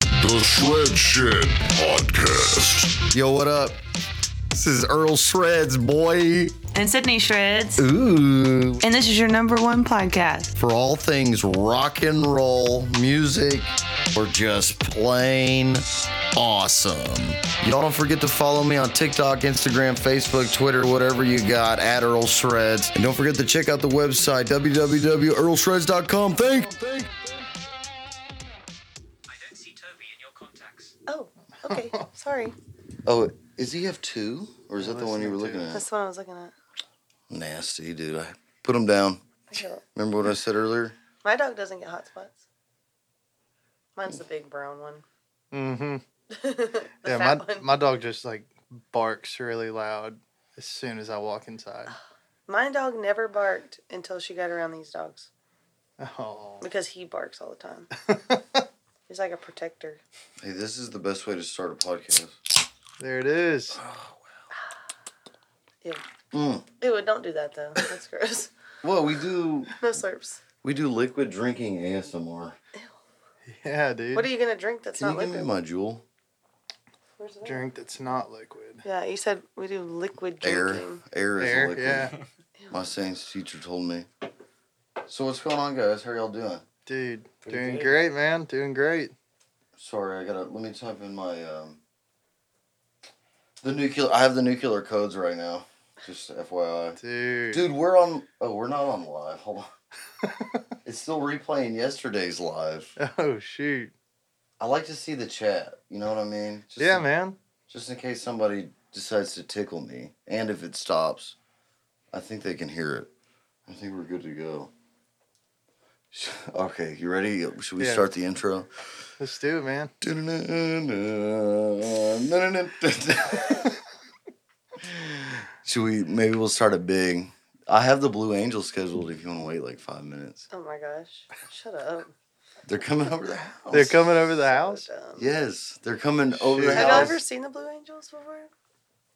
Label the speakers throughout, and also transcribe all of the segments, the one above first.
Speaker 1: The Shred Shed Podcast.
Speaker 2: Yo, what up? This is Earl Shreds, boy.
Speaker 3: and Sydney Shreds.
Speaker 2: Ooh.
Speaker 3: And this is your number one podcast.
Speaker 2: For all things rock and roll, music, or just plain awesome. Y'all don't forget to follow me on TikTok, Instagram, Facebook, Twitter, whatever you got, at Earl Shreds. And don't forget to check out the website, www.earlshreds.com. Thank
Speaker 4: I don't see Toby in your contacts.
Speaker 5: Oh, okay. Sorry.
Speaker 2: Oh, is he have two? Or is that the one you were looking at?
Speaker 5: That's the one I was looking at.
Speaker 2: Nasty, dude. I put him down.
Speaker 5: I don't-
Speaker 2: Remember what I said earlier?
Speaker 5: My dog doesn't get hot spots. Mine's the big brown one.
Speaker 6: Mm-hmm.
Speaker 5: The
Speaker 6: Yeah, my
Speaker 5: fat one.
Speaker 6: my dog just like barks really loud as soon as I walk inside.
Speaker 5: My dog never barked until she got around these dogs
Speaker 6: Oh,
Speaker 5: because he barks all the time. He's like a protector.
Speaker 2: Hey, this is the best way to start a podcast.
Speaker 6: there it is.
Speaker 5: Ew, don't do that though. That's gross.
Speaker 2: Mm. Well, we do
Speaker 5: No slurps.
Speaker 2: we do liquid drinking ASMR.
Speaker 6: Yeah, dude.
Speaker 5: What are you gonna drink that's
Speaker 2: Can
Speaker 5: not
Speaker 2: you give me
Speaker 5: liquid?
Speaker 2: my jewel?
Speaker 5: Where's that?
Speaker 6: Drink that's not liquid.
Speaker 5: Yeah, you said we do liquid
Speaker 2: Air,
Speaker 5: drinking.
Speaker 2: air is a
Speaker 6: There,
Speaker 2: liquid.
Speaker 6: yeah,
Speaker 2: My science teacher told me. So what's going on, guys? How y'all doing?
Speaker 6: dude, doing great, man. Doing great.
Speaker 2: Sorry, I gotta. Let me type in my um. The nuclear. I have the nuclear codes right now. Just FYI.
Speaker 6: Dude.
Speaker 2: Dude, we're on. Oh, we're not on live. Hold on. it's still replaying yesterday's live.
Speaker 6: Oh shoot.
Speaker 2: I like to see the chat. You know what I mean? Just
Speaker 6: Yeah,
Speaker 2: to-
Speaker 6: man.
Speaker 2: Just in case somebody decides to tickle me, and if it stops, I think they can hear it. I think we're good to go. Okay, you ready? Should we
Speaker 6: Yeah.
Speaker 2: start the intro?
Speaker 6: Let's do it, man.
Speaker 2: Should we? Maybe we'll start it big. I have the Blue Angel scheduled. If you want to wait like five minutes,
Speaker 5: Oh my gosh. Shut up.
Speaker 2: they're coming over the house.
Speaker 6: They're coming over the house.
Speaker 5: Dumb.
Speaker 2: Yes, they're coming over the
Speaker 6: Shit.
Speaker 5: Have y'all
Speaker 2: house.
Speaker 5: ever seen the Blue Angels before?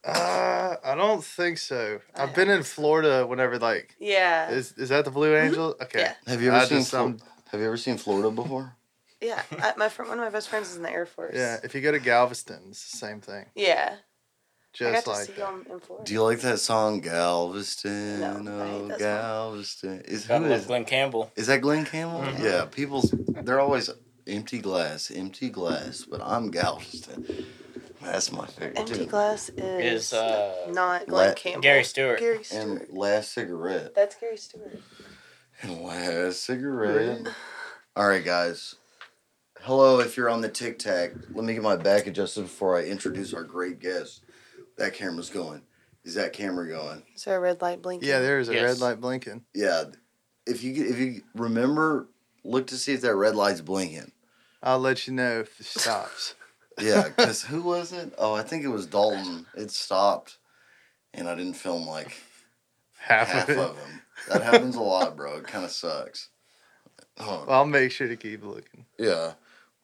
Speaker 6: Uh, I don't think so.
Speaker 5: I
Speaker 6: I've been in Florida whenever like
Speaker 5: Yeah. Mm-hmm.
Speaker 6: is is that the Blue Angel? Okay.
Speaker 5: Yeah.
Speaker 2: have you ever
Speaker 6: I
Speaker 2: seen?
Speaker 6: just,
Speaker 2: Flo-
Speaker 6: um,
Speaker 2: have you ever seen Florida before?
Speaker 5: Yeah, I, my fr- one of my best friends is in the Air Force.
Speaker 6: Yeah, if you go to Galveston, it's the same thing.
Speaker 5: yeah. I got
Speaker 6: Just
Speaker 5: to
Speaker 6: like
Speaker 5: see
Speaker 6: that.
Speaker 5: him in Florida.
Speaker 2: Do you like that song Galveston?
Speaker 5: No, I hate
Speaker 2: oh,
Speaker 5: that song.
Speaker 2: Galveston. Is who
Speaker 7: Gotta
Speaker 2: is,
Speaker 7: love Glenn Mm-hmm. Campbell.
Speaker 2: is that Glenn Campbell? Yeah, people's they're always empty glass, empty glass, but I'm Galveston. That's my favorite.
Speaker 5: Empty
Speaker 2: too.
Speaker 5: glass is,
Speaker 7: Is, uh,
Speaker 5: not Glenn
Speaker 2: La-
Speaker 5: Campbell.
Speaker 7: Gary Stewart.
Speaker 5: Gary Stewart.
Speaker 2: And last cigarette.
Speaker 5: That's Gary Stewart.
Speaker 2: And last cigarette. All right, guys. Hello, if you're on the tic tac, let me get my back adjusted before I introduce our great guest. That camera's going. Is that camera going?
Speaker 5: Is there a red light blinking?
Speaker 6: Yeah, there is a red
Speaker 7: Yes.
Speaker 6: light blinking.
Speaker 2: Yeah. If you if you remember, look to see if that red light's blinking.
Speaker 6: I'll let you know if it stops.
Speaker 2: Yeah, because who was it? Oh, I think it was Dalton. It stopped, and I didn't film like
Speaker 6: Half,
Speaker 2: half
Speaker 6: of it.
Speaker 2: of them. That happens a lot, bro. It kind of sucks. Oh,
Speaker 6: Well, I'll make sure to keep looking.
Speaker 2: yeah.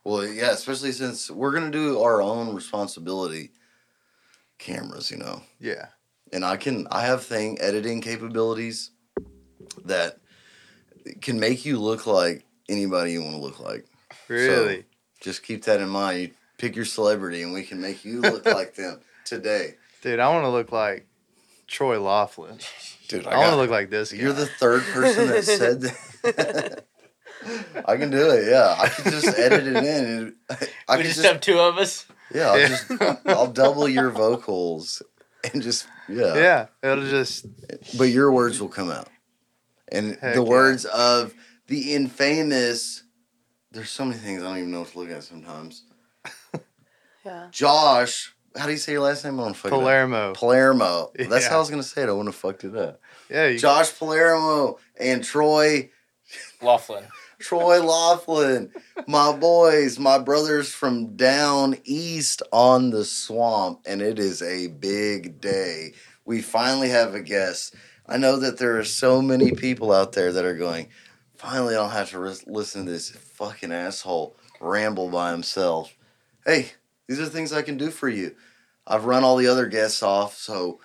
Speaker 2: Well, yeah, especially since we're gonna do our own responsibility cameras, you know.
Speaker 6: Yeah.
Speaker 2: and I can I have thing editing capabilities that can make you look like anybody you want to look like.
Speaker 6: Really?
Speaker 2: Just keep that in mind. You pick your celebrity, and we can make you look like them today,
Speaker 6: Dude, I want to look like Troy Laughlin.
Speaker 2: dude.
Speaker 6: I, want to look like this.
Speaker 2: You're
Speaker 6: guy.
Speaker 2: the third person that said that. I can do it. Yeah, I can just edit it in. And I can
Speaker 7: we just,
Speaker 2: just,
Speaker 7: have two of us.
Speaker 2: yeah. I'll
Speaker 6: Yeah.
Speaker 2: just I'll double your vocals and just yeah.
Speaker 6: Yeah, it'll just.
Speaker 2: but your words will come out. And
Speaker 6: Heck
Speaker 2: the
Speaker 6: yeah.
Speaker 2: words of the infamous there's so many things I don't even know what to look at sometimes.
Speaker 5: Yeah.
Speaker 2: Josh, how do you say your last name? I want to fuck it up.
Speaker 6: Palermo.
Speaker 2: Palermo. That's
Speaker 6: Yeah.
Speaker 2: how I was gonna say it. I wouldn't have fucked it up.
Speaker 6: Yeah, you,
Speaker 2: Josh Palermo and Troy
Speaker 7: Laughlin.
Speaker 2: Troy Laughlin, my boys, my brothers from down east on the swamp, and it is a big day. We finally have a guest. I know that there are so many people out there that are going, finally, I don't have to ris- listen to this fucking asshole ramble by himself. Hey, these are things I can do for you. I've run all the other guests off, so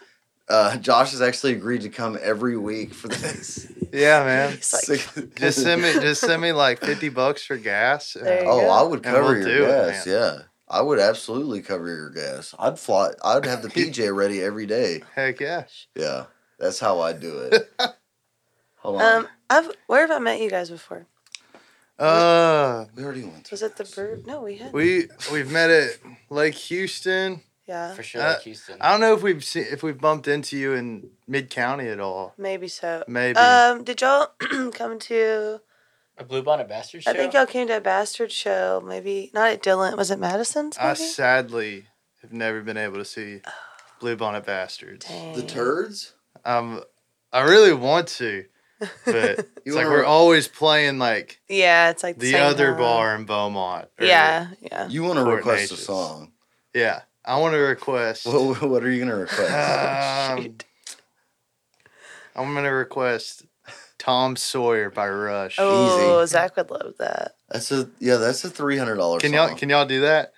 Speaker 2: Uh, Josh has actually agreed to come every week for the next
Speaker 6: Yeah, man.
Speaker 5: It's like-
Speaker 2: six-
Speaker 6: Just send me, just send me like fifty bucks for gas. and
Speaker 5: There you
Speaker 2: Oh,
Speaker 5: go.
Speaker 2: I would
Speaker 6: And
Speaker 2: cover
Speaker 6: we'll do
Speaker 2: your
Speaker 6: it,
Speaker 2: gas. yeah, I would absolutely cover your gas. I'd fly. I'd have the PJ ready every day.
Speaker 6: Heck yeah.
Speaker 2: Yeah, that's how I do it. Hold on.
Speaker 5: Um, I've where have I met you guys before?
Speaker 6: Uh,
Speaker 2: we already went. through
Speaker 5: Was it the
Speaker 2: this.
Speaker 5: bird? No, we had.
Speaker 6: we we've met at Lake Houston.
Speaker 5: yeah,
Speaker 7: For sure,
Speaker 6: Uh,
Speaker 7: like Houston.
Speaker 6: I don't know if we've seen if we've bumped into you in Mid County at all.
Speaker 5: maybe so.
Speaker 6: Maybe.
Speaker 5: Um, did y'all come to?
Speaker 7: A Blue Bonnet Bastard show?
Speaker 5: I think y'all came to a bastard show. Maybe not at Dylan. Was it Madison's? Maybe?
Speaker 6: I sadly have never been able to see Blue Bonnet Bastards.
Speaker 2: The
Speaker 5: Oh. Dang.
Speaker 2: turds.
Speaker 6: Um, I really want to, but
Speaker 2: You
Speaker 6: it's like
Speaker 2: wanna-
Speaker 6: we're always playing like
Speaker 5: Yeah, it's like the,
Speaker 6: the
Speaker 5: same
Speaker 6: other
Speaker 5: time.
Speaker 6: bar in Beaumont. or-
Speaker 5: Yeah, yeah.
Speaker 2: You want to request a
Speaker 6: Coordinators.
Speaker 2: song?
Speaker 6: yeah. I want to request.
Speaker 2: What, what are you gonna request?
Speaker 6: um, I'm gonna request Tom Sawyer by Rush.
Speaker 5: Oh, Zach would love that.
Speaker 2: That's a yeah. That's a three hundred dollars.
Speaker 6: Can y'all can y'all do that?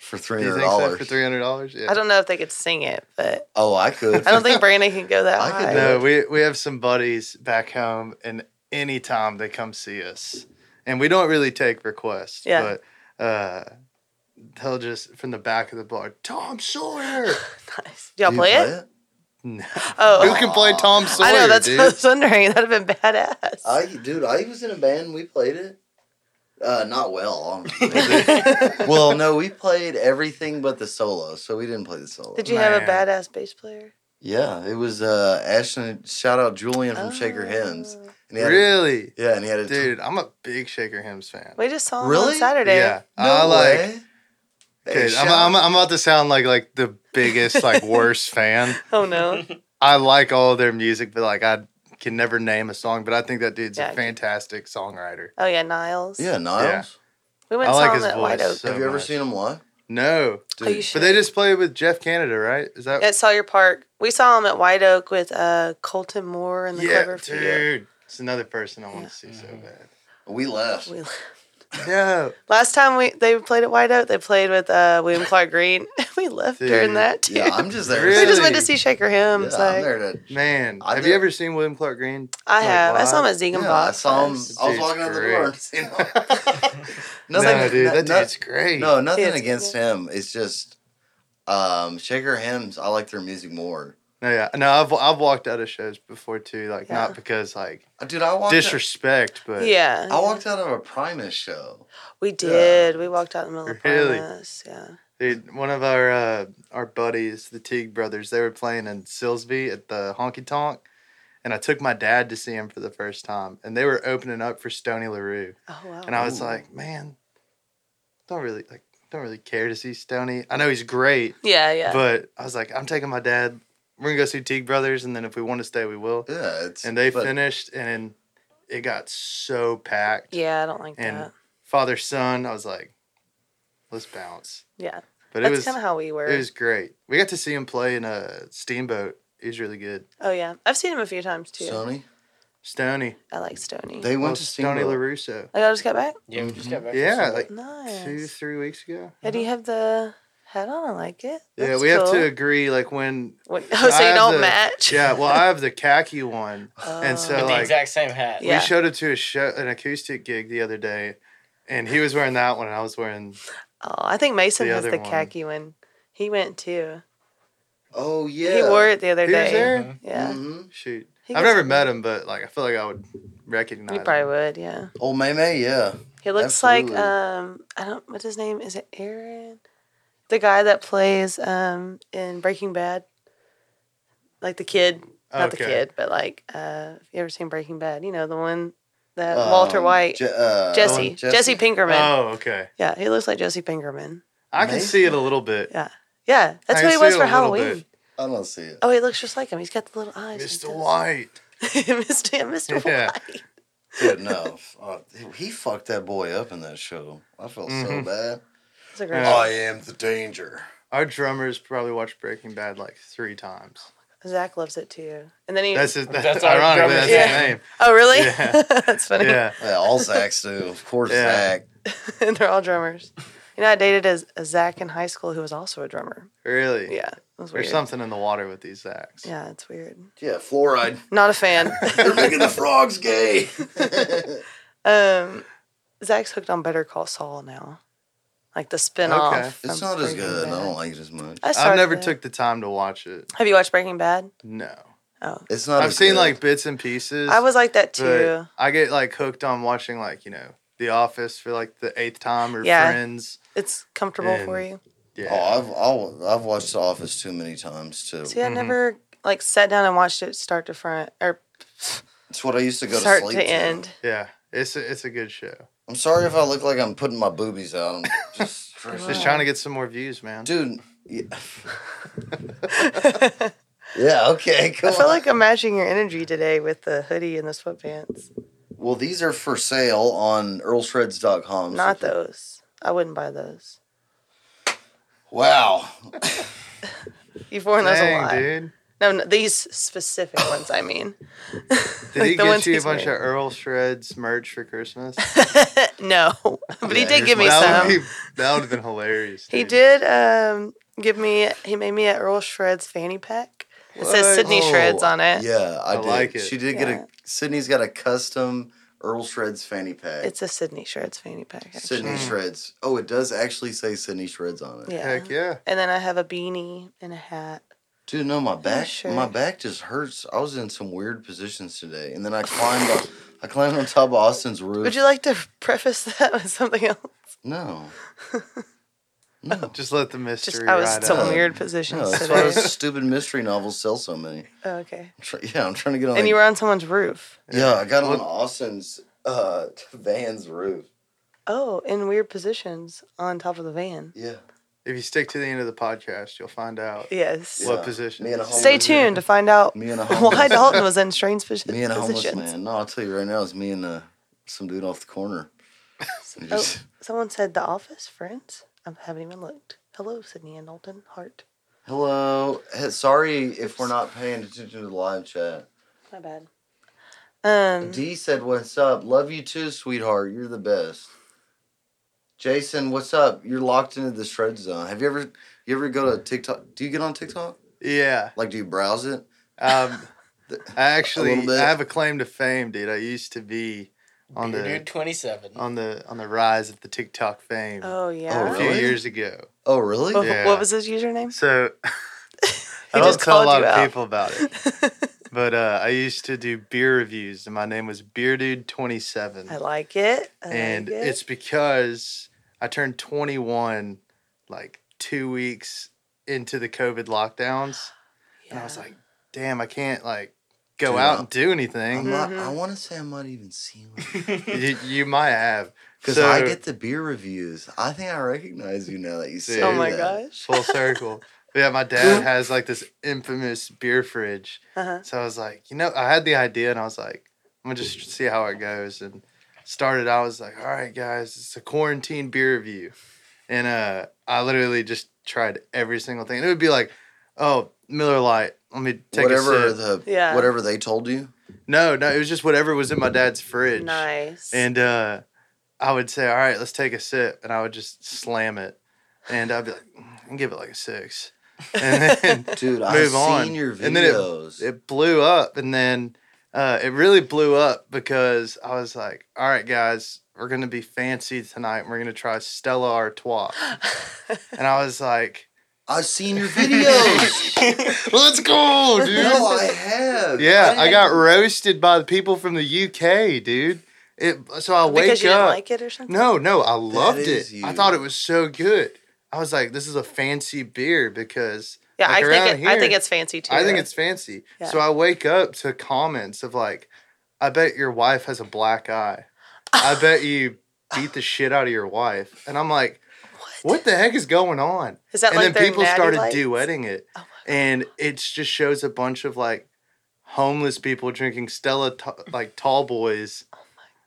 Speaker 2: for three
Speaker 6: Do you
Speaker 2: hundred
Speaker 6: think so for
Speaker 2: dollars?
Speaker 6: three hundred dollars? Yeah.
Speaker 5: I don't know if they could sing it, but
Speaker 2: Oh, I could.
Speaker 5: I don't think Brandon can go that
Speaker 2: I could
Speaker 5: high.
Speaker 2: do
Speaker 6: No, we we have some buddies back home, and anytime they come see us, and we don't really take requests.
Speaker 5: Yeah.
Speaker 6: But uh, they'll just from the back of the bar, Tom Sawyer.
Speaker 5: Nice. Y'all
Speaker 2: Do you
Speaker 5: play, it?
Speaker 6: No.
Speaker 5: Oh,
Speaker 6: Who can play Tom Sawyer?
Speaker 5: I know. That's
Speaker 6: dude?
Speaker 5: what I was wondering. That'd have been badass.
Speaker 2: I dude, I was in a band. We played it. Uh, not well. well, no, we played everything but the solo, so we didn't play the solo.
Speaker 5: Did you
Speaker 6: Man.
Speaker 5: have a badass bass player?
Speaker 2: Yeah, it was uh, Ashton. Shout out Julian from Shaker Hymns.
Speaker 5: Oh.
Speaker 2: And he had a-
Speaker 6: really,
Speaker 2: yeah, and he had a
Speaker 6: dude. I'm a big Shaker Hymns fan.
Speaker 5: We just saw him
Speaker 2: Really?
Speaker 5: on Saturday.
Speaker 6: Yeah,
Speaker 2: No
Speaker 6: I like.
Speaker 2: way. Hey,
Speaker 6: Dude,
Speaker 2: shout
Speaker 6: I'm, I'm, I'm about to sound like like the biggest like worst fan.
Speaker 5: Oh no.
Speaker 6: I like all of their music, but like I can never name a song. But I think that dude's
Speaker 5: Yeah, I
Speaker 6: a
Speaker 5: can-
Speaker 6: songwriter. songwriter.
Speaker 5: Oh yeah, Niles.
Speaker 2: yeah, Niles.
Speaker 6: Yeah.
Speaker 5: We went
Speaker 6: I
Speaker 5: and
Speaker 6: like
Speaker 5: saw him
Speaker 6: his
Speaker 5: at White Oak.
Speaker 6: voice. So
Speaker 2: Have you ever
Speaker 6: much.
Speaker 2: seen him live?
Speaker 6: No,
Speaker 5: Are you sure?
Speaker 6: but they just play with Jeff Canada, right? Is that
Speaker 5: at Sawyer Park. We saw him at White Oak with uh, Colton Moore and the Clever Few.
Speaker 6: dude? It's another person I want to see so bad.
Speaker 2: We left.
Speaker 5: We-
Speaker 6: No,
Speaker 5: last time we they played at White Oak, they played with uh, William Clark Green. we left during
Speaker 6: Dude.
Speaker 5: that too.
Speaker 2: yeah, I'm just there.
Speaker 5: we
Speaker 6: Really?
Speaker 5: just went to see Shaker
Speaker 2: Yeah,
Speaker 5: Hymns.
Speaker 2: I'm
Speaker 5: like,
Speaker 2: there to.
Speaker 6: man.
Speaker 2: I
Speaker 6: have
Speaker 2: did-
Speaker 6: you ever seen William Clark Green?
Speaker 5: I
Speaker 6: Like,
Speaker 5: have. I saw him
Speaker 6: live?
Speaker 5: at Zeke and
Speaker 2: Yeah, I saw him.
Speaker 5: Box.
Speaker 2: I was
Speaker 6: Dude's
Speaker 2: walking out the
Speaker 6: great.
Speaker 2: door. And seen him.
Speaker 6: No, dude,
Speaker 2: no-
Speaker 6: that
Speaker 2: no-
Speaker 6: dude's great.
Speaker 2: No, nothing
Speaker 5: It's-
Speaker 2: against him. It's just um Shaker Hymns, I like their music more.
Speaker 6: no, yeah, no. I've I've walked out of shows before too, like
Speaker 5: Yeah.
Speaker 6: not because like
Speaker 2: Uh, Dude, I walked
Speaker 6: disrespect, but
Speaker 5: Yeah.
Speaker 2: out, I walked out of a Primus show.
Speaker 5: We did. We walked out in the middle of
Speaker 6: Really?
Speaker 5: Primus. Yeah.
Speaker 6: Dude, one of our uh, our buddies, the Teague brothers, they were playing in Silsby at the honky tonk, and I took my dad to see him for the first time, and they were opening up for Stony LaRue,
Speaker 5: Oh wow.
Speaker 6: and I was
Speaker 2: Ooh.
Speaker 6: like, man, don't really like, don't really care to see Stony. I know he's great,
Speaker 5: yeah, yeah.
Speaker 6: but I was like, I'm taking my dad. We're gonna go see Teague brothers, and then if we want to stay, we will.
Speaker 2: Yeah, it's
Speaker 6: And they
Speaker 2: but
Speaker 6: finished, and it got so packed.
Speaker 5: yeah, I don't like
Speaker 6: And
Speaker 5: that.
Speaker 6: father son, I was like, let's bounce.
Speaker 5: Yeah.
Speaker 6: But it
Speaker 5: That's
Speaker 6: was
Speaker 5: kind of how we were.
Speaker 6: It was great. We got to see him play in a steamboat. He was really good.
Speaker 5: oh yeah. I've seen him a few times too.
Speaker 2: Sony.
Speaker 6: Stony.
Speaker 5: I like Stony.
Speaker 2: They went
Speaker 6: Oh,
Speaker 2: to
Speaker 6: Stony
Speaker 2: Steamboat.
Speaker 6: LaRusso.
Speaker 5: like I just got back.
Speaker 7: yeah, we just got back. from
Speaker 6: Yeah,
Speaker 7: somewhere.
Speaker 6: like-
Speaker 5: Nice.
Speaker 6: Two, three weeks ago.
Speaker 5: Yeah, do you have the hat on? I like it.
Speaker 6: Yeah,
Speaker 5: That's
Speaker 6: we have
Speaker 5: cool.
Speaker 6: to agree. Like when.
Speaker 5: What- oh, so
Speaker 6: I
Speaker 5: you
Speaker 6: have
Speaker 5: don't
Speaker 6: the-
Speaker 5: match? Oh.
Speaker 6: Yeah, well, I have the khaki one, and so
Speaker 7: With the
Speaker 6: like
Speaker 7: exact same hat.
Speaker 5: Yeah.
Speaker 6: we showed it to a show, an acoustic gig the other day, and he was wearing that one, and I was wearing.
Speaker 5: Oh, I think Mason
Speaker 6: The
Speaker 5: has
Speaker 6: other
Speaker 5: the
Speaker 6: one.
Speaker 5: khaki one. He went too.
Speaker 2: Oh yeah.
Speaker 5: He wore it the other
Speaker 6: He was
Speaker 5: day.
Speaker 6: there.
Speaker 5: Yeah.
Speaker 2: hmm
Speaker 6: Shoot,
Speaker 5: He
Speaker 6: I've
Speaker 5: gets-
Speaker 6: never met him, but like I feel like I would recognize.
Speaker 5: You
Speaker 6: him.
Speaker 5: probably would, yeah.
Speaker 2: Oh May May, yeah.
Speaker 5: He looks like
Speaker 2: Absolutely.
Speaker 5: um I don't what's his name? Is it Aaron? The guy that plays um in Breaking Bad. Like the kid. Not the
Speaker 6: Okay.
Speaker 5: kid, but like uh if you ever seen Breaking Bad, you know, the one that Walter
Speaker 2: Um,
Speaker 5: White
Speaker 2: Je- uh,
Speaker 5: Jesse, Jesse. Pinkerman.
Speaker 6: Oh, okay.
Speaker 5: Yeah, he looks like Jesse Pinkerman.
Speaker 6: I can
Speaker 2: Amazing.
Speaker 6: see it a little bit.
Speaker 5: Yeah. Yeah. That's
Speaker 6: I
Speaker 5: who he
Speaker 6: see
Speaker 5: was
Speaker 6: it
Speaker 5: for
Speaker 6: a little
Speaker 5: Halloween.
Speaker 6: bit.
Speaker 2: I don't see it.
Speaker 5: Oh, he looks just like him. He's got the little eyes. like
Speaker 6: Mr.
Speaker 5: this.
Speaker 6: White.
Speaker 5: Mr. Mr.
Speaker 6: Yeah.
Speaker 5: White.
Speaker 2: But no, uh, he fucked that boy up in that show. I felt so
Speaker 6: Mhm.
Speaker 2: bad.
Speaker 5: That's a great
Speaker 6: Yeah.
Speaker 2: I am the danger.
Speaker 6: Our drummer's probably watched Breaking Bad like three times.
Speaker 5: Zach loves it too. And then he
Speaker 6: That's his, that's,
Speaker 7: That's our
Speaker 6: ironic.
Speaker 7: drummer.
Speaker 6: but That's
Speaker 5: Yeah.
Speaker 6: his name.
Speaker 5: Oh really?
Speaker 6: Yeah.
Speaker 5: That's funny.
Speaker 6: Yeah.
Speaker 2: Yeah, all Zach's do, of course.
Speaker 6: Yeah.
Speaker 2: Zach.
Speaker 5: and they're all drummers. You know, I dated a, a Zach in high school who was also a drummer.
Speaker 6: Really?
Speaker 5: Yeah, it was weird.
Speaker 6: There's something in the water with these acts.
Speaker 5: Yeah, it's weird.
Speaker 2: Yeah, fluoride.
Speaker 5: Not a fan.
Speaker 2: They're making the frogs gay.
Speaker 5: um, Zach's hooked on Better Call Saul now, like the spin off.
Speaker 6: Okay.
Speaker 2: it's not as good. I don't like it as much.
Speaker 6: I've never took the time to watch it.
Speaker 5: Have you watched Breaking Bad?
Speaker 6: No.
Speaker 5: Oh,
Speaker 2: It's not.
Speaker 6: I've
Speaker 2: as
Speaker 6: seen
Speaker 2: good.
Speaker 6: like bits and pieces.
Speaker 5: I was like that too.
Speaker 6: but I get like hooked on watching like, you know, The Office for like the eighth time or
Speaker 5: Yeah.
Speaker 6: Friends.
Speaker 5: it's comfortable for
Speaker 6: and-
Speaker 5: you.
Speaker 6: Yeah.
Speaker 2: Oh, I've I'll, I've watched The Office too many times to.
Speaker 5: See, I
Speaker 6: Mhm.
Speaker 5: never like sat down and watched it start to front or
Speaker 2: It's what I used to go
Speaker 5: start
Speaker 2: to
Speaker 5: to,
Speaker 2: sleep
Speaker 5: end.
Speaker 6: yeah. It's a, it's a good show.
Speaker 2: I'm sorry if I look like I'm putting my boobies out. I'm just,
Speaker 6: Just trying to get some more views, man.
Speaker 2: dude. Yeah,
Speaker 5: I
Speaker 2: yeah okay. Cool.
Speaker 5: feel like I'm matching your energy today with the hoodie and the sweatpants.
Speaker 2: well, these are for sale on EarlShreds.com. so
Speaker 5: Not
Speaker 2: if you-
Speaker 5: those. I wouldn't buy those.
Speaker 2: Wow.
Speaker 5: You've worn those a lot.
Speaker 6: Dang, dude.
Speaker 5: No, no, these specific ones. I mean,
Speaker 6: Did
Speaker 5: Like
Speaker 6: he
Speaker 5: the ones
Speaker 6: get you a
Speaker 5: he's
Speaker 6: bunch
Speaker 5: wearing.
Speaker 6: of Earl Shreds merch for Christmas?
Speaker 5: no, but he
Speaker 2: Yeah,
Speaker 5: did
Speaker 2: here's
Speaker 5: give me
Speaker 2: what
Speaker 6: that
Speaker 5: some.
Speaker 2: I
Speaker 6: would be, that would have been hilarious.
Speaker 5: He
Speaker 6: dude.
Speaker 5: did um, give me. He made me a Earl Shreds fanny pack. It says
Speaker 6: What?
Speaker 5: Sydney
Speaker 2: Oh,
Speaker 5: Shreds on it.
Speaker 2: Yeah, I,
Speaker 6: I
Speaker 2: did.
Speaker 6: like it.
Speaker 2: She did get
Speaker 5: Yeah.
Speaker 2: a. Sydney's got a custom Earl Shreds fanny pack.
Speaker 5: It's a Sydney Shreds fanny pack. Actually.
Speaker 2: Sydney
Speaker 6: Mm.
Speaker 2: Shreds. Oh, it does actually say Sydney Shreds on it.
Speaker 5: Yeah.
Speaker 6: Heck yeah.
Speaker 5: And then I have a beanie and a hat.
Speaker 2: Dude, no, my back,
Speaker 5: sure.
Speaker 2: my back just hurts. I was in some weird positions today, and then I climbed, up, I climbed on top of Austin's roof.
Speaker 5: Would you like to preface that with something else?
Speaker 2: No. No.
Speaker 6: Just let the mystery
Speaker 5: Just I was
Speaker 6: ride
Speaker 5: in some
Speaker 6: out.
Speaker 2: up.
Speaker 5: weird positions
Speaker 2: No, that's why
Speaker 5: today.
Speaker 2: those stupid mystery novels sell so many.
Speaker 5: Oh, okay.
Speaker 2: I'm try- Yeah, I'm trying to get on.
Speaker 5: And
Speaker 2: the-
Speaker 5: you were on someone's roof.
Speaker 2: yeah, I got on
Speaker 6: What-
Speaker 2: Austin's uh, van's roof.
Speaker 5: Oh, in weird positions on top of the van.
Speaker 2: Yeah.
Speaker 6: If you stick to the end of the podcast, you'll find out
Speaker 5: Yes.
Speaker 2: Yeah.
Speaker 6: what position.
Speaker 2: Me and a homeless
Speaker 5: Stay tuned to find out
Speaker 2: Me and a homeless.
Speaker 5: why Dalton was in strange pos-
Speaker 2: Me and a homeless
Speaker 5: positions.
Speaker 2: man. No, I'll tell you right now, it's me and uh, some dude off the corner. And
Speaker 5: Oh,
Speaker 2: just,
Speaker 5: someone said The Office, Friends. I haven't even looked. Hello, Sydney and Dalton. Heart.
Speaker 2: Hello. Hey, Sorry if we're not paying attention to the live chat.
Speaker 5: My bad.
Speaker 6: Mm-hmm.
Speaker 5: Um,
Speaker 2: D said, "What's up? Love you too, sweetheart. You're the best." Jason, what's up? You're locked into the shred zone. Have you ever, you ever go to TikTok? Do you get on TikTok?
Speaker 6: Yeah.
Speaker 2: Like, do you browse it?
Speaker 6: Um, I actually
Speaker 2: bit.
Speaker 6: I have a claim to fame, dude. I used to be on
Speaker 7: Bearded
Speaker 6: the
Speaker 7: 27.
Speaker 6: on the on the rise of the TikTok fame
Speaker 5: oh, yeah.
Speaker 2: Oh,
Speaker 6: a few
Speaker 2: really?
Speaker 6: years ago.
Speaker 2: Oh, really?
Speaker 5: What-
Speaker 6: yeah.
Speaker 5: What was his username?
Speaker 6: So I
Speaker 5: He
Speaker 6: don't
Speaker 5: just
Speaker 6: tell a
Speaker 5: called
Speaker 6: lot
Speaker 5: you
Speaker 6: of
Speaker 5: out.
Speaker 6: people about it. But uh, I used to do beer reviews, and my name was Beer Dude Twenty Seven.
Speaker 5: I like it. I
Speaker 6: and
Speaker 5: like it.
Speaker 6: it's because I turned 21 like two weeks into the COVID lockdowns, and I was
Speaker 5: Yeah.
Speaker 6: like, "Damn, I can't like go
Speaker 2: Do
Speaker 6: out
Speaker 2: not-
Speaker 6: and do anything."
Speaker 2: I'm not-
Speaker 5: Mhm.
Speaker 2: I
Speaker 6: mm-hmm.
Speaker 2: want to say I might even see one
Speaker 6: you, you might have
Speaker 2: because
Speaker 6: So-
Speaker 2: I get the beer reviews. I think I recognize you now that you say
Speaker 5: oh my
Speaker 2: that.
Speaker 5: gosh.
Speaker 6: full circle. But yeah, my dad has like this infamous beer fridge,
Speaker 5: Uh-huh.
Speaker 6: so I was like, you know, I had the idea, and I was like, I'm gonna just see how it goes, and started. I was like, all right, guys, it's a quarantine beer review, and uh, I literally just tried every single thing, and it would be like, oh, Miller Lite, let me take a
Speaker 2: whatever
Speaker 6: sip.
Speaker 2: the
Speaker 5: Yeah.
Speaker 2: whatever they told you.
Speaker 6: no, no, it was just whatever was in my dad's fridge,
Speaker 5: Nice.
Speaker 6: and uh, I would say, all right, let's take a sip, and I would just slam it, and I'd be like, "Mm, give it like a six, and then.
Speaker 2: Dude, I've
Speaker 6: Move on.
Speaker 2: seen your videos.
Speaker 6: And then it blew up and then uh, it really blew up because I was like, all right, guys, we're going to be fancy tonight. We're going to try Stella Artois. and I was like,
Speaker 2: I've seen your videos.
Speaker 6: let's go,
Speaker 2: no, I have.
Speaker 5: Oh
Speaker 6: yeah, I got roasted by the people from the UK, dude. It, so I wake
Speaker 5: because you
Speaker 6: up.
Speaker 5: didn't like it or something?
Speaker 6: No, no, I loved
Speaker 2: is
Speaker 6: it.
Speaker 2: you.
Speaker 6: I thought it was so good. I was like, this is a fancy beer because
Speaker 5: Yeah,
Speaker 6: Like
Speaker 5: I think
Speaker 6: around
Speaker 5: it, I think
Speaker 6: here,
Speaker 5: it's fancy too.
Speaker 6: I think it's fancy.
Speaker 5: Yeah.
Speaker 6: So I wake up to comments of like, I bet your wife has a black eye. I bet you beat the shit out of your wife. And I'm like, what, the heck is going on?
Speaker 5: Is that
Speaker 6: and
Speaker 5: like
Speaker 6: then
Speaker 5: their
Speaker 6: people
Speaker 5: natty
Speaker 6: started
Speaker 5: lights?
Speaker 6: duetting it.
Speaker 5: Oh my
Speaker 6: and it just shows a bunch of like homeless people drinking Stella, ta- like tall boys.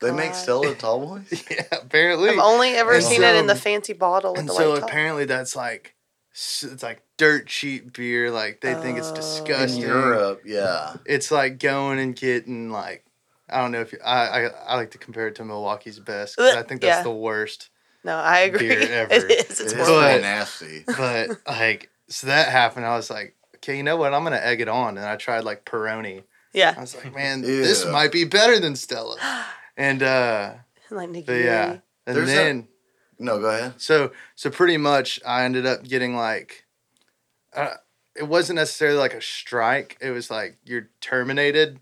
Speaker 2: They make Stella tall boys.
Speaker 6: yeah, apparently.
Speaker 5: I've only ever
Speaker 6: And
Speaker 5: seen it in the
Speaker 6: so-
Speaker 5: fancy bottle with
Speaker 6: and
Speaker 5: the
Speaker 6: so
Speaker 5: white top.
Speaker 6: apparently that's like, s- it's like dirt cheap beer. Like they think it's
Speaker 5: Oh. In
Speaker 2: In
Speaker 6: disgusting.
Speaker 2: Europe, yeah.
Speaker 6: it's like going and getting like I don't know if you, I, I I like to compare it to Milwaukee's best. 'cause I
Speaker 5: Ugh,
Speaker 6: think that's
Speaker 5: yeah.
Speaker 6: the worst.
Speaker 5: No, I agree.
Speaker 6: Beer ever.
Speaker 5: It is. It's
Speaker 2: It's
Speaker 5: horrible.
Speaker 6: But-
Speaker 2: really nasty.
Speaker 6: but like so that happened. I was like, okay, you know what? I'm gonna egg it on, and I tried like Peroni. I
Speaker 5: yeah.
Speaker 6: was like, man, this
Speaker 2: Yeah.
Speaker 6: might be better than Stella. And uh,
Speaker 5: Like Nikki.
Speaker 6: but yeah, and
Speaker 2: There's a-
Speaker 6: then.
Speaker 2: No, go ahead.
Speaker 6: So so pretty much I ended up getting like uh, it wasn't necessarily like a strike. It was like you're terminated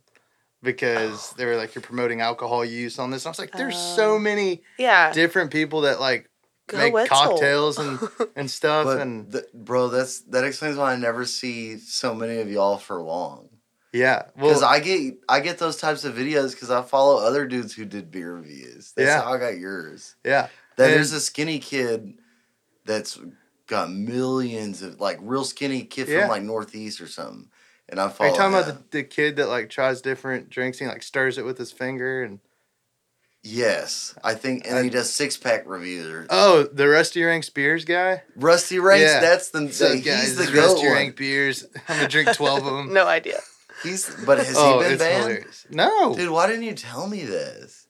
Speaker 6: because they were like you're promoting alcohol use on this. And I was like there's so
Speaker 5: Oh.
Speaker 6: many
Speaker 5: Yeah.
Speaker 6: different people that like
Speaker 5: Go
Speaker 6: make
Speaker 5: Wetzel.
Speaker 6: cocktails and and stuff
Speaker 2: But
Speaker 6: and
Speaker 2: th- bro, that's that explains why I never see so many of y'all for long.
Speaker 6: yeah.
Speaker 2: Because
Speaker 6: Well,
Speaker 2: I get I get those types of videos because I follow other dudes who did beer reviews. That's
Speaker 6: Yeah.
Speaker 2: how I got yours.
Speaker 6: yeah.
Speaker 2: That
Speaker 6: And-
Speaker 2: there's a skinny kid that's got millions of like real skinny kid
Speaker 6: Yeah.
Speaker 2: from like Northeast or something. And I
Speaker 6: Are
Speaker 2: follow.
Speaker 6: you talking
Speaker 2: him.
Speaker 6: about the, the kid that like tries different drinks and like stirs it with his finger and
Speaker 2: Yes, I think, and
Speaker 6: I-
Speaker 2: he does six pack reviews. Or,
Speaker 6: oh the Rusty Ranks beers guy?
Speaker 2: Rusty Ranks,
Speaker 6: yeah.
Speaker 2: that's the,
Speaker 6: So
Speaker 2: he's
Speaker 6: guys,
Speaker 2: the
Speaker 6: this
Speaker 2: goat
Speaker 6: Rusty
Speaker 2: one.
Speaker 6: Rank beers. I'm gonna drink twelve of them.
Speaker 5: no idea.
Speaker 2: He's but has he been banned?
Speaker 6: Oh, hilarious. Oh. No.
Speaker 2: Dude, why didn't you tell me this?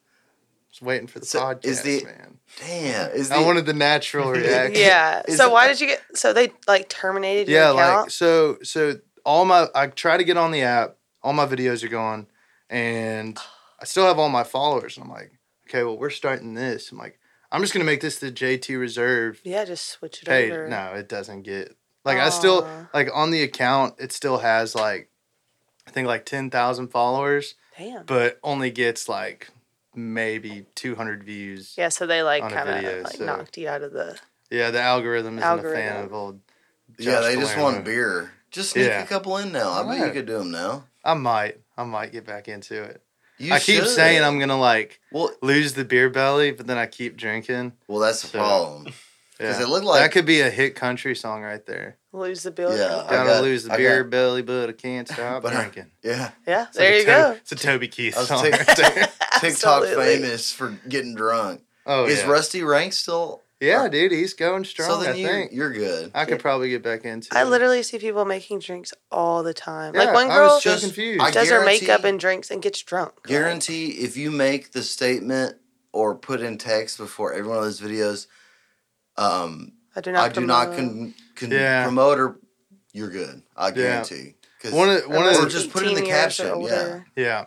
Speaker 6: Just waiting for the
Speaker 2: So,
Speaker 6: podcast,
Speaker 2: is the-
Speaker 6: man.
Speaker 2: Damn, is the,
Speaker 6: I wanted the natural reaction.
Speaker 5: Yeah.
Speaker 2: Is
Speaker 5: so
Speaker 2: it-
Speaker 5: why did you get? So they like terminated your
Speaker 6: Yeah,
Speaker 5: account.
Speaker 6: like so so all my I try to get on the app, all my videos are gone, and I still have all my followers. And I'm like, okay, well, we're starting this. I'm like, I'm just gonna make this the JT Reserve
Speaker 5: yeah, just switch it
Speaker 6: page.
Speaker 5: over.
Speaker 6: No, it doesn't get like I still
Speaker 5: Aw.
Speaker 6: like on the account, it still has like I think like ten thousand followers,
Speaker 5: Damn.
Speaker 6: but only gets like maybe two hundred views.
Speaker 5: Yeah. So they like
Speaker 6: On a
Speaker 5: kind
Speaker 6: video,
Speaker 5: of like
Speaker 6: so-
Speaker 5: knocked you out of the.
Speaker 6: Yeah, the algorithm isn't a fan
Speaker 5: Algorithm.
Speaker 6: of old.
Speaker 2: yeah,
Speaker 6: Josh
Speaker 2: they just
Speaker 6: Palermo.
Speaker 2: want beer. Just sneak
Speaker 6: Yeah.
Speaker 2: a couple in now. I bet you
Speaker 6: Alright.
Speaker 2: could do them now.
Speaker 6: I might, I might get back into it.
Speaker 2: You
Speaker 6: I keep
Speaker 2: should.
Speaker 6: saying I'm gonna like
Speaker 2: well.
Speaker 6: lose the beer belly, but then I keep drinking.
Speaker 2: Well, that's the
Speaker 6: So-
Speaker 2: problem.
Speaker 6: Yeah.
Speaker 2: 'Cause it looked like-
Speaker 6: that could be a hit country song right there.
Speaker 5: Lose the bill.
Speaker 2: Yeah. I
Speaker 6: Gotta
Speaker 2: got-
Speaker 6: lose the
Speaker 2: I
Speaker 6: beer
Speaker 2: got-
Speaker 6: belly, but I can't stop
Speaker 2: But I-
Speaker 6: drinking.
Speaker 2: Yeah,
Speaker 5: Yeah.
Speaker 6: It's like
Speaker 5: There
Speaker 6: a
Speaker 5: you
Speaker 6: To-
Speaker 5: go.
Speaker 6: It's a Toby Keith
Speaker 2: I was
Speaker 6: song.
Speaker 2: taking-
Speaker 6: right there.
Speaker 2: TikTok
Speaker 5: Absolutely.
Speaker 2: famous for getting drunk.
Speaker 6: oh
Speaker 2: is
Speaker 6: yeah,
Speaker 2: Rusty Rank still?
Speaker 6: yeah, dude, he's going strong.
Speaker 2: so then
Speaker 6: I
Speaker 2: you,
Speaker 6: think
Speaker 2: you're good.
Speaker 6: I could probably get back into.
Speaker 5: I
Speaker 6: it.
Speaker 5: literally see people making drinks all the time.
Speaker 6: Yeah,
Speaker 5: like one
Speaker 6: I
Speaker 5: girl
Speaker 6: was so confused.
Speaker 2: I
Speaker 5: does her
Speaker 2: guarantee-
Speaker 5: makeup and drinks and gets drunk. Like,
Speaker 2: Guarantee if you make the statement or put in text before every one of those videos, um,
Speaker 5: I do
Speaker 2: I
Speaker 5: not.
Speaker 2: do not
Speaker 5: promote.
Speaker 2: con, con
Speaker 6: Yeah.
Speaker 2: promote or you're good. I guarantee. 'Cause-
Speaker 6: one of one of
Speaker 5: Unless
Speaker 2: Or
Speaker 6: the,
Speaker 5: it's
Speaker 2: just put it in the
Speaker 5: 18 years or
Speaker 2: caption, yeah.
Speaker 5: older.
Speaker 6: yeah.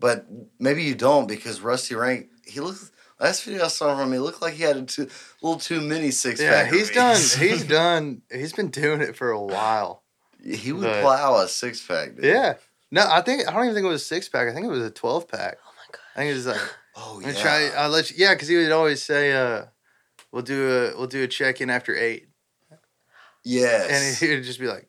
Speaker 2: but maybe you don't because Rusty Rank he looks. Last video I saw from him, he looked like he had a two, little too many six
Speaker 6: Yeah,
Speaker 2: pack.
Speaker 6: he's done. He's done. He's been doing it for a while.
Speaker 2: He would
Speaker 6: But-
Speaker 2: plow a six pack. dude.
Speaker 6: Yeah. No, I think I don't even think it was a six pack. I think it was a twelve pack.
Speaker 5: Oh my god.
Speaker 6: I think it was like
Speaker 2: Oh
Speaker 6: I
Speaker 2: yeah.
Speaker 6: try. uh, I let you. Yeah, because he would always say, uh, "We'll do a we'll do a check in after eight. and
Speaker 2: yes.
Speaker 6: he would just be like,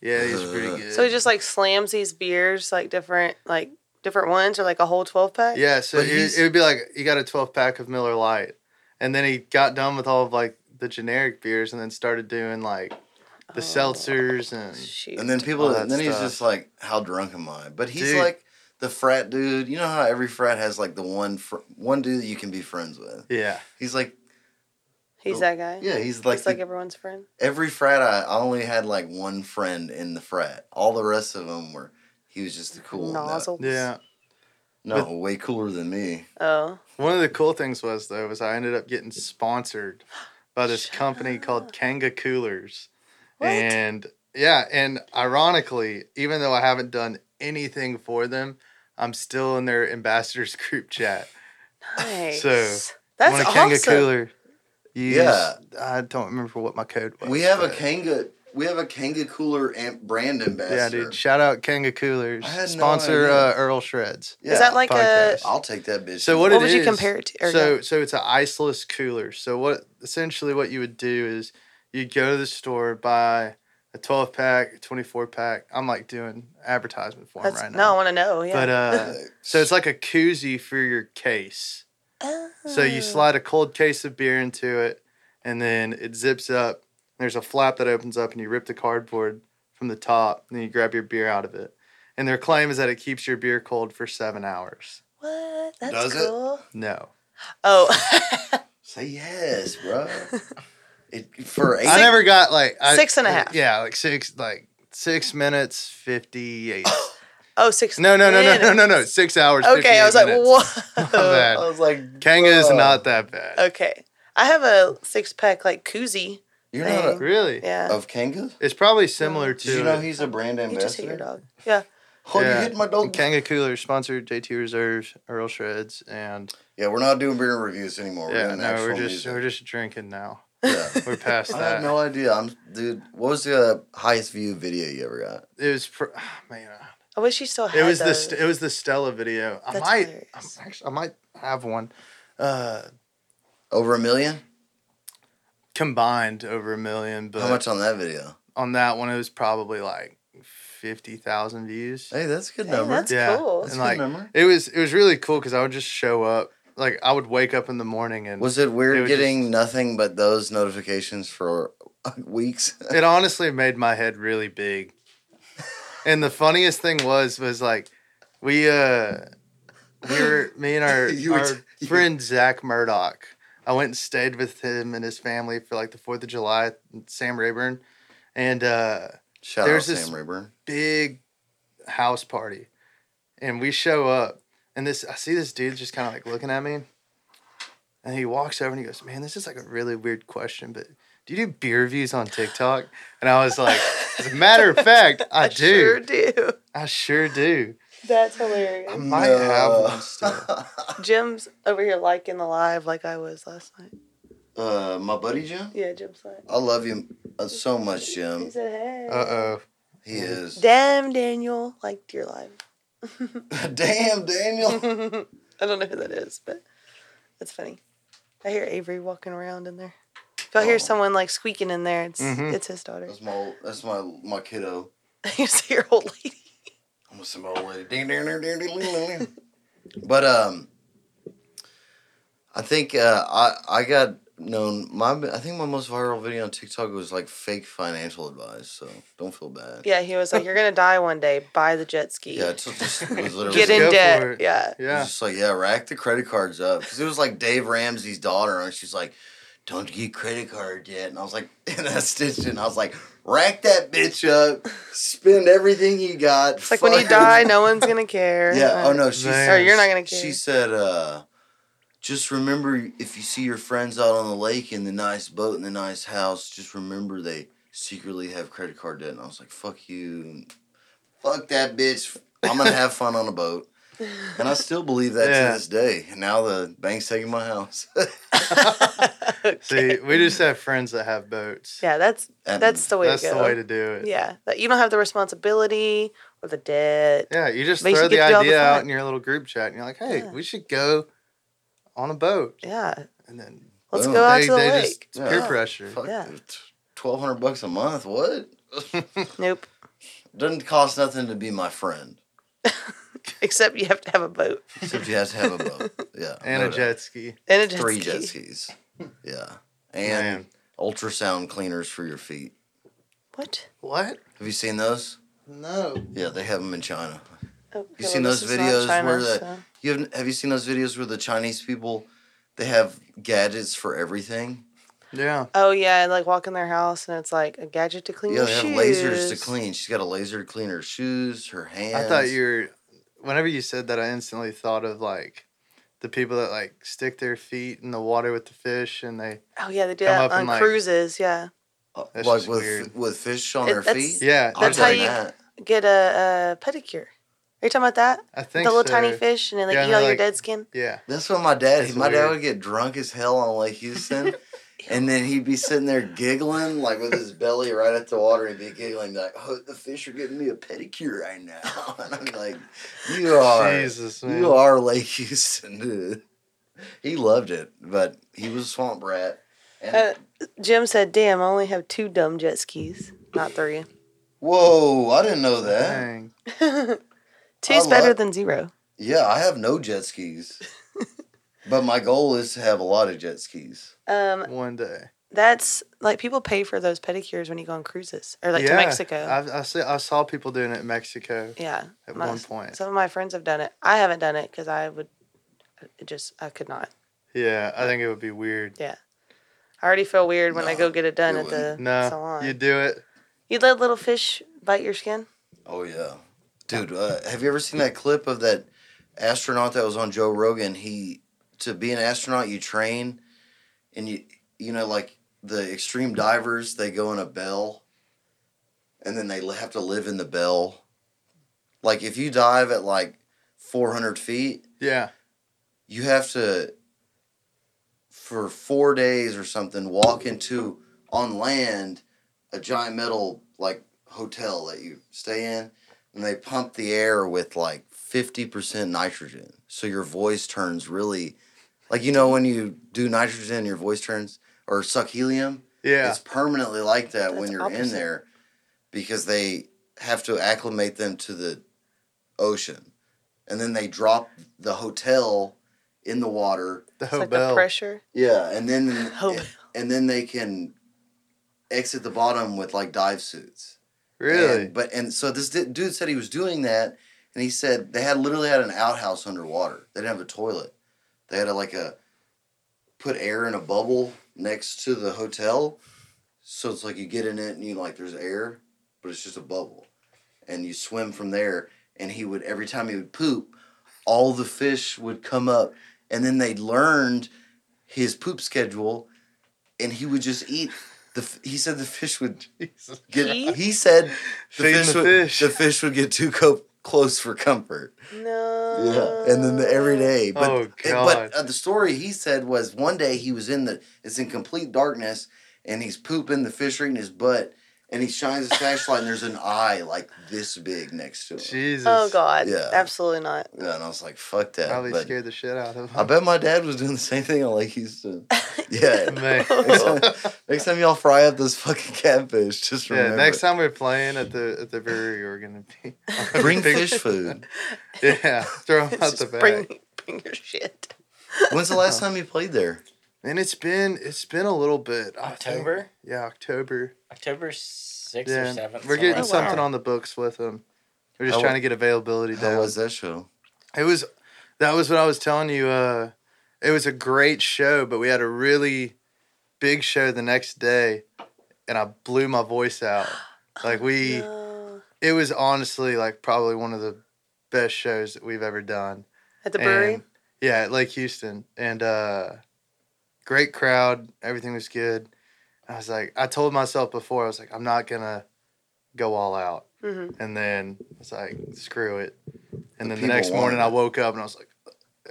Speaker 6: "Yeah, he's pretty
Speaker 2: Uh,
Speaker 6: good."
Speaker 5: So he just like slams these beers, like different, like different ones, or like a whole twelve pack.
Speaker 6: yeah. So
Speaker 2: But
Speaker 6: it,
Speaker 2: he's-
Speaker 6: it would be like you got a twelve pack of Miller Lite, and then he got done with all of like the generic beers, and then started doing like the
Speaker 5: Oh,
Speaker 6: seltzers and
Speaker 5: Shoot.
Speaker 2: and then people.
Speaker 6: all that
Speaker 2: And then he's
Speaker 6: stuff.
Speaker 2: just like, "How drunk am I?" But he's
Speaker 6: Dude.
Speaker 2: like the frat dude. You know how every frat has like the one fr- one dude that you can be friends with.
Speaker 6: yeah.
Speaker 2: He's like,
Speaker 5: he's that guy.
Speaker 2: yeah, he's
Speaker 5: Like
Speaker 2: like,
Speaker 5: he's like
Speaker 2: the-
Speaker 5: everyone's friend.
Speaker 2: every frat. I, I only had like one friend in the frat. All the rest of them were. He was just the cool
Speaker 5: Nozzle.
Speaker 6: Yeah.
Speaker 2: One that- no, way cooler than me.
Speaker 5: Oh.
Speaker 6: One of the cool things was though was I ended up getting sponsored by this company called Kanga Coolers.
Speaker 5: What?
Speaker 6: And yeah, and ironically, even though I haven't done anything for them, I'm still in their ambassadors group chat.
Speaker 5: Nice.
Speaker 6: So,
Speaker 5: that's
Speaker 6: Want a
Speaker 5: awesome.
Speaker 6: Cooler. Use,
Speaker 2: Yeah.
Speaker 6: I don't remember what my code was.
Speaker 2: We have a
Speaker 6: but-
Speaker 2: Kanga. We have a Kanga cooler amp brand
Speaker 6: Yeah,
Speaker 2: ambassador.
Speaker 6: dude. Shout out Kanga Coolers.
Speaker 2: I had no
Speaker 6: Sponsor
Speaker 2: idea.
Speaker 6: uh, Earl Shreds.
Speaker 2: Yeah.
Speaker 5: Is that like
Speaker 6: podcast.
Speaker 2: I'll take that bitch.
Speaker 6: So what,
Speaker 5: What
Speaker 6: it
Speaker 5: would you
Speaker 6: is-
Speaker 5: compare it to, or
Speaker 6: so
Speaker 5: no?
Speaker 6: so it's an iceless cooler. So what essentially what you would do is you go to the store buy a 12 pack, a 24 pack. I'm like doing advertisement for
Speaker 5: a?
Speaker 6: them
Speaker 5: That's,
Speaker 6: right
Speaker 5: No, I
Speaker 6: now.
Speaker 5: want to know. Yeah.
Speaker 6: But uh so it's like a koozie for your case. uh, So
Speaker 5: Uh.
Speaker 6: you
Speaker 5: Oh,
Speaker 6: slide a cold case of beer into it and then it zips up. There's a flap that opens up and you rip the cardboard from the top and then you grab your beer out of it. And their claim is that it keeps your beer cold for 7 hours.
Speaker 5: What? That's
Speaker 2: Does it?
Speaker 5: cool.
Speaker 6: No.
Speaker 5: Oh,
Speaker 2: Say yes, bro. it for eight.
Speaker 6: I never got like I, uh,
Speaker 5: Six and a half.
Speaker 6: Yeah, like six, like six minutes fifty eight.
Speaker 5: oh, six.
Speaker 6: no, no, no, no, no, no, no.
Speaker 5: minutes.
Speaker 6: Six hours.
Speaker 5: Okay, I was like,
Speaker 6: minutes.
Speaker 5: what?
Speaker 6: bad.
Speaker 2: I was like,
Speaker 6: Kanga is
Speaker 2: Bruh.
Speaker 6: not that bad.
Speaker 5: Okay, I have a six pack like koozie.
Speaker 2: You're not a,
Speaker 6: Really?
Speaker 5: Yeah.
Speaker 2: of Kanga?
Speaker 6: It's probably similar to
Speaker 2: Did you know he's a brand
Speaker 6: Oh,
Speaker 5: you just hit your
Speaker 2: ambassador?
Speaker 5: dog. Yeah.
Speaker 2: Oh,
Speaker 6: Yeah.
Speaker 2: you hit my dog.
Speaker 6: Kanga Cooler sponsored JT Reserves, Earl Shreds, and
Speaker 2: Yeah, we're not doing beer reviews anymore.
Speaker 6: yeah,
Speaker 2: we're doing
Speaker 6: no,
Speaker 2: actual
Speaker 6: we're just
Speaker 2: music.
Speaker 6: we're just drinking now.
Speaker 2: Yeah.
Speaker 6: We're past
Speaker 2: I have
Speaker 6: that.
Speaker 2: no idea. I'm dude. What was the uh, highest view video you ever got?
Speaker 6: It was pr- man. uh,
Speaker 5: I wish you still had
Speaker 6: It was the
Speaker 5: those.
Speaker 6: st- it was the Stella video. I
Speaker 5: That's
Speaker 6: might I'm
Speaker 5: hilarious.
Speaker 6: actually, I might have one. Uh,
Speaker 2: Over a million?
Speaker 6: combined over a million, but
Speaker 2: How much on that video?
Speaker 6: on that one it was probably like fifty thousand views.
Speaker 2: Hey, that's a good
Speaker 5: Hey,
Speaker 2: number.
Speaker 5: that's
Speaker 6: yeah,
Speaker 5: cool.
Speaker 2: That's
Speaker 6: and
Speaker 2: a good
Speaker 6: like
Speaker 2: number.
Speaker 6: it was it was really cool because I would just show up. Like I would wake up in the morning and
Speaker 2: Was it weird
Speaker 6: It was
Speaker 2: getting nothing but those notifications for uh, weeks?
Speaker 6: it honestly made my head really big. And the funniest thing was was like we uh we were me and our,
Speaker 2: You were
Speaker 6: our
Speaker 2: t- you-
Speaker 6: friend Zach Murdoch. I went and stayed with him and his family for like the Fourth of July, Sam Rayburn, and uh
Speaker 2: Shout
Speaker 6: There's
Speaker 2: out
Speaker 6: this-
Speaker 2: Sam Rayburn.
Speaker 6: big house party. And we show up and this I see this dude just kind of like looking at me. And he walks over and he goes, Man, this is like a really weird question, but do you do beer reviews on TikTok? And I was like, As a matter of fact, I, do.
Speaker 5: sure do.
Speaker 6: I sure do.
Speaker 5: That's hilarious.
Speaker 6: I might have
Speaker 2: No.
Speaker 6: one still.
Speaker 5: Jim's over here liking the live like I was last night.
Speaker 2: Uh, my buddy Jim.
Speaker 5: Yeah, Jim's like.
Speaker 2: I love you uh, so much,
Speaker 5: He
Speaker 2: Jim.
Speaker 5: said, "Hey,
Speaker 6: Uh oh.
Speaker 2: He is.
Speaker 5: damn Daniel liked your live."
Speaker 2: Damn, Daniel.
Speaker 5: I don't know who that is, but that's funny. I hear Avery walking around in there. If I
Speaker 2: Oh.
Speaker 5: hear someone like squeaking in there, it's
Speaker 6: Mhm.
Speaker 5: it's his daughter.
Speaker 2: That's my old- that's my my kiddo.
Speaker 5: you see your old lady.
Speaker 2: I'm some old lady. Ding, ding, ding, ding, ding, ding, ding. but um, I think uh, I I got known. My I think my most viral video on TikTok was like fake financial advice. So don't feel bad.
Speaker 5: Yeah, he was like, "You're gonna die one day. Buy the jet ski.
Speaker 2: Yeah, it's just, it was literally
Speaker 5: Get
Speaker 6: Just go
Speaker 5: in
Speaker 6: for
Speaker 5: debt.
Speaker 6: it.
Speaker 5: Yeah,
Speaker 2: It's
Speaker 6: Yeah.
Speaker 2: Just like, yeah, rack the credit cards up. Because it was like Dave Ramsey's daughter, and she's like, don't get credit card yet. And I was like, and I stitched it, and I was like, rack that bitch up, spend everything you got.
Speaker 5: it's like when you
Speaker 2: fucking-
Speaker 5: die, no one's gonna care.
Speaker 2: Yeah, oh no, she
Speaker 6: Man.
Speaker 5: Or you're not gonna care.
Speaker 2: She said, uh, just remember if you see your friends out on the lake in the nice boat in the nice house, just remember they secretly have credit card debt. And I was like, fuck you. Fuck that bitch. I'm going to have fun on a boat. And I still believe that
Speaker 6: Yeah.
Speaker 2: to this day. And now the bank's taking my house.
Speaker 6: See, we just have friends that have boats.
Speaker 5: yeah, that's
Speaker 2: And
Speaker 5: that's the way
Speaker 6: That's
Speaker 5: to
Speaker 6: the
Speaker 5: go.
Speaker 6: way to do it.
Speaker 5: yeah, that you don't have the responsibility or the debt.
Speaker 6: Yeah, you just
Speaker 5: But you
Speaker 6: throw
Speaker 5: should
Speaker 6: the
Speaker 5: get to do all the
Speaker 6: idea out
Speaker 5: fun.
Speaker 6: in your little group chat and you're like, hey,
Speaker 5: Yeah.
Speaker 6: we should go on a boat.
Speaker 5: Yeah,
Speaker 6: And then
Speaker 5: let's
Speaker 2: Boom.
Speaker 5: go out
Speaker 6: they,
Speaker 5: to the
Speaker 6: they
Speaker 5: lake.
Speaker 6: just it's peer
Speaker 2: Yeah.
Speaker 6: pressure.
Speaker 2: Fuck,
Speaker 5: Yeah.
Speaker 2: 1200 bucks a month. What?
Speaker 5: Nope.
Speaker 2: Doesn't cost nothing to be my friend.
Speaker 5: Except you have to have a boat
Speaker 2: Except you have to have a boat. Yeah.
Speaker 6: and
Speaker 2: no
Speaker 6: a
Speaker 2: doubt.
Speaker 6: jet ski.
Speaker 5: and a jet
Speaker 2: three
Speaker 5: ski.
Speaker 2: jet skis. Yeah. And ultrasound cleaners for your feet.
Speaker 5: What?
Speaker 6: What?
Speaker 2: Have you seen those?
Speaker 6: No.
Speaker 2: Yeah, they have them in China.
Speaker 5: Oh, okay,
Speaker 2: seen
Speaker 5: this
Speaker 2: those
Speaker 5: is not
Speaker 2: videos where the- You have, have you seen those videos where the Chinese people they have gadgets for everything?
Speaker 6: Yeah.
Speaker 5: Oh yeah, and like walk in their house and it's like a gadget to clean
Speaker 2: Yeah,
Speaker 5: your
Speaker 2: they have
Speaker 5: shoes.
Speaker 2: lasers to clean. She's got a laser to clean her shoes, her hands.
Speaker 6: I thought you were whenever you said that I instantly thought of like the people that like stick their feet in the water with the fish and they
Speaker 5: Oh yeah, they do
Speaker 6: Come
Speaker 5: that
Speaker 6: up and,
Speaker 5: on
Speaker 6: like-
Speaker 5: cruises. Yeah,
Speaker 2: Uh,
Speaker 6: That's
Speaker 2: like
Speaker 6: just
Speaker 2: with
Speaker 6: weird.
Speaker 2: with fish on
Speaker 5: It-
Speaker 2: their
Speaker 5: that's-
Speaker 2: feet.
Speaker 6: Yeah.
Speaker 2: I was
Speaker 5: that's how
Speaker 2: like
Speaker 5: you-
Speaker 2: that.
Speaker 5: get a, a pedicure. Are you talking about that?
Speaker 6: I think
Speaker 5: The little
Speaker 6: so.
Speaker 5: tiny fish and they like
Speaker 6: Yeah,
Speaker 5: eat
Speaker 6: they're
Speaker 5: all your
Speaker 6: like-
Speaker 5: dead skin.
Speaker 6: Yeah.
Speaker 2: That's what my dad.
Speaker 6: That's
Speaker 2: my dad
Speaker 6: weird.
Speaker 2: would get drunk as hell on Lake Houston, and then he'd be sitting there giggling like with his belly right at the water. He'd be giggling like, "Oh, the fish are giving me a pedicure right now," and I'm like, "You are,
Speaker 6: Jesus man.
Speaker 2: you are Lake Houston, dude." He loved it, but he was a swamp rat. And,
Speaker 5: Uh, Jim said, "Damn, I only have two dumb jet skis, not three.
Speaker 2: whoa, I didn't know that.
Speaker 6: Dang.
Speaker 5: Two's
Speaker 2: I
Speaker 5: better
Speaker 2: love-
Speaker 5: than zero.
Speaker 2: Yeah, I have no jet skis, but my goal is to have a lot of jet skis.
Speaker 5: Um,
Speaker 6: One day.
Speaker 5: that's like people pay for those pedicures when you go on cruises or like
Speaker 6: yeah.
Speaker 5: to Mexico.
Speaker 6: I've, I see, I saw people doing it in Mexico
Speaker 5: yeah,
Speaker 6: at
Speaker 5: my-
Speaker 6: one point.
Speaker 5: Some of my friends have done it. I haven't done it because I would it just I could not.
Speaker 6: yeah, I think it would be weird.
Speaker 5: I already feel weird when I
Speaker 2: No,
Speaker 5: go get it done
Speaker 2: you
Speaker 5: at the
Speaker 6: No.
Speaker 5: salon.
Speaker 6: You
Speaker 5: You'd,
Speaker 6: do it.
Speaker 5: let little fish bite your skin.
Speaker 2: Oh yeah, dude. Uh, have you ever seen that clip of that astronaut that was on Joe Rogan? He to be an astronaut, you train and you you know like the extreme divers they go in a bell, and then they li- have to live in the bell. Like if you dive at like four hundred feet,
Speaker 6: Yeah.
Speaker 2: you have to for four days or something walk into on land a giant metal like hotel that you stay in and they pump the air with like 50% nitrogen so your voice turns really like you know when you do nitrogen your voice turns or suck helium
Speaker 6: Yeah.
Speaker 2: it's permanently like that when
Speaker 5: That's
Speaker 2: you're in
Speaker 5: opposite.
Speaker 2: there because they have to acclimate them to the ocean. And then they drop the hotel in the water.
Speaker 6: the
Speaker 5: It's like
Speaker 6: Hobel.
Speaker 5: the pressure.
Speaker 2: Yeah. And then
Speaker 5: Oh.
Speaker 2: and then they can exit the bottom with like dive suits.
Speaker 6: really?
Speaker 2: And- but and so this di- dude said he was doing that, and he said they had literally had an outhouse underwater. They didn't have a toilet. They had a, like a put air in a bubble next to the hotel, so it's like you get in it and you like there's air, but it's just a bubble, and you swim from there. And he would every time he would poop, all the fish would come up, and then they learned his poop schedule, and he would just eat. The, f- he said the fish would
Speaker 6: Jesus.
Speaker 2: get.
Speaker 5: He?
Speaker 2: He said the
Speaker 6: Feeding
Speaker 2: fish,
Speaker 6: the
Speaker 2: would,
Speaker 6: fish.
Speaker 2: the fish would get too co- close for comfort.
Speaker 5: No.
Speaker 2: and then the, every day. But,
Speaker 6: Oh, God.
Speaker 2: But uh, the story he said was one day he was in the it's in complete darkness and he's pooping the fish are eating his butt and he shines his flashlight and there's an eye like this big next to him.
Speaker 6: Jesus.
Speaker 5: Oh God.
Speaker 2: Yeah.
Speaker 5: Absolutely not.
Speaker 2: Yeah, and I was like, fuck that.
Speaker 6: Probably
Speaker 2: but
Speaker 6: scared the shit out of
Speaker 2: I
Speaker 6: him.
Speaker 2: bet my dad was doing the same thing on Lake Houston. Yeah.
Speaker 6: Man.
Speaker 2: next, time, next time y'all fry up this fucking catfish, just remember.
Speaker 6: Yeah, next time we're playing at the at the brewery, we're gonna be
Speaker 2: Bring fish food.
Speaker 6: Yeah, throw them out the
Speaker 5: Just
Speaker 6: back.
Speaker 5: bring, bring your shit.
Speaker 2: When's the last time you played there?
Speaker 6: And it's been it's been a little bit. I think.
Speaker 7: October?
Speaker 6: Yeah, October.
Speaker 7: October 6th
Speaker 6: Yeah,
Speaker 7: or 7th.
Speaker 6: we're getting
Speaker 5: like that.
Speaker 6: something on the books with them. We're just
Speaker 2: How-
Speaker 6: trying to get availability down.
Speaker 2: How was that show?
Speaker 6: It was that was what I was telling you. Uh, it was a great show, but we had a really big show the next day, and I blew my voice out. Like we,
Speaker 5: No.
Speaker 6: it was honestly like probably one of the best shows that we've ever done.
Speaker 5: At the brewery.
Speaker 6: And- yeah, at Lake Houston. And uh great crowd. Everything was good. I was like, I told myself before, I was like, I'm not gonna go all out.
Speaker 2: Um,
Speaker 5: hmm
Speaker 6: And then it's like, screw it.
Speaker 2: The
Speaker 6: And then the
Speaker 2: people
Speaker 6: next morning I
Speaker 2: wanted it.
Speaker 6: woke up and I was like, uh,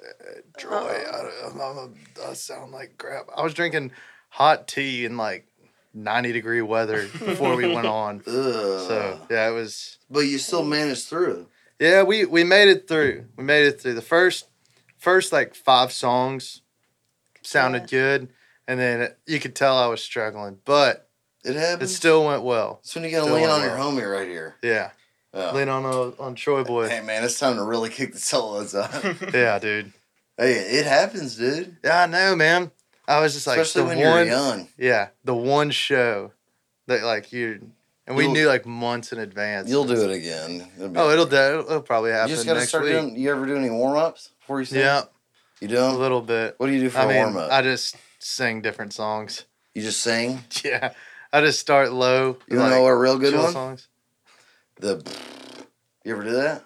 Speaker 6: Troy,
Speaker 5: Uh-oh.
Speaker 6: I, I'm, I'm, I sound like crap. I was drinking hot tea in like 90 degree weather before we went on.
Speaker 2: Ugh.
Speaker 6: So yeah, it was
Speaker 2: But you still managed through.
Speaker 6: Yeah, we we made it through. We made it through the first first like five songs sounded
Speaker 5: Yeah.
Speaker 6: good, and then it- you could tell I was struggling, but
Speaker 2: It
Speaker 6: it
Speaker 2: happens.
Speaker 6: still went well.
Speaker 2: It's when you gotta
Speaker 6: still
Speaker 2: lean on
Speaker 6: alive.
Speaker 2: your homie right here.
Speaker 6: Yeah,
Speaker 2: Yeah.
Speaker 6: lean on uh, on Troy boy.
Speaker 2: Hey man, it's time to really kick the solos up.
Speaker 6: yeah, dude.
Speaker 2: hey, it happens, dude.
Speaker 6: Yeah, I know, man. I was just like
Speaker 2: Especially
Speaker 6: the
Speaker 2: when
Speaker 6: one.
Speaker 2: you're young.
Speaker 6: Yeah, the one show that like you and we
Speaker 2: You'll-
Speaker 6: knew like months in advance.
Speaker 2: You'll do it again. It'll be-
Speaker 6: Oh, it'll do. It'll probably
Speaker 2: You
Speaker 6: happen
Speaker 2: just gotta
Speaker 6: next
Speaker 2: start
Speaker 6: week.
Speaker 2: doing. You ever do any warm ups before you sing?
Speaker 6: yeah,
Speaker 2: You
Speaker 6: a
Speaker 2: do.
Speaker 6: little bit.
Speaker 2: What do you do for
Speaker 6: I
Speaker 2: a
Speaker 6: mean,
Speaker 2: warm up?
Speaker 6: I just sing different songs.
Speaker 2: You just sing.
Speaker 6: Yeah, I just start low.
Speaker 2: You
Speaker 6: like,
Speaker 2: know a real good
Speaker 6: chill
Speaker 2: one?
Speaker 6: Songs.
Speaker 2: The. You ever do that?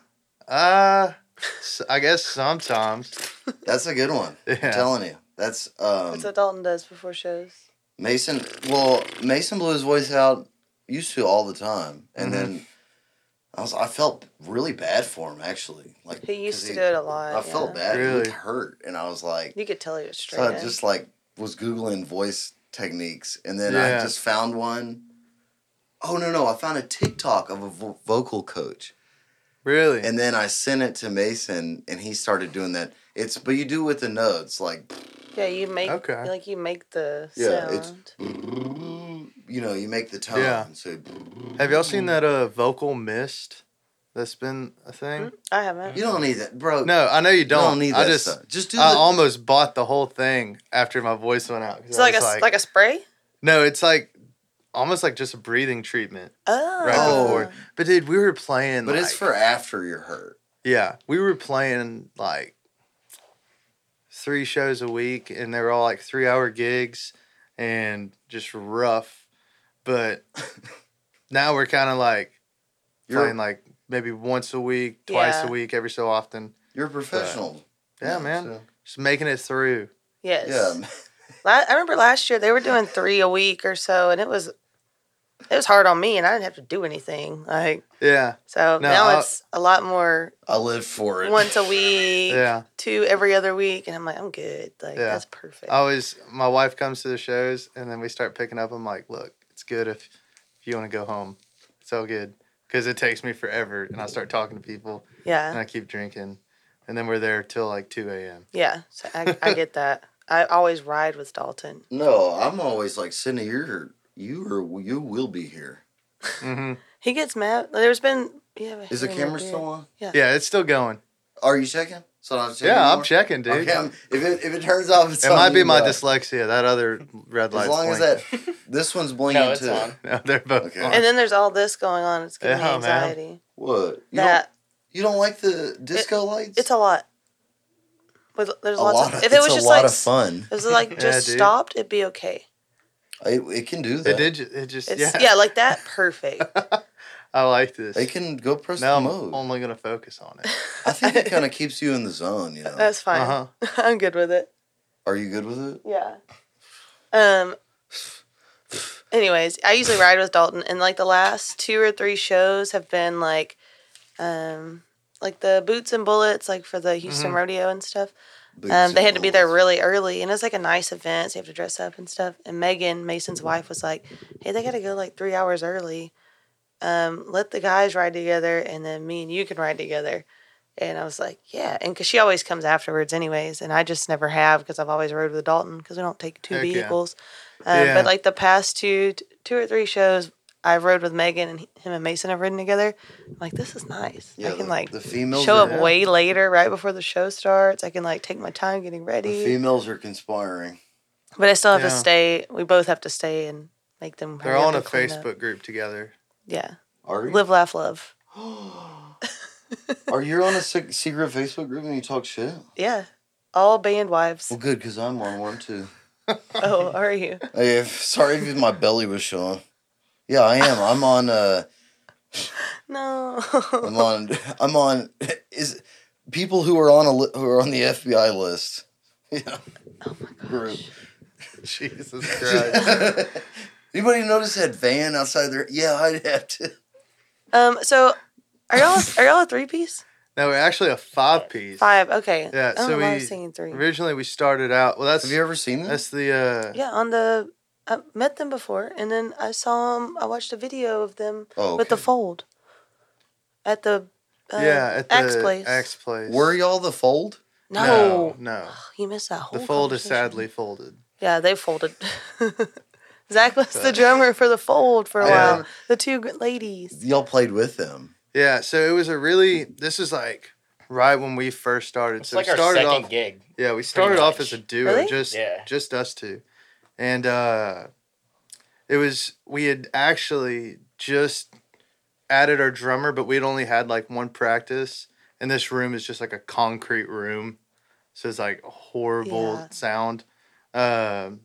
Speaker 6: Uh, s- I guess sometimes.
Speaker 2: That's a good one. I'm
Speaker 6: Yeah.
Speaker 2: telling you. That's um.
Speaker 5: That's what Dalton does before shows.
Speaker 2: Mason, well, Mason blew his voice out used to all the time, and
Speaker 6: Mhm.
Speaker 2: then I was I felt really bad for him actually. Like
Speaker 5: He used
Speaker 2: 'cause
Speaker 5: to do it a lot.
Speaker 2: I felt
Speaker 5: yeah.
Speaker 2: bad. He looked
Speaker 6: Really?
Speaker 2: hurt, and I was like,
Speaker 5: You could tell he was straight.
Speaker 2: so I
Speaker 5: edge.
Speaker 2: just like was googling voice techniques, and then I
Speaker 6: Yeah.
Speaker 2: just found one. Oh no no! I found a TikTok of a vo- vocal coach,
Speaker 6: Really?
Speaker 2: and then I sent it to Mason, and he started doing that. It's but you do it with the notes, like
Speaker 5: yeah, you make
Speaker 6: Okay.
Speaker 5: like you make the
Speaker 2: Yeah,
Speaker 5: sound.
Speaker 2: it's- you know, you make the tone.
Speaker 6: Mm-hmm. Yeah.
Speaker 2: So
Speaker 6: Have y'all seen that uh vocal mist? That's been a thing.
Speaker 5: Hmm? I haven't.
Speaker 2: you don't need that, bro.
Speaker 6: No, I know you
Speaker 2: You
Speaker 6: don't.
Speaker 2: need
Speaker 6: I
Speaker 2: that
Speaker 6: just
Speaker 2: stuff. Just do
Speaker 6: I
Speaker 2: the-
Speaker 6: almost bought the whole thing after my voice went out. 'cause
Speaker 5: It's
Speaker 6: I
Speaker 5: like a
Speaker 6: was
Speaker 5: like, a spray.
Speaker 6: no. It's like almost like just a breathing treatment
Speaker 5: Oh.
Speaker 6: right
Speaker 2: Oh.
Speaker 6: before. But dude, we were playing.
Speaker 2: but it's
Speaker 6: like-
Speaker 2: for after you're hurt.
Speaker 6: Yeah, we were playing like three shows a week, and they were all like three hour gigs and just rough. But now we're kind of like
Speaker 2: You're
Speaker 6: playing like maybe once a week, twice
Speaker 5: Yeah.
Speaker 6: a week, every so often.
Speaker 2: you're a professional.
Speaker 6: Yeah, man,
Speaker 2: so-
Speaker 6: just making it through.
Speaker 5: Yes.
Speaker 2: yeah,
Speaker 5: La- I remember last year they were doing three a week or so, and it was it was hard on me, and I didn't have to do anything. Like
Speaker 6: Yeah.
Speaker 5: so
Speaker 6: No,
Speaker 5: now
Speaker 6: I'll-
Speaker 5: it's a lot more
Speaker 2: I live for it.
Speaker 5: once a week,
Speaker 6: Yeah.
Speaker 5: two every other week, and I'm like, I'm good. Like
Speaker 6: Yeah.
Speaker 5: that's perfect.
Speaker 6: I
Speaker 2: Oh.
Speaker 6: always my wife comes to the shows and then we start picking up. I'm like, look, it's good if if you want to go home. It's all good because it takes me forever, and I start talking to people and
Speaker 5: yeah,
Speaker 6: I keep drinking, and then we're there till like two a.m.
Speaker 5: yeah. So I, I get that. I always ride with Dalton.
Speaker 2: No, I'm always like, Cindy, you're you or you will be here.
Speaker 6: hmm
Speaker 5: He gets mad. There's been yeah.
Speaker 2: Is the camera still on?
Speaker 6: Yeah, it's still going.
Speaker 2: Are you checking? So I'm checking
Speaker 6: yeah, I'm
Speaker 2: more?
Speaker 6: checking, dude.
Speaker 2: Okay, I'm- if it if it turns off, it's
Speaker 6: it
Speaker 2: on
Speaker 6: might be
Speaker 2: you,
Speaker 6: my
Speaker 2: bro.
Speaker 6: dyslexia. That other red light.
Speaker 2: As long as that this one's blinking
Speaker 7: No, it's
Speaker 2: too.
Speaker 7: on.
Speaker 6: No, they're both.
Speaker 2: Okay.
Speaker 6: on.
Speaker 5: And then there's all this going on. It's giving me
Speaker 6: Yeah, man.
Speaker 5: anxiety.
Speaker 2: What you
Speaker 5: That
Speaker 2: don't you don't like the disco lights?
Speaker 5: it's a lot. With there's
Speaker 2: A
Speaker 5: lots
Speaker 2: lot.
Speaker 5: of,
Speaker 2: Of,
Speaker 5: if it
Speaker 2: it's
Speaker 5: was
Speaker 2: a
Speaker 5: just
Speaker 2: lot
Speaker 5: like
Speaker 2: of fun.
Speaker 5: If it was like
Speaker 6: Yeah,
Speaker 5: just
Speaker 6: dude.
Speaker 5: stopped, it'd be okay.
Speaker 2: It, it can do that.
Speaker 6: it did. ju- It just.
Speaker 5: It's,
Speaker 6: yeah.
Speaker 5: yeah. like that, perfect.
Speaker 6: I like this.
Speaker 2: They can go press
Speaker 6: now
Speaker 2: the
Speaker 6: I'm
Speaker 2: mode.
Speaker 6: only gonna focus on it.
Speaker 2: I think it kind of keeps you in the zone. You know.
Speaker 5: That's fine.
Speaker 6: Uh-huh.
Speaker 5: I'm good with it.
Speaker 2: Are you good with it?
Speaker 5: Yeah. Um. Anyways, I usually ride with Dalton, and like the last two or three shows have been like, um, like the Boots and Bullets, like for the Houston
Speaker 6: Mhm.
Speaker 5: rodeo and stuff.
Speaker 2: Boots
Speaker 5: Um, they
Speaker 2: and
Speaker 5: had to be there
Speaker 2: balls.
Speaker 5: really early, and it's like a nice event, so you have to dress up and stuff. And Megan Mason's wife was like, "Hey, they got to go like three hours early. Um, let the guys ride together, and then me and you can ride together." And I was like, "Yeah," and because she always comes afterwards, anyways, and I just never have because I've always rode with Dalton because we don't take two
Speaker 6: Heck yeah.
Speaker 5: vehicles. Um,
Speaker 6: Yeah.
Speaker 5: But like the past two, two or three shows, I've rode with Megan and he- him and Mason have ridden together. I'm like, this is nice.
Speaker 2: Yeah,
Speaker 5: I can
Speaker 2: the,
Speaker 5: like
Speaker 2: the females
Speaker 5: show
Speaker 2: are,
Speaker 5: up way later, right before the show starts. I can like take my time getting
Speaker 2: The
Speaker 5: ready,
Speaker 2: females are conspiring.
Speaker 5: but I still have to
Speaker 6: Yeah.
Speaker 5: stay. We both have to stay and make them.
Speaker 6: They're
Speaker 5: hurry
Speaker 6: all
Speaker 5: up
Speaker 6: in a
Speaker 5: and clean up.
Speaker 6: Facebook group together.
Speaker 5: Yeah,
Speaker 2: Are you?
Speaker 5: live, laugh, love.
Speaker 2: Are you on a se- secret Facebook group and you talk shit?
Speaker 5: Yeah, all band wives.
Speaker 2: Well, good because I'm on one too.
Speaker 5: oh, are you?
Speaker 2: Hey, if, sorry if my belly was showing. Yeah, I am. I'm on. Uh,
Speaker 5: No.
Speaker 2: I'm on. I'm on. Is people who are on a li- who are on the FBI list. Yeah.
Speaker 5: Oh
Speaker 2: Group.
Speaker 6: Jesus Christ.
Speaker 2: Anybody notice that van outside there? Yeah, I'd have to.
Speaker 5: um. So, are y'all are y'all a three piece?
Speaker 6: no, we're actually a five piece.
Speaker 5: Five. Okay.
Speaker 6: Yeah,
Speaker 5: I don't
Speaker 6: so
Speaker 5: know why I
Speaker 6: we-
Speaker 5: was thinking three.
Speaker 6: Originally, we started out. Well, that's
Speaker 2: Have you ever seen this?
Speaker 6: that's the uh,
Speaker 5: Yeah, on the I met them before, and then I saw them. I watched a video of them
Speaker 2: Oh,
Speaker 5: with the
Speaker 2: okay.
Speaker 5: fold at the uh,
Speaker 6: yeah at the
Speaker 5: Axe place.
Speaker 6: Axe place.
Speaker 2: Were y'all the fold?
Speaker 5: No,
Speaker 6: no, no.
Speaker 5: you missed that whole.
Speaker 6: The fold is
Speaker 5: conversation.
Speaker 6: sadly folded.
Speaker 5: Yeah, they folded. Zach was the drummer for the Fold for a
Speaker 6: Yeah.
Speaker 5: while. The two g- ladies.
Speaker 2: Y'all played with them.
Speaker 6: Yeah, so it was a really. This is like right when we first started.
Speaker 7: It's
Speaker 6: so
Speaker 7: like
Speaker 6: we
Speaker 7: our
Speaker 6: started
Speaker 7: second
Speaker 6: off.
Speaker 7: gig.
Speaker 6: Yeah, we started off
Speaker 7: much.
Speaker 6: as a duo,
Speaker 5: Really?
Speaker 6: just
Speaker 7: Yeah.
Speaker 6: just us two, and uh, it was we had actually just added our drummer, but we'd only had like one practice, and this room is just like a concrete room, so it's like horrible
Speaker 5: Yeah.
Speaker 6: sound. Um,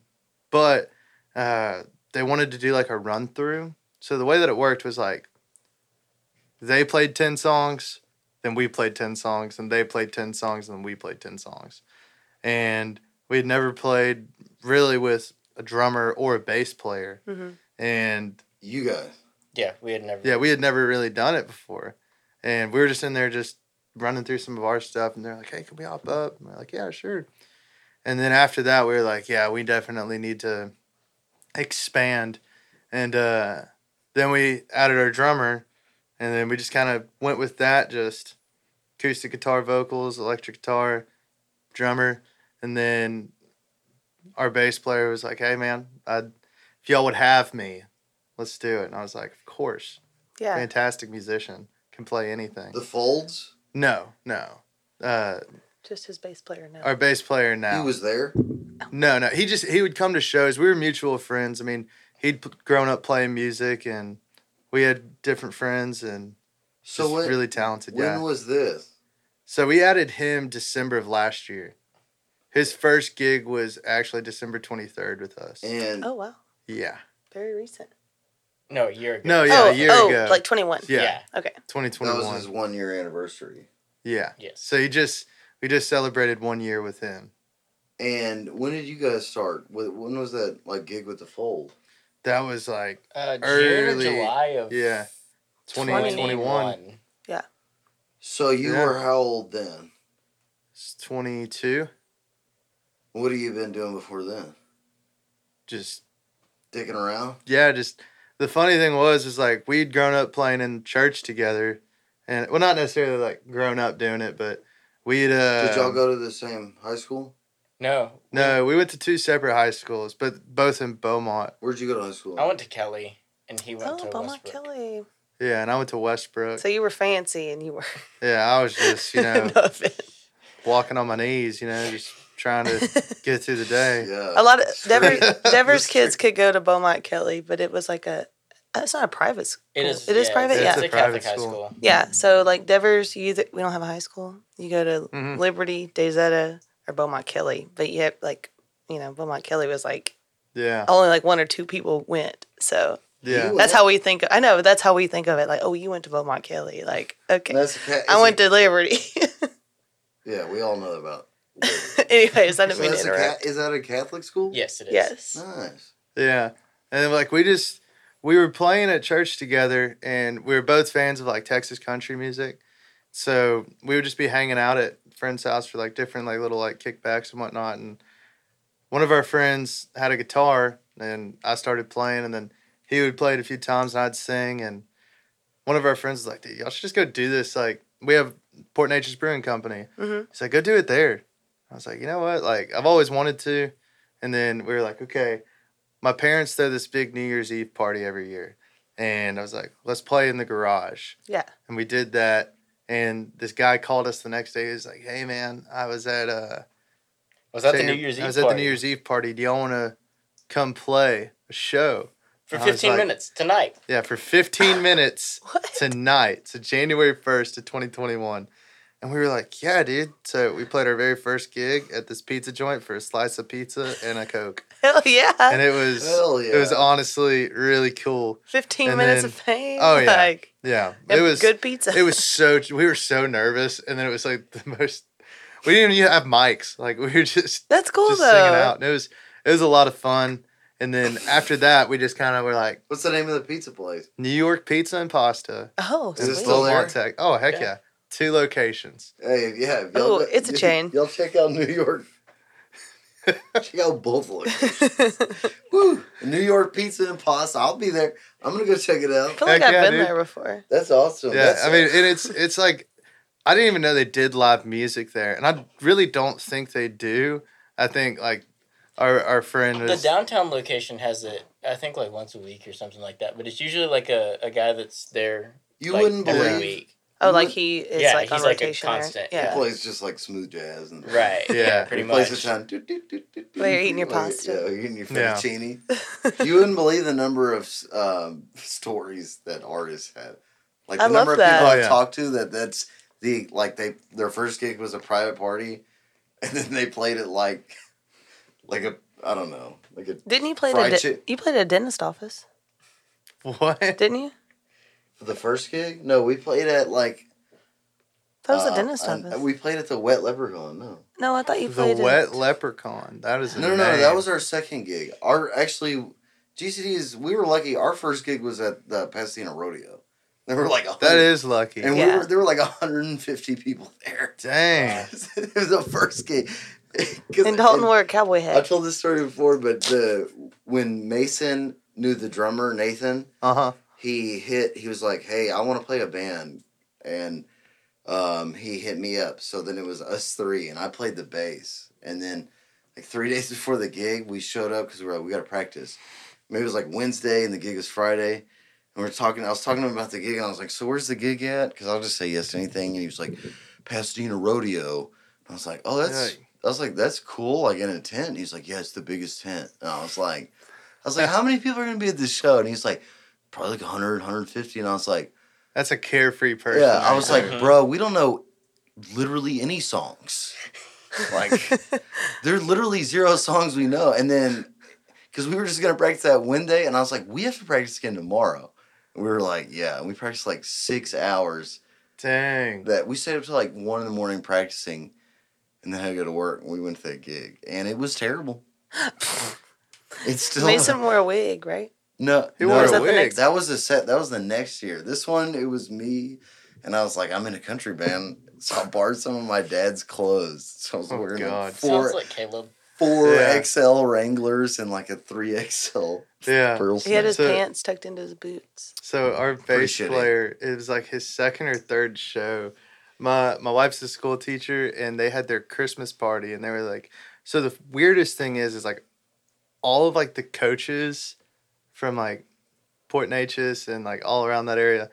Speaker 6: but uh, they wanted to do like a run through, so the way that it worked was like they played ten songs, then we played ten songs, and they played ten songs, and then we played ten songs and we had never played really with a drummer or a bass player.
Speaker 5: Mhm.
Speaker 6: And
Speaker 2: You guys.
Speaker 7: Yeah, we had never.
Speaker 6: yeah, we had never really done it before. And we were just in there just running through some of our stuff and they're like, Hey, can we hop up? And we're like, Yeah, sure. And then after that we were like, Yeah, we definitely need to expand. And uh then we added our drummer and then we just kind of went with that just acoustic guitar vocals electric guitar drummer and then our bass player was like hey man I'd, if y'all would have me let's do it and i was like of course
Speaker 5: Yeah.
Speaker 6: fantastic musician can play anything
Speaker 2: The folds?
Speaker 6: no no uh,
Speaker 5: Just his bass player now.
Speaker 6: our bass player now
Speaker 2: He was there.
Speaker 6: no, no. He just he would come to shows. We were mutual friends. I mean, he'd p- grown up playing music, and we had different friends, and
Speaker 2: So
Speaker 6: just
Speaker 2: when,
Speaker 6: really talented
Speaker 2: when
Speaker 6: guy.
Speaker 2: was this?
Speaker 6: so we added him December of last year. His first gig was actually December twenty third with us.
Speaker 2: And
Speaker 5: oh wow,
Speaker 6: yeah.
Speaker 5: very recent.
Speaker 7: No, a year ago.
Speaker 6: No, yeah,
Speaker 5: oh,
Speaker 6: a year
Speaker 5: oh,
Speaker 6: ago.
Speaker 5: like twenty one.
Speaker 6: yeah,
Speaker 7: yeah.
Speaker 5: Okay.
Speaker 6: twenty
Speaker 2: that
Speaker 6: twenty
Speaker 2: was his
Speaker 6: one.
Speaker 2: one year anniversary.
Speaker 6: Yeah.
Speaker 7: Yes.
Speaker 6: So he just we just celebrated one year with him.
Speaker 2: And when did you guys start? Wh- When was that like gig with the fold?
Speaker 6: That was like
Speaker 7: Uh,
Speaker 6: Early-
Speaker 7: June or July of
Speaker 6: yeah, twenty twenty
Speaker 7: 2021.
Speaker 6: one,
Speaker 2: So you
Speaker 6: Yeah.
Speaker 2: were how old then?
Speaker 6: twenty two.
Speaker 2: What have you been doing before then?
Speaker 6: Just
Speaker 2: Dicking around?
Speaker 6: yeah, just the funny thing was is like we'd grown up playing in church together, and well, not necessarily like grown up doing it, but we'd uh.
Speaker 2: Did y'all go to the same high school?
Speaker 7: No,
Speaker 6: No, we went to two separate high schools, but both in Beaumont.
Speaker 2: Where'd you go to high school?
Speaker 7: I went to Kelly, and he went
Speaker 5: Oh,
Speaker 7: to
Speaker 5: Beaumont
Speaker 7: Westbrook.
Speaker 5: Kelly.
Speaker 6: Yeah, and I went to Westbrook.
Speaker 5: So you were fancy and you were,
Speaker 6: Yeah, I was just you know
Speaker 5: no offense.
Speaker 6: walking on my knees, you know, just trying to get through the day.
Speaker 2: yeah.
Speaker 5: A lot of Dever,
Speaker 6: Straight.
Speaker 5: Devers kids could go to Beaumont Kelly, but it was like a, uh, it's not a private school.
Speaker 7: It is.
Speaker 5: It is private.
Speaker 7: It's,
Speaker 5: Yeah.
Speaker 7: it's
Speaker 6: It's
Speaker 7: a
Speaker 6: a
Speaker 7: Catholic
Speaker 6: private
Speaker 7: high
Speaker 6: school.
Speaker 7: school.
Speaker 5: Yeah, so like Devers, you either, we don't have a high school. You go to
Speaker 6: Mhm.
Speaker 5: Liberty, Dezetta, or Beaumont Kelly, but yet like you know Beaumont Kelly was like
Speaker 2: Oh,
Speaker 6: Yeah,
Speaker 5: only like one or two people went. So
Speaker 6: yeah.
Speaker 5: that's how we think. I know that's how we think of it. Like oh, you went to Beaumont Kelly. Like okay,
Speaker 2: That's a ca-
Speaker 5: I went to Liberty.
Speaker 2: to. Yeah, we all know about.
Speaker 5: Anyways, I
Speaker 2: So
Speaker 5: didn't mean to
Speaker 2: that's a
Speaker 5: interrupt.
Speaker 2: ca- is that a Catholic school?
Speaker 7: Yes, it is.
Speaker 5: Yes.
Speaker 2: Nice.
Speaker 6: Yeah. And like we just we were playing at church together and we were both fans of like Texas country music. So we would just be hanging out at friends' house for like different like little like kickbacks and whatnot. And one of our friends had a guitar and I started playing and then he would play it a few times and I'd sing and one of our friends was like, dude, y'all should just go do this. Like we have Port Nature's Brewing Company.
Speaker 5: Mhm.
Speaker 6: He's like, go do it there. I was like, you know what? Like I've always wanted to. And then we were like, okay, my parents throw this big New Year's Eve party every year. And I was like, let's play in the garage.
Speaker 5: Yeah.
Speaker 6: And we did that. And this guy called us the next day. He was like, hey, man, I was at, uh,
Speaker 7: Was that the
Speaker 6: say-
Speaker 7: New Year's Eve?
Speaker 6: I was at the
Speaker 7: party?
Speaker 6: New Year's Eve party. Do y'all want to come play a show?
Speaker 7: for
Speaker 6: I was
Speaker 7: 15
Speaker 6: like-
Speaker 7: minutes tonight.
Speaker 6: Yeah, for 15 minutes
Speaker 5: What?
Speaker 6: tonight. So January 1st of 2021. And we were like, yeah, dude. So we played our very first gig at this pizza joint for a slice of pizza and a Coke.
Speaker 5: Hell yeah!
Speaker 6: And it was,
Speaker 2: Hell
Speaker 6: it was
Speaker 2: yeah.
Speaker 6: honestly really cool.
Speaker 5: Fifteen
Speaker 6: and
Speaker 5: minutes
Speaker 6: then-
Speaker 5: of fame.
Speaker 6: oh, yeah.
Speaker 5: Like,
Speaker 6: Yeah,
Speaker 5: and
Speaker 6: it was
Speaker 5: good pizza.
Speaker 6: It was so we were so nervous, and then it was like the most. We didn't even have mics. Like we were just
Speaker 5: that's cool
Speaker 6: just
Speaker 5: though.
Speaker 6: singing out. And it was it was a lot of fun. And then after that, we just kind of were like
Speaker 2: What's the name of the pizza place?
Speaker 6: New York pizza and pasta.
Speaker 5: Oh,
Speaker 2: Is it
Speaker 5: sweet.
Speaker 2: still there?
Speaker 6: Beaumont, Tech. Oh heck yeah.
Speaker 7: Yeah.
Speaker 6: two locations.
Speaker 2: Hey, yeah. if
Speaker 5: Ooh, it's a chain.
Speaker 2: Y'all check out New York. check out both of them.
Speaker 5: I
Speaker 2: Woo! New York pizza and pasta. I'll be there. I'm gonna go check it out.
Speaker 5: feel like
Speaker 6: Heck
Speaker 5: I've
Speaker 6: yeah,
Speaker 5: been
Speaker 6: dude.
Speaker 5: there before.
Speaker 2: That's awesome.
Speaker 6: Yeah,
Speaker 2: That's
Speaker 6: I mean, and it's it's like I didn't even know they did live music there, and I really don't think they do. I think like our our friend
Speaker 7: The
Speaker 6: was
Speaker 7: downtown location has it, I think, like once a week or something like that. But it's usually like a, a guy that's there.
Speaker 2: you
Speaker 7: like,
Speaker 2: wouldn't
Speaker 7: every
Speaker 2: believe.
Speaker 7: week.
Speaker 5: Oh,
Speaker 2: You
Speaker 5: like
Speaker 2: would-
Speaker 5: he is
Speaker 7: Yeah,
Speaker 5: like on
Speaker 7: he's like a
Speaker 5: rotation there.
Speaker 7: constant,
Speaker 2: He
Speaker 5: Yeah.
Speaker 2: plays just like smooth jazz and
Speaker 7: Right. Yeah.
Speaker 6: Yeah.
Speaker 7: pretty
Speaker 2: he
Speaker 7: much.
Speaker 2: plays the time. Doo, doo, doo, doo, doo,
Speaker 5: While you're
Speaker 2: doo,
Speaker 5: eating your
Speaker 2: while you're-
Speaker 5: pasta.
Speaker 2: Yeah, you're eating your
Speaker 6: Yeah.
Speaker 2: fettuccine. you wouldn't believe the number of um, stories that artists had. Like the
Speaker 5: I
Speaker 2: number
Speaker 5: love
Speaker 2: of people
Speaker 5: that.
Speaker 6: Oh,
Speaker 2: I've
Speaker 6: yeah.
Speaker 2: talked to that that's the like they their first gig was a private party, and then they played it like like a I don't know like a
Speaker 5: Didn't you play
Speaker 2: Fried
Speaker 5: at a de-
Speaker 2: chick-
Speaker 5: you played at a dentist office?
Speaker 6: what?
Speaker 5: Didn't you?
Speaker 2: for the first gig. No, we played at like
Speaker 5: That was
Speaker 2: uh,
Speaker 5: a dentist
Speaker 2: an-
Speaker 5: office.
Speaker 2: we played at the Wet Leprechaun. No.
Speaker 5: no, I thought you
Speaker 6: The
Speaker 5: played.
Speaker 6: Wet
Speaker 5: At-
Speaker 6: Leprechaun. That is a
Speaker 2: No, no, no.
Speaker 6: name.
Speaker 2: That was our second gig. Our actually, GCD is. We were lucky. Our first gig was at the Pasadena Rodeo. There were like a
Speaker 6: That
Speaker 2: hundred-
Speaker 6: is lucky.
Speaker 2: and we
Speaker 5: Yeah.
Speaker 2: were there were like 150 people there.
Speaker 6: Dang.
Speaker 2: it was the first gig. 'Cause-
Speaker 5: and Dalton
Speaker 2: and
Speaker 5: wore a cowboy
Speaker 2: I
Speaker 5: hat.
Speaker 2: told this story before, but the when Mason knew the drummer Nathan,
Speaker 6: Uh huh.
Speaker 2: he hit he was like hey i want to play a band and um, he hit me up so then it was us three and i played the bass and then like three days before the gig we showed up because we were like we gotta practice maybe it was like wednesday and the gig was friday and we were talking i was talking to him about the gig and i was like so where's the gig at because i'll just say yes to anything and he was like pasadena rodeo and i was like oh that's
Speaker 6: Yeah.
Speaker 2: i was like that's cool like in a tent And he's like yeah it's the biggest tent and i was like i was like how many people are gonna be at this show and he's like probably like 100, 150. And I was like,
Speaker 6: That's a carefree person.
Speaker 2: yeah, I was
Speaker 6: right
Speaker 2: like, bro, we don't know literally any songs. Like, there are literally zero songs we know. And then, because we were just going to practice that one day, and I was like, we have to practice again tomorrow. And we were like, yeah. And we practiced like six hours
Speaker 6: there. dang.
Speaker 2: that we stayed up till like one in the morning practicing. and then had to go to work. And we went to that gig, and it was terrible. it's still
Speaker 5: Mason wore a wig, right?
Speaker 2: no.
Speaker 6: He
Speaker 2: no,
Speaker 6: wore
Speaker 5: Was
Speaker 6: a
Speaker 5: that the
Speaker 6: wig.
Speaker 5: next-
Speaker 2: That was the set. That was the next year. This one, it was me, and I was like, I'm in a country band, so I borrowed some of my dad's clothes. So I was
Speaker 6: Oh,
Speaker 2: wearing like,
Speaker 6: God.
Speaker 2: four
Speaker 7: Sounds like Caleb.
Speaker 2: four
Speaker 6: Yeah.
Speaker 2: XL Wranglers and like a three XL
Speaker 6: yeah.
Speaker 2: pearl
Speaker 5: He
Speaker 2: snake.
Speaker 5: had his
Speaker 6: So-
Speaker 5: pants tucked into his boots.
Speaker 6: So our bass
Speaker 2: shitty.
Speaker 6: player, it was like his second or third show. My my wife's a school teacher, and they had their Christmas party, and they were like, so the weirdest thing is, is like, all of like the coaches from like Port Neches and like all around that area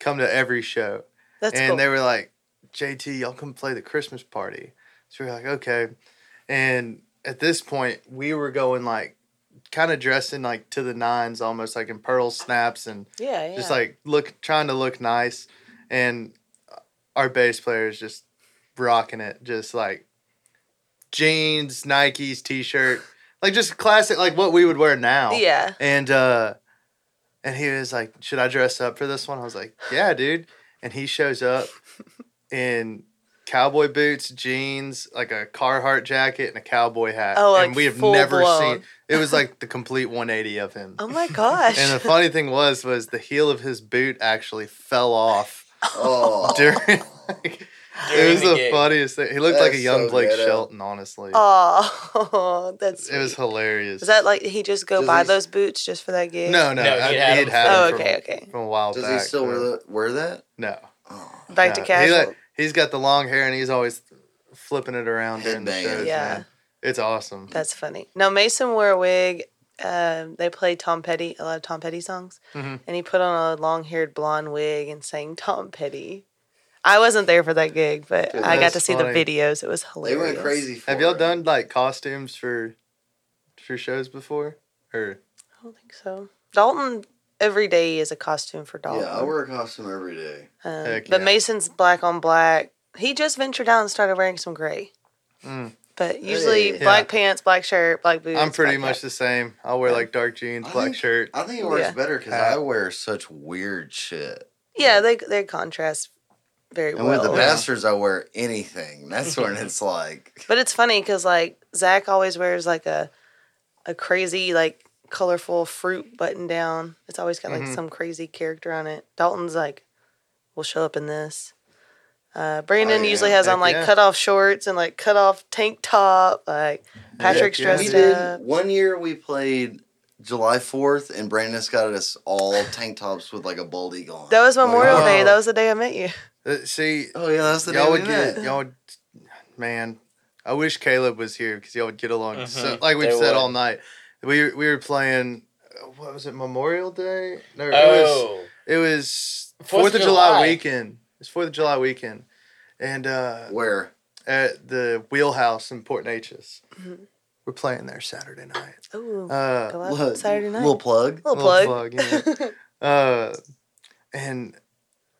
Speaker 6: come to every show,
Speaker 5: That's
Speaker 6: and
Speaker 5: cool.
Speaker 6: they were like, JT, y'all come play the Christmas party. So we were like, okay. And at this point, we were going like kind of dressing like to the nines almost like in pearl snaps and
Speaker 5: yeah, yeah.
Speaker 6: just like look trying to look nice and our bass player is just rocking it just like jeans nikes t-shirt like just classic like what we would wear now
Speaker 5: yeah.
Speaker 6: and uh and he was like should i dress up for this one i was like yeah dude and he shows up in cowboy boots jeans like a carhartt jacket and a cowboy hat
Speaker 5: Oh, like
Speaker 6: and we have
Speaker 5: full
Speaker 6: never
Speaker 5: blown.
Speaker 6: seen it was like the complete 180 of him
Speaker 5: Oh my gosh.
Speaker 6: and the funny thing was, was the heel of his boot actually fell off
Speaker 2: Oh,
Speaker 6: during. Like, it was
Speaker 7: During
Speaker 6: the,
Speaker 7: gig.
Speaker 6: funniest thing. He looked like a
Speaker 2: That's
Speaker 6: young
Speaker 2: so
Speaker 6: Blake
Speaker 2: ghetto.
Speaker 6: Shelton, honestly.
Speaker 5: oh, that's
Speaker 6: it was
Speaker 5: sweet.
Speaker 6: hilarious.
Speaker 5: Is that like he just go
Speaker 2: Does
Speaker 5: buy
Speaker 2: he-
Speaker 5: those boots just for that gig?
Speaker 6: no, no,
Speaker 7: No,
Speaker 6: I-
Speaker 7: he
Speaker 6: he
Speaker 7: had
Speaker 6: had
Speaker 7: him
Speaker 6: had
Speaker 5: Oh,
Speaker 6: it from,
Speaker 5: okay, okay.
Speaker 6: from a while
Speaker 2: does
Speaker 6: back.
Speaker 2: he still wear
Speaker 6: but-
Speaker 2: that? Wear that?
Speaker 6: No.
Speaker 2: Oh,
Speaker 5: Back to
Speaker 6: no.
Speaker 5: cash.
Speaker 6: He, like, he's got the long hair and he's always flipping it around during the
Speaker 2: Headbanging.
Speaker 6: shows.
Speaker 5: Yeah.
Speaker 6: man. It's awesome.
Speaker 5: That's funny. No, Mason wore a wig. Um, they played Tom Petty, a lot of Tom Petty songs,
Speaker 2: Mm-hmm.
Speaker 6: Mhm.
Speaker 5: and he put on a long-haired blonde wig and sang Tom Petty. I wasn't there for that gig, but
Speaker 2: Dude,
Speaker 5: I got
Speaker 6: that's
Speaker 5: to see
Speaker 6: funny.
Speaker 5: the videos. It was
Speaker 2: they
Speaker 5: hilarious.
Speaker 2: went crazy. For
Speaker 6: Have y'all
Speaker 2: it.
Speaker 6: done like costumes for for shows before? Or
Speaker 5: I don't think so. Dalton every day is a costume for Dalton.
Speaker 2: Yeah, I wear a costume every day.
Speaker 5: Um,
Speaker 6: Heck
Speaker 5: But
Speaker 6: yeah.
Speaker 5: Mason's black on black. He just ventured out and started wearing some gray.
Speaker 6: Mm.
Speaker 5: But usually
Speaker 2: Hey.
Speaker 5: black
Speaker 6: Yeah.
Speaker 5: pants, black shirt, black boots.
Speaker 6: I'm pretty
Speaker 5: black
Speaker 6: much the same. I'll wear like dark jeans,
Speaker 2: I
Speaker 6: black
Speaker 2: think-
Speaker 6: shirt.
Speaker 2: I think it works
Speaker 5: Yeah.
Speaker 2: better because
Speaker 6: Hat.
Speaker 2: I wear such weird shit.
Speaker 5: hat. Yeah, they they contrast very
Speaker 2: And
Speaker 5: well.
Speaker 2: with the
Speaker 6: yeah.
Speaker 2: bastards, I wear anything. That's when it's like,
Speaker 5: But it's funny because like Zach always wears like a a crazy like colorful fruit button down. It's always got like
Speaker 6: Mhm.
Speaker 5: some crazy character on it. Dalton's like will show up in this. Uh, Brandon
Speaker 2: yeah.
Speaker 5: usually has
Speaker 6: Heck
Speaker 5: on like
Speaker 6: Oh, yeah.
Speaker 5: cut off shorts and like cut off tank top. Like Patrick's
Speaker 6: yeah.
Speaker 2: we
Speaker 5: dressed
Speaker 2: did
Speaker 5: up.
Speaker 2: one year we played July Fourth, and Brandon's got us all tank tops with like a bald eagle. on
Speaker 5: That
Speaker 2: it.
Speaker 5: was Memorial
Speaker 6: Wow.
Speaker 5: Day. That was the day I met you.
Speaker 6: Uh, See,
Speaker 2: Oh yeah, that's the day
Speaker 6: y'all
Speaker 2: we
Speaker 6: would
Speaker 2: met.
Speaker 6: get y'all. Would, man, I wish Caleb was here because y'all would get along. So,
Speaker 7: Mhm,
Speaker 6: like we've
Speaker 7: they
Speaker 6: said
Speaker 7: would.
Speaker 6: all night, we we were playing. uh, What was it? Memorial Day? No,
Speaker 7: Oh,
Speaker 6: it was it was
Speaker 7: Fourth
Speaker 6: Fourth of
Speaker 7: of
Speaker 6: July,
Speaker 7: July.
Speaker 6: weekend. It's Fourth of July weekend, and uh,
Speaker 2: Where?
Speaker 6: at the Wheelhouse in Port Natchez,
Speaker 7: Mm-hmm.
Speaker 5: Mhm.
Speaker 6: we're playing there Saturday night.
Speaker 5: Ooh,
Speaker 6: Uh,
Speaker 5: go out
Speaker 2: Look,
Speaker 5: Saturday night.
Speaker 2: Little
Speaker 5: Little,
Speaker 2: plug.
Speaker 5: plug.
Speaker 6: yeah. uh, and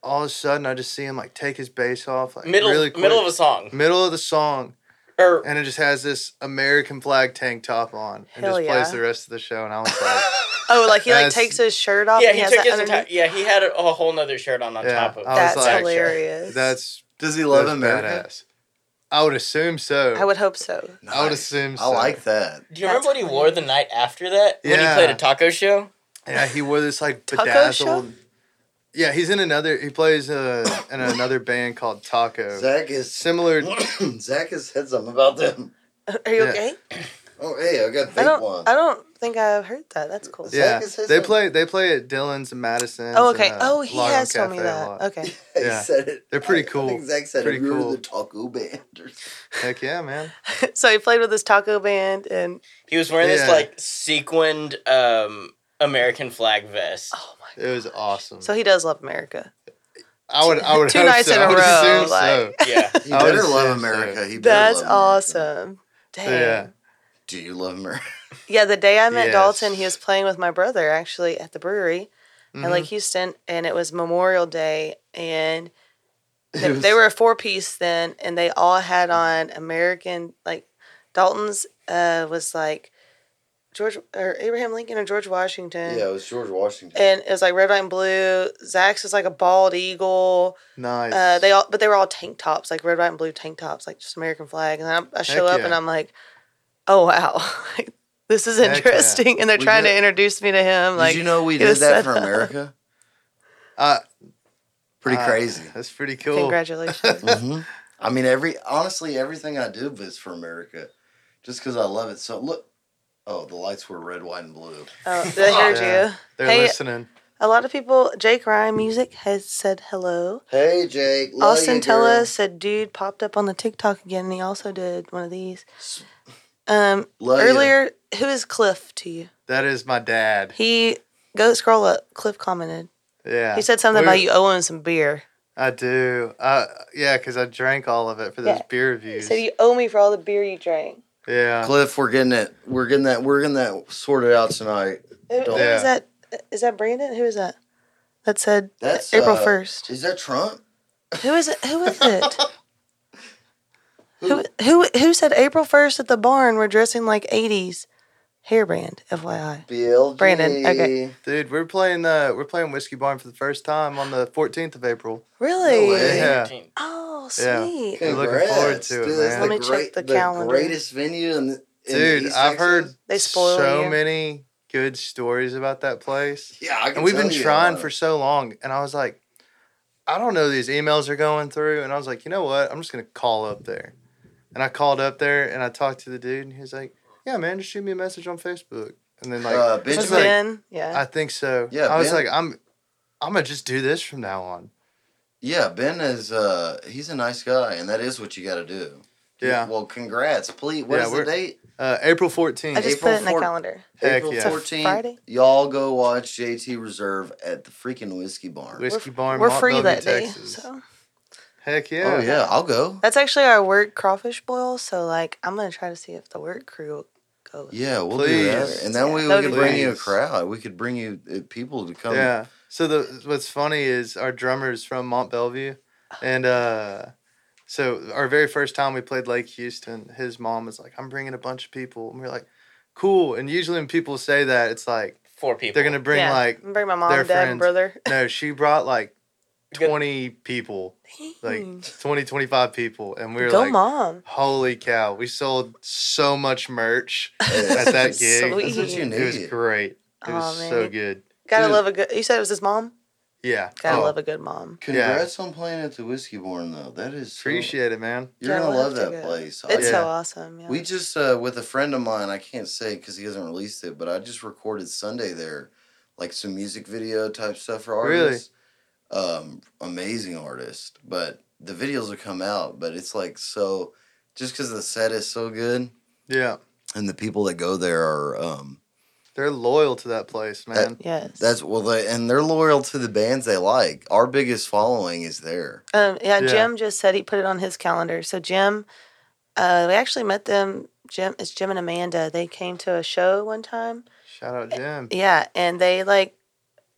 Speaker 6: all of a sudden, I just see him like take his bass off, like
Speaker 7: middle
Speaker 6: really quick,
Speaker 7: middle of a song.
Speaker 6: middle of the song,
Speaker 7: Or
Speaker 6: and it just has this American flag tank top on, and
Speaker 5: Hell
Speaker 6: just
Speaker 5: yeah.
Speaker 6: plays the rest of the show, and I was like,
Speaker 5: oh, like he like
Speaker 6: That's-
Speaker 5: takes his shirt off.
Speaker 7: yeah,
Speaker 5: and
Speaker 7: he
Speaker 5: has
Speaker 7: took
Speaker 5: that
Speaker 7: his
Speaker 5: underneath.
Speaker 7: entire. Yeah, he had a, a whole nother shirt on on
Speaker 6: Yeah,
Speaker 7: top of.
Speaker 6: I was
Speaker 5: That's
Speaker 7: that
Speaker 6: like-
Speaker 7: shirt.
Speaker 5: hilarious.
Speaker 6: "That's
Speaker 2: Does he
Speaker 6: love
Speaker 2: love America?
Speaker 6: badass." I would assume so.
Speaker 5: I would hope so.
Speaker 6: I would
Speaker 2: Nice.
Speaker 6: assume. So.
Speaker 2: I like that.
Speaker 7: Do you remember what he wore the night after that when he
Speaker 6: Yeah.
Speaker 7: played a taco show?
Speaker 6: Yeah, he wore this like
Speaker 5: Taco
Speaker 6: bedazzled. Yeah, he's in another. He plays uh, in another band called Taco.
Speaker 2: Zach is
Speaker 6: Similar.
Speaker 2: Zach is heads up about them.
Speaker 5: Are you
Speaker 6: Yeah.
Speaker 5: okay?
Speaker 2: Oh hey, I got
Speaker 5: I
Speaker 2: fake
Speaker 5: don't.
Speaker 2: one.
Speaker 5: I don't think I've heard that. That's cool.
Speaker 2: Zach
Speaker 6: Yeah,
Speaker 2: is his
Speaker 6: they
Speaker 2: name.
Speaker 6: play. They play at Dylan's and uh, Madison.
Speaker 5: Oh, okay. oh, he has told me that. Okay.
Speaker 6: yeah.
Speaker 2: He said it.
Speaker 6: They're pretty
Speaker 2: I- I
Speaker 6: cool.
Speaker 2: think Zach said
Speaker 6: Pretty
Speaker 2: it. We were
Speaker 6: cool.
Speaker 2: the taco band. or something.
Speaker 6: Heck yeah, man.
Speaker 5: so he played with his taco band, and
Speaker 7: He was wearing this
Speaker 6: Yeah.
Speaker 7: like sequined um, American flag vest.
Speaker 5: oh my.
Speaker 6: It was awesome.
Speaker 5: So he does love America.
Speaker 6: I would. I would
Speaker 5: two
Speaker 6: hope
Speaker 5: nights
Speaker 6: so.
Speaker 5: in
Speaker 6: I
Speaker 5: a
Speaker 6: would
Speaker 5: row,
Speaker 6: assume so.
Speaker 5: like-
Speaker 7: Yeah,
Speaker 2: He
Speaker 6: I would
Speaker 2: better love
Speaker 6: assume so.
Speaker 2: America. He better
Speaker 5: That's
Speaker 2: love America.
Speaker 5: awesome. Dang.
Speaker 6: So, yeah.
Speaker 2: Do you love America?
Speaker 5: Yeah, the day I met
Speaker 6: Yes.
Speaker 5: Dalton, he was playing with my brother actually at the brewery
Speaker 6: Mhm.
Speaker 5: in Lake Houston, and it was Memorial Day, and
Speaker 6: It
Speaker 5: they,
Speaker 6: was-
Speaker 5: they were a four piece then, and they all had on American like Dalton's uh, was like George or Abraham Lincoln or George Washington.
Speaker 2: Yeah, it was George Washington.
Speaker 5: And it was like red, white, and blue. Zach's was like a bald eagle.
Speaker 6: Mm-hmm. Nice.
Speaker 5: Uh, they all, but they were all tank tops, like red, white, and blue tank tops, like just American flag. And I, I show
Speaker 6: Heck
Speaker 5: up
Speaker 6: yeah.
Speaker 5: and I'm like, oh wow, like, this is
Speaker 6: Heck yeah.
Speaker 5: interesting. And they're
Speaker 2: We
Speaker 5: trying
Speaker 2: did-
Speaker 5: to introduce me to him. Like,
Speaker 2: did you know we
Speaker 5: it
Speaker 2: did
Speaker 5: was
Speaker 2: that
Speaker 5: set
Speaker 2: for
Speaker 5: up.
Speaker 2: America?
Speaker 6: Uh,
Speaker 2: Pretty
Speaker 6: uh,
Speaker 2: crazy.
Speaker 6: That's pretty cool.
Speaker 5: congratulations.
Speaker 2: hmm I mean, every honestly, everything I do is for America, just because I love it. So look, oh, the lights were red, white, and blue.
Speaker 5: oh, they heard
Speaker 6: Yeah.
Speaker 5: you.
Speaker 6: They're
Speaker 5: Hey,
Speaker 6: listening.
Speaker 5: A lot of people. Jake Ryan Music has said hello.
Speaker 2: Hey, Jake. love
Speaker 5: Austin
Speaker 2: you, girl.
Speaker 5: Tella said, "Dude popped up on the TikTok again, and he also did one of these." Um,
Speaker 2: Love you.
Speaker 5: earlier, who is Cliff to you?
Speaker 6: That is my dad.
Speaker 5: He go scroll up. Cliff commented.
Speaker 6: Yeah.
Speaker 5: He said something
Speaker 6: We
Speaker 5: about
Speaker 6: were-
Speaker 5: you owing some beer.
Speaker 6: I do. Uh, yeah, because I drank all of it for those
Speaker 5: Yeah.
Speaker 6: beer reviews.
Speaker 5: So you owe me for all the beer you drank.
Speaker 6: yeah.
Speaker 2: Cliff, we're getting it. We're getting that. We're getting that sorted out tonight.
Speaker 5: Who, who
Speaker 6: Yeah.
Speaker 5: is that? Is that Brandon? Who is that? That said,
Speaker 2: That's
Speaker 5: April
Speaker 2: uh,
Speaker 5: first.
Speaker 2: Is that Trump?
Speaker 5: Who is it? Who is it? who who who said April first at the barn? We're dressing like '80s hairband. FYI.
Speaker 2: BLG.
Speaker 5: Brandon, okay.
Speaker 6: Dude, we're playing uh we're playing Whiskey Barn for the first time on the 14th of April.
Speaker 5: Really?
Speaker 2: way.
Speaker 6: Yeah.
Speaker 7: Thirteenth.
Speaker 5: Oh,
Speaker 6: Yeah.
Speaker 5: sweet.
Speaker 6: We're looking
Speaker 2: Congrats,
Speaker 6: forward to it,
Speaker 2: dude. That's
Speaker 5: Let
Speaker 6: man.
Speaker 2: the
Speaker 5: me check
Speaker 2: great-
Speaker 5: the
Speaker 2: the
Speaker 5: calendar.
Speaker 2: greatest venue in, in
Speaker 6: Dude,
Speaker 2: East
Speaker 6: I've
Speaker 2: Texas.
Speaker 6: heard
Speaker 5: They spoil
Speaker 6: so
Speaker 5: you.
Speaker 6: many good stories about that place.
Speaker 2: Yeah, I can
Speaker 6: And we've been
Speaker 2: tell you
Speaker 6: trying
Speaker 2: about
Speaker 6: for
Speaker 2: it.
Speaker 6: so long and I was like I don't know these emails are going through and I was like, "You know what? I'm just going to call up there." And I called up there and I talked to the dude and he was like, "Yeah, man, just shoot me a message on Facebook." And then like
Speaker 2: uh,
Speaker 5: This
Speaker 6: It's
Speaker 5: is
Speaker 2: Benjamin.
Speaker 6: like-
Speaker 5: Ben. Yeah.
Speaker 6: I think so.
Speaker 2: Yeah,
Speaker 6: I was
Speaker 2: Ben-
Speaker 6: like, "I'm I'm going to just do this from now on."
Speaker 2: yeah, Ben is. Uh, he's a nice guy, and that is what you got to do.
Speaker 6: Yeah.
Speaker 2: Well, congrats. Please, what's
Speaker 6: Yeah,
Speaker 2: the
Speaker 6: we're-
Speaker 2: date?
Speaker 6: Uh, April 14th.
Speaker 5: I just
Speaker 2: April
Speaker 5: put it in the
Speaker 2: fourth.
Speaker 5: calendar.
Speaker 6: Heck
Speaker 2: April
Speaker 6: yeah.
Speaker 5: It's a
Speaker 2: 14th.
Speaker 5: Friday?
Speaker 2: Y'all go watch JT Reserve at the freaking Whiskey Barn.
Speaker 6: Whiskey Barn,
Speaker 5: We're
Speaker 6: Mont
Speaker 5: free
Speaker 6: Bellevue,
Speaker 5: that day.
Speaker 6: Texas.
Speaker 5: So
Speaker 6: Heck yeah.
Speaker 2: Oh yeah, I'll go.
Speaker 5: that's actually our work crawfish boil. So like I'm gonna try to see if the work crew goes.
Speaker 2: Yeah, we'll do
Speaker 6: Please.
Speaker 2: that, and then
Speaker 5: Yeah,
Speaker 2: we,
Speaker 5: that
Speaker 2: we
Speaker 5: would
Speaker 2: could
Speaker 5: be
Speaker 2: bring
Speaker 6: great.
Speaker 2: you a crowd. We could bring you uh, people to come.
Speaker 6: Yeah. So the what's funny is our drummer's from Mont Bellevue, and uh, so our very first time we played Lake Houston, his mom was like, "I'm bringing a bunch of people," and we are like, "Cool." And usually when people say that, it's like
Speaker 7: Four people.
Speaker 6: they're gonna bring
Speaker 5: Yeah.
Speaker 6: like,
Speaker 5: I'm gonna bring my mom,
Speaker 6: their
Speaker 5: dad, and
Speaker 6: friends.
Speaker 5: brother.
Speaker 6: no, she brought like
Speaker 7: Good.
Speaker 6: 20 people, like
Speaker 5: Dang.
Speaker 6: 20, 25 people, and we were
Speaker 5: Hmm. Go
Speaker 6: like.
Speaker 5: mom.
Speaker 6: Holy cow! We sold so much merch at
Speaker 2: Yeah.
Speaker 6: that gig.
Speaker 5: Sweet.
Speaker 2: That's what you
Speaker 6: It was
Speaker 2: need.
Speaker 6: great. It
Speaker 5: Aw,
Speaker 6: was
Speaker 5: man.
Speaker 6: so good.
Speaker 5: Gotta
Speaker 6: Dude.
Speaker 5: love a good. You said it was his mom.
Speaker 6: Yeah.
Speaker 5: Gotta
Speaker 6: Oh,
Speaker 5: love a good mom.
Speaker 2: Congrats on playing at the Whiskey Barn though. That is so-
Speaker 6: Appreciate it, man.
Speaker 2: You're
Speaker 5: Yeah,
Speaker 2: gonna
Speaker 5: we'll
Speaker 2: love
Speaker 5: have to
Speaker 2: that
Speaker 5: go.
Speaker 2: place. I-
Speaker 5: It's
Speaker 6: Oh, Yeah.
Speaker 5: so awesome. Yeah.
Speaker 2: We just uh, with a friend of mine. I can't say because he hasn't released it, but I just recorded Sunday there, like some music video type stuff for
Speaker 6: Really?
Speaker 2: artists. Um, amazing artist, but the videos will come out. But it's like so, just because the set is so good
Speaker 6: Yeah.
Speaker 2: and the people that go there are um,
Speaker 6: They're loyal to that
Speaker 2: Uh,
Speaker 6: place, man.
Speaker 5: Yes.
Speaker 2: that's well, they, and they're loyal to the bands they like. Our biggest following is there.
Speaker 5: Um, yeah,
Speaker 6: Yeah.
Speaker 5: Jim just said he put it on his calendar. So Jim, uh, we actually met them. Jim, it's Jim and Amanda. They came to a show one time.
Speaker 6: Shout out Jim.
Speaker 5: Yeah, and they like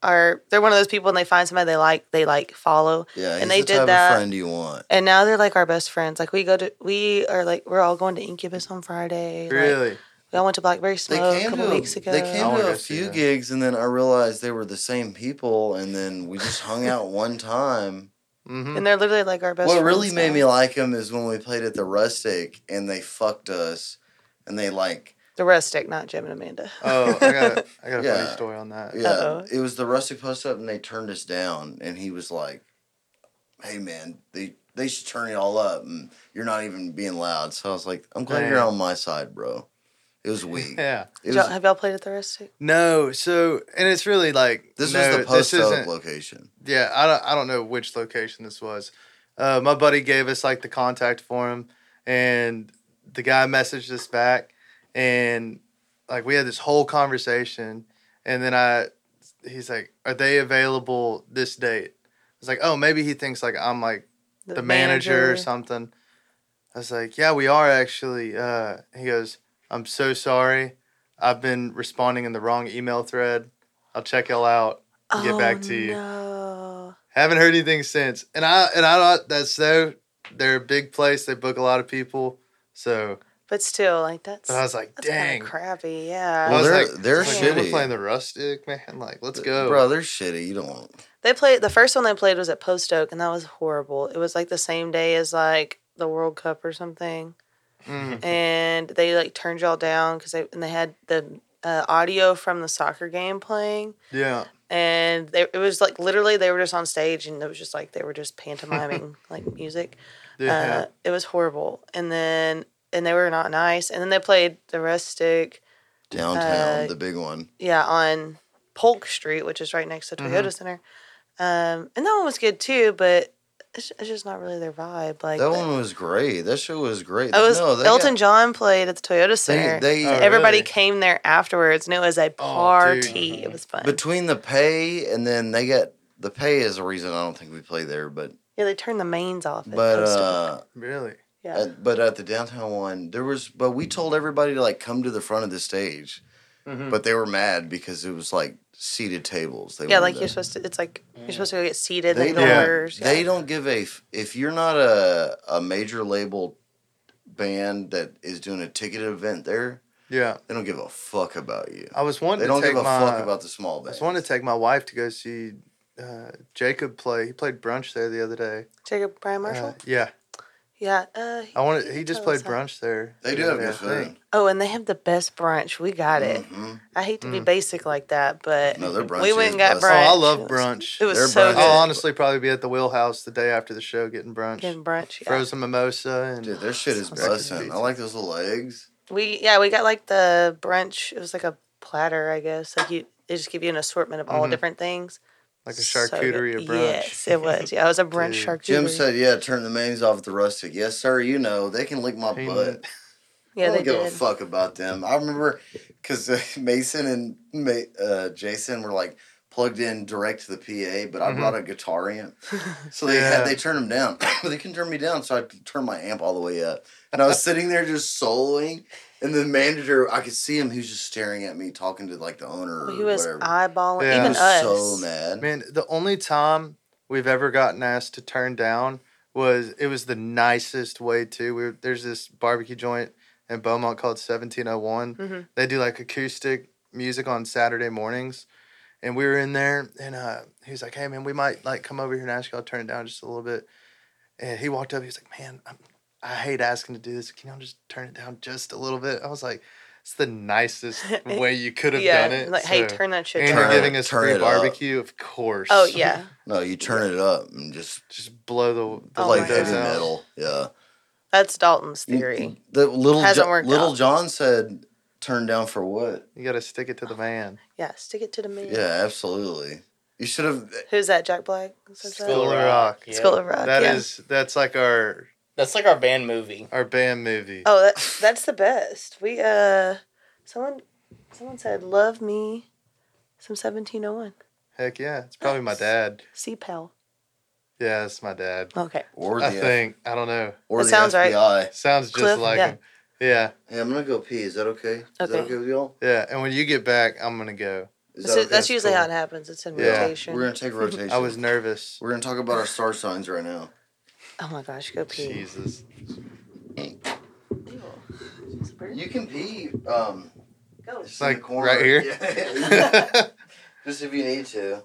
Speaker 5: are they're one of those people, and they find somebody they like, they like follow,
Speaker 2: Yeah, he's
Speaker 5: And they
Speaker 2: the
Speaker 5: did
Speaker 2: type
Speaker 5: that-
Speaker 2: of friend you want.
Speaker 5: and now they're like our best friends. Like we go to, we are like we're all going to Incubus on Friday. Like,
Speaker 6: Really?
Speaker 5: we all went to Blackberry
Speaker 2: They
Speaker 5: Smoke Oh, a
Speaker 2: came
Speaker 5: couple
Speaker 2: to
Speaker 5: weeks ago.
Speaker 2: they
Speaker 6: I
Speaker 2: came
Speaker 6: wanna
Speaker 2: to
Speaker 6: go
Speaker 2: a
Speaker 6: see
Speaker 2: few
Speaker 6: that.
Speaker 2: gigs and then I realized they were the same people and then we just hung out one time.
Speaker 6: Mm-hmm.
Speaker 5: and they're literally like our best.
Speaker 2: what really
Speaker 5: friends
Speaker 2: made
Speaker 5: now.
Speaker 2: me like them is when we played at the Rustic and they fucked us and they like
Speaker 5: the rustic, not Jim and Amanda.
Speaker 6: Oh, I got a, I got a
Speaker 2: Yeah.
Speaker 6: funny story on that.
Speaker 2: yeah
Speaker 5: Uh-oh.
Speaker 2: it was the Rustic post up and they turned us down and he was like hey man they they should turn it all up and you're not even being loud so I was like I'm glad you're
Speaker 6: Damn.
Speaker 2: on my side bro it was weak
Speaker 6: Yeah.
Speaker 2: it
Speaker 5: Y'all-
Speaker 2: was,
Speaker 5: have y'all played at the rustic?
Speaker 6: No, so and it's really like
Speaker 2: this
Speaker 6: no,
Speaker 2: was the post
Speaker 6: isn't-
Speaker 2: up location
Speaker 6: Yeah, I don't, I don't know which location this was. Uh, my buddy gave us like the contact for him, and the guy messaged us back, and like we had this whole conversation, and then I, he's like, "Are they available this date?" I was like, "Oh, maybe he thinks like I'm like the manager, or something." I was like, "Yeah, we are actually." Uh, he goes, "I'm so sorry, I've been responding in the wrong email thread. I'll check y'all out." and get back to
Speaker 5: Oh,
Speaker 6: you.
Speaker 5: No.
Speaker 6: Haven't heard anything since. And I and I thought that's so. They're a big place. They book a lot of people. So
Speaker 5: But still, like that's
Speaker 6: But I was like,
Speaker 5: that's kind
Speaker 6: Uh, dang.
Speaker 5: of crappy. Yeah,
Speaker 6: I
Speaker 2: Well,
Speaker 6: was
Speaker 2: they're-
Speaker 6: like,
Speaker 2: they're
Speaker 6: I was like, We're
Speaker 2: shitty.
Speaker 6: playing the rustic, man. Like, let's go.
Speaker 2: Bro, they're shitty. You don't want.
Speaker 5: they played the first one they played was at Post Oak, and that was horrible. It was like the same day as like the World Cup or something,
Speaker 6: Mm.
Speaker 5: and they like turned y'all down because they and they had the uh, audio from the soccer game playing.
Speaker 6: Yeah.
Speaker 5: and they, it was like literally they were just on stage and it was just like they were just pantomiming like music
Speaker 6: Yeah.
Speaker 5: uh, it was horrible and then and they were not nice and then they played the rustic
Speaker 2: Downtown,
Speaker 5: Uh,
Speaker 2: the big one.
Speaker 5: yeah on polk street which is right next to toyota
Speaker 2: Mm-hmm.
Speaker 5: center um, and that one was good too but it's, it's just not really their vibe like Oh,
Speaker 2: That one was great. That show was great.
Speaker 5: it was
Speaker 2: no, they
Speaker 5: elton
Speaker 2: got-
Speaker 5: john played at the toyota
Speaker 2: They,
Speaker 5: center
Speaker 2: they
Speaker 6: Oh,
Speaker 5: everybody
Speaker 6: really? Oh, mm-hmm.
Speaker 5: came there afterwards and it was a party it was fun
Speaker 2: between the pay and then they got the pay is a reason I don't think we play there, but
Speaker 5: yeah they turned the mains off at
Speaker 2: but
Speaker 5: Post Oak.
Speaker 2: uh,
Speaker 6: Really?
Speaker 5: yeah.
Speaker 2: at, but at the downtown one, there was but we told everybody to like come to the front of the stage,
Speaker 5: Hmm.
Speaker 6: Mhm.
Speaker 2: but they were mad because it was like seated tables. They wanted
Speaker 5: Yeah, like
Speaker 2: to-
Speaker 5: you're supposed to. It's like
Speaker 6: Mm.
Speaker 5: you're supposed to go get seated.
Speaker 2: They
Speaker 5: like
Speaker 2: don't.
Speaker 6: Yeah.
Speaker 5: orders,
Speaker 2: They don't give a f- if you're not a a major label band that is doing a ticketed event there.
Speaker 6: Yeah.
Speaker 2: They don't give a fuck about you.
Speaker 6: I was wanting
Speaker 2: They
Speaker 6: to
Speaker 2: don't
Speaker 6: take
Speaker 2: give a
Speaker 6: my,
Speaker 2: fuck about the small
Speaker 6: I
Speaker 2: band.
Speaker 6: was wanting to take my wife to go see uh, Jacob play. He played brunch there the other day.
Speaker 5: Jacob Brian
Speaker 6: Uh,
Speaker 5: Marshall.
Speaker 6: yeah,
Speaker 5: yeah. Uh,
Speaker 6: I wanted. He just
Speaker 5: told
Speaker 6: played
Speaker 5: us that.
Speaker 6: brunch there.
Speaker 2: They do
Speaker 6: the
Speaker 2: have
Speaker 6: other
Speaker 2: good
Speaker 6: day, I
Speaker 2: food.
Speaker 6: think.
Speaker 5: Oh, and they have the best brunch. We got it.
Speaker 6: Mm.
Speaker 2: Mhm.
Speaker 5: I hate to be basic like that, but
Speaker 2: No, their brunch
Speaker 5: we
Speaker 2: is
Speaker 5: went and got
Speaker 2: best.
Speaker 6: Oh,
Speaker 5: brunch.
Speaker 6: I love
Speaker 5: It was-
Speaker 6: brunch.
Speaker 5: It was
Speaker 2: Their
Speaker 5: so
Speaker 2: brunch
Speaker 5: good.
Speaker 2: is-
Speaker 6: I'll honestly probably be at the Wheelhouse the day after the show getting brunch,
Speaker 5: Getting brunch. Yeah.
Speaker 6: frozen mimosa, and
Speaker 2: Dude, their shit is
Speaker 6: Sounds like
Speaker 2: busting.
Speaker 6: pizza.
Speaker 2: I like those little eggs.
Speaker 5: We yeah we got like the brunch. It was like a platter, I guess. Like you, they just give you an assortment of all
Speaker 6: Mhm.
Speaker 5: different things.
Speaker 6: like a
Speaker 5: So good.
Speaker 6: charcuterie of brunch.
Speaker 5: Yes, it was. Yeah, it was a brunch
Speaker 6: Dude.
Speaker 5: charcuterie.
Speaker 2: Jim said, "Yeah, turn the mains off at the rustic." Yes, sir. You know they can lick my
Speaker 6: Peanut.
Speaker 2: butt.
Speaker 5: Yeah,
Speaker 2: I
Speaker 5: they
Speaker 2: don't give a
Speaker 5: did.
Speaker 2: fuck about them. I remember because Mason and Ma- uh, Jason were like plugged in direct to the PA, but I
Speaker 6: Mhm.
Speaker 2: brought a guitar amp, so they
Speaker 6: Yeah.
Speaker 2: had they turned them down. but they couldn't turn me down, so I could turn my amp all the way up, and I was sitting there just soloing. And the manager, I could see him. He was just staring at me, talking to like the owner or
Speaker 5: He was
Speaker 2: whatever.
Speaker 5: eyeballing
Speaker 6: Yeah.
Speaker 2: he
Speaker 5: even
Speaker 2: was
Speaker 5: us.
Speaker 2: so mad.
Speaker 6: Man, the only time we've ever gotten asked to turn down was it was the nicest way too. We were, there's this barbecue joint in Beaumont called 1701.
Speaker 5: Mhm.
Speaker 6: They do like acoustic music on Saturday mornings, and we were in there, and uh, he was like, "Hey man, we might like come over here in Asheville, turn it down just a little bit." And he walked up, he was like, "Man, I'm, I hate asking to do this. Can y'all just turn it down just a little bit?" I was like, "It's the nicest way you could have
Speaker 5: Yeah,
Speaker 6: done it."
Speaker 5: like hey,
Speaker 6: so-
Speaker 5: turn that shit.
Speaker 6: and
Speaker 5: down.
Speaker 6: you're
Speaker 2: Turn it-
Speaker 6: giving us
Speaker 2: turn it
Speaker 6: free
Speaker 2: up.
Speaker 6: barbecue, of course.
Speaker 5: Oh yeah,
Speaker 2: No, you turn it up and just
Speaker 6: Just blow the, the
Speaker 5: Oh
Speaker 2: play
Speaker 5: my
Speaker 2: heavy
Speaker 6: windows
Speaker 5: God.
Speaker 6: out.
Speaker 2: metal. Yeah.
Speaker 5: that's Dalton's theory.
Speaker 2: The little
Speaker 5: Hasn't
Speaker 2: Jo-
Speaker 5: worked
Speaker 2: little
Speaker 5: out.
Speaker 2: John said, "Turn down for what?"
Speaker 6: You gotta stick it to the man.
Speaker 5: Yeah, stick it to the man.
Speaker 2: Yeah, absolutely. You should have.
Speaker 5: Who's that? Jack Black. Says that?
Speaker 7: School of Rock. yeah.
Speaker 5: School of Rock.
Speaker 6: That is
Speaker 5: yeah.
Speaker 6: that's like our
Speaker 7: That's like our band movie.
Speaker 6: our band movie.
Speaker 5: Oh, that, that's the best. We uh, someone, someone said, "Love me," some seventeen oh one.
Speaker 6: Heck yeah, it's probably my dad.
Speaker 5: C Pal.
Speaker 6: Yeah, it's my dad.
Speaker 5: Okay.
Speaker 2: Or the,
Speaker 6: I think I don't know.
Speaker 2: uh, Or the
Speaker 5: That sounds right.
Speaker 2: FBI.
Speaker 6: Sounds just
Speaker 5: Cliff,
Speaker 6: like
Speaker 5: yeah.
Speaker 6: him. Yeah,
Speaker 2: Hey, I'm gonna go pee. Is that okay? Is that
Speaker 5: Okay.
Speaker 2: okay with y'all?
Speaker 6: yeah. And when you get back, I'm gonna go.
Speaker 2: Is
Speaker 5: That's,
Speaker 2: that
Speaker 5: that's
Speaker 2: okay?
Speaker 5: usually
Speaker 6: cool.
Speaker 5: how it happens. It's in
Speaker 6: Yeah.
Speaker 5: rotation.
Speaker 2: We're gonna take a rotation.
Speaker 6: I was nervous.
Speaker 2: We're gonna talk about our star signs right now.
Speaker 5: Oh my gosh, go pee.
Speaker 6: Jesus.
Speaker 5: Ew. It's weird.
Speaker 2: You can pee. Um,
Speaker 5: Go.
Speaker 2: just
Speaker 6: Like,
Speaker 2: in the corner.
Speaker 6: right here?
Speaker 2: Yeah.
Speaker 6: oh,
Speaker 2: just if you need to.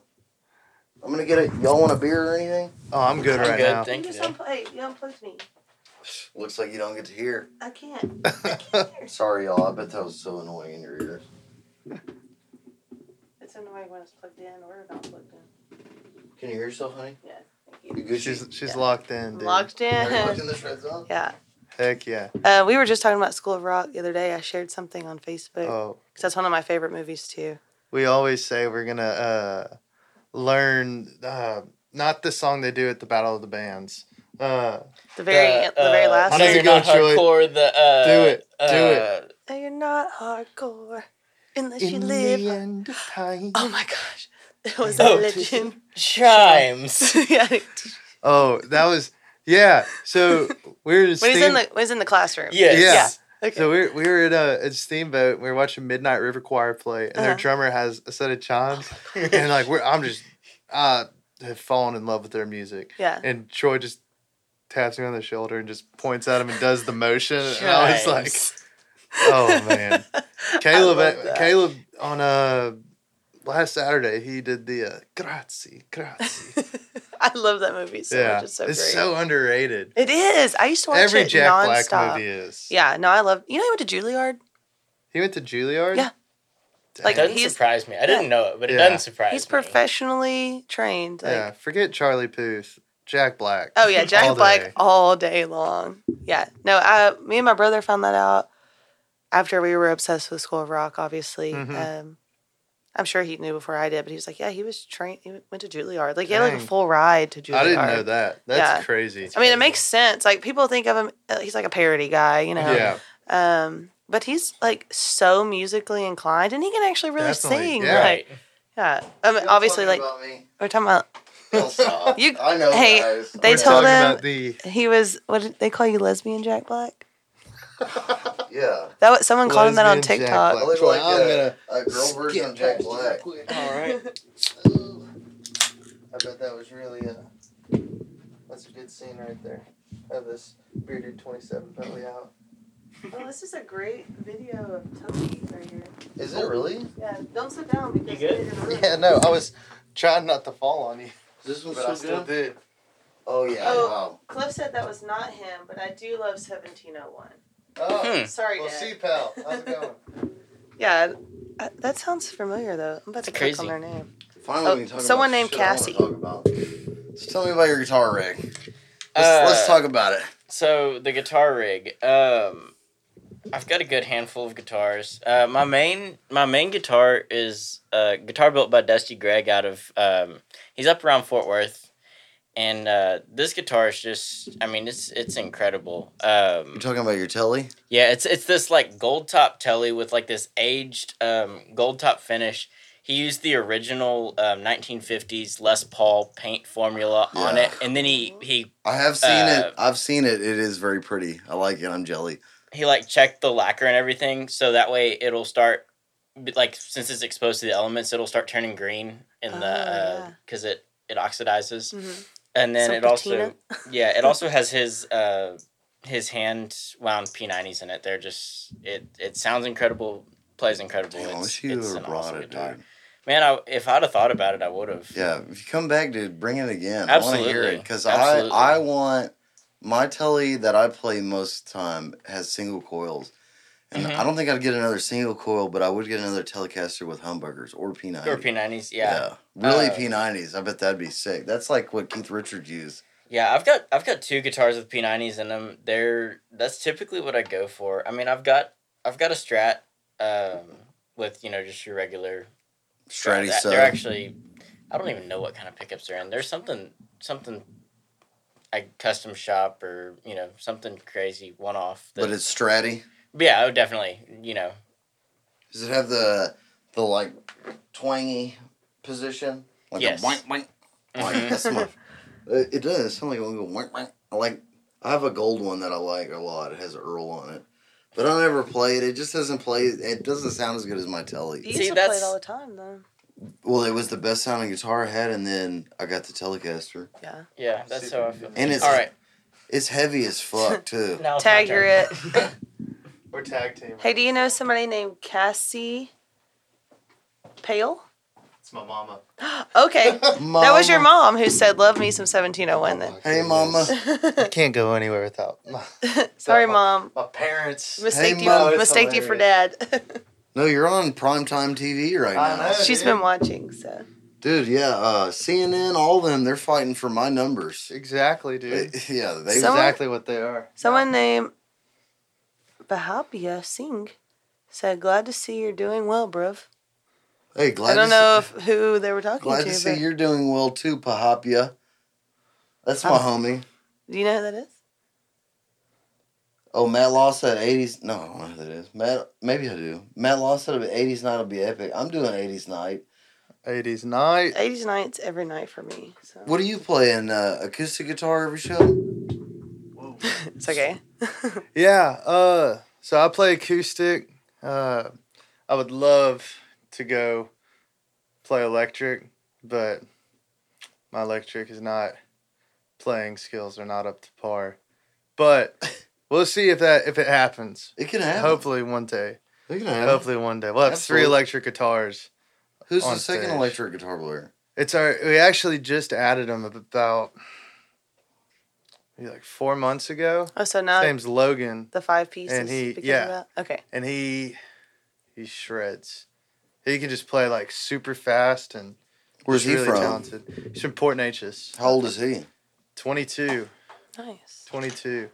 Speaker 2: I'm gonna get it. Y'all want a beer or anything?
Speaker 6: Oh, I'm good
Speaker 7: I'm
Speaker 6: right
Speaker 7: good,
Speaker 6: now.
Speaker 7: thank
Speaker 5: You
Speaker 7: you.
Speaker 5: just
Speaker 7: though.
Speaker 5: unpl- hey, you unplugged me.
Speaker 2: Looks like you don't get to hear.
Speaker 5: I can't.
Speaker 2: Sorry, y'all. I bet that was so annoying in your ears.
Speaker 5: It's annoying when it's plugged in or not plugged in.
Speaker 2: Can you hear yourself, honey?
Speaker 5: Yeah. Thank you.
Speaker 2: You good?
Speaker 6: she's she's locked in, dude.
Speaker 5: Locked
Speaker 2: Are you
Speaker 5: in.
Speaker 2: watching this red zone?
Speaker 5: Yeah.
Speaker 6: Heck yeah.
Speaker 5: Uh, we were just talking about School of Rock the other day. I shared something on Facebook because
Speaker 6: Oh,
Speaker 5: that's one of my favorite movies too.
Speaker 6: we always say we're gonna uh, learn uh, not the song they do at the Battle of the Bands. Uh,
Speaker 5: The very the,
Speaker 7: uh,
Speaker 5: very last.
Speaker 6: How
Speaker 7: I know
Speaker 5: one.
Speaker 6: does
Speaker 7: you're
Speaker 6: it go,
Speaker 7: not
Speaker 6: Troy?
Speaker 7: hardcore. The uh,
Speaker 6: Do it, do it.
Speaker 7: uh,
Speaker 5: No, you're not hardcore unless you
Speaker 6: in
Speaker 5: live.
Speaker 6: the end of time.
Speaker 5: Oh my gosh, it was
Speaker 7: Oh.
Speaker 5: a legend.
Speaker 7: Chimes.
Speaker 5: yeah, when
Speaker 6: Oh, that was yeah. So we were at
Speaker 5: he's in
Speaker 6: Steam-
Speaker 5: the when he's in the classroom.
Speaker 7: Yes.
Speaker 5: Yeah. Okay.
Speaker 6: So we were, we were at a at Steamboat. And we were watching Midnight River Choir play, and their
Speaker 5: Uh-huh.
Speaker 6: drummer has a set of chimes, and
Speaker 5: Uh.
Speaker 6: like we're, I'm just I have fallen in love with their music,
Speaker 5: yeah.
Speaker 6: and Troy just taps me on the shoulder and just points at him and does the motion. And I was like,
Speaker 7: Nice.
Speaker 6: oh man, Caleb,
Speaker 5: I love that.
Speaker 6: Caleb on uh last Saturday he did the uh, grazie, grazie.
Speaker 5: I love that movie so
Speaker 6: yeah,
Speaker 5: much. It's so great.
Speaker 6: underrated.
Speaker 5: it is. I used to watch
Speaker 6: Every
Speaker 5: it
Speaker 6: Jack
Speaker 5: nonstop.
Speaker 6: Black movie is.
Speaker 5: Yeah, no, I love. You know, he went to Juilliard.
Speaker 6: He went to Juilliard.
Speaker 5: Yeah.
Speaker 7: It
Speaker 5: Like,
Speaker 7: doesn't
Speaker 5: he's-
Speaker 7: surprise me. I didn't know it, but it
Speaker 6: Yeah.
Speaker 7: doesn't surprise
Speaker 5: He's
Speaker 7: me.
Speaker 5: professionally trained. Like,
Speaker 6: yeah. Forget Charlie Puth. Jack Black.
Speaker 5: Oh yeah, Jack
Speaker 6: All
Speaker 5: Black
Speaker 6: day.
Speaker 5: all day long. Yeah. No, I me and my brother found that out after we were obsessed with School of Rock, obviously.
Speaker 6: Mhm.
Speaker 5: Um I'm sure he knew before I did, but he was like, Yeah, he was trained he went to Juilliard. Like he had like a
Speaker 6: Dang.
Speaker 5: full ride to Juilliard.
Speaker 6: I didn't know that. That's
Speaker 5: Yeah.
Speaker 6: crazy.
Speaker 5: I mean, it makes sense. Like people think of him uh, he's like a parody guy, you know.
Speaker 6: yeah,
Speaker 5: Um but he's like so musically inclined and he can actually really
Speaker 6: Definitely,
Speaker 5: sing.
Speaker 6: yeah.
Speaker 5: Like,
Speaker 7: Right.
Speaker 5: yeah. I mean, obviously like we're talking about You-
Speaker 2: you, I know.
Speaker 5: hey,
Speaker 2: guys.
Speaker 5: they
Speaker 6: We're
Speaker 5: told
Speaker 6: talking
Speaker 5: him-
Speaker 6: about the
Speaker 5: he was what did they call you lesbian Jack Black?
Speaker 2: Yeah.
Speaker 5: That was someone called him that on
Speaker 6: Lesbian Jack
Speaker 5: TikTok.
Speaker 6: Black.
Speaker 2: I look
Speaker 6: Well,
Speaker 2: like uh,
Speaker 6: I'm
Speaker 2: a, a girl version of Jack Black.
Speaker 6: All right. I bet that was really uh that's a good scene right there. Of this bearded twenty seven belly out.
Speaker 5: Well, Oh, this is a great video of Toby right here.
Speaker 2: Is it really? Is
Speaker 5: Yeah, don't sit down because
Speaker 7: You good?
Speaker 5: it is-
Speaker 6: Yeah, no, I was trying not to fall on you,
Speaker 2: this one
Speaker 6: but I still did.
Speaker 2: Oh yeah.
Speaker 5: Oh.
Speaker 2: Wow.
Speaker 5: Cliff said that was not him, but I do love 1701.
Speaker 6: Oh,
Speaker 7: Hmm.
Speaker 5: Sorry,
Speaker 6: well,
Speaker 5: Dad.
Speaker 6: see, pal, how's it going?
Speaker 5: Yeah, uh, that sounds familiar though. I'm about to click
Speaker 7: crazy.
Speaker 5: on their name.
Speaker 2: Finally,
Speaker 5: Oh,
Speaker 2: we can talk
Speaker 5: someone
Speaker 2: about
Speaker 5: named
Speaker 2: shit I wanna
Speaker 5: Cassie.
Speaker 2: talk about. So tell me about your guitar rig. Let's,
Speaker 7: Uh,
Speaker 2: let's talk about it.
Speaker 7: So the guitar rig. Um, I've got a good handful of guitars. Uh, my main my main guitar is a guitar built by Dusty Gregg out of um, he's up around Fort Worth, and uh, this guitar is just I mean it's it's incredible. Um,
Speaker 2: You're talking about your telly.
Speaker 7: yeah, it's it's this like gold top telly with like this aged um, gold top finish. He used the original um, 1950s Les Paul paint formula on
Speaker 2: Yeah.
Speaker 7: it, and then he he
Speaker 2: I have seen
Speaker 7: Uh,
Speaker 2: it. I've seen it. It is very pretty. I like it. I'm jelly.
Speaker 7: he like checked the lacquer and everything so that way it'll start b- like since it's exposed to the elements it'll start turning green in
Speaker 5: Oh, yeah.
Speaker 7: the because it it oxidizes
Speaker 5: Mhm.
Speaker 7: and then
Speaker 5: Some
Speaker 7: it
Speaker 5: patina.
Speaker 7: also yeah it also has his uh his hand wound p90s in it they're just it it sounds incredible plays incredible
Speaker 2: Damn, I
Speaker 7: it's,
Speaker 2: wish you
Speaker 7: it's
Speaker 2: would
Speaker 7: an
Speaker 2: have brought
Speaker 7: awesome
Speaker 2: it,
Speaker 7: guitar
Speaker 2: dude.
Speaker 7: man I, if i'd have thought about it i would have
Speaker 2: Yeah, if you come back, dude, bring it again. I want to hear it
Speaker 7: Absolutely.
Speaker 2: because I
Speaker 7: Absolutely.
Speaker 2: I want my telly that I play most of the time has single coils, and
Speaker 7: Mhm.
Speaker 2: I don't think I'd get another single coil, but I would get another Telecaster with humbuckers or P90.
Speaker 7: or p90s yeah
Speaker 2: really
Speaker 7: Uh,
Speaker 2: P90s. I bet that'd be sick. That's like what Keith Richards used.
Speaker 7: Yeah, I've got I've got two guitars with P90s in them. They're that's typically what I go for. I mean, I've got I've got a Strat um, with you know just your regular Strat.
Speaker 2: Stratty
Speaker 7: That-
Speaker 2: sub.
Speaker 7: They're actually I don't even know what kind of pickups they're in. There's something something I custom shop or you know something crazy one off.
Speaker 2: but it's Stratty.
Speaker 7: yeah, oh definitely you know
Speaker 2: Does it have the the like twangy position? Like
Speaker 7: Yes.
Speaker 2: a wank wank. Like
Speaker 7: Mhm.
Speaker 2: that's my. It it does. It sounds like one go wank wank. I like. I have a gold one that I like a lot. It has Earl on it, but I don't ever play it. It just doesn't play. It doesn't sound as good as my
Speaker 5: You
Speaker 2: Telly.
Speaker 5: used
Speaker 7: See,
Speaker 5: to play
Speaker 7: that's-
Speaker 5: it all the time though.
Speaker 2: Well, it was the best sounding guitar I had, and then I got the Telecaster.
Speaker 5: Yeah.
Speaker 7: yeah that's how I feel.
Speaker 2: And it's
Speaker 7: All right,
Speaker 2: it's heavy as fuck too.
Speaker 7: now it's my
Speaker 5: Tag
Speaker 7: turn.
Speaker 5: your it.
Speaker 6: We're tag team.
Speaker 5: Hey, do you know somebody named Cassie Pale?
Speaker 6: It's my mama.
Speaker 5: Okay. That was your mom who said, Love me some 1701 then.
Speaker 2: Hey, mama.
Speaker 6: I can't go anywhere without my,
Speaker 5: Sorry, mom.
Speaker 6: my parents.
Speaker 5: Mistake
Speaker 2: Mom,
Speaker 5: you,
Speaker 2: it's
Speaker 5: mistaked you for dad.
Speaker 2: No, you're on primetime TV right
Speaker 6: I
Speaker 2: now.
Speaker 6: know.
Speaker 5: She's
Speaker 6: dude.
Speaker 5: been watching, so
Speaker 2: Dude, yeah, uh, CNN, all them, they're fighting for my numbers.
Speaker 6: Exactly,
Speaker 2: They-
Speaker 6: dude.
Speaker 2: yeah, they
Speaker 5: Someone-
Speaker 6: exactly what they are.
Speaker 5: someone named Bahabia Singh said, "Glad to see you're doing well, bruv."
Speaker 2: Hey, glad
Speaker 5: I
Speaker 2: to
Speaker 5: don't know
Speaker 2: See,
Speaker 5: if, who they were talking
Speaker 2: glad
Speaker 5: to,
Speaker 2: to see
Speaker 5: but
Speaker 2: you're doing well too, Pahapia. That's my homie.
Speaker 5: do you know who that is?
Speaker 2: Oh, Matt Law said 80s. No, I don't know who that is. Matt, maybe I do. Matt Law said 80s night will be epic. I'm doing 80s night.
Speaker 6: 80s night.
Speaker 5: Eighties nights every night for me. So
Speaker 2: What are you playing? Uh, acoustic guitar every show?
Speaker 5: it's okay.
Speaker 6: Yeah. Uh, so I play acoustic. Uh, I would love to go play electric, but my electric is not playing skills are not up to par. But we'll see if that if it happens.
Speaker 2: It can happen.
Speaker 6: Hopefully one day.
Speaker 2: It can happen.
Speaker 6: Hopefully one day. We'll have
Speaker 2: Absolutely.
Speaker 6: three electric guitars.
Speaker 2: Who's the
Speaker 6: on
Speaker 2: second
Speaker 6: stage.
Speaker 2: electric guitar player?
Speaker 6: It's our we actually just added them about maybe like four months ago.
Speaker 5: Oh, so
Speaker 2: Uh,
Speaker 6: His
Speaker 5: now
Speaker 6: name's Logan,
Speaker 5: the five pieces.
Speaker 6: and he-
Speaker 5: because of
Speaker 6: yeah.
Speaker 5: that? Okay.
Speaker 6: and he he shreds. He can just play like super fast and
Speaker 2: Where's
Speaker 6: he's
Speaker 2: he
Speaker 6: really
Speaker 2: from?
Speaker 6: talented. He's from Port Neches.
Speaker 2: How old is he?
Speaker 6: 22,
Speaker 5: Nice.
Speaker 6: 22.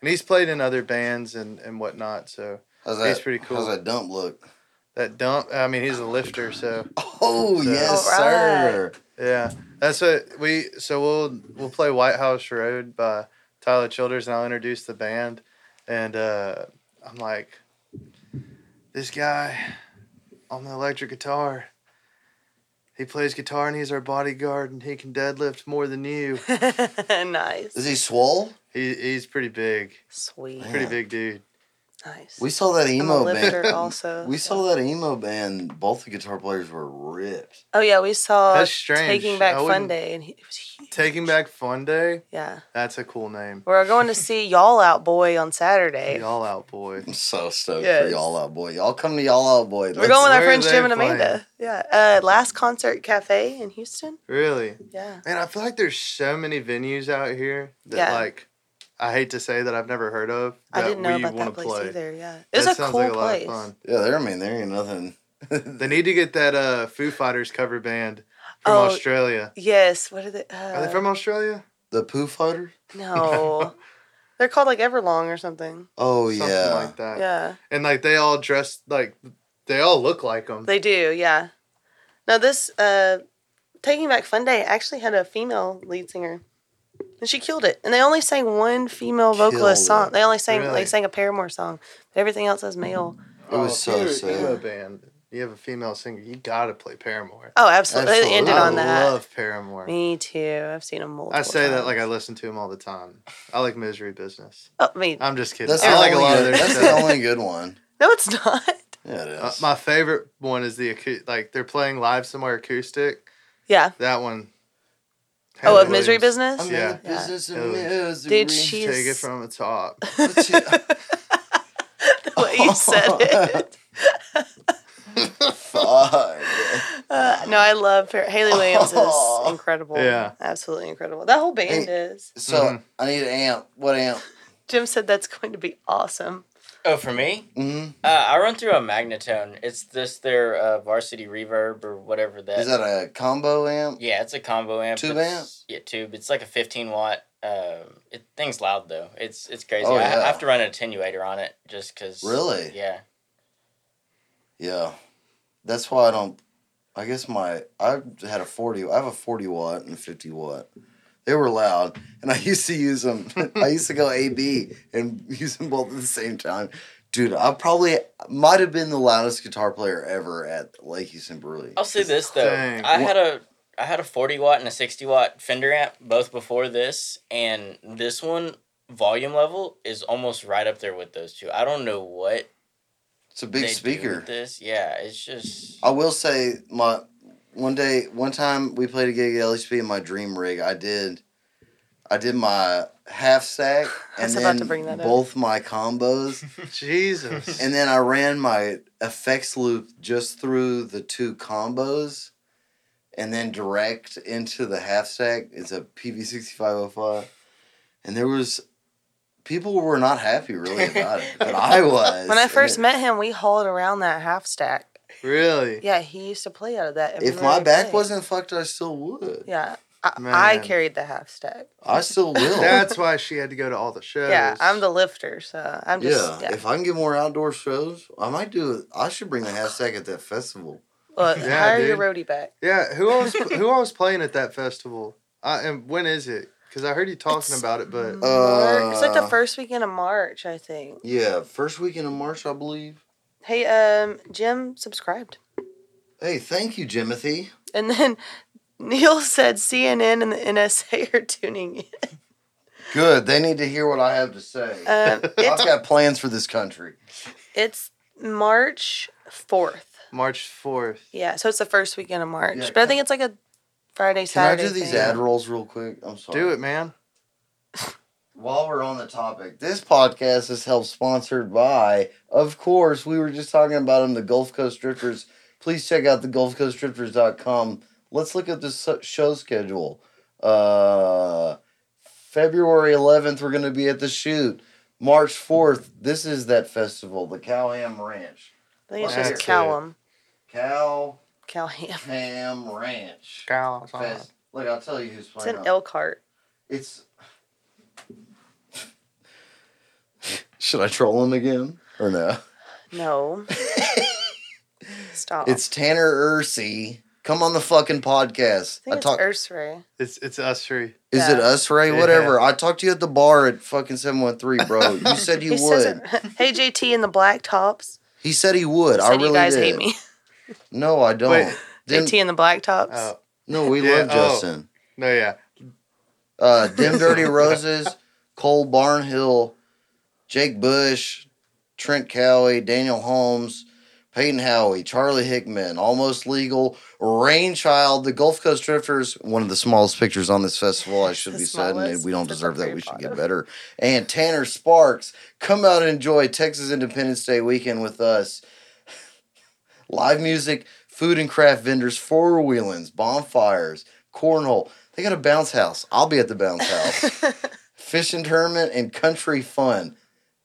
Speaker 6: And he's played in other bands and, and whatnot. So
Speaker 2: How's that?
Speaker 6: He's pretty cool.
Speaker 2: How's that dump look?
Speaker 6: that dump, I mean, he's a lifter. So
Speaker 2: Oh
Speaker 6: So-
Speaker 2: yes,
Speaker 5: All right.
Speaker 2: sir.
Speaker 6: yeah, that's what we, so we'll, we'll play White House Road by Tyler Childers and I'll introduce the band. And uh, I'm like, this guy on the electric guitar, he plays guitar and he's our bodyguard and he can deadlift more than you.
Speaker 5: nice.
Speaker 2: Is he swole?
Speaker 6: He, he's pretty big,
Speaker 5: Sweet.
Speaker 6: pretty
Speaker 2: Yeah.
Speaker 6: big dude.
Speaker 5: Nice.
Speaker 2: We saw that
Speaker 5: I'm a
Speaker 2: emo
Speaker 5: lifter
Speaker 2: band.
Speaker 5: also.
Speaker 2: We saw that emo band. Both the guitar players were ripped.
Speaker 5: Oh yeah, we saw
Speaker 6: That's strange.
Speaker 5: Taking Back
Speaker 6: I
Speaker 5: Fun
Speaker 6: wouldn't-
Speaker 5: Day, and he, it was huge.
Speaker 6: Taking Back Fun Day,
Speaker 5: Yeah,
Speaker 6: that's a cool name.
Speaker 5: we're going to see Y'all Out Boy on Saturday.
Speaker 6: Y'all out, boy.
Speaker 2: I'm so stoked for
Speaker 5: Yes.
Speaker 2: y'all out, boy. Y'all come to y'all out, boy.
Speaker 5: We're going with our
Speaker 6: where are
Speaker 5: friends
Speaker 6: they
Speaker 5: Jim and
Speaker 6: playing?
Speaker 5: Amanda. Yeah, uh, last concert cafe in Houston.
Speaker 6: Really?
Speaker 5: Yeah,
Speaker 6: Man, I feel like there's so many venues out here that
Speaker 5: Yeah.
Speaker 6: like I hate to say that I've never heard of.
Speaker 5: I
Speaker 6: That
Speaker 5: didn't know
Speaker 6: we
Speaker 5: about
Speaker 6: wanna
Speaker 5: that place
Speaker 6: play.
Speaker 5: either. Yeah, it was
Speaker 6: That
Speaker 5: a
Speaker 6: sounds
Speaker 5: cool
Speaker 6: like a lot
Speaker 5: place.
Speaker 6: of fun.
Speaker 2: Yeah, there. I mean, there ain't nothing.
Speaker 6: They need to get that uh Foo Fighters cover band from
Speaker 5: Oh.
Speaker 6: Australia.
Speaker 5: Yes, what are they? Uh,
Speaker 6: Are they from Australia?
Speaker 2: The Pooh Fighters.
Speaker 5: No, they're called like Everlong or something.
Speaker 2: Oh
Speaker 6: Something
Speaker 2: yeah.
Speaker 6: like that.
Speaker 5: Yeah,
Speaker 6: And like they all dress like they all look like them.
Speaker 5: they do. Yeah. Now this uh, Taking Back Fun Day actually had a female lead singer, and she killed it. And they only sang one female vocalist
Speaker 2: Killed it.
Speaker 5: song. They only sang
Speaker 6: Really?
Speaker 5: they sang a Paramore song. But everything else was male.
Speaker 2: It was so
Speaker 6: Oh, you
Speaker 2: sad.
Speaker 6: band. You have a female singer. You gotta play Paramore.
Speaker 5: Oh, absolutely! They ended
Speaker 6: I
Speaker 5: on that.
Speaker 6: love Paramore.
Speaker 5: Me too. I've seen him multiple.
Speaker 6: I say that like I
Speaker 5: times.
Speaker 6: listen to him all the time. I like Misery Business.
Speaker 5: Oh, me.
Speaker 6: I'm just kidding.
Speaker 2: That's
Speaker 6: I
Speaker 2: the
Speaker 6: like a
Speaker 2: only
Speaker 6: lot of
Speaker 2: good-
Speaker 6: their
Speaker 2: That's the
Speaker 6: stuff.
Speaker 2: only good one.
Speaker 5: No, it's not.
Speaker 2: Yeah, it is.
Speaker 6: Uh, my favorite one is the acou- like they're playing live somewhere acoustic.
Speaker 5: Yeah.
Speaker 6: That one.
Speaker 5: Oh,
Speaker 6: Hank
Speaker 5: of misery
Speaker 6: Williams,
Speaker 5: business.
Speaker 6: mean, yeah.
Speaker 2: business
Speaker 6: Yeah.
Speaker 2: and misery.
Speaker 5: Dude, she-
Speaker 6: Take it from the top.
Speaker 5: the way you said it.
Speaker 2: Fuck.
Speaker 5: Uh, no, I love Par- Haley Williams
Speaker 2: Oh.
Speaker 5: is incredible.
Speaker 6: Yeah.
Speaker 5: absolutely incredible. That whole band is.
Speaker 2: So
Speaker 6: Mhm.
Speaker 2: I need an amp. What amp?
Speaker 5: Jim said that's going to be awesome.
Speaker 7: Oh, for me,
Speaker 2: Mm-hmm.
Speaker 7: uh, I run through a magnetone. It's this their uh, varsity reverb or whatever that.
Speaker 2: Is that a combo amp?
Speaker 7: yeah, it's a combo amp.
Speaker 2: Tube
Speaker 7: It's-
Speaker 2: amp?
Speaker 7: Yeah, tube. It's like a fifteen watt. Um, it thing's loud though. It's it's crazy.
Speaker 2: Oh,
Speaker 7: I,
Speaker 2: yeah.
Speaker 7: I have to run an attenuator on it just because.
Speaker 2: Really?
Speaker 7: Yeah.
Speaker 2: Yeah. That's why I don't. I guess my I had a forty. I have a forty watt and a fifty watt. They were loud, and I used to use them. I used to go AB and use them both at the same time. Dude, I probably might have been the loudest guitar player ever at Lake Houston Brewery.
Speaker 7: I'll say this though.
Speaker 6: Dang.
Speaker 7: I
Speaker 2: Wha-
Speaker 7: had a I had a forty watt and a sixty watt Fender amp both before this, and this one volume level is almost right up there with those two. I don't know what
Speaker 2: It's a big
Speaker 7: they do
Speaker 2: speaker. Oh.
Speaker 7: with this. Yeah, it's just
Speaker 2: I will say my one day one time we played a gig at LHP in my dream rig. I did I did my half sack
Speaker 5: I was
Speaker 2: and
Speaker 5: about
Speaker 2: then
Speaker 5: to bring that up.
Speaker 2: both my combos
Speaker 6: Jesus.
Speaker 2: and then I ran my effects loop just through the two combos and then direct into the half sack. It's a PV6505 and there was people were not happy really about it, but I was.
Speaker 5: When I
Speaker 2: And
Speaker 5: first
Speaker 2: it-
Speaker 5: met him, we hauled around that half stack.
Speaker 6: really?
Speaker 5: Yeah, he used to play out of that. every
Speaker 2: if my
Speaker 5: day.
Speaker 2: back wasn't fucked, I still would.
Speaker 5: Yeah, I, I
Speaker 6: Man.
Speaker 5: carried the half stack.
Speaker 2: I still will.
Speaker 6: That's why she had to go to all the shows.
Speaker 5: Yeah, I'm the lifter, so I'm just.
Speaker 2: yeah,
Speaker 5: Yeah.
Speaker 2: if I can get more outdoor shows, I might do it. I should bring the hashtag at that festival.
Speaker 5: Well,
Speaker 6: Yeah,
Speaker 5: hire your
Speaker 6: dude.
Speaker 5: roadie back.
Speaker 6: Yeah. Who else? Who else playing at that festival? I, and when is it? Because I heard you talking
Speaker 5: It's- mm.
Speaker 6: about it, but
Speaker 5: Mar- it's like the
Speaker 2: Uh,
Speaker 5: first weekend of March, I think.
Speaker 2: Yeah, first weekend of March, I believe.
Speaker 5: Hey, um, Jim subscribed.
Speaker 2: Hey, thank you, Jimothy.
Speaker 5: And then Neil said CNN and the NSA are tuning in.
Speaker 2: Good. They need to hear what I have to say.
Speaker 5: Um,
Speaker 2: I've
Speaker 5: it's,
Speaker 2: got plans for this country.
Speaker 5: it's March 4th.
Speaker 6: March fourth.
Speaker 5: Yeah, so it's the first weekend of March.
Speaker 2: Yeah.
Speaker 5: But I think it's like a Friday,
Speaker 2: Can I
Speaker 5: Saturday.
Speaker 2: do these
Speaker 5: thing.
Speaker 2: ad rolls real quick? I'm sorry.
Speaker 6: Do it, man.
Speaker 2: while we're on the topic, this podcast is helped sponsored by, of course, we were just talking about them, the Gulf Coast Drifters. Please check out the GulfCoastDrifters.com. Let's look at the s- show schedule. Uh, February 11th, we're going to be at the shoot. March 4th, this is that festival, the Cowham Ranch.
Speaker 5: I think it's
Speaker 2: That's
Speaker 5: just
Speaker 6: it.
Speaker 5: Callum.
Speaker 2: Cowham
Speaker 5: Callham.
Speaker 2: Ranch.
Speaker 6: Cal,
Speaker 2: Fest. Look, I'll tell you who's
Speaker 5: It's
Speaker 2: playing.
Speaker 5: in
Speaker 2: up.
Speaker 5: Elkhart.
Speaker 2: It's. Should I troll him again or no?
Speaker 5: No. Stop.
Speaker 2: It's Tanner Ursi. Come on the fucking podcast.
Speaker 5: I
Speaker 2: I,
Speaker 5: think
Speaker 2: talk.
Speaker 5: it's Ursary.
Speaker 6: it's it's us three.
Speaker 2: is it us, Ray?
Speaker 6: Yeah.
Speaker 2: Whatever. I talked to you at the bar at fucking seven one three, bro. You said you
Speaker 5: He
Speaker 2: would.
Speaker 5: says it- hey, JT in the black tops.
Speaker 2: he said he would.
Speaker 5: Said
Speaker 2: I really
Speaker 5: you guys
Speaker 2: did.
Speaker 5: hate me.
Speaker 2: No, I don't.
Speaker 6: Wait.
Speaker 2: Them-
Speaker 5: JT in the black tops.
Speaker 6: Oh
Speaker 2: no, we
Speaker 6: Yeah,
Speaker 2: love
Speaker 6: oh.
Speaker 2: Justin.
Speaker 6: no, yeah.
Speaker 2: Uh, Dim Dirty Roses, Cole Barnhill, Jake Bush, Trent Cowie, Daniel Holmes, Peyton Howie, Charlie Hickman, Almost Legal, Rainchild, the Gulf Coast Drifters, one of the smallest pictures on this festival, I should
Speaker 5: The
Speaker 2: be said, and
Speaker 5: smallest.
Speaker 2: we don't
Speaker 5: That's
Speaker 2: deserve that.
Speaker 5: very
Speaker 2: We should get
Speaker 5: bottom.
Speaker 2: better. And Tanner Sparks, come out and enjoy Texas Independence Day weekend with us. Live music, food and craft vendors, four wheelings, bonfires, cornhole. They got a bounce house. I'll be at the bounce house. Fishing tournament and country fun.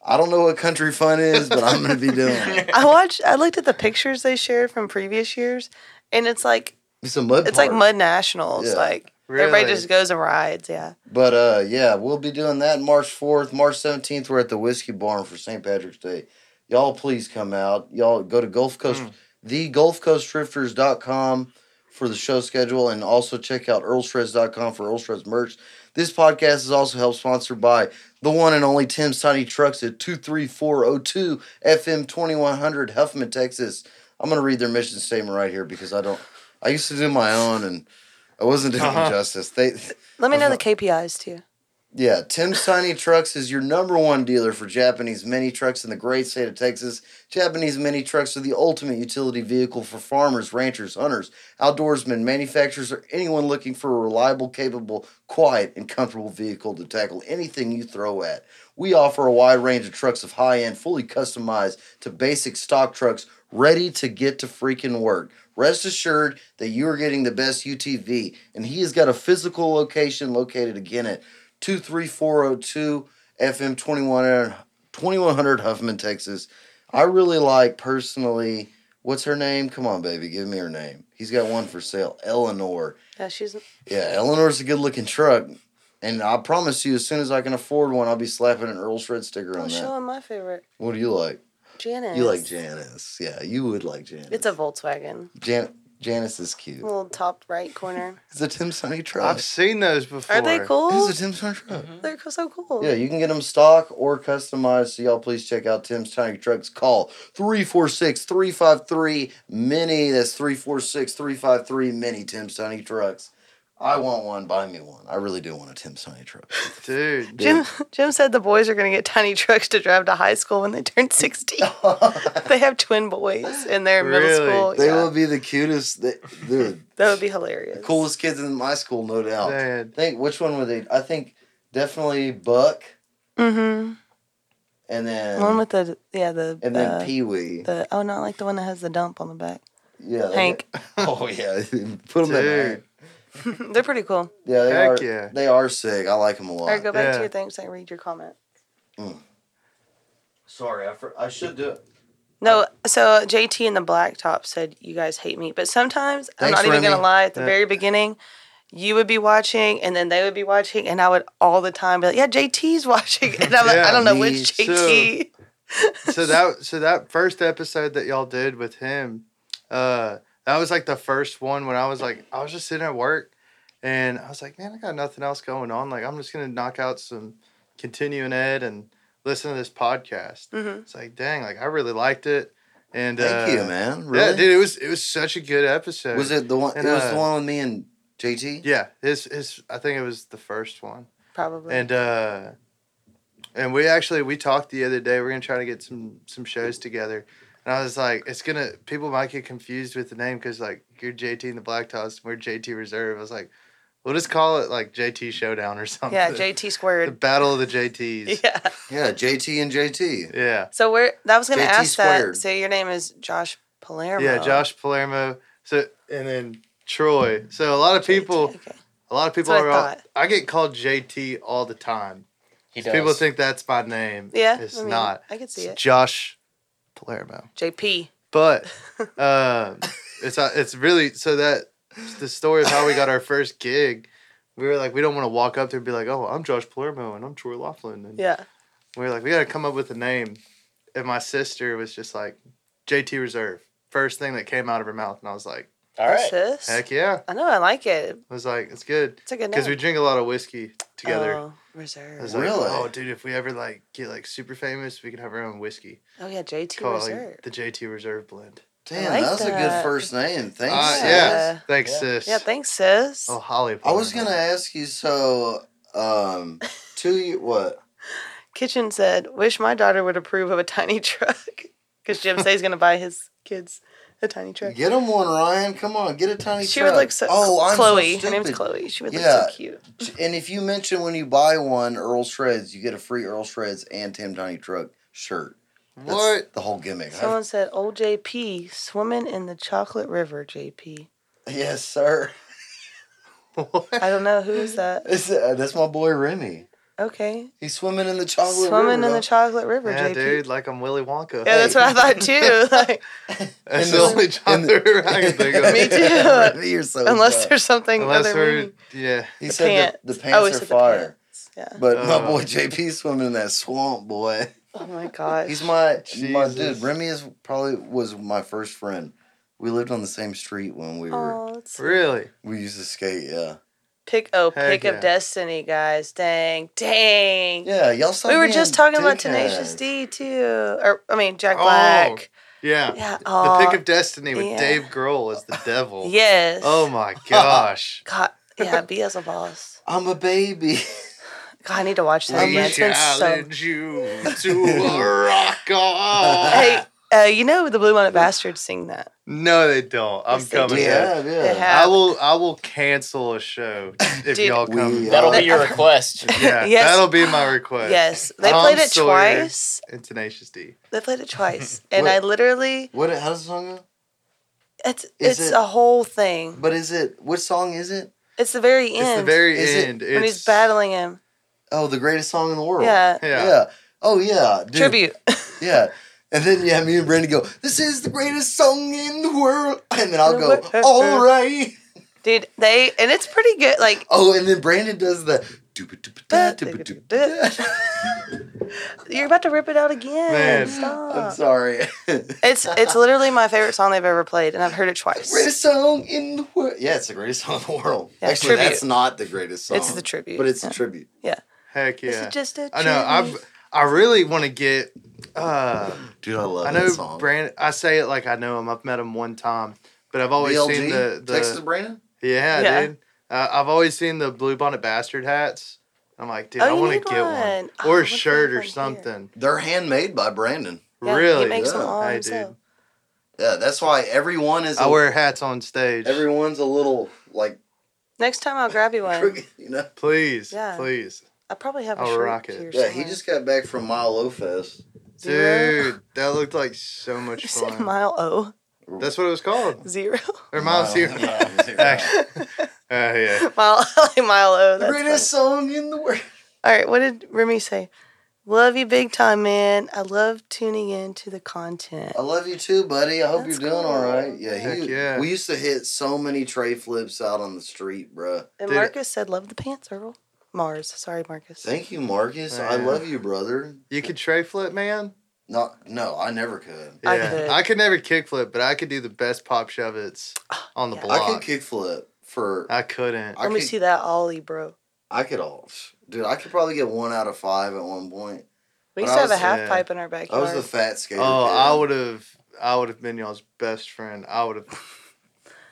Speaker 2: I don't know what country fun is, but I'm going to be doing it.
Speaker 5: I watched. I looked at the pictures they shared from previous years, and it's like
Speaker 2: It's a mud.
Speaker 5: it's like
Speaker 2: park.
Speaker 5: mud nationals.
Speaker 2: Yeah.
Speaker 5: Like
Speaker 6: Really?
Speaker 5: everybody just goes and rides. Yeah,
Speaker 2: But uh, yeah, we'll be doing that March 4th. March 17th, we're at the Whiskey Barn for St. Patrick's Day. Y'all, please come out. Y'all go to Gulf Coast, the Gulf Coast Drifters.com for the show schedule and also check out EarlShreds.com for Earl Shreds merch. This podcast is also helped sponsored by the one and only Tim's Tiny Trucks at 23402 FM 2100 Huffman, Texas. I'm going to read their mission statement right here because I don't, I used to do my own and I wasn't doing
Speaker 6: Uh-huh.
Speaker 2: it justice. They,
Speaker 5: let me know the KPIs too.
Speaker 2: yeah, Tim's Tiny Trucks is your number one dealer for Japanese mini trucks in the great state of Texas. Japanese mini trucks are the ultimate utility vehicle for farmers, ranchers, hunters, outdoorsmen, manufacturers, or anyone looking for a reliable, capable, quiet, and comfortable vehicle to tackle anything you throw at. We offer a wide range of trucks of high end, fully customized to basic stock trucks ready to get to freaking work. Rest assured that you are getting the best UTV, and he has got a physical location located again at 23402 FM 2100 2100 uh, Huffman, Texas. I really like personally, what's her name? Come on, baby, give me her name. He's got one for sale, Eleanor.
Speaker 5: Yeah, she's
Speaker 2: Yeah, Eleanor's a good looking truck. And I promise you, as soon as I can afford one, I'll be slapping an Earl Shred sticker
Speaker 5: oh,
Speaker 2: on that.
Speaker 5: showing my favorite
Speaker 2: What do you like?
Speaker 5: Janice.
Speaker 2: You like Janice. Yeah, you would like Janice.
Speaker 5: It's a Volkswagen,
Speaker 2: Jan- Janice is cute.
Speaker 5: little top right corner.
Speaker 2: It's a Tim Sunny truck.
Speaker 6: I've seen those before.
Speaker 5: Are they cool?
Speaker 2: It's a Tim Sunny truck.
Speaker 5: They're co- so cool.
Speaker 2: Yeah, you can get them stock or customized. So y'all please check out Tim's Tiny Trucks. Call 346-353-MINI. That's 346-353-MINI, Tim's Tiny Trucks. I want one. Buy me one. I really do want a Tim's Tiny Truck.
Speaker 6: Dude,
Speaker 5: Jim, Jim said the boys are going to get tiny trucks to drive to high school when they turn 16. they have twin boys and they're in
Speaker 6: Really?
Speaker 5: middle school.
Speaker 2: They
Speaker 5: yeah.
Speaker 2: will be the cutest. They, dude,
Speaker 5: that would be hilarious.
Speaker 2: coolest kids in my school, no doubt.
Speaker 6: Man.
Speaker 2: Think which one were they? I think definitely Buck,
Speaker 5: Mm-hmm.
Speaker 2: and then
Speaker 5: one with the, yeah, the,
Speaker 2: and then
Speaker 5: uh,
Speaker 2: Pee Wee.
Speaker 5: the, oh, not like the one that has the dump on the back.
Speaker 2: yeah, they-
Speaker 5: Hank.
Speaker 2: oh yeah, put them in.
Speaker 6: dude.
Speaker 2: Hank.
Speaker 5: they're pretty cool.
Speaker 2: Yeah, they
Speaker 6: Heck
Speaker 2: are.
Speaker 6: yeah.
Speaker 2: They are sick. I like them a
Speaker 5: All right, go
Speaker 2: lot.
Speaker 5: back
Speaker 6: Yeah.
Speaker 5: to your thing so I can read your comment.
Speaker 2: Sorry, I, for, I should do it.
Speaker 5: No, so JT in the black top said, You guys hate me. But sometimes, I'm
Speaker 2: Thanks,
Speaker 5: not even going
Speaker 2: Remy.
Speaker 5: to lie, at the
Speaker 6: Yeah.
Speaker 5: very beginning, you would be watching and then they would be watching, and I would all the time be like, Yeah, JT's watching. And I'm like,
Speaker 6: Yeah,
Speaker 5: I don't know
Speaker 2: me
Speaker 5: which
Speaker 6: too.
Speaker 5: JT.
Speaker 6: So that so that first episode that y'all did with him, uh, that was like the first one when I was like I was just sitting at work and I was like, Man, I got nothing else going on. Like I'm just gonna knock out some continuing ed and listen to this podcast.
Speaker 5: Mhm.
Speaker 6: It's like, dang, like I really liked it. And
Speaker 2: Thank
Speaker 6: uh,
Speaker 2: you, man. Really?
Speaker 6: Yeah, dude, it was it was such a good episode.
Speaker 2: Was it the one?
Speaker 6: And,
Speaker 2: it was
Speaker 6: uh,
Speaker 2: the one with me and JT.
Speaker 6: Yeah, his his I think it was the first one.
Speaker 5: Probably.
Speaker 6: and uh and we actually we talked the other day we're gonna try to get some some shows together and i was like it's gonna people might get confused with the name because like you're jt in the black toss and we're jt reserve i was like We'll just call it like JT Showdown or something.
Speaker 5: Yeah, JT
Speaker 6: The
Speaker 5: squared.
Speaker 6: Battle of the JTs.
Speaker 5: Yeah.
Speaker 2: Yeah, JT and JT.
Speaker 6: Yeah.
Speaker 5: So we're that was gonna
Speaker 2: JT
Speaker 5: ask
Speaker 2: squared.
Speaker 5: that. So your name is Josh Palermo.
Speaker 6: Yeah, Josh Palermo. So and then Troy. So a lot of
Speaker 5: JT,
Speaker 6: people
Speaker 5: okay.
Speaker 6: a lot of people
Speaker 5: That's what
Speaker 6: are
Speaker 5: I
Speaker 6: all-
Speaker 5: thought.
Speaker 6: I get called JT all the time.
Speaker 7: He does.
Speaker 6: People think that's my name.
Speaker 5: Yeah,
Speaker 6: It's
Speaker 5: I mean,
Speaker 6: not.
Speaker 5: I can see
Speaker 6: It's
Speaker 5: it.
Speaker 6: Josh Palermo.
Speaker 5: JP.
Speaker 6: But um it's uh, it's really so that the story of how we got our first gig. We were like, we don't want to walk up there and be like, oh, I'm Josh Palermo and I'm Troy Laughlin. And
Speaker 5: Yeah.
Speaker 6: we were like, we got to come up with a name. And my sister was just like, JT Reserve. First thing that came out of her mouth. And I was like,
Speaker 7: All right.
Speaker 5: That's this.
Speaker 6: heck yeah.
Speaker 5: I know. I like it.
Speaker 6: I was like, it's good.
Speaker 5: It's a good name.
Speaker 6: Because we drink a lot of whiskey together.
Speaker 5: Oh,
Speaker 6: I was
Speaker 5: reserve.
Speaker 6: like,
Speaker 2: Really?
Speaker 6: oh, dude, if we ever like get like super famous, we can have our own whiskey.
Speaker 5: Oh yeah, JT
Speaker 6: Call it,
Speaker 5: reserve.
Speaker 6: like, the JT Reserve blend.
Speaker 2: Damn,
Speaker 5: like
Speaker 2: that was a good
Speaker 5: that.
Speaker 2: first name. Thanks.
Speaker 6: Uh,
Speaker 2: sis.
Speaker 6: yeah.
Speaker 5: Yeah.
Speaker 6: Thanks,
Speaker 7: Yeah.
Speaker 6: sis.
Speaker 5: yeah. Thanks, sis.
Speaker 6: oh, Holly.
Speaker 2: I was gonna ask you. So, um, two you what?
Speaker 5: Kitchen said, "Wish my daughter would approve of a tiny truck." Because Jim says he's gonna buy his kids a tiny truck.
Speaker 2: Get him one, Ryan. Come on, get a tiny.
Speaker 5: She
Speaker 2: truck.
Speaker 5: would look so.
Speaker 2: Oh, I'm so
Speaker 5: Chloe. Her name's
Speaker 2: stupid.
Speaker 5: Chloe. She would
Speaker 2: Yeah.
Speaker 5: look so cute.
Speaker 2: And if you mention when you buy one Earl Shreds, you get a free Earl Shreds and Tim Tiny Truck shirt. That's
Speaker 6: What?
Speaker 2: the whole gimmick? I've-
Speaker 5: Someone said, "Old JP swimming in the chocolate river." JP.
Speaker 2: yes, sir.
Speaker 5: I don't know who is that.
Speaker 2: It's, uh, that's my boy Remy.
Speaker 5: Okay,
Speaker 2: He's swimming in the chocolate.
Speaker 5: swimming in
Speaker 2: river,
Speaker 5: the
Speaker 2: dog.
Speaker 5: chocolate river.
Speaker 6: Yeah,
Speaker 5: JP.
Speaker 6: dude, like I'm Willy Wonka.
Speaker 5: Yeah, that's what I thought too. Like,
Speaker 6: That's
Speaker 2: In the-
Speaker 6: the only John
Speaker 2: in the-
Speaker 6: Ritter I can think of.
Speaker 5: Me too.
Speaker 2: Remy, you're so
Speaker 5: unless
Speaker 2: dumb.
Speaker 5: there's something
Speaker 6: Unless
Speaker 5: other
Speaker 6: we're
Speaker 5: meaning.
Speaker 6: yeah.
Speaker 2: he
Speaker 5: the
Speaker 2: said the, the
Speaker 5: pants.
Speaker 2: pants
Speaker 5: Oh, he
Speaker 2: are
Speaker 5: said the
Speaker 2: fire.
Speaker 5: Yeah.
Speaker 2: But my
Speaker 6: Uh.
Speaker 2: boy JP swimming in that swamp, boy.
Speaker 5: Oh my god.
Speaker 2: He's my my dude.
Speaker 6: Jesus.
Speaker 2: Remy is probably was my first friend. We lived on the same street when we were
Speaker 5: Oh, let's see.
Speaker 6: Really?
Speaker 2: we used to skate. Yeah,
Speaker 5: pick oh
Speaker 6: Heck
Speaker 5: pick
Speaker 6: yeah.
Speaker 5: of destiny, guys. Dang, dang.
Speaker 2: yeah. Y'all. stop
Speaker 5: we were
Speaker 2: being
Speaker 5: just talking about
Speaker 2: dickheads.
Speaker 5: Tenacious D too, or I mean Jack
Speaker 6: Oh.
Speaker 5: Black.
Speaker 6: Yeah.
Speaker 5: Yeah.
Speaker 6: The
Speaker 5: Oh,
Speaker 6: Pick of Destiny with
Speaker 5: yeah.
Speaker 6: Dave Grohl as the devil.
Speaker 5: yes.
Speaker 6: Oh my gosh.
Speaker 5: God. Yeah, Beelzebubs.
Speaker 2: I'm a baby.
Speaker 5: God, I need to watch that
Speaker 2: We
Speaker 5: again. It's been so.
Speaker 6: you to a rock on.
Speaker 5: Hey, uh, you know the Blue Bonnet Bastards sing that.
Speaker 6: No, they don't. I'm
Speaker 5: Yes, they
Speaker 6: coming.
Speaker 5: do.
Speaker 6: to it.
Speaker 2: yeah,
Speaker 5: They
Speaker 2: yeah.
Speaker 5: have-
Speaker 6: I will. I will cancel a show if
Speaker 5: Dude.
Speaker 6: y'all
Speaker 2: We,
Speaker 6: come.
Speaker 2: uh,
Speaker 7: That'll be your
Speaker 5: I've-
Speaker 7: request.
Speaker 6: yeah.
Speaker 5: Yes.
Speaker 6: That'll be my request.
Speaker 5: Yes, they
Speaker 6: Tom
Speaker 5: played it
Speaker 6: Sawyer.
Speaker 5: twice.
Speaker 6: And Tenacious D.
Speaker 5: They played it twice, and
Speaker 2: What-
Speaker 5: I literally
Speaker 2: What? How does the song go?
Speaker 5: it's
Speaker 2: Is
Speaker 5: it's
Speaker 2: it-
Speaker 5: a whole thing.
Speaker 2: But is it? Which song is it?
Speaker 5: It's the very end.
Speaker 6: It's the very
Speaker 2: Is it-
Speaker 6: end.
Speaker 5: when
Speaker 6: it's,
Speaker 5: he's battling him.
Speaker 2: Oh, the greatest song in the world.
Speaker 5: Yeah.
Speaker 6: Yeah.
Speaker 2: Yeah. Oh yeah. Dude.
Speaker 5: Tribute.
Speaker 2: Yeah. And then yeah, me and Brandon go. This is the greatest song in the world. And then I'll go. All right.
Speaker 5: Dude, they and it's pretty good. Like
Speaker 2: Oh, and then Brandon does the. doopa-doopa-da, doopa-doopa-da.
Speaker 5: you're about to rip it out again.
Speaker 6: Man.
Speaker 2: I'm
Speaker 5: Stop.
Speaker 2: sorry.
Speaker 5: It's it's literally my favorite song they've ever played, and I've heard it twice.
Speaker 2: greatest song in the world. Yeah, it's the greatest song in the world.
Speaker 5: Yeah,
Speaker 2: Actually,
Speaker 5: tribute.
Speaker 2: that's not the greatest song.
Speaker 5: It's the tribute,
Speaker 2: But it's a
Speaker 5: yeah.
Speaker 2: tribute.
Speaker 6: Heck
Speaker 5: Is
Speaker 6: yeah.
Speaker 5: it just a
Speaker 6: I know. I
Speaker 5: tribute?
Speaker 6: I really want to get. Uh,
Speaker 2: Dude, I love
Speaker 6: I
Speaker 2: that
Speaker 6: know
Speaker 2: song.
Speaker 6: Brand. I say it like I know him. I've met him one time, but I've always
Speaker 2: BLG,
Speaker 6: seen the the
Speaker 2: Texas Brandon.
Speaker 6: yeah,
Speaker 5: Yeah.
Speaker 6: dude. Uh, I've always seen the blue bonnet bastard hats. I'm like, dude,
Speaker 5: Oh,
Speaker 6: I
Speaker 5: you
Speaker 6: want to
Speaker 5: need
Speaker 6: get one
Speaker 5: one. Oh,
Speaker 6: or
Speaker 5: I
Speaker 6: a
Speaker 5: wish I
Speaker 6: shirt
Speaker 5: had
Speaker 6: or
Speaker 5: one here.
Speaker 6: something.
Speaker 2: They're handmade by Brandon.
Speaker 5: Yeah,
Speaker 6: really?
Speaker 5: He makes
Speaker 2: Yeah.
Speaker 5: them all
Speaker 6: I
Speaker 5: himself.
Speaker 6: did.
Speaker 2: Yeah, that's why everyone is.
Speaker 6: I
Speaker 2: a-
Speaker 6: wear hats on stage.
Speaker 2: everyone's a little like
Speaker 5: Next time I'll grab you one.
Speaker 2: crooked, you know.
Speaker 6: please,
Speaker 5: Yeah.
Speaker 6: please,
Speaker 5: I probably have a
Speaker 6: I'll
Speaker 5: shirt
Speaker 6: rock it.
Speaker 5: here
Speaker 2: Yeah, he
Speaker 5: somewhere.
Speaker 2: just got back from Mile Low Fest.
Speaker 5: Zero.
Speaker 6: dude. That looked like so much
Speaker 5: You said
Speaker 6: fun.
Speaker 5: mile O
Speaker 6: That's what it was called.
Speaker 5: zero
Speaker 6: Or Miles here. Uh,
Speaker 2: the
Speaker 6: yeah.
Speaker 5: mile like mile O. That's
Speaker 2: greatest song in the world.
Speaker 5: All right, what did Remy say? Love you big time, man. I love tuning in to the content.
Speaker 2: I love you too, buddy. I hope
Speaker 5: That's
Speaker 2: you're doing
Speaker 5: cool.
Speaker 2: all right. Yeah,
Speaker 6: Heck
Speaker 2: he,
Speaker 6: yeah.
Speaker 2: we used to hit so many tray flips out on the street, bruh.
Speaker 5: And
Speaker 6: Dude.
Speaker 5: Marcus said, "Love the pants, Earl." Mars, sorry, Marcus.
Speaker 2: Thank you, Marcus. I
Speaker 6: Yeah.
Speaker 2: love you, brother.
Speaker 6: You could tray flip, man.
Speaker 2: No, no, I never could.
Speaker 5: I
Speaker 6: Yeah.
Speaker 5: could.
Speaker 6: I could never kickflip, but I could do the best pop shove it's on the
Speaker 5: yeah.
Speaker 6: block.
Speaker 2: I could kickflip for. I,
Speaker 6: I couldn't.
Speaker 5: Let me
Speaker 2: could-
Speaker 5: see that ollie, bro.
Speaker 2: I could all, dude. I could probably get one out of five at one point.
Speaker 5: We
Speaker 2: When
Speaker 5: used
Speaker 2: I
Speaker 5: to have a
Speaker 2: was-
Speaker 5: half
Speaker 6: yeah.
Speaker 5: pipe in our
Speaker 2: I
Speaker 5: backyard.
Speaker 2: was the fat skater.
Speaker 6: Oh, I
Speaker 2: kid.
Speaker 6: would have. I would have been y'all's best friend. I would have.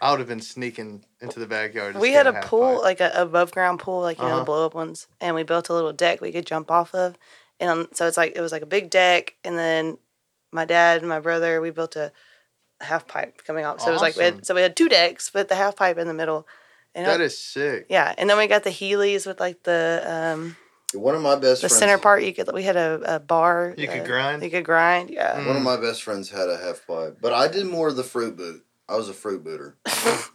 Speaker 6: I would have been sneaking into the backyard. to
Speaker 5: we
Speaker 6: steal
Speaker 5: had a
Speaker 6: half
Speaker 5: pool,
Speaker 6: pipe.
Speaker 5: like a above ground pool, like you know
Speaker 6: Uh-huh.
Speaker 5: the blow up ones, and we built a little deck we could jump off of, and um, so it's like it was like a big deck, and then my dad and my brother we built a half pipe coming off, so it was like we
Speaker 6: Awesome.
Speaker 5: had, so we had two decks, but the half pipe in the middle, And
Speaker 6: That is sick.
Speaker 5: yeah, and then we got the Heelys with like the um
Speaker 2: One of my best
Speaker 5: the
Speaker 2: friends,
Speaker 5: center part. You could we had a, a bar.
Speaker 6: You could
Speaker 5: uh,
Speaker 6: grind?
Speaker 5: You could grind. Yeah.
Speaker 6: Mm.
Speaker 2: One of my best friends had a half pipe, but I did more of the fruit boot. I was a fruit booter.
Speaker 6: Oh,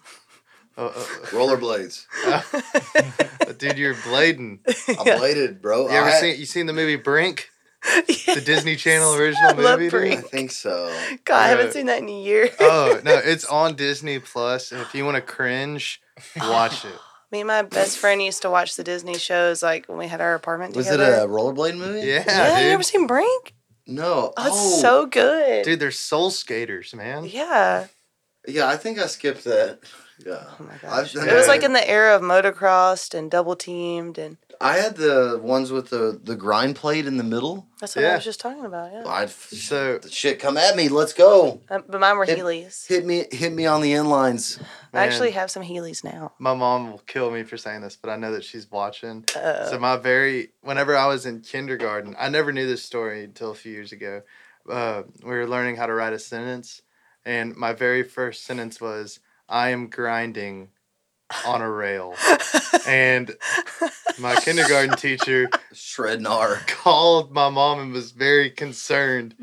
Speaker 6: oh,
Speaker 2: Rollerblades.
Speaker 6: oh. dude, you're blading.
Speaker 2: I bladed, bro.
Speaker 6: You ever
Speaker 2: I had-
Speaker 6: seen you seen the movie Brink? The
Speaker 5: Yeah.
Speaker 6: Disney Channel original movie?
Speaker 5: love
Speaker 6: dude?
Speaker 5: Brink.
Speaker 2: I think so.
Speaker 5: God, I
Speaker 6: uh,
Speaker 5: haven't seen that in a year.
Speaker 6: Oh no, it's on Disney Plus, and if you want to cringe, watch it.
Speaker 5: Me and my best friend used to watch the Disney shows like when we had our apartment
Speaker 2: Was it
Speaker 5: together.
Speaker 2: a rollerblade movie?
Speaker 6: Yeah,
Speaker 5: yeah, you
Speaker 6: dude.
Speaker 5: ever seen Brink?
Speaker 2: No.
Speaker 5: Oh, it's so good.
Speaker 6: Dude, um, they're soul skaters, man.
Speaker 5: Yeah.
Speaker 2: Yeah, I think I skipped that. Yeah.
Speaker 5: Oh my
Speaker 2: I've
Speaker 5: gosh.
Speaker 2: done
Speaker 5: It was
Speaker 6: that.
Speaker 5: like in the era of motocrossed and double teamed and
Speaker 2: I had the ones with the the grind plate in the middle.
Speaker 5: that's what
Speaker 6: Yeah.
Speaker 5: I was just talking about. Yeah.
Speaker 2: I'd
Speaker 6: So
Speaker 2: shit come at me. Let's go.
Speaker 5: Um, but mine were
Speaker 2: It-
Speaker 5: Heelys.
Speaker 2: Hit me hit me on the inlines.
Speaker 5: I actually
Speaker 6: man,
Speaker 5: have some Heelys now.
Speaker 6: my mom will kill me for saying this, but I know that she's watching.
Speaker 5: Uh,
Speaker 6: So my very whenever I was in kindergarten, I never knew this story until a few years ago. Uh, we were learning how to write a sentence, and my very first sentence was, "I am grinding on a rail," and my kindergarten teacher
Speaker 2: Shred gnar.
Speaker 6: called my mom and was very concerned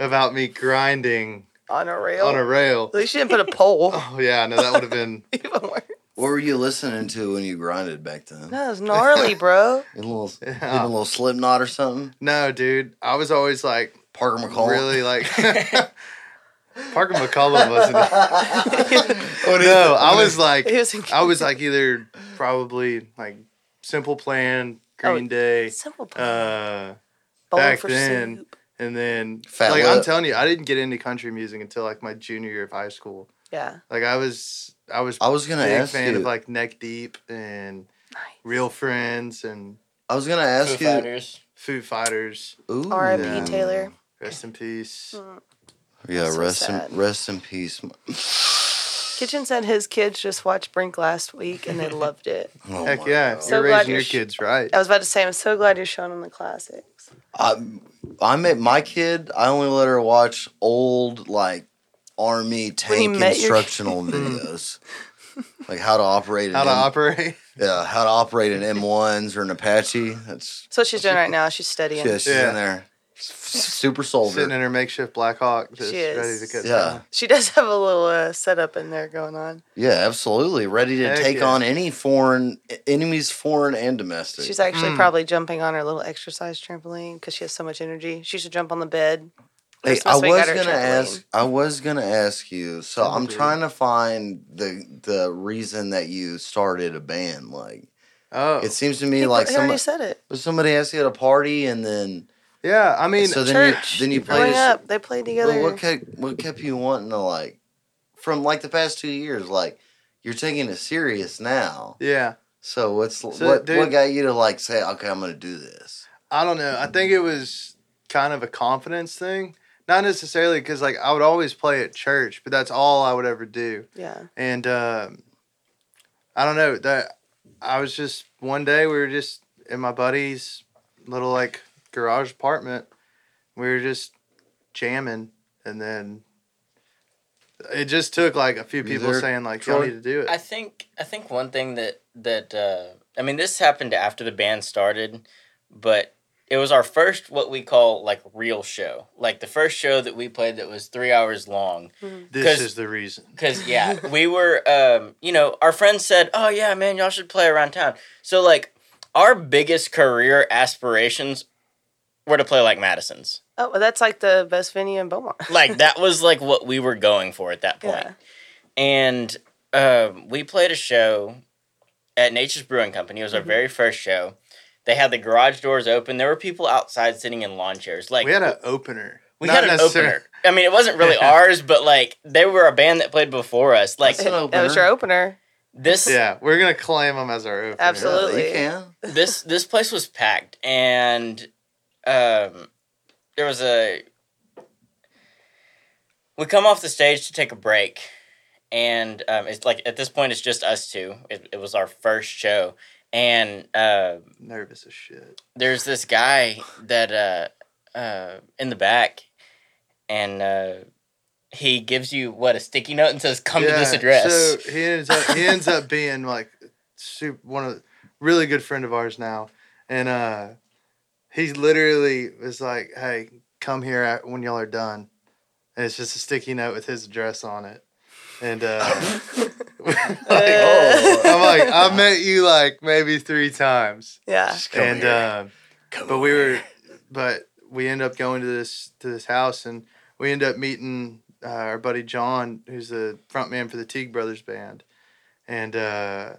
Speaker 6: about me grinding
Speaker 5: on a rail.
Speaker 6: on a rail.
Speaker 5: At least you didn't put a pole.
Speaker 6: Oh yeah, no, that would have been
Speaker 5: Even worse.
Speaker 2: What were you listening to when you grinded back
Speaker 6: Oh.
Speaker 2: then?
Speaker 5: That was gnarly, bro.
Speaker 2: A little,
Speaker 6: Yeah.
Speaker 2: even a little slipknot or something?
Speaker 6: no, dude. I was always like
Speaker 2: Parker McCall.
Speaker 6: really like Parker McCollum wasn't. No, I was
Speaker 5: It
Speaker 6: like
Speaker 5: was in-
Speaker 6: I was like either probably like Simple Plan, Green
Speaker 5: Oh,
Speaker 6: Day,
Speaker 5: simple. Uh,
Speaker 6: uh,
Speaker 5: bowling
Speaker 6: back
Speaker 5: for
Speaker 6: then,
Speaker 5: soup.
Speaker 6: and then
Speaker 2: Fat
Speaker 6: like I'm
Speaker 2: Lip.
Speaker 6: telling you, I didn't get into country music until like my junior year of high school.
Speaker 5: Yeah.
Speaker 6: Like I was I was
Speaker 2: I was gonna
Speaker 6: big
Speaker 2: ask
Speaker 6: fan
Speaker 2: you.
Speaker 6: of like Neck Deep and
Speaker 5: Nice.
Speaker 6: Real Friends and
Speaker 2: I was gonna
Speaker 7: Foo
Speaker 2: ask you.
Speaker 7: Fighters.
Speaker 6: Food Fighters.
Speaker 2: Ooh.
Speaker 5: R.I.P.
Speaker 6: Yeah.
Speaker 5: Taylor.
Speaker 6: Rest in peace.
Speaker 5: Oh
Speaker 2: Yeah,
Speaker 5: So
Speaker 2: rest
Speaker 5: sad.
Speaker 2: in rest in peace.
Speaker 5: Kitchen said his kids just watched Brink last week and they loved it.
Speaker 2: Oh
Speaker 6: Heck
Speaker 2: my
Speaker 6: yeah,
Speaker 2: God.
Speaker 5: So
Speaker 6: you're
Speaker 5: glad
Speaker 6: raising
Speaker 5: you're Oh,
Speaker 6: your
Speaker 5: sh-
Speaker 6: kids right.
Speaker 5: I was about to say, I'm so glad you're showing them the classics.
Speaker 2: I I met my kid. I only let her watch old like army
Speaker 5: you
Speaker 2: tank
Speaker 5: met your-
Speaker 2: instructional videos, like how to operate an
Speaker 6: Hmm. How to
Speaker 2: M-
Speaker 6: operate?
Speaker 2: yeah, how to operate an M1s or an Apache. That's
Speaker 5: So she's doing right now. She's studying.
Speaker 2: yeah, she's
Speaker 6: Yeah.
Speaker 2: in there, super
Speaker 6: Sitting
Speaker 2: soldier.
Speaker 6: in her makeshift Black Hawk, just
Speaker 5: She is.
Speaker 6: ready to cut.
Speaker 2: Yeah,
Speaker 5: She does have a little uh, setup in there going on.
Speaker 2: yeah, absolutely ready to
Speaker 6: Heck
Speaker 2: take
Speaker 6: yeah.
Speaker 2: on any foreign e, enemies, foreign and domestic.
Speaker 5: She's actually
Speaker 6: Mm.
Speaker 5: probably jumping on her little exercise trampoline because she has so much energy. She should jump on the bed.
Speaker 2: Hey,
Speaker 5: Christmas
Speaker 2: I
Speaker 5: we
Speaker 2: was
Speaker 5: got her
Speaker 2: gonna
Speaker 5: trampoline.
Speaker 2: ask. I was gonna ask you. So I'm
Speaker 6: Probably.
Speaker 2: trying to find the the reason that you started a band. Like
Speaker 6: Oh,
Speaker 2: it seems to me
Speaker 5: He,
Speaker 2: like
Speaker 5: he already
Speaker 2: somebody
Speaker 5: said it.
Speaker 2: somebody asked you at a party, and then
Speaker 6: yeah. I mean,
Speaker 2: so then
Speaker 5: Church.
Speaker 2: you then you played.
Speaker 5: Growing
Speaker 2: a s-
Speaker 5: up, they played together.
Speaker 2: Well, what kept what kept you wanting to like from like the past two years? Like you're taking it serious now.
Speaker 6: yeah.
Speaker 2: So what's
Speaker 6: So,
Speaker 2: what
Speaker 6: dude-
Speaker 2: what got you to like say okay I'm gonna do this?
Speaker 6: I don't know. I think it was kind of a confidence thing, not necessarily because like I would always play at church, but that's all I would ever do.
Speaker 5: yeah.
Speaker 6: and um, I don't know that I was just one day we were just in my buddy's little like garage apartment. We were just jamming, and then it just took like a few
Speaker 2: You
Speaker 6: people
Speaker 2: there,
Speaker 6: saying like
Speaker 2: Troy?
Speaker 6: y'all need to do it.
Speaker 7: I think I think one thing that that uh, I mean this happened after the band started, but it was our first what we call like real show, like the first show that we played that was three hours long.
Speaker 6: this
Speaker 7: 'cause-
Speaker 6: is the reason.
Speaker 7: Cause yeah, we were um, you know our friends said, oh yeah, man, y'all should play around town. So like our biggest career aspirations were to play like Madison's.
Speaker 5: Oh, well, that's like the best venue in Beaumont.
Speaker 7: Like that was like what we were going for at that point.
Speaker 5: Yeah.
Speaker 7: and um, we played a show at Nature's Brewing Company. It was
Speaker 6: Mm-hmm.
Speaker 7: our very first show. They had the garage doors open. There were people outside sitting in lawn chairs. Like
Speaker 6: We had an opener.
Speaker 7: we
Speaker 6: Not
Speaker 7: had an
Speaker 6: necessar-
Speaker 7: opener. I mean, it wasn't really ours, but like they were a band that played before us. Like
Speaker 2: That's an opener.
Speaker 5: That was your opener.
Speaker 7: this
Speaker 6: Yeah, we're gonna claim them as our opener.
Speaker 2: Yeah,
Speaker 5: Absolutely.
Speaker 2: you can.
Speaker 7: this this place was packed, and um, there was a. We come off the stage to take a break, and um, it's like at this point it's just us two. It, it was our first show, and uh,
Speaker 6: Nervous as shit.
Speaker 7: there's this guy that uh, uh, in the back, and uh, he gives you what a sticky note and says, "Come to this address."
Speaker 6: So he ends up he ends up being like super one of really good friend of ours now, and uh, he literally was like, "Hey, come here at, when y'all are done," and it's just a sticky note with his address on it, and uh, like,
Speaker 2: oh,
Speaker 6: I'm like, I met you like maybe three times,
Speaker 5: Yeah.
Speaker 2: Come
Speaker 6: and
Speaker 2: here.
Speaker 6: uh,
Speaker 2: come
Speaker 6: but we
Speaker 2: over
Speaker 6: were
Speaker 2: here.
Speaker 6: but we end up going to this to this house and we end up meeting uh, our buddy john who's the front man for the teague brothers band and uh,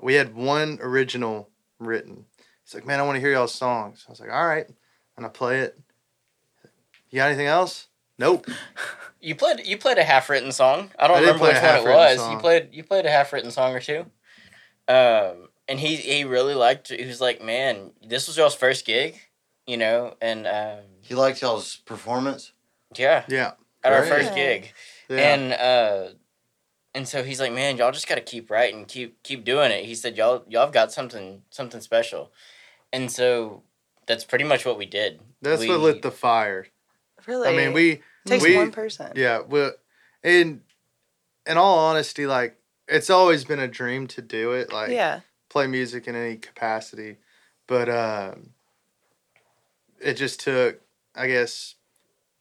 Speaker 6: we had one original written he's like man i want to hear y'all's songs i was like all right and i play it you got anything else nope
Speaker 7: You played you played a half written song. I don't
Speaker 6: I did
Speaker 7: remember
Speaker 6: play
Speaker 7: which
Speaker 6: a
Speaker 7: one it
Speaker 6: half-written
Speaker 7: was. You
Speaker 6: song.
Speaker 7: played you played a half written song or two. Um, and he he really liked it. He was like, Man, this was y'all's first gig, you know, and um,
Speaker 2: He liked y'all's performance.
Speaker 7: yeah,
Speaker 6: yeah
Speaker 7: at our
Speaker 2: Great.
Speaker 7: first gig.
Speaker 6: yeah
Speaker 7: And uh and so he's like, Man, y'all just gotta keep writing, keep keep doing it. He said, Y'all y'all have got something something special. And so that's pretty much what we did.
Speaker 6: that's
Speaker 7: we,
Speaker 6: what lit the fire
Speaker 5: Really.
Speaker 6: i mean we
Speaker 5: takes
Speaker 6: we-
Speaker 5: one person.
Speaker 6: Yeah, well, in in all honesty, like it's always been a dream to do it, like
Speaker 5: yeah.
Speaker 6: play music in any capacity, but um, it just took, I guess,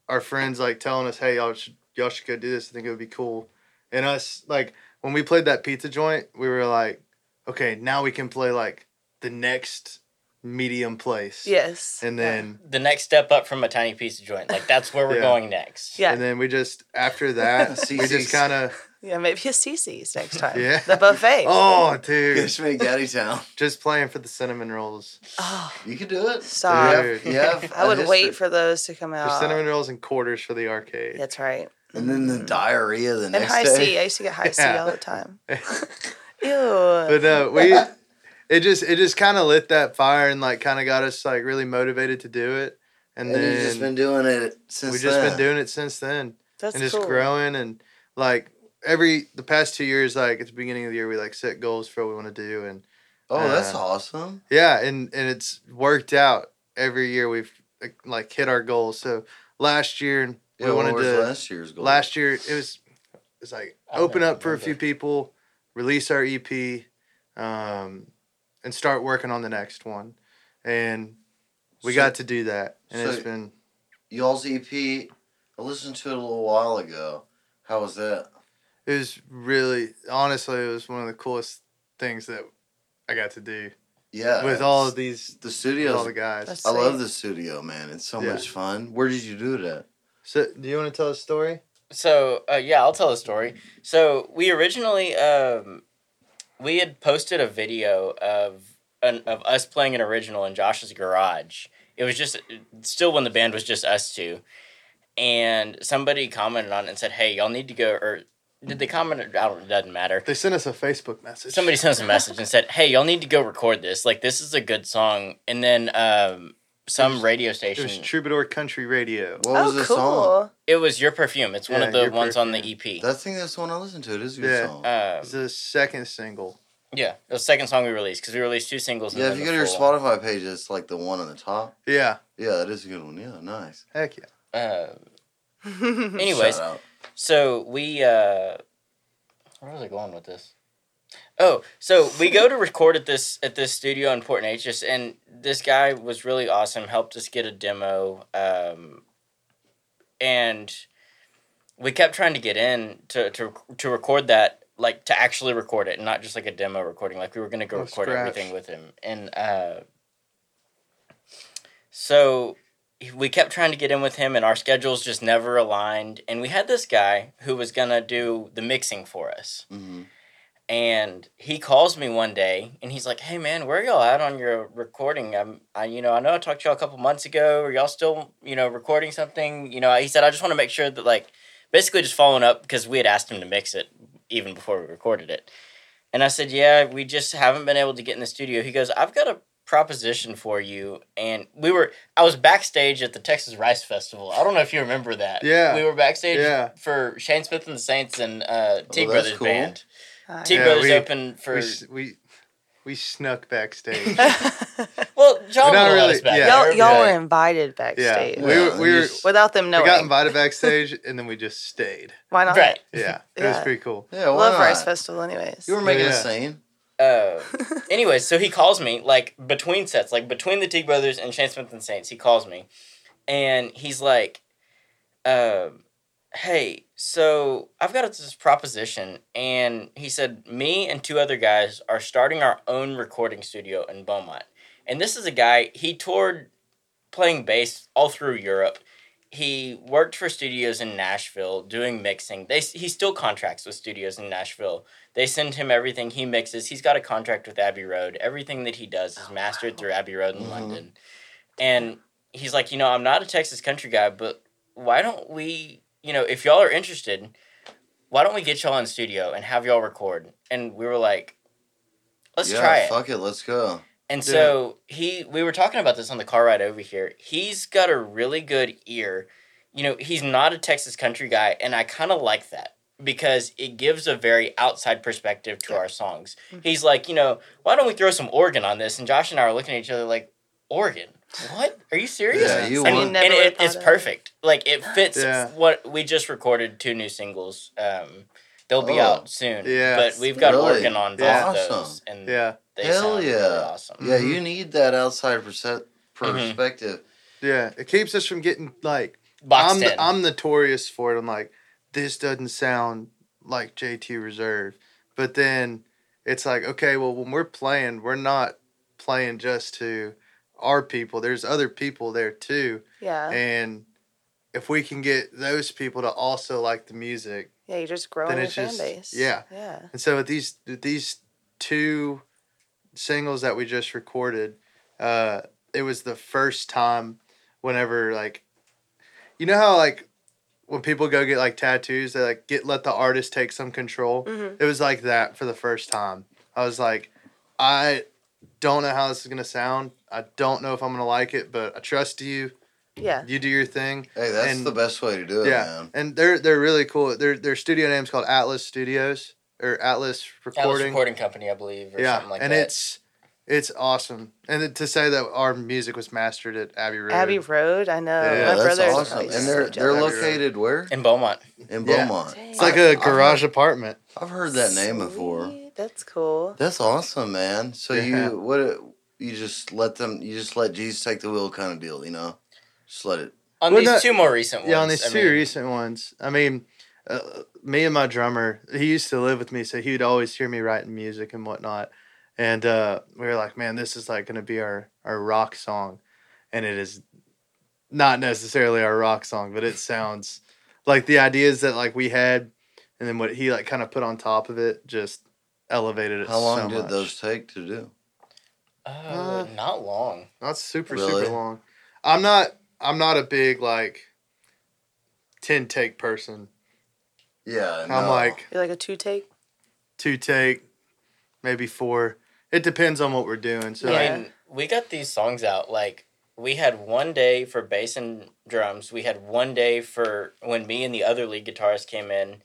Speaker 6: our friends like telling us, "Hey, y'all should y'all should go do this. I think it would be cool," and us like when we played that pizza joint, we were like, "Okay, now we can play like the next medium place."
Speaker 5: Yes.
Speaker 6: and then.
Speaker 7: the next step up from a tiny piece of joint. Like that's where we're
Speaker 6: Yeah.
Speaker 7: going next.
Speaker 5: Yeah.
Speaker 6: And then we just after that we
Speaker 2: CC's.
Speaker 6: just kind of
Speaker 5: Yeah, maybe a CC's next time.
Speaker 6: Yeah.
Speaker 5: The buffet.
Speaker 6: Oh, dude.
Speaker 2: Catch me at Gaddy Town.
Speaker 6: Just playing for the cinnamon rolls.
Speaker 5: Oh,
Speaker 2: You could do it.
Speaker 5: Stop.
Speaker 2: Yeah,
Speaker 6: Dude.
Speaker 2: yeah.
Speaker 5: I would wait for those to come
Speaker 6: For
Speaker 5: out.
Speaker 6: cinnamon rolls and quarters for the arcade.
Speaker 5: That's right. Mm-hmm.
Speaker 2: And then the diarrhea the
Speaker 5: And
Speaker 2: next
Speaker 5: high
Speaker 2: day.
Speaker 5: C. I used to get high C
Speaker 6: Yeah.
Speaker 5: all the time. Ew.
Speaker 6: But uh, we it just it just kind of lit that fire and like kind of got us like really motivated to do it. And,
Speaker 2: And
Speaker 6: then
Speaker 2: you've just been doing it since
Speaker 6: we've just
Speaker 2: then.
Speaker 6: been doing it since then
Speaker 5: That's
Speaker 6: and just
Speaker 5: cool.
Speaker 6: growing and like every the past two years like at the beginning of the year we like set goals for what we want to do and
Speaker 2: Oh, that's
Speaker 6: Uh,
Speaker 2: awesome.
Speaker 6: Yeah, and and it's worked out every year. We've like hit our goals. So last year we
Speaker 2: Yeah, what
Speaker 6: wanted
Speaker 2: was
Speaker 6: to
Speaker 2: last year's goal.
Speaker 6: last year it was it was like
Speaker 7: I don't
Speaker 6: open up for a
Speaker 7: remember.
Speaker 6: few people, release our EP, um, and start working on the next one. And we
Speaker 2: So-
Speaker 6: got to do that, and
Speaker 2: so-
Speaker 6: it's been
Speaker 2: y'all's EP. I listened to it a little while ago. How was that?
Speaker 6: it was really honestly it was one of the coolest things that I got to do
Speaker 2: Yeah,
Speaker 6: with all of these
Speaker 2: the
Speaker 6: with all
Speaker 2: studios.
Speaker 6: the guys.
Speaker 5: That's-
Speaker 2: I love the studio, man. It's so
Speaker 6: Yeah.
Speaker 2: much fun. Where did you do it at?
Speaker 6: So do you want to tell a story?
Speaker 7: So uh, yeah, I'll tell a story. So we originally um, we had posted a video of an, of us playing an original in Josh's garage. It was just still when the band was just us two, and somebody commented on it and said, "Hey, y'all need to go." Or did they comment? I don't. It doesn't matter.
Speaker 6: They sent us a Facebook message.
Speaker 7: Somebody sent us a message and said, "Hey, y'all need to go record this. Like, this is a good song." And then um, some
Speaker 6: It was-
Speaker 7: radio
Speaker 6: It
Speaker 7: station.
Speaker 6: was Troubadour Country Radio.
Speaker 2: What
Speaker 5: Oh,
Speaker 2: was the
Speaker 5: cool.
Speaker 2: song?
Speaker 7: It was your perfume. It's one
Speaker 6: Yeah,
Speaker 7: of the
Speaker 6: Your
Speaker 7: ones on the EP.
Speaker 2: That thing that's the one I listened to. It is a good
Speaker 6: Yeah.
Speaker 2: song.
Speaker 7: Um,
Speaker 6: It's the second single.
Speaker 7: yeah, the second song we released because we released two singles. and
Speaker 2: yeah,
Speaker 7: then
Speaker 2: if you go
Speaker 7: the
Speaker 2: to your
Speaker 7: full.
Speaker 2: Spotify page, it's like the one on the top.
Speaker 6: Yeah,
Speaker 2: Yeah, that is a good one. Yeah, nice.
Speaker 6: heck yeah.
Speaker 7: Uh, anyways,
Speaker 2: Shout out.
Speaker 7: so we uh, where was I going with this? Oh, so we go to record at this at this studio in Port Natchez, and this guy was really awesome. Helped us get a demo, um, and we kept trying to get in to to to record that, like to actually record it, and not just like a demo recording. Like we were gonna go
Speaker 6: Oh,
Speaker 7: record
Speaker 6: scratch.
Speaker 7: everything with him, and uh, so we kept trying to get in with him, and our schedules just never aligned. And we had this guy who was gonna do the mixing for us
Speaker 2: Mhm.
Speaker 7: and he calls me one day and he's like hey man where y'all at on your recording i'm i you know i know i talked to y'all a couple months ago are y'all still you know recording something you know he said i just want to make sure that like basically just following up because we had asked him to mix it even before we recorded it and i said yeah we just haven't been able to get in the studio he goes i've got a proposition for you and we were i was backstage at the texas rice festival i don't know if you remember that
Speaker 6: Yeah.
Speaker 7: we were backstage
Speaker 6: Yeah.
Speaker 7: for shane smith and the saints and uh t
Speaker 2: that's
Speaker 7: brothers
Speaker 2: cool.
Speaker 7: band
Speaker 5: Hi.
Speaker 7: T
Speaker 6: Yeah,
Speaker 7: Brothers
Speaker 6: we-
Speaker 7: open for
Speaker 6: We, s- we we snuck backstage.
Speaker 7: well, John
Speaker 6: We're not
Speaker 7: will let
Speaker 6: really-
Speaker 7: us back.
Speaker 6: yeah.
Speaker 5: y'all,
Speaker 7: there,
Speaker 5: y'all
Speaker 7: but-
Speaker 5: were invited
Speaker 6: yeah,
Speaker 5: backstage
Speaker 6: we were, we, were,
Speaker 2: Yeah,
Speaker 5: without them
Speaker 6: we
Speaker 5: knowing.
Speaker 6: got invited backstage and then we just stayed.
Speaker 5: Why not?
Speaker 7: right.
Speaker 6: Yeah, it was
Speaker 5: Yeah.
Speaker 6: pretty cool.
Speaker 2: Yeah, why
Speaker 5: Love
Speaker 2: not?
Speaker 5: Rice Festival, anyways.
Speaker 2: You were making
Speaker 6: Yeah.
Speaker 2: a scene.
Speaker 7: Uh, anyways, so he calls me like between sets, like between the Teague Brothers and Shane Smith and Saints. He calls me, and he's like, um, "Hey, so I've got this proposition," and he said, "Me and two other guys are starting our own recording studio in Beaumont." And this is a guy he toured playing bass all through Europe. He worked for studios in Nashville doing mixing. They he still contracts with studios in Nashville. They send him everything he mixes. He's got a contract with Abbey Road. Everything that he does is mastered through Abbey Road in London. And he's like, you know, I'm not a Texas country guy, but why don't we, you know, if y'all are interested, why don't we get y'all in studio and have y'all record? And we were like, let's
Speaker 2: yeah,
Speaker 7: try it.
Speaker 2: Fuck it, let's go.
Speaker 7: And
Speaker 6: Yeah.
Speaker 7: so he, we were talking about this on the car ride over here. He's got a really good ear. You know, he's not a Texas country guy, and I kind of like that because it gives a very outside perspective to our songs.
Speaker 6: Mm-hmm.
Speaker 7: He's like, you know, why don't we throw some organ on this? And Josh and I are looking at each other like, organ? What? Are you serious?
Speaker 2: Yeah, you
Speaker 7: and
Speaker 2: won.
Speaker 5: Never
Speaker 7: and
Speaker 5: would've
Speaker 7: it,
Speaker 5: thought
Speaker 7: it's
Speaker 5: of it.
Speaker 7: perfect. Like it fits
Speaker 6: Yeah.
Speaker 7: what we just recorded two new singles. Um, they'll be
Speaker 2: Oh.
Speaker 7: out soon.
Speaker 6: Yeah.
Speaker 7: But we've got
Speaker 2: Really?
Speaker 7: organ on both
Speaker 6: Yeah.
Speaker 7: of those,
Speaker 2: Awesome.
Speaker 7: and
Speaker 6: Yeah.
Speaker 7: they
Speaker 2: Hell
Speaker 7: sound really
Speaker 2: yeah.
Speaker 7: awesome.
Speaker 2: Yeah,
Speaker 6: Mm-hmm.
Speaker 2: you need that outside perse- perspective.
Speaker 6: Yeah. It keeps us from getting like
Speaker 7: boxed
Speaker 6: I'm
Speaker 7: in.
Speaker 6: the, I'm notorious for it. I'm like, this doesn't sound like JT Reserve, but then it's like, okay, well, when we're playing, we're not playing just to our people. There's other people there too,
Speaker 5: Yeah.
Speaker 6: and if we can get those people to also like the music,
Speaker 5: Yeah, you're just growing your
Speaker 6: it's
Speaker 5: fan
Speaker 6: just-
Speaker 5: base.
Speaker 6: yeah.
Speaker 5: Yeah.
Speaker 6: and so with these with these two singles that we just recorded, uh, it was the first time whenever like you know how like when people go get like tattoos, they like get let the artist take some control.
Speaker 5: Mm-hmm.
Speaker 7: Mm-hmm.
Speaker 6: It was like that for the first time. I was like, I don't know how this is gonna sound. I don't know if I'm gonna like it, but I trust you.
Speaker 5: Yeah.
Speaker 6: You do your thing.
Speaker 2: Hey, that's
Speaker 6: And-
Speaker 2: the best way to do it,
Speaker 6: Yeah,
Speaker 2: man.
Speaker 6: and they're they're really cool. Their their studio name's called Atlas Studios or Atlas
Speaker 7: That was
Speaker 6: Recording.
Speaker 7: recording company, I believe, or something like
Speaker 6: and
Speaker 7: that.
Speaker 6: it's it's awesome. And then to say that our music was mastered at Abbey Road,
Speaker 5: Abbey Road, I know.
Speaker 6: Yeah,
Speaker 5: My
Speaker 2: that's
Speaker 5: brother's
Speaker 2: awesome.
Speaker 5: like
Speaker 2: And they're
Speaker 5: so
Speaker 2: they're
Speaker 5: jealous.
Speaker 6: look-
Speaker 2: located where?
Speaker 7: in Beaumont.
Speaker 2: In
Speaker 6: Yeah.
Speaker 2: Beaumont.
Speaker 6: it's like a
Speaker 2: I've heard-
Speaker 6: garage apartment.
Speaker 2: I've heard that name before.
Speaker 5: Sweet. That's cool.
Speaker 2: That's awesome, man. So
Speaker 6: Yeah.
Speaker 2: you what uh, you just let them you just let Jesus take the wheel kind of deal, you know? Just let it.
Speaker 7: On
Speaker 6: Well,
Speaker 7: these
Speaker 6: that-
Speaker 7: two more recent ones.
Speaker 6: Yeah, on these
Speaker 7: I
Speaker 6: two
Speaker 7: mean,
Speaker 6: recent ones. I mean, uh, me and my drummer, he used to live with me, so he would always hear me writing music and whatnot. And uh, we were like, man, this is like going to be our our rock song, and it is not necessarily our rock song, but it sounds like the ideas that like we had, and then what he like kind of put on top of it just elevated it.
Speaker 2: How long
Speaker 6: so
Speaker 2: did
Speaker 6: much.
Speaker 2: those take to do?
Speaker 7: uh,
Speaker 6: Uh,
Speaker 7: not long.
Speaker 6: Not super
Speaker 2: Really?
Speaker 6: super long. I'm not I'm not a big like ten take person.
Speaker 2: Yeah,
Speaker 6: I'm
Speaker 2: no.
Speaker 6: like
Speaker 5: You're like a two take.
Speaker 6: two take, maybe four. It depends on what we're doing. So
Speaker 7: I
Speaker 5: Yeah.
Speaker 7: mean, we got these songs out. Like, we had one day for bass and drums. We had one day for when me and the other lead guitarist came in,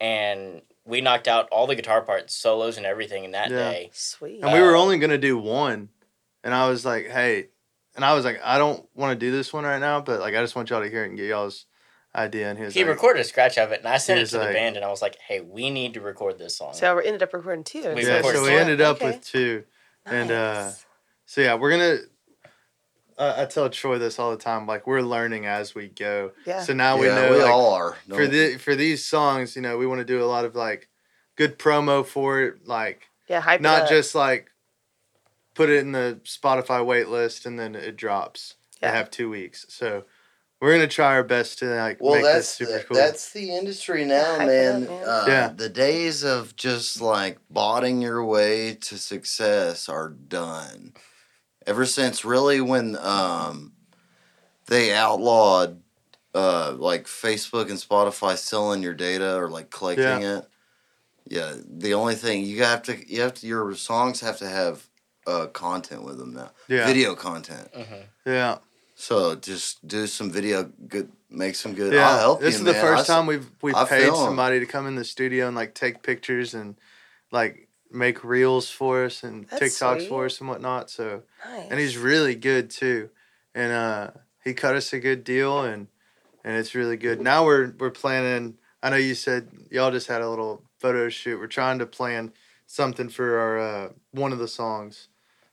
Speaker 7: and we knocked out all the guitar parts, solos, and everything in that
Speaker 6: Yeah.
Speaker 7: day.
Speaker 5: Sweet.
Speaker 6: and we were
Speaker 7: uh,
Speaker 6: only gonna do one, and I was like, hey, and I was like, I don't want to do this one right now, but like I just want y'all to hear it and get y'all's idea. And he was
Speaker 7: He
Speaker 6: like,
Speaker 7: recorded a scratch of it, and I sent
Speaker 6: He
Speaker 7: it
Speaker 6: was
Speaker 7: to the
Speaker 6: like-
Speaker 7: band, and I was like, "Hey, we need to record this song."
Speaker 5: So we ended up recording two.
Speaker 7: We
Speaker 5: So
Speaker 6: yeah.
Speaker 5: it's
Speaker 7: recorded
Speaker 6: So we
Speaker 5: one.
Speaker 6: ended up
Speaker 5: Okay.
Speaker 6: with two. and, uh,
Speaker 5: Nice.
Speaker 6: So yeah, we're gonna. I I tell Troy this all the time. Like we're learning as we go.
Speaker 5: Yeah.
Speaker 6: So now we
Speaker 2: yeah,
Speaker 6: know
Speaker 2: we
Speaker 6: like,
Speaker 2: all are.
Speaker 6: for
Speaker 2: Don't-
Speaker 6: the for these songs, you know, we want to do a lot of like good promo for it, like
Speaker 5: yeah, hype it
Speaker 6: not
Speaker 5: up.
Speaker 6: just like put it in the Spotify wait list and then it drops. I
Speaker 5: Yeah.
Speaker 6: have two weeks, so we're gonna try our best to like
Speaker 2: Well,
Speaker 6: make
Speaker 2: that's
Speaker 6: this super
Speaker 2: the,
Speaker 6: cool.
Speaker 2: that's the industry now,
Speaker 5: Hype it
Speaker 2: man.
Speaker 5: up, man.
Speaker 2: Uh,
Speaker 6: Yeah.
Speaker 2: The days of just like botting your way to success are done. Ever since really when um, they outlawed uh, like Facebook and Spotify selling your data or like collecting it. Yeah, the only thing you have to you have to, your songs have to have uh, content with them now,
Speaker 6: yeah,
Speaker 2: video content.
Speaker 7: Mhm.
Speaker 6: yeah,
Speaker 2: So just do some video, good, make some good.
Speaker 6: yeah.
Speaker 2: I'll help
Speaker 6: this
Speaker 2: you,
Speaker 6: is
Speaker 2: man.
Speaker 6: the first
Speaker 2: I s-
Speaker 6: time we've we've
Speaker 2: I
Speaker 6: paid
Speaker 2: feel 'em.
Speaker 6: somebody to come in the studio and like take pictures and like make reels for us and
Speaker 5: That's
Speaker 6: TikToks for
Speaker 5: sweet.
Speaker 6: us and whatnot. So
Speaker 5: nice.
Speaker 6: and he's really good too. And uh, he cut us a good deal, and and it's really good. Now we're we're planning. I know you said y'all just had a little photo shoot. We're trying to plan something for our uh, one of the songs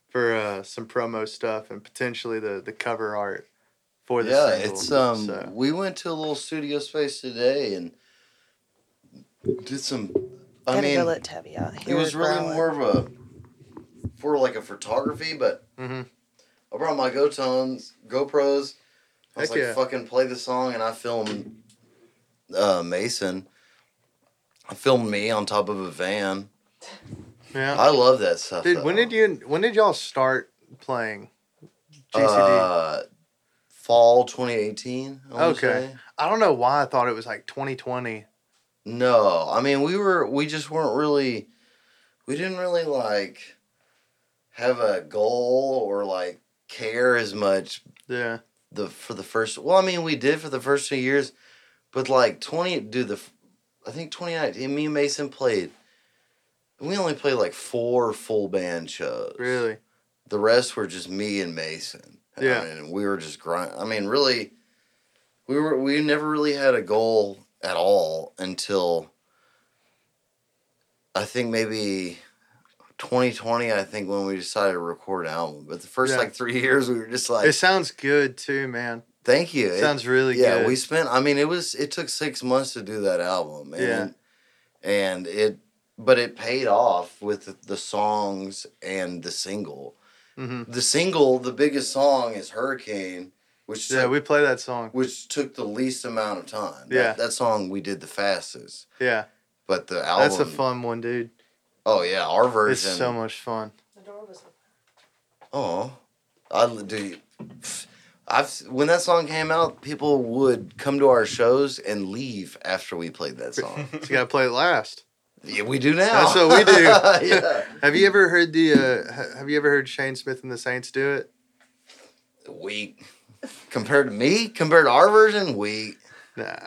Speaker 6: for uh, some promo stuff and potentially the the cover art for the
Speaker 2: yeah,
Speaker 6: single.
Speaker 2: it's um.
Speaker 6: So,
Speaker 2: We went to a little studio space today and did some. I
Speaker 5: Gotta
Speaker 2: mean,
Speaker 5: go let Tabby out.
Speaker 2: it
Speaker 5: Hear
Speaker 2: was
Speaker 5: her
Speaker 2: really
Speaker 5: growling.
Speaker 2: more of a for like a photography, but
Speaker 6: mhm.
Speaker 2: I brought my GoTones, GoPros. I was
Speaker 6: Heck
Speaker 2: like,
Speaker 6: yeah.
Speaker 2: fucking play the song, and I filmed uh, Mason. I filmed me on top of a van.
Speaker 6: yeah.
Speaker 2: I love that stuff.
Speaker 6: Dude, when did you when did y'all start playing GCD?
Speaker 2: Uh, fall 2018. I wanna
Speaker 6: Okay.
Speaker 2: say.
Speaker 6: I don't know why I thought it was like 2020.
Speaker 2: No, I mean we were we just weren't really we didn't really like have a goal or like care as much
Speaker 6: Yeah.
Speaker 2: the for the first well I mean we did for the first two years but like 20 dude the f- I think 2019 me and Mason played we only played like four full band shows
Speaker 6: Really.
Speaker 2: the rest were just me and Mason.
Speaker 6: Yeah.
Speaker 2: And we were just grind. I mean, really, we were we never really had a goal at all until I think maybe 2020. I think when we decided to record an album. But the first
Speaker 6: Yeah.
Speaker 2: like three years, we were just like,
Speaker 6: It sounds good too, man.
Speaker 2: "Thank you." It-
Speaker 6: sounds really
Speaker 2: yeah,
Speaker 6: good.
Speaker 2: we spent. I mean, it was it took six months to do that album. And,
Speaker 6: Yeah.
Speaker 2: And it, but it paid off with the- the songs and the single
Speaker 6: hmm
Speaker 2: the single, the biggest song is Hurricane, which
Speaker 6: Yeah,
Speaker 2: took,
Speaker 6: we play that song.
Speaker 2: which took the least amount of time. That-
Speaker 6: Yeah.
Speaker 2: that, song we did the fastest,
Speaker 6: Yeah,
Speaker 2: but the album.
Speaker 6: that's a fun one, dude.
Speaker 2: Oh yeah, our
Speaker 6: It's
Speaker 2: version.
Speaker 6: so much fun.
Speaker 5: The door was open.
Speaker 2: Oh, I l- do. I've when that song came out, people would come to our shows and leave after we played that song.
Speaker 6: So you gotta play it last.
Speaker 2: yeah, we do now.
Speaker 6: That's what we do.
Speaker 2: yeah.
Speaker 6: Have you ever heard the? Uh, ha- have you ever heard Shane Smith and the Saints do it?
Speaker 2: Weak. Compared to me, compared to our version, weak.
Speaker 6: Nah.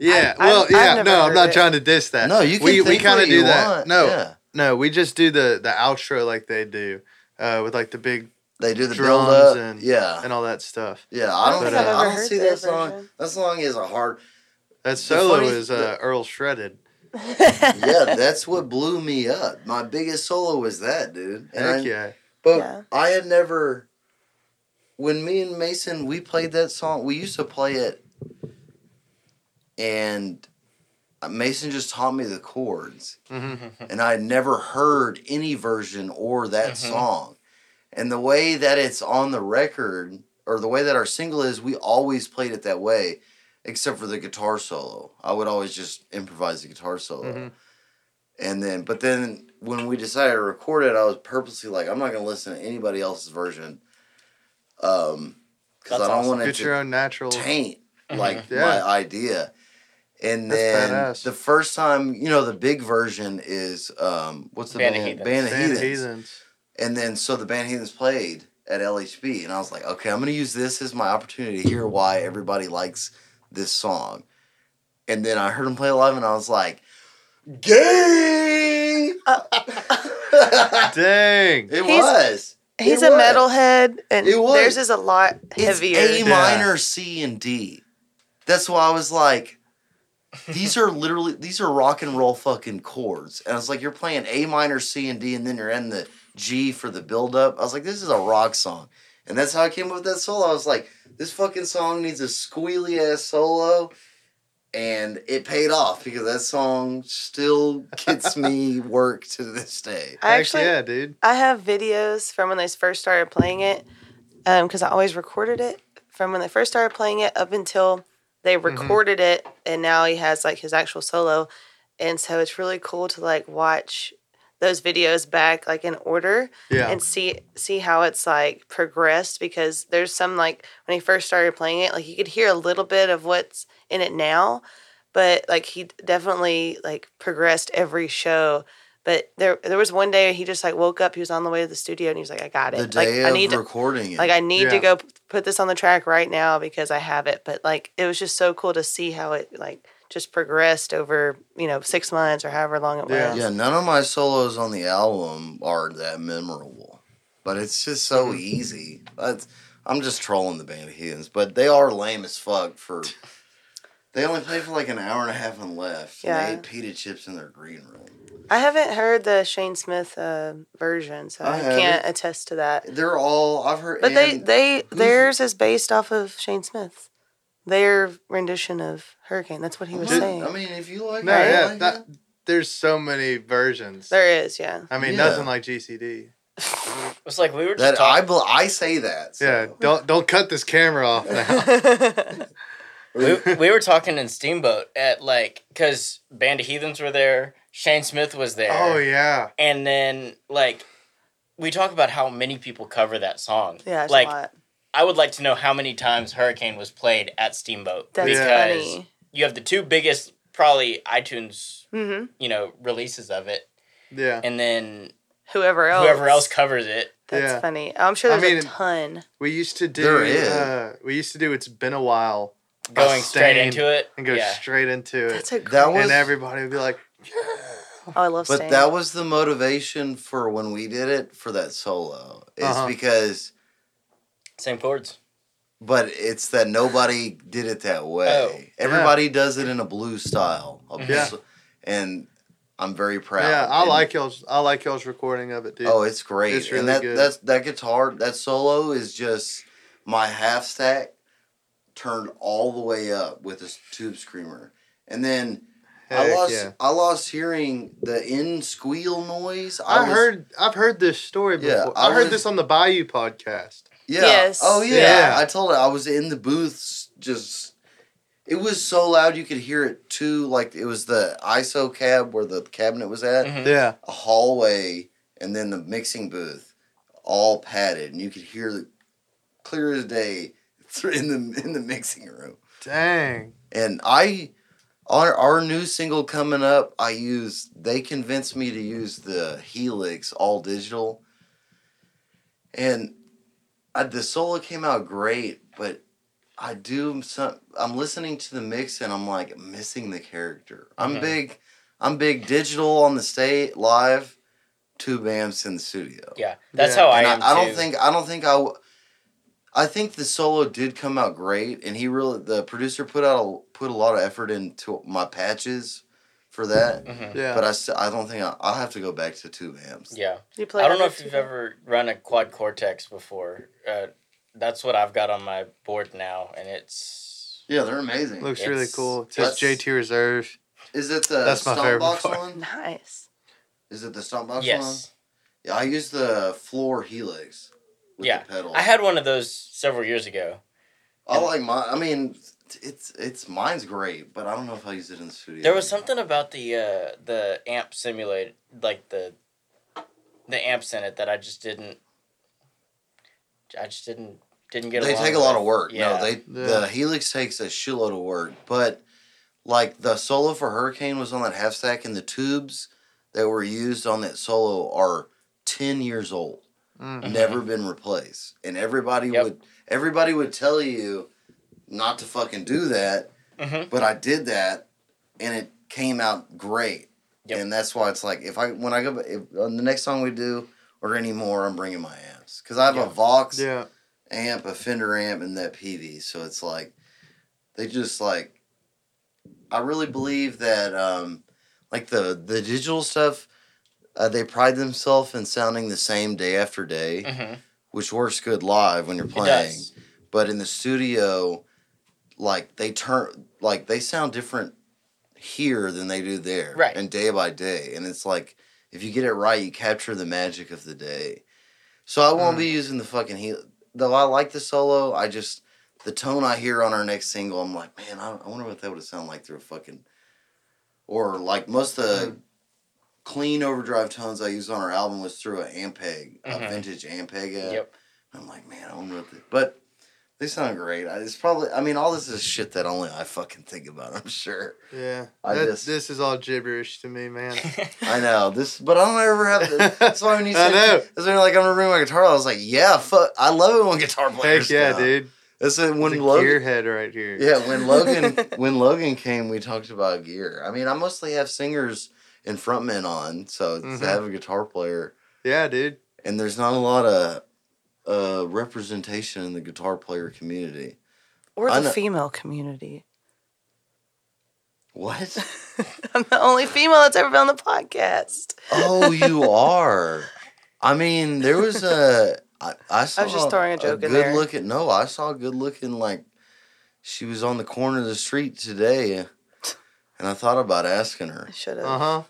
Speaker 6: Yeah.
Speaker 5: I've-
Speaker 6: well,
Speaker 5: I've
Speaker 6: yeah.
Speaker 5: never
Speaker 6: no, I'm
Speaker 5: heard
Speaker 6: not
Speaker 5: it.
Speaker 6: trying to diss that.
Speaker 2: No, you can
Speaker 6: We we
Speaker 2: think
Speaker 6: kind
Speaker 2: what
Speaker 6: of
Speaker 2: you
Speaker 6: do that.
Speaker 2: want.
Speaker 6: No,
Speaker 2: Yeah.
Speaker 6: no, we just do the the outro like they do, uh, with like the big
Speaker 2: They do the
Speaker 6: Drums
Speaker 2: build up.
Speaker 6: and-
Speaker 2: yeah.
Speaker 6: and all that stuff.
Speaker 2: Yeah, I don't
Speaker 6: But,
Speaker 2: think
Speaker 6: uh,
Speaker 2: I've I
Speaker 5: I've
Speaker 2: don't
Speaker 5: ever heard
Speaker 2: see
Speaker 5: their
Speaker 2: that song.
Speaker 5: version.
Speaker 2: That song is a hard.
Speaker 6: That solo
Speaker 2: funny-
Speaker 6: is uh, Earl shredded.
Speaker 2: Yeah, that's what blew me up. My biggest solo was that, dude. And I-
Speaker 6: Heck yeah.
Speaker 2: But
Speaker 5: Yeah.
Speaker 2: I had never. When me and Mason we played that song, we used to play it, and Mason just taught me the chords,
Speaker 6: hmm
Speaker 2: and I had never heard any version or that
Speaker 7: Mhm.
Speaker 2: song, and the way that it's on the record or the way that our single is, we always played it that way, except for the guitar solo. I would always just improvise the guitar solo.
Speaker 7: Mm-hmm.
Speaker 6: Mhm.
Speaker 2: And then, but then when we decided to record it, I was purposely like, I'm not going to listen to anybody else's version. Um, because I
Speaker 7: That's
Speaker 2: don't
Speaker 7: awesome.
Speaker 2: want it
Speaker 6: Get your
Speaker 2: to
Speaker 6: own natural.
Speaker 2: taint like
Speaker 6: Mhm. Yeah.
Speaker 2: my idea. And
Speaker 6: That's
Speaker 2: then
Speaker 6: badass.
Speaker 2: the first time, you know, the big version is um, what's the
Speaker 7: Band of
Speaker 2: band?
Speaker 7: Heathens.
Speaker 2: Band of
Speaker 6: Van
Speaker 2: Heathens.
Speaker 6: Heathens.
Speaker 2: And then so the band Heathens played at LHB, and I was like, okay, I'm gonna use this as my opportunity to hear why everybody likes this song. And then I heard them play live, and I was like, gay.
Speaker 6: Dang.
Speaker 2: it
Speaker 5: He's-
Speaker 2: was.
Speaker 5: He's
Speaker 2: It
Speaker 5: a
Speaker 2: was.
Speaker 5: metalhead, and
Speaker 2: It was.
Speaker 5: theirs is a lot
Speaker 2: It's
Speaker 5: heavier.
Speaker 2: A
Speaker 6: Yeah.
Speaker 2: minor, C, and D. That's why I was like, these are literally these are rock and roll fucking chords. And I was like, you're playing A minor, C, and D, and then you're in the G for the build up. I was like, this is a rock song. And that's how I came up with that solo. I was like, this fucking song needs a squealy ass solo. And it paid off because that song still gets me work to this day.
Speaker 5: I
Speaker 6: Heck
Speaker 5: actually,
Speaker 6: yeah, dude.
Speaker 5: I have videos from when they first started playing it, because I always recorded it from when they first started playing it up until they recorded it, and now he has like his actual solo, and so it's really cool to like watch those videos back like in order
Speaker 6: Yeah.
Speaker 5: and see see how it's like progressed because there's some like when he first started playing it like you could hear a little bit of what's in it now but like he definitely like progressed every show but there there was one day he just like woke up he was on the way to the studio and he was like i got it
Speaker 2: The day
Speaker 5: like
Speaker 2: of
Speaker 5: i need to
Speaker 2: recording it.
Speaker 5: like i need to
Speaker 6: Yeah.
Speaker 5: go p- put this on the track right now because i have it but like it was just so cool to see how it like just progressed over you know six months or however long it
Speaker 6: Yeah.
Speaker 5: was
Speaker 2: Yeah, none of my solos on the album are that memorable, but it's just so
Speaker 6: Mm-hmm.
Speaker 2: easy. That's, I'm just trolling the band of heathens, but they are lame as fuck for. They only played for like an hour and a half and left.
Speaker 5: Yeah.
Speaker 2: And they ate pita chips in their green room.
Speaker 5: I haven't heard the Shane Smith uh, version, so
Speaker 2: I
Speaker 5: I,
Speaker 2: have
Speaker 5: can't attest to that.
Speaker 2: They're all I've heard.
Speaker 5: But they,
Speaker 2: and-
Speaker 5: they
Speaker 2: who's-
Speaker 5: theirs is based off of Shane Smith, their rendition of Hurricane. That's what he was
Speaker 6: Did-
Speaker 5: saying.
Speaker 2: I mean, if you like,
Speaker 6: No,
Speaker 2: it,
Speaker 6: yeah,
Speaker 2: like
Speaker 6: that-
Speaker 2: it.
Speaker 6: There's so many versions.
Speaker 5: there is, yeah.
Speaker 6: I mean,
Speaker 2: Yeah.
Speaker 6: nothing like GCD.
Speaker 7: It's like we were just
Speaker 2: that I
Speaker 7: talking.
Speaker 2: bel I say that. so.
Speaker 6: Yeah, don't don't cut this camera off now.
Speaker 7: we, we were talking in Steamboat at like because Band of Heathens were there, Shane Smith was there.
Speaker 6: oh yeah,
Speaker 7: and then like we talk about how many people cover that song.
Speaker 5: yeah, it's
Speaker 7: like
Speaker 5: a lot.
Speaker 7: I would like to know how many times Hurricane was played at Steamboat
Speaker 5: That's
Speaker 7: because
Speaker 5: funny.
Speaker 7: you have the two biggest probably iTunes
Speaker 5: hmm
Speaker 7: you know releases of it,
Speaker 6: yeah.
Speaker 7: and then
Speaker 5: Whoever else.
Speaker 7: whoever else covers it.
Speaker 5: That's
Speaker 6: Yeah.
Speaker 5: funny. I'm sure
Speaker 6: I
Speaker 5: there's
Speaker 6: mean-
Speaker 5: a ton.
Speaker 6: We used to do.
Speaker 2: There is.
Speaker 6: Uh, we used to do. It's been a while.
Speaker 7: Going straight
Speaker 6: Stain
Speaker 7: into it,
Speaker 6: and go
Speaker 7: yeah.
Speaker 6: straight into it,
Speaker 5: That's a
Speaker 2: That was
Speaker 6: and everybody would be like,
Speaker 5: oh, I love
Speaker 2: But
Speaker 5: Stain.
Speaker 2: that was the motivation for when we did it for that solo. It's
Speaker 6: Uh-huh.
Speaker 2: because,
Speaker 7: Same chords.
Speaker 2: but it's that nobody did it that
Speaker 7: Oh,
Speaker 2: way. Everybody does it in a blue style. A blue
Speaker 6: Mm-hmm. Yeah.
Speaker 2: s- and I'm very proud.
Speaker 6: "Yeah, I
Speaker 2: And-
Speaker 6: like y'all's. I like y'all's recording of it, dude."
Speaker 2: Oh, it's great.
Speaker 6: It's
Speaker 2: and
Speaker 6: really
Speaker 2: that
Speaker 6: good.
Speaker 2: that's that guitar that solo is just my half stack turned all the way up with this tube screamer. And then I
Speaker 6: Heck
Speaker 2: lost
Speaker 6: yeah.
Speaker 2: I lost hearing the end squeal noise.
Speaker 6: I,
Speaker 2: was-
Speaker 6: heard. I've heard this story before.
Speaker 2: Yeah,
Speaker 6: I,
Speaker 2: I
Speaker 6: heard
Speaker 2: was-
Speaker 6: this on the Bayou podcast.
Speaker 2: Yeah.
Speaker 5: Yes.
Speaker 2: Oh yeah.
Speaker 6: Yeah.
Speaker 2: I told her I was in the booths just it was so loud you could hear it too. Like it was the ISO cab where the cabinet was
Speaker 5: Uh,
Speaker 2: at,
Speaker 7: Mhm.
Speaker 6: Yeah,
Speaker 2: a hallway, and then the mixing booth, all padded, and you could hear the clear as day through in the in the mixing room.
Speaker 6: dang.
Speaker 2: And I our our new single coming up, I used they convinced me to use the Helix all digital. And I, the solo came out great, but I do some I'm listening to the mix and I'm like missing the character. I'm
Speaker 7: Mhm.
Speaker 2: big I'm big digital on the state live, two amps in the studio.
Speaker 7: Yeah, that's
Speaker 6: Yeah.
Speaker 7: how I
Speaker 2: And I,
Speaker 7: am.
Speaker 2: I don't
Speaker 7: too.
Speaker 2: think I don't think I. w- I think the solo did come out great, and he really the producer put out a, put a lot of effort into my patches for that.
Speaker 7: Mhm.
Speaker 6: Yeah,
Speaker 2: Mm-hmm. But I, st- I don't think I, I'll have to go back to two amps.
Speaker 7: Yeah.
Speaker 5: you play
Speaker 7: I don't
Speaker 5: on
Speaker 7: know
Speaker 5: it
Speaker 7: if
Speaker 5: too?
Speaker 7: you've ever run a quad cortex before. Uh, that's what I've got on my board now, and it's
Speaker 2: Yeah, they're amazing.
Speaker 6: looks really
Speaker 7: It's-
Speaker 6: cool. It
Speaker 2: that's-
Speaker 6: says JT Reserve.
Speaker 2: Is it the
Speaker 6: That's my favorite
Speaker 2: Stompbox
Speaker 6: part.
Speaker 2: one?
Speaker 5: Nice.
Speaker 2: Is it the Stompbox one?
Speaker 7: yes.
Speaker 2: Yeah, I use the floor helix with
Speaker 7: Yeah,
Speaker 2: the pedal.
Speaker 7: I had one of those several years ago.
Speaker 2: I like my. I mean, it's it's mine's great, but I don't know if I use it in the studio.
Speaker 7: There was something about the uh, the amp simulate like the the amps in it that I just didn't. I just didn't didn't get.
Speaker 2: they
Speaker 7: along
Speaker 2: take a lot of
Speaker 7: with.
Speaker 2: work.
Speaker 7: Yeah.
Speaker 2: No, they
Speaker 6: Yeah.
Speaker 2: the Helix takes a shitload of work, but like the solo for Hurricane was on that half stack, and the tubes that were used on that solo are ten years old,
Speaker 6: Mm.
Speaker 2: never been replaced, and everybody
Speaker 7: Mm-hmm. Yep.
Speaker 2: would everybody would tell you not to fucking do that,
Speaker 7: Mhm.
Speaker 2: but I did that, and it came out great,
Speaker 7: Yep.
Speaker 2: and that's why it's like if I when I go if, on the next song we do or any more, I'm bringing my amps because I have
Speaker 7: Yeah.
Speaker 2: a Vox
Speaker 6: Yeah,
Speaker 2: amp, a Fender amp, and that PV. So it's like they just like I
Speaker 7: Mm-hmm.
Speaker 2: really believe that um like the the digital stuff uh, they pride themselves in sounding the same day after day,
Speaker 7: Mhm.
Speaker 2: which works good live when you're
Speaker 7: It
Speaker 2: playing.
Speaker 7: does.
Speaker 2: But in the studio, like they turn like they sound different here than they do there.
Speaker 7: Right.
Speaker 2: And day by day. And it's like if you get it right, you capture the magic of the day. So I won't
Speaker 7: Mm.
Speaker 2: be using the fucking heel though I like the solo, I just the tone I hear on our next single, I'm like, man, I, I wonder what that would have sounded like through a fucking or like most of
Speaker 7: Mm.
Speaker 2: the clean overdrive tones I used on our album was through a Ampeg, a
Speaker 7: Mhm.
Speaker 2: vintage Ampeg app.
Speaker 7: Yep.
Speaker 2: I'm like, man, I wonder what the but they sound great. I- It's probably I mean, all this is shit that only I fucking think about, I'm sure.
Speaker 6: yeah.
Speaker 2: I
Speaker 6: That-
Speaker 2: just-
Speaker 6: this is all gibberish to me, man.
Speaker 7: Mm-hmm.
Speaker 2: I know. This but I don't ever have to that's why when you
Speaker 6: I
Speaker 2: said
Speaker 6: know.
Speaker 2: that's why like I'm gonna bring my guitar, I was like, yeah, fuck I love it when guitar players.
Speaker 6: Heck yeah,
Speaker 2: do.
Speaker 6: dude.
Speaker 2: That's it
Speaker 6: One
Speaker 2: when
Speaker 6: a
Speaker 2: Logan
Speaker 6: gearhead right here.
Speaker 2: Yeah, when Logan when Logan came, we talked about gear. I mean, I mostly have singers and frontmen on, so
Speaker 6: Mhm.
Speaker 2: to have a guitar player,
Speaker 6: yeah, dude.
Speaker 2: and there's not a lot of uh, representation in the guitar player community.
Speaker 5: Or
Speaker 2: I
Speaker 5: the
Speaker 2: know-
Speaker 5: female community.
Speaker 2: What?
Speaker 5: I'm the only female that's ever been on the podcast.
Speaker 2: Oh, you are. I mean, there was a. I, I saw.
Speaker 5: just throwing a joke in
Speaker 2: good
Speaker 5: there.
Speaker 2: looking. No, I saw a good looking like. She was on the corner of the street today, and I thought about asking her.
Speaker 5: I should have.
Speaker 6: Uh huh.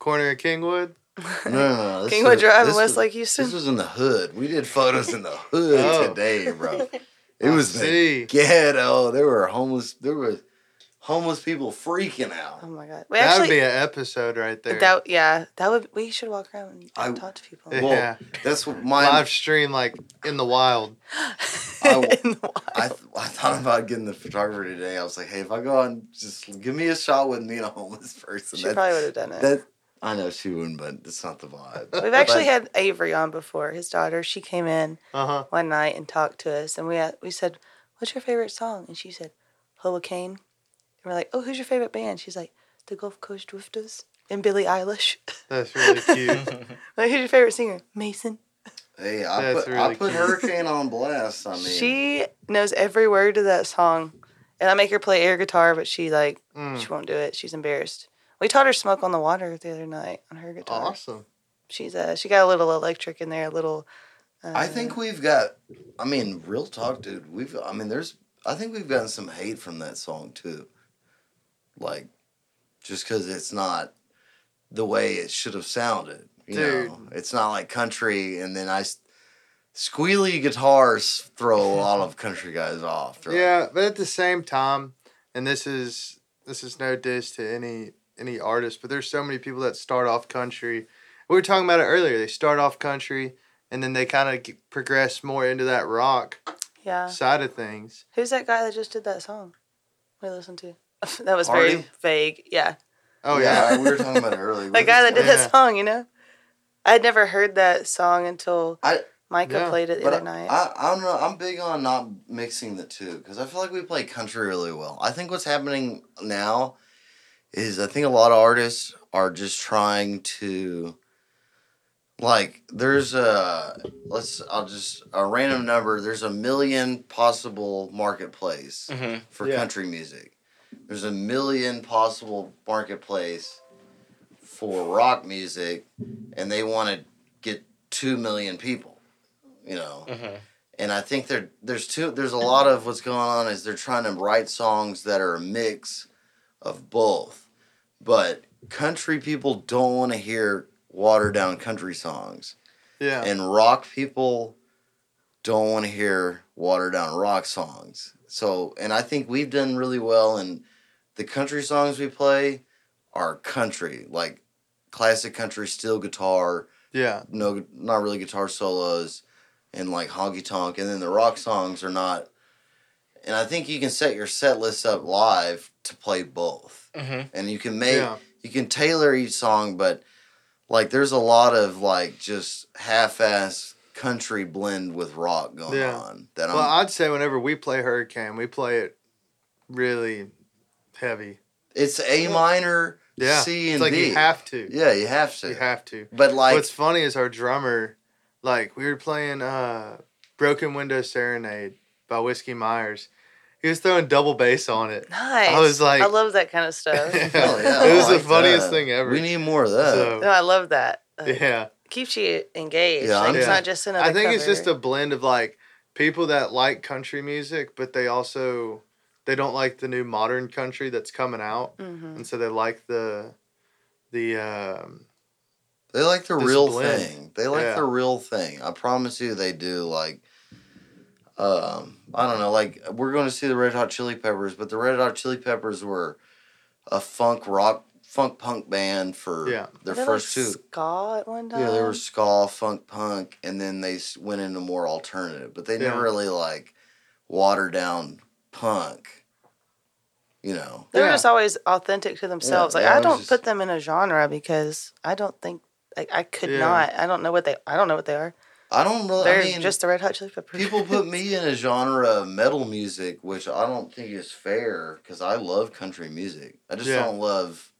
Speaker 6: Corner of Kingwood.
Speaker 2: No, no, no. this
Speaker 5: Kingwood
Speaker 2: was-
Speaker 5: Drive in
Speaker 2: this was-
Speaker 5: Westlake,
Speaker 2: This
Speaker 5: Houston.
Speaker 2: was in the hood. We did photos in the hood
Speaker 6: Oh.
Speaker 2: today, bro. It
Speaker 6: I
Speaker 2: was the
Speaker 6: see.
Speaker 2: ghetto. There were homeless. There was homeless people freaking
Speaker 5: Oh
Speaker 2: out.
Speaker 5: my god. We
Speaker 6: That would
Speaker 5: actually
Speaker 6: be an episode right there.
Speaker 5: that yeah, that would we should walk around and
Speaker 2: I- eh,
Speaker 5: talk to people.
Speaker 6: Yeah.
Speaker 2: Well, that's what my.
Speaker 6: Live stream like in the wild.
Speaker 2: I-
Speaker 5: In the wild.
Speaker 2: I, th- I thought about getting the photographer today. I was like, hey, if I go out and just give me a shot with me and a homeless person.
Speaker 5: she
Speaker 2: that-
Speaker 5: probably would have done it.
Speaker 2: that I know she wouldn't, but it's not the vibe.
Speaker 5: We've actually
Speaker 2: but-
Speaker 5: had Avery on before. His daughter, she came in
Speaker 6: Uh huh.
Speaker 5: one night and talked to us, and we a- we said, "What's your favorite song?" And she said, "Hurricane." Kane." And we're like, "Oh, who's your favorite band?" She's like, "The Gulf Coast Drifters and Billie Eilish."
Speaker 6: That's really cute.
Speaker 5: like, who's your favorite singer? Mason.
Speaker 2: Hey, I
Speaker 6: That's
Speaker 2: put, I
Speaker 6: really
Speaker 2: put
Speaker 6: cute.
Speaker 2: Hurricane on blast. I mean,
Speaker 5: She knows every word to that song, and I make her play air guitar, but she like
Speaker 6: Mm.
Speaker 5: she won't do it. She's embarrassed. We taught her "Smoke on the Water" the other night on her guitar.
Speaker 6: Awesome.
Speaker 5: She's uh, she got a little electric in there, a little. Uh,
Speaker 2: I think we've got, I mean, real talk, dude. We've, I mean, there's, I think we've gotten some hate from that song too. Like, just because it's not the way it should have sounded. You know, it's not like country, and then I, s- squealy guitars throw a lot of country guys off. They're like,
Speaker 6: Yeah, but at the same time, and this is this is no diss to any any artist, but there's so many people that start off country. We were talking about it earlier. They start off country, and then they kind of progress more into that rock
Speaker 5: yeah.
Speaker 6: side of things.
Speaker 5: Who's that guy that just did that song? We listened to. that was very
Speaker 2: Artie?
Speaker 5: vague. Yeah,
Speaker 6: Oh yeah,
Speaker 2: we were talking about it earlier.
Speaker 5: that guy that did
Speaker 6: Yeah.
Speaker 5: that song. You know, I'd never heard that song until
Speaker 2: I-
Speaker 5: Micah
Speaker 6: Yeah.
Speaker 5: played it the
Speaker 2: But
Speaker 5: other
Speaker 2: I,
Speaker 5: night.
Speaker 2: I, I don't know. I'm big on not mixing the two because I feel like we play country really well. I think what's happening now is I think a lot of artists are just trying to like there's a let's I'll just a random number. There's a million possible marketplace
Speaker 7: hmm
Speaker 2: for
Speaker 6: Yeah.
Speaker 2: country music. There's a million possible marketplace for rock music, and they want to get two million people. You know,
Speaker 7: hmm
Speaker 2: and I think there there's two there's a lot of what's going on is they're trying to write songs that are a mix of both, but country people don't want to hear watered down country songs,
Speaker 6: yeah.
Speaker 2: and rock people don't want to hear watered down rock songs. So, and I think we've done really well, and the country songs we play are country, like classic country, steel guitar,
Speaker 6: yeah,
Speaker 2: no not really guitar solos and like honky tonk and then the rock songs are not and i think you can set your set list up live to play both
Speaker 7: hmm
Speaker 2: and you can make
Speaker 6: yeah,
Speaker 2: you can tailor each song but like there's a lot of like just half-ass country blend with rock going
Speaker 6: Yeah.
Speaker 2: on that
Speaker 6: Well,
Speaker 2: i'm
Speaker 6: I'd say whenever we play Hurricane, we play it really heavy.
Speaker 2: it's a minor
Speaker 6: Yeah,
Speaker 2: c
Speaker 6: it's
Speaker 2: and
Speaker 6: like
Speaker 2: d
Speaker 6: you have to.
Speaker 2: yeah you have to
Speaker 6: You have to.
Speaker 2: but like
Speaker 6: What's funny is our drummer, like we were playing uh Broken Window Serenade by Whiskey Myers. He was throwing double bass on it.
Speaker 5: nice.
Speaker 6: I was like-
Speaker 5: I love that kind of stuff.
Speaker 2: hell oh, yeah,
Speaker 6: it
Speaker 2: I
Speaker 6: was the
Speaker 2: like
Speaker 6: funniest
Speaker 2: that.
Speaker 6: thing ever.
Speaker 2: we need more of that
Speaker 6: So,
Speaker 5: no, I love that. Uh,
Speaker 6: yeah.
Speaker 5: Keeps you engaged.
Speaker 2: Yeah,
Speaker 5: like
Speaker 2: I'm-
Speaker 5: it's
Speaker 6: Yeah.
Speaker 5: not just another.
Speaker 6: I think it's
Speaker 5: cover.
Speaker 6: just a blend of like people that like country music, but they also they don't like the new modern country that's coming out,
Speaker 5: Mhm.
Speaker 6: and so they like the the um,
Speaker 2: They like the
Speaker 6: This
Speaker 2: real
Speaker 6: blend.
Speaker 2: thing. They like
Speaker 6: Yeah.
Speaker 2: the real thing. I promise you, they do. Like, um, I don't know. Like, we're going to see the Red Hot Chili Peppers, but the Red Hot Chili Peppers were a funk rock, funk punk band for
Speaker 6: Yeah.
Speaker 2: their
Speaker 5: Were they,
Speaker 2: first
Speaker 5: like,
Speaker 2: two.
Speaker 5: Ska at one time.
Speaker 2: Yeah, they were ska, funk, punk, and then they s- went into more alternative. But they never
Speaker 6: Yeah.
Speaker 2: really like watered down punk. You know,
Speaker 5: They were
Speaker 6: Yeah.
Speaker 5: just always authentic to themselves.
Speaker 2: Yeah,
Speaker 5: like
Speaker 2: yeah,
Speaker 5: I
Speaker 2: it was
Speaker 5: don't
Speaker 2: just-
Speaker 5: put them in a genre because I don't think like I could
Speaker 6: Yeah.
Speaker 5: not. I don't know what they. I don't know what they are.
Speaker 2: I don't really.
Speaker 5: They're
Speaker 2: I mean,
Speaker 5: just the Red Hot Chili Peppers.
Speaker 2: people put me in a genre of metal music, which I don't think is fair because I love country music. I just
Speaker 6: Yeah.
Speaker 2: don't love,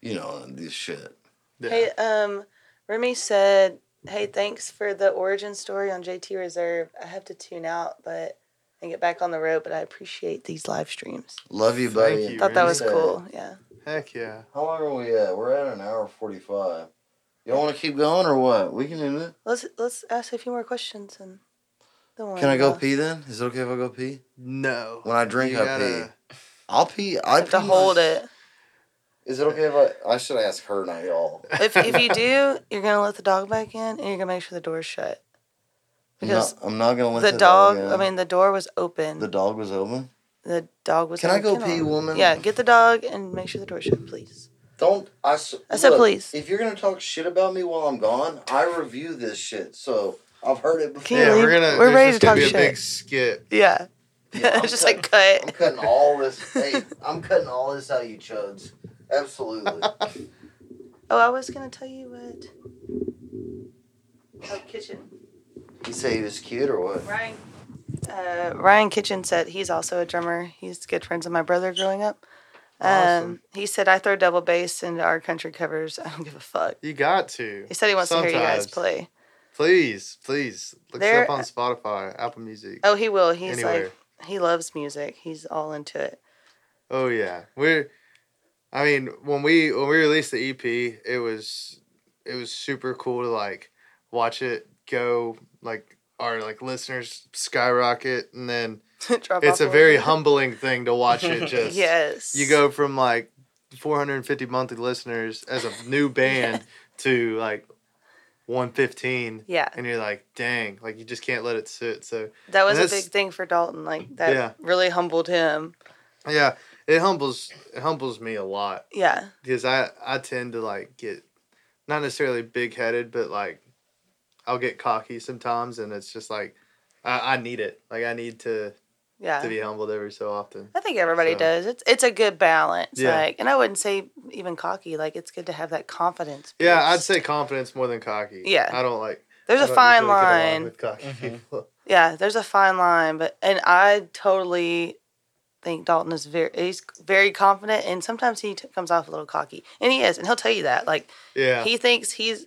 Speaker 2: you know, this shit.
Speaker 6: yeah.
Speaker 5: Hey, um, Remy
Speaker 2: Mm-hmm.
Speaker 5: said, "Hey, thanks for the origin story on JT Reserve. I have to tune out, but and get back on the road. But I appreciate these live streams.
Speaker 2: Love you,
Speaker 6: Thank
Speaker 2: buddy.
Speaker 6: you.
Speaker 5: Thought that was
Speaker 2: Appreciate it.
Speaker 5: cool. Yeah.
Speaker 6: Heck yeah.
Speaker 2: How long are we at? We're at an hour forty-five. You don't want to keep going or what? We can end it.
Speaker 5: Let's let's ask a few more questions and. then we'll
Speaker 2: Can I
Speaker 5: end
Speaker 2: go
Speaker 5: off.
Speaker 2: pee then? Is it okay if I go pee?
Speaker 6: No.
Speaker 2: When I drink,
Speaker 6: You
Speaker 2: I
Speaker 6: gotta-
Speaker 2: I'll pee.
Speaker 5: I
Speaker 2: I
Speaker 5: have to
Speaker 2: pee.
Speaker 5: hold it.
Speaker 2: Is it okay if I? I should ask her, not y'all.
Speaker 5: If if you do, you're gonna let the dog back in, and you're gonna make sure the door's shut.
Speaker 2: I'm not,
Speaker 5: Because
Speaker 2: I'm not gonna let
Speaker 5: the,
Speaker 2: that
Speaker 5: dog,
Speaker 2: in.
Speaker 5: I mean, the door was open.
Speaker 2: the
Speaker 5: The,
Speaker 2: dog was open.
Speaker 5: dog was.
Speaker 2: Can
Speaker 5: in
Speaker 2: I
Speaker 5: the
Speaker 2: go
Speaker 5: kennel.
Speaker 2: pee, woman?
Speaker 5: Yeah, get the dog and make sure the door's shut, please.
Speaker 2: Don't I? s-
Speaker 5: I said
Speaker 2: look,
Speaker 5: please.
Speaker 2: If you're gonna talk shit about me while I'm gone, I review this shit. So I've heard it before.
Speaker 5: Can you
Speaker 6: Yeah, we're
Speaker 5: leave?
Speaker 6: gonna.
Speaker 5: We're
Speaker 6: there's
Speaker 5: ready
Speaker 6: just
Speaker 5: to talk
Speaker 6: gonna be a
Speaker 5: shit.
Speaker 6: big skip.
Speaker 5: Yeah,
Speaker 2: Yeah, I'm
Speaker 5: just like
Speaker 2: I'm
Speaker 5: cut.
Speaker 2: cutting all this. hey, I'm cutting all this out, you chuds. Absolutely.
Speaker 5: Oh, I was gonna tell you what. Oh, kitchen.
Speaker 2: You say he was cute or what?
Speaker 5: Ryan. Uh, Ryan Kitchen said he's also a drummer. He's good friends with my brother growing up. Um,
Speaker 6: Awesome.
Speaker 5: He said I throw double bass into our country covers. I don't give a fuck.
Speaker 6: You got to.
Speaker 5: He said he wants to hear you guys
Speaker 6: Sometimes.
Speaker 5: play.
Speaker 6: Please, please look us
Speaker 5: There-
Speaker 6: up on Spotify, Apple Music.
Speaker 5: Oh, he will. He's
Speaker 6: Anywhere.
Speaker 5: like he loves music. He's all into it.
Speaker 6: Oh yeah, we're. I mean, when we when we released the EP, it was it was super cool to like watch it go like our like listeners skyrocket, and then
Speaker 5: Drop
Speaker 6: it's
Speaker 5: off
Speaker 6: a very
Speaker 5: little
Speaker 6: humbling thing to watch it
Speaker 5: bit.
Speaker 6: just.
Speaker 5: Yes.
Speaker 6: You go from like 450 monthly listeners as a new band to like 115,
Speaker 5: Yeah,
Speaker 6: and you're like, dang, like you just can't let it sit. So
Speaker 5: that was a
Speaker 6: that's-
Speaker 5: big thing for Dalton. Like that
Speaker 6: Yeah.
Speaker 5: really humbled him.
Speaker 6: Yeah, it humbles it humbles me a lot
Speaker 5: Yeah.
Speaker 6: because I I tend to like get not necessarily big headed, but like I'll get cocky sometimes, and it's just like I, I need it. Like I need to
Speaker 5: Yeah.
Speaker 6: to be humbled every so often.
Speaker 5: I think everybody
Speaker 6: So-
Speaker 5: does. It's it's a good balance.
Speaker 6: Yeah.
Speaker 5: Like, and I wouldn't say even cocky. Like, it's good to have that confidence.
Speaker 6: Yeah, I'd
Speaker 5: boost.
Speaker 6: say confidence more than cocky.
Speaker 5: Yeah.
Speaker 6: I don't like.
Speaker 5: there's
Speaker 6: I
Speaker 5: a
Speaker 6: don't
Speaker 5: fine
Speaker 6: usually get along
Speaker 5: line.
Speaker 6: with cocky people.
Speaker 5: Yeah, there's a fine line, but and I totally think Dalton is very he's very confident, and sometimes he t- comes off a little cocky, and he is, and he'll tell you that. Like,
Speaker 6: Yeah,
Speaker 5: he thinks he's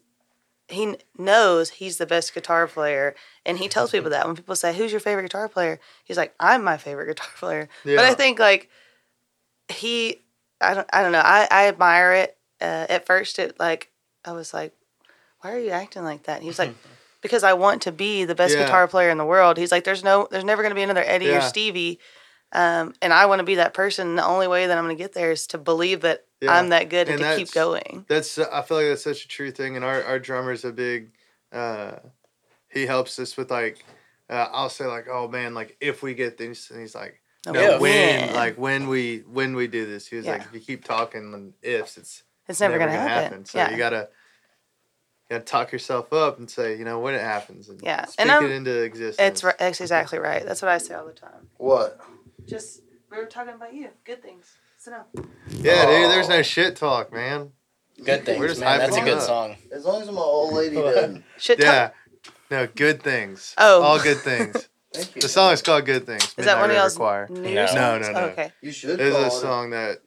Speaker 5: he kn- knows he's the best guitar player and he tells people that when people say who's your favorite guitar player he's like i'm my favorite guitar player but i
Speaker 6: Yeah.
Speaker 5: think like he i don't, I don't know I, I admire it uh, at first it like i was like why are you acting like that and he was like because i want to be the best
Speaker 6: Yeah.
Speaker 5: guitar player in the world he's like there's no there's never going to be another eddie
Speaker 6: Yeah.
Speaker 5: or stevie um, and i want to be that person the only way that i'm going to get there is to believe that
Speaker 6: Yeah.
Speaker 5: i'm that good and,
Speaker 6: And
Speaker 5: to keep
Speaker 6: that's-
Speaker 5: going
Speaker 6: that's I feel like that's such a true thing, and our our drummer's a big. uh He helps us with like. Uh, I'll say like, oh man, like if we get these, and he's like,
Speaker 5: No,
Speaker 6: No,
Speaker 7: Yeah.
Speaker 6: when like when we when we do this, he was like,
Speaker 5: Yeah.
Speaker 6: if you keep talking and ifs, it's
Speaker 5: It's never, gonna, happen.
Speaker 6: So
Speaker 5: yeah.
Speaker 6: you gotta you gotta talk yourself up and say, you know, when it happens, and
Speaker 5: Yeah. And
Speaker 6: speak
Speaker 5: I'm-
Speaker 6: it into existence.
Speaker 5: it's ri- that's exactly right. That's what I say all the time.
Speaker 2: What?
Speaker 5: Just we were talking about you, good things. So no.
Speaker 6: Yeah,
Speaker 2: Aw.
Speaker 6: dude. There's no shit talk, man.
Speaker 7: Good things,
Speaker 6: We're just
Speaker 7: man. That's a
Speaker 6: hyping
Speaker 7: good
Speaker 6: up.
Speaker 7: song.
Speaker 2: As long as my old lady doesn't.
Speaker 5: Shit talk.
Speaker 6: Yeah. No, good things.
Speaker 5: Oh.
Speaker 6: all good things.
Speaker 2: Thank you.
Speaker 6: the song is called "Good Things."
Speaker 5: Is that
Speaker 6: Midnight
Speaker 5: one of
Speaker 6: River
Speaker 5: y'all's
Speaker 6: Choir.
Speaker 5: new
Speaker 7: No.
Speaker 5: songs?
Speaker 6: No, no, no.
Speaker 5: okay.
Speaker 2: You should.
Speaker 6: There's
Speaker 2: call
Speaker 6: a
Speaker 2: it
Speaker 6: song that,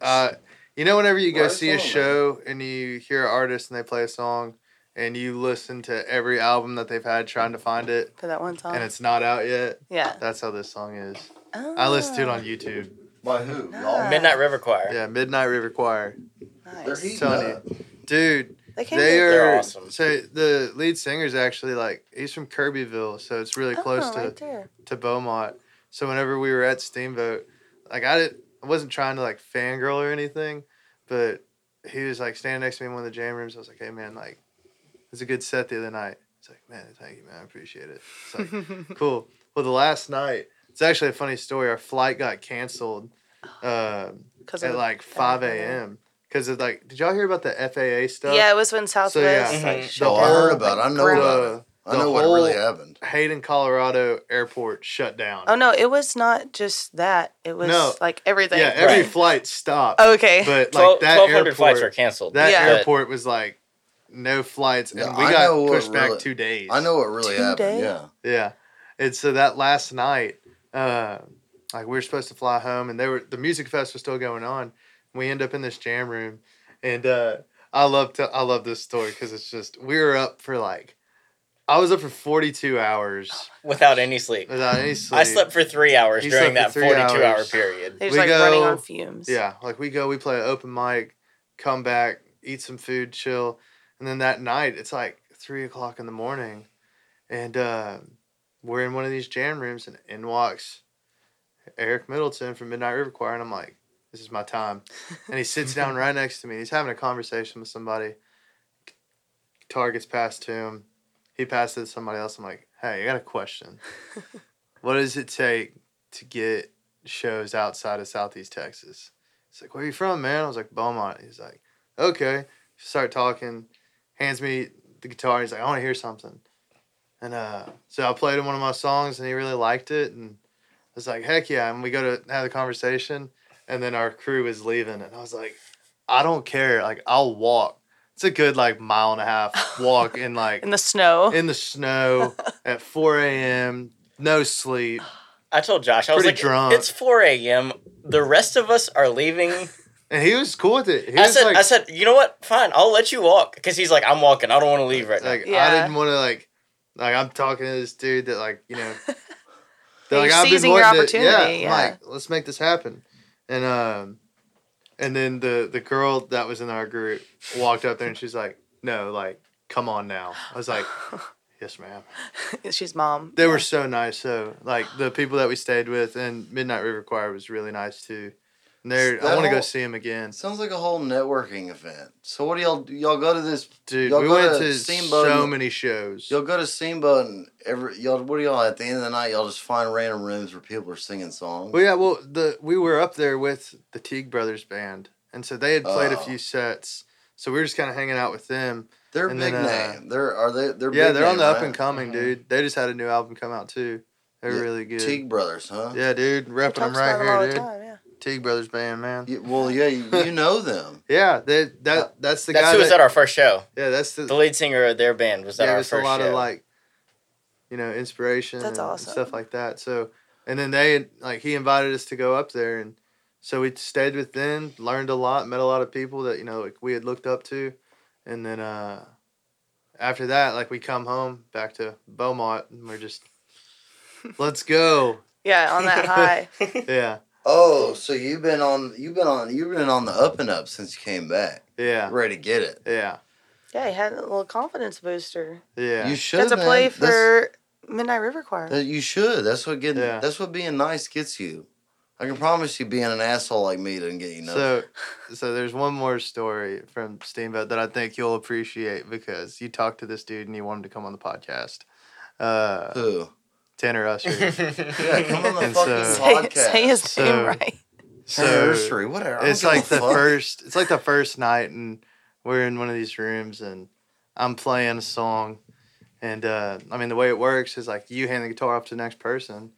Speaker 6: uh, you know, whenever you go
Speaker 2: What
Speaker 6: see a
Speaker 2: song is it?
Speaker 6: show and you hear an artist and they play a song, and you listen to every album that they've had trying to find it,
Speaker 5: For that one song.
Speaker 7: Oh.
Speaker 6: and it's not out yet.
Speaker 5: yeah.
Speaker 6: That's how this song is. I listened to it on YouTube.
Speaker 2: By who?
Speaker 5: Nah.
Speaker 2: Y'all?
Speaker 7: Midnight River Choir.
Speaker 6: Yeah, Midnight River Choir,
Speaker 5: Oh,
Speaker 2: They're
Speaker 5: nice.
Speaker 2: heating
Speaker 6: Tony.
Speaker 2: up.
Speaker 6: dude.
Speaker 5: They came
Speaker 6: They
Speaker 5: to-
Speaker 7: They're
Speaker 6: are
Speaker 7: awesome.
Speaker 6: so the lead singer's actually like he's from Kirbyville, so it's really
Speaker 5: oh,
Speaker 6: close to
Speaker 5: right there.
Speaker 6: to Beaumont. So whenever we were at Steamboat, like I didn't, I wasn't trying to like fangirl or anything, but he was like standing next to me in one of the jam rooms. I was like, hey man, like it was a good set the other night. It's like, man, thank you, man, I appreciate it. It's like, cool. Well, the last night, it's actually a funny story. Our flight got canceled um,
Speaker 5: 'Cause of
Speaker 6: at
Speaker 5: the-
Speaker 6: like five a.m. because of like, did y'all hear about the FAA stuff?
Speaker 5: Yeah, it was when Southwest.
Speaker 6: yeah.
Speaker 5: like,
Speaker 7: Mhm.
Speaker 5: shut
Speaker 2: Mm-hmm. No, I
Speaker 5: down,
Speaker 2: heard about it.
Speaker 5: like,
Speaker 2: I know
Speaker 5: ground-
Speaker 2: about it.
Speaker 6: The
Speaker 2: I know what
Speaker 6: whole-
Speaker 2: really happened.
Speaker 6: Hayden, Colorado airport shut down.
Speaker 5: Oh no, it was not just that. It was
Speaker 6: No.
Speaker 5: like everything.
Speaker 6: yeah, every
Speaker 7: Right.
Speaker 6: flight stopped.
Speaker 5: okay.
Speaker 6: But like
Speaker 7: Twelve
Speaker 6: that
Speaker 7: hundred
Speaker 6: airport,
Speaker 7: flights were canceled.
Speaker 6: that
Speaker 5: Yeah.
Speaker 6: airport was like no flights, and
Speaker 2: Yeah,
Speaker 6: we
Speaker 2: I know
Speaker 6: got
Speaker 2: what
Speaker 6: pushed back
Speaker 2: really-
Speaker 6: two days.
Speaker 2: I know what really
Speaker 5: Two
Speaker 2: happened.
Speaker 5: days?
Speaker 2: Yeah.
Speaker 6: Yeah, and so that last night, uh, like we were supposed to fly home, and they were the music fest was still going on. We end up in this jam room, and uh, I love to I love this story because it's just we were up for like I was up for 42 hours
Speaker 7: without any sleep.
Speaker 6: without any sleep.
Speaker 7: I slept for three hours
Speaker 6: You
Speaker 7: during
Speaker 6: slept
Speaker 7: that
Speaker 6: for three
Speaker 7: 42 hour
Speaker 6: hours.
Speaker 7: period.
Speaker 5: They're just
Speaker 6: We
Speaker 5: like running on
Speaker 6: go-
Speaker 5: fumes.
Speaker 6: Yeah, like we go, we play an open mic, come back, eat some food, chill, and then that night it's like three o'clock in the morning, and uh, we're in one of these jam rooms, and in walks Eric Middleton from Midnight River Choir, and I'm like, "This is my time," and he sits down right next to me. He's having a conversation with somebody. Guitar gets passed to him. He passes it to somebody else. I'm like, "Hey, I got a question. what does it take to get shows outside of Southeast Texas?" He's like, "Where you from, man?" I was like, "Beaumont." He's like, "Okay." Start talking, hands me the guitar. He's like, "I want to hear something," and uh, so I played him one of my songs, and he really liked it, and I was like, "Heck yeah!" And we go to have the conversation, and then our crew is leaving, and I was like, "I don't care. Like, I'll walk. It's a good like mile and a half walk in like
Speaker 5: In the snow.
Speaker 6: in the snow at four a.m. No sleep.
Speaker 7: I told Josh, I was
Speaker 6: Pretty
Speaker 7: like,
Speaker 6: drunk.
Speaker 7: it's 4 a.m. The rest of us are leaving.
Speaker 6: And he was cool with it. He
Speaker 7: I
Speaker 6: was
Speaker 7: said,
Speaker 6: like,
Speaker 7: I said, you know what? Fine, I'll let you walk. Because he's like, I'm walking. I don't want to leave right now.
Speaker 6: Like I
Speaker 5: Yeah.
Speaker 6: didn't want to like like I'm talking to this dude that like you know they're
Speaker 5: You're
Speaker 6: like I've been
Speaker 5: seizing your
Speaker 6: wanting to-
Speaker 5: opportunity,
Speaker 6: yeah,
Speaker 5: yeah.
Speaker 6: I'm like let's make this happen and um and then the the girl that was in our group walked up there and she's like no like come on now I was like yes ma'am
Speaker 5: She's mom.
Speaker 6: they were so nice so like the people that we stayed with and Midnight River Choir was really nice too and they're I
Speaker 2: That
Speaker 6: want to go
Speaker 2: whole-
Speaker 6: see them again
Speaker 2: Sounds like a whole networking event. So what do y'all do? Y'all go to this.
Speaker 6: dude
Speaker 2: y'all
Speaker 6: we
Speaker 2: go
Speaker 6: went
Speaker 2: to
Speaker 6: to
Speaker 2: Steamboat
Speaker 6: so
Speaker 2: and-
Speaker 6: many shows
Speaker 2: Y'all go to Steamboat and every y'all. What do y'all at the end of the night? Y'all just find random rooms where people are singing songs.
Speaker 6: Well, yeah, well, the we were up there with the Teague Brothers band, and so they had played a
Speaker 2: Oh.
Speaker 6: few sets. So we were just kind of hanging out with them.
Speaker 2: They're
Speaker 6: and
Speaker 2: big
Speaker 6: then, uh,
Speaker 2: name. They're are they? They're
Speaker 6: yeah,
Speaker 2: big
Speaker 6: they're on
Speaker 2: name,
Speaker 6: the up
Speaker 2: right? Mm-hmm.
Speaker 6: and coming,
Speaker 7: Mhm.
Speaker 6: dude. They just had a new album come out too. They're
Speaker 2: Yeah,
Speaker 6: really good.
Speaker 2: Teague Brothers, huh?
Speaker 6: Yeah, dude, repping
Speaker 5: Talks
Speaker 6: them
Speaker 5: about
Speaker 6: right
Speaker 5: them all
Speaker 6: here,
Speaker 5: the
Speaker 6: dude.
Speaker 5: time, yeah.
Speaker 6: Teague Brothers band, man.
Speaker 2: You- well, yeah, you, you know them.
Speaker 6: Yeah, they, that that's the
Speaker 7: That's
Speaker 6: guy.
Speaker 7: who was
Speaker 6: that,
Speaker 7: at our first show.
Speaker 6: yeah, that's the,
Speaker 7: The lead singer of their band was at
Speaker 6: gave
Speaker 7: our
Speaker 6: us
Speaker 7: first
Speaker 6: a lot
Speaker 7: show.
Speaker 6: of like, you know, inspiration.
Speaker 5: That's
Speaker 6: and
Speaker 5: awesome.
Speaker 6: Stuff like that. So, and then they like he invited us to go up there, and so we stayed with them, learned a lot, met a lot of people that you know like we had looked up to, and then uh, after that, like we come home back to Beaumont, and we're just, let's go,
Speaker 5: Yeah, on that high.
Speaker 6: yeah,
Speaker 2: Oh, so you've been on you've been on you've been on the up and up since you came back.
Speaker 6: yeah,
Speaker 2: Ready to get it.
Speaker 6: yeah,
Speaker 5: Yeah, he had a little confidence booster.
Speaker 6: yeah.
Speaker 2: You should.
Speaker 5: That's a play
Speaker 2: man. That's-
Speaker 5: for Midnight River Choir.
Speaker 2: that you should. That's what getting.
Speaker 6: Yeah.
Speaker 2: That's what being nice gets you. I can promise you, being an asshole like me didn't get you nothing.
Speaker 6: So, so there's one more story from Steamboat that I think you'll appreciate because you talked to this dude and you want him to come on the podcast. Uh,
Speaker 2: Who?
Speaker 6: Tanner Usher.
Speaker 2: Yeah, come on the fucking
Speaker 6: And so-
Speaker 5: say,
Speaker 2: podcast.
Speaker 5: say his
Speaker 6: So-
Speaker 5: name right.
Speaker 6: so
Speaker 2: Anniversary, whatever. I don't
Speaker 6: it's
Speaker 2: give a
Speaker 6: like the
Speaker 2: fuck.
Speaker 6: first. It's like the first night, and we're in one of these rooms, and I'm playing a song, and uh, I mean the way it works is like you hand the guitar off to the next person,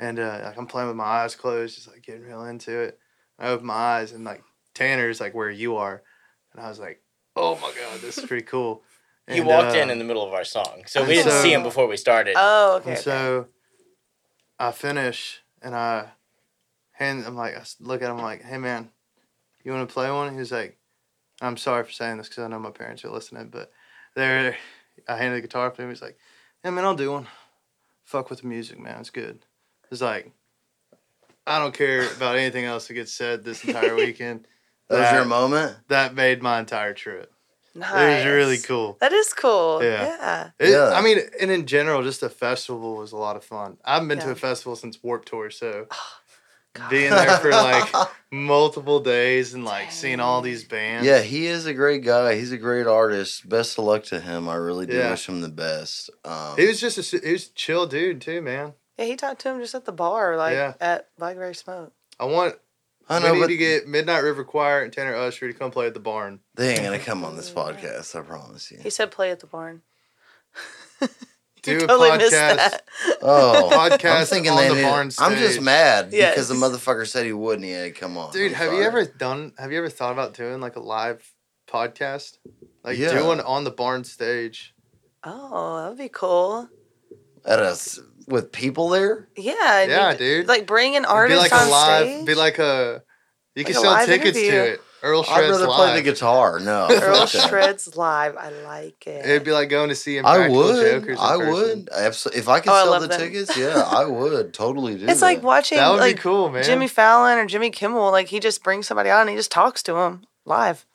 Speaker 6: and uh, like I'm playing with my eyes closed, just like getting real into it. I open my eyes, and like Tanner's like where you are, and I was like, oh my god, this is pretty cool.
Speaker 7: he
Speaker 6: And,
Speaker 7: walked
Speaker 6: uh,
Speaker 7: in in the middle of our song, so
Speaker 6: and
Speaker 7: we didn't
Speaker 6: so-
Speaker 7: see him before we started.
Speaker 5: Oh, okay.
Speaker 6: And
Speaker 5: okay.
Speaker 6: so I finish and I hand I'm like I s- look at him like, "Hey man, you want to play one?" He's like, "I'm sorry for saying this cuz I know my parents are listening, but there I handed the guitar to him. He's like, "Hey man, I'll do one. Fuck with the music, man. It's good." It's like I don't care about anything else that gets said this entire weekend.
Speaker 2: That was your
Speaker 6: that,
Speaker 2: moment.
Speaker 6: that made my entire trip.
Speaker 5: nice.
Speaker 6: It was really cool.
Speaker 5: That is cool.
Speaker 6: Yeah.
Speaker 5: Yeah.
Speaker 6: It,
Speaker 2: Yeah.
Speaker 6: I mean, and in general, just a festival was a lot of fun. I've been to
Speaker 5: Yeah.
Speaker 6: a festival since Warp Tour, so being there for like multiple days and like seeing all these bands.
Speaker 2: Yeah, he is a great guy. He's a great artist. Best of luck to him. I really do
Speaker 6: Yeah.
Speaker 2: wish him the best. Um,
Speaker 6: he was just a su- he was a chill dude too, man.
Speaker 5: Yeah, he talked to him just at the bar, like
Speaker 6: Yeah.
Speaker 5: at Blackberry Smoke.
Speaker 6: I want
Speaker 2: I know,
Speaker 6: we need
Speaker 2: but
Speaker 6: to get Midnight River Choir and Tanner Usher to come play at the barn.
Speaker 2: they ain't gonna come on this podcast. I promise you.
Speaker 5: He said play at the barn.
Speaker 6: Do a
Speaker 5: totally missed
Speaker 6: podcast.
Speaker 5: that.
Speaker 2: Oh,
Speaker 6: Podcast
Speaker 2: I'm thinking
Speaker 6: on
Speaker 2: they
Speaker 6: the
Speaker 2: need-
Speaker 6: barn
Speaker 2: I'm just
Speaker 6: stage.
Speaker 2: mad
Speaker 5: Yes.
Speaker 2: because the motherfucker said he wouldn't. He had to come on.
Speaker 6: Dude,
Speaker 2: I'm
Speaker 6: have you
Speaker 2: sorry.
Speaker 6: ever done? Have you ever thought about doing like a live podcast, like
Speaker 2: Yeah.
Speaker 6: do one on the barn stage?
Speaker 5: Oh, that would be cool.
Speaker 2: at us with people there?
Speaker 5: Yeah. and
Speaker 6: Yeah,
Speaker 5: you-
Speaker 6: dude.
Speaker 5: Like bring an
Speaker 6: It'd
Speaker 5: artist
Speaker 6: be like
Speaker 5: on
Speaker 6: a live,
Speaker 5: stage.
Speaker 6: be like a. You
Speaker 5: Like
Speaker 6: can
Speaker 5: a
Speaker 6: sell
Speaker 5: live
Speaker 6: tickets
Speaker 5: interview.
Speaker 6: to it. Earl
Speaker 2: I'd
Speaker 6: Shreds
Speaker 2: rather
Speaker 6: live.
Speaker 2: play the guitar. No.
Speaker 5: Earl
Speaker 2: fuck that.
Speaker 5: Shreds live. I like it.
Speaker 6: It'd be like going to see
Speaker 2: I
Speaker 6: Impractical
Speaker 2: would.
Speaker 6: Jokers. in
Speaker 2: I
Speaker 6: person.
Speaker 2: would. Absolutely. If I could
Speaker 5: Oh, I
Speaker 2: sell
Speaker 5: love
Speaker 2: the
Speaker 5: them.
Speaker 2: tickets, yeah, I would totally do
Speaker 5: it's
Speaker 2: that.
Speaker 5: like watching
Speaker 6: That would
Speaker 5: like
Speaker 6: be cool, man.
Speaker 5: Jimmy Fallon or Jimmy Kimmel. Like he just brings somebody on and he just talks to him live.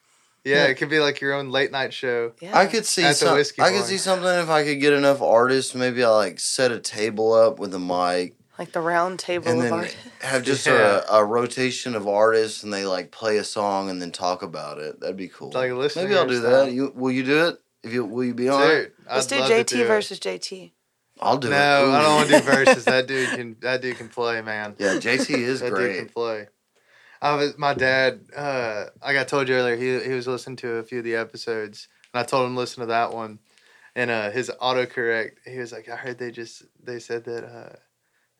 Speaker 6: Yeah, it could be like your own late night show.
Speaker 5: Yeah.
Speaker 2: I could see
Speaker 6: At the
Speaker 2: some, I
Speaker 6: whiskey
Speaker 2: could
Speaker 6: bar.
Speaker 2: see something if I could get enough artists. Maybe I like set a table up with a mic
Speaker 5: like the round table
Speaker 2: and
Speaker 5: of
Speaker 2: then
Speaker 5: art.
Speaker 2: have just
Speaker 6: Yeah.
Speaker 2: a, a rotation of artists and they like play a song and then talk about it. That'd be cool.
Speaker 6: Like a listening
Speaker 2: Maybe I'll
Speaker 6: or
Speaker 2: do that.
Speaker 6: something.
Speaker 2: You will you do it? If you will you be on? it?
Speaker 6: Dude,
Speaker 5: Let's
Speaker 6: I'd
Speaker 5: do
Speaker 6: love to
Speaker 5: JT
Speaker 6: do it.
Speaker 5: versus JT.
Speaker 2: I'll do
Speaker 6: No,
Speaker 2: it.
Speaker 6: I don't want to
Speaker 2: Ooh.
Speaker 6: do verses. That dude can. That dude can play, man.
Speaker 2: Yeah, JT is
Speaker 6: that dude can
Speaker 2: great.
Speaker 6: play. I was my dad. Uh, like I told you earlier, he he was listening to a few of the episodes, and I told him listen to that one, and uh, his autocorrect. He was like, I heard they just they said that. Uh,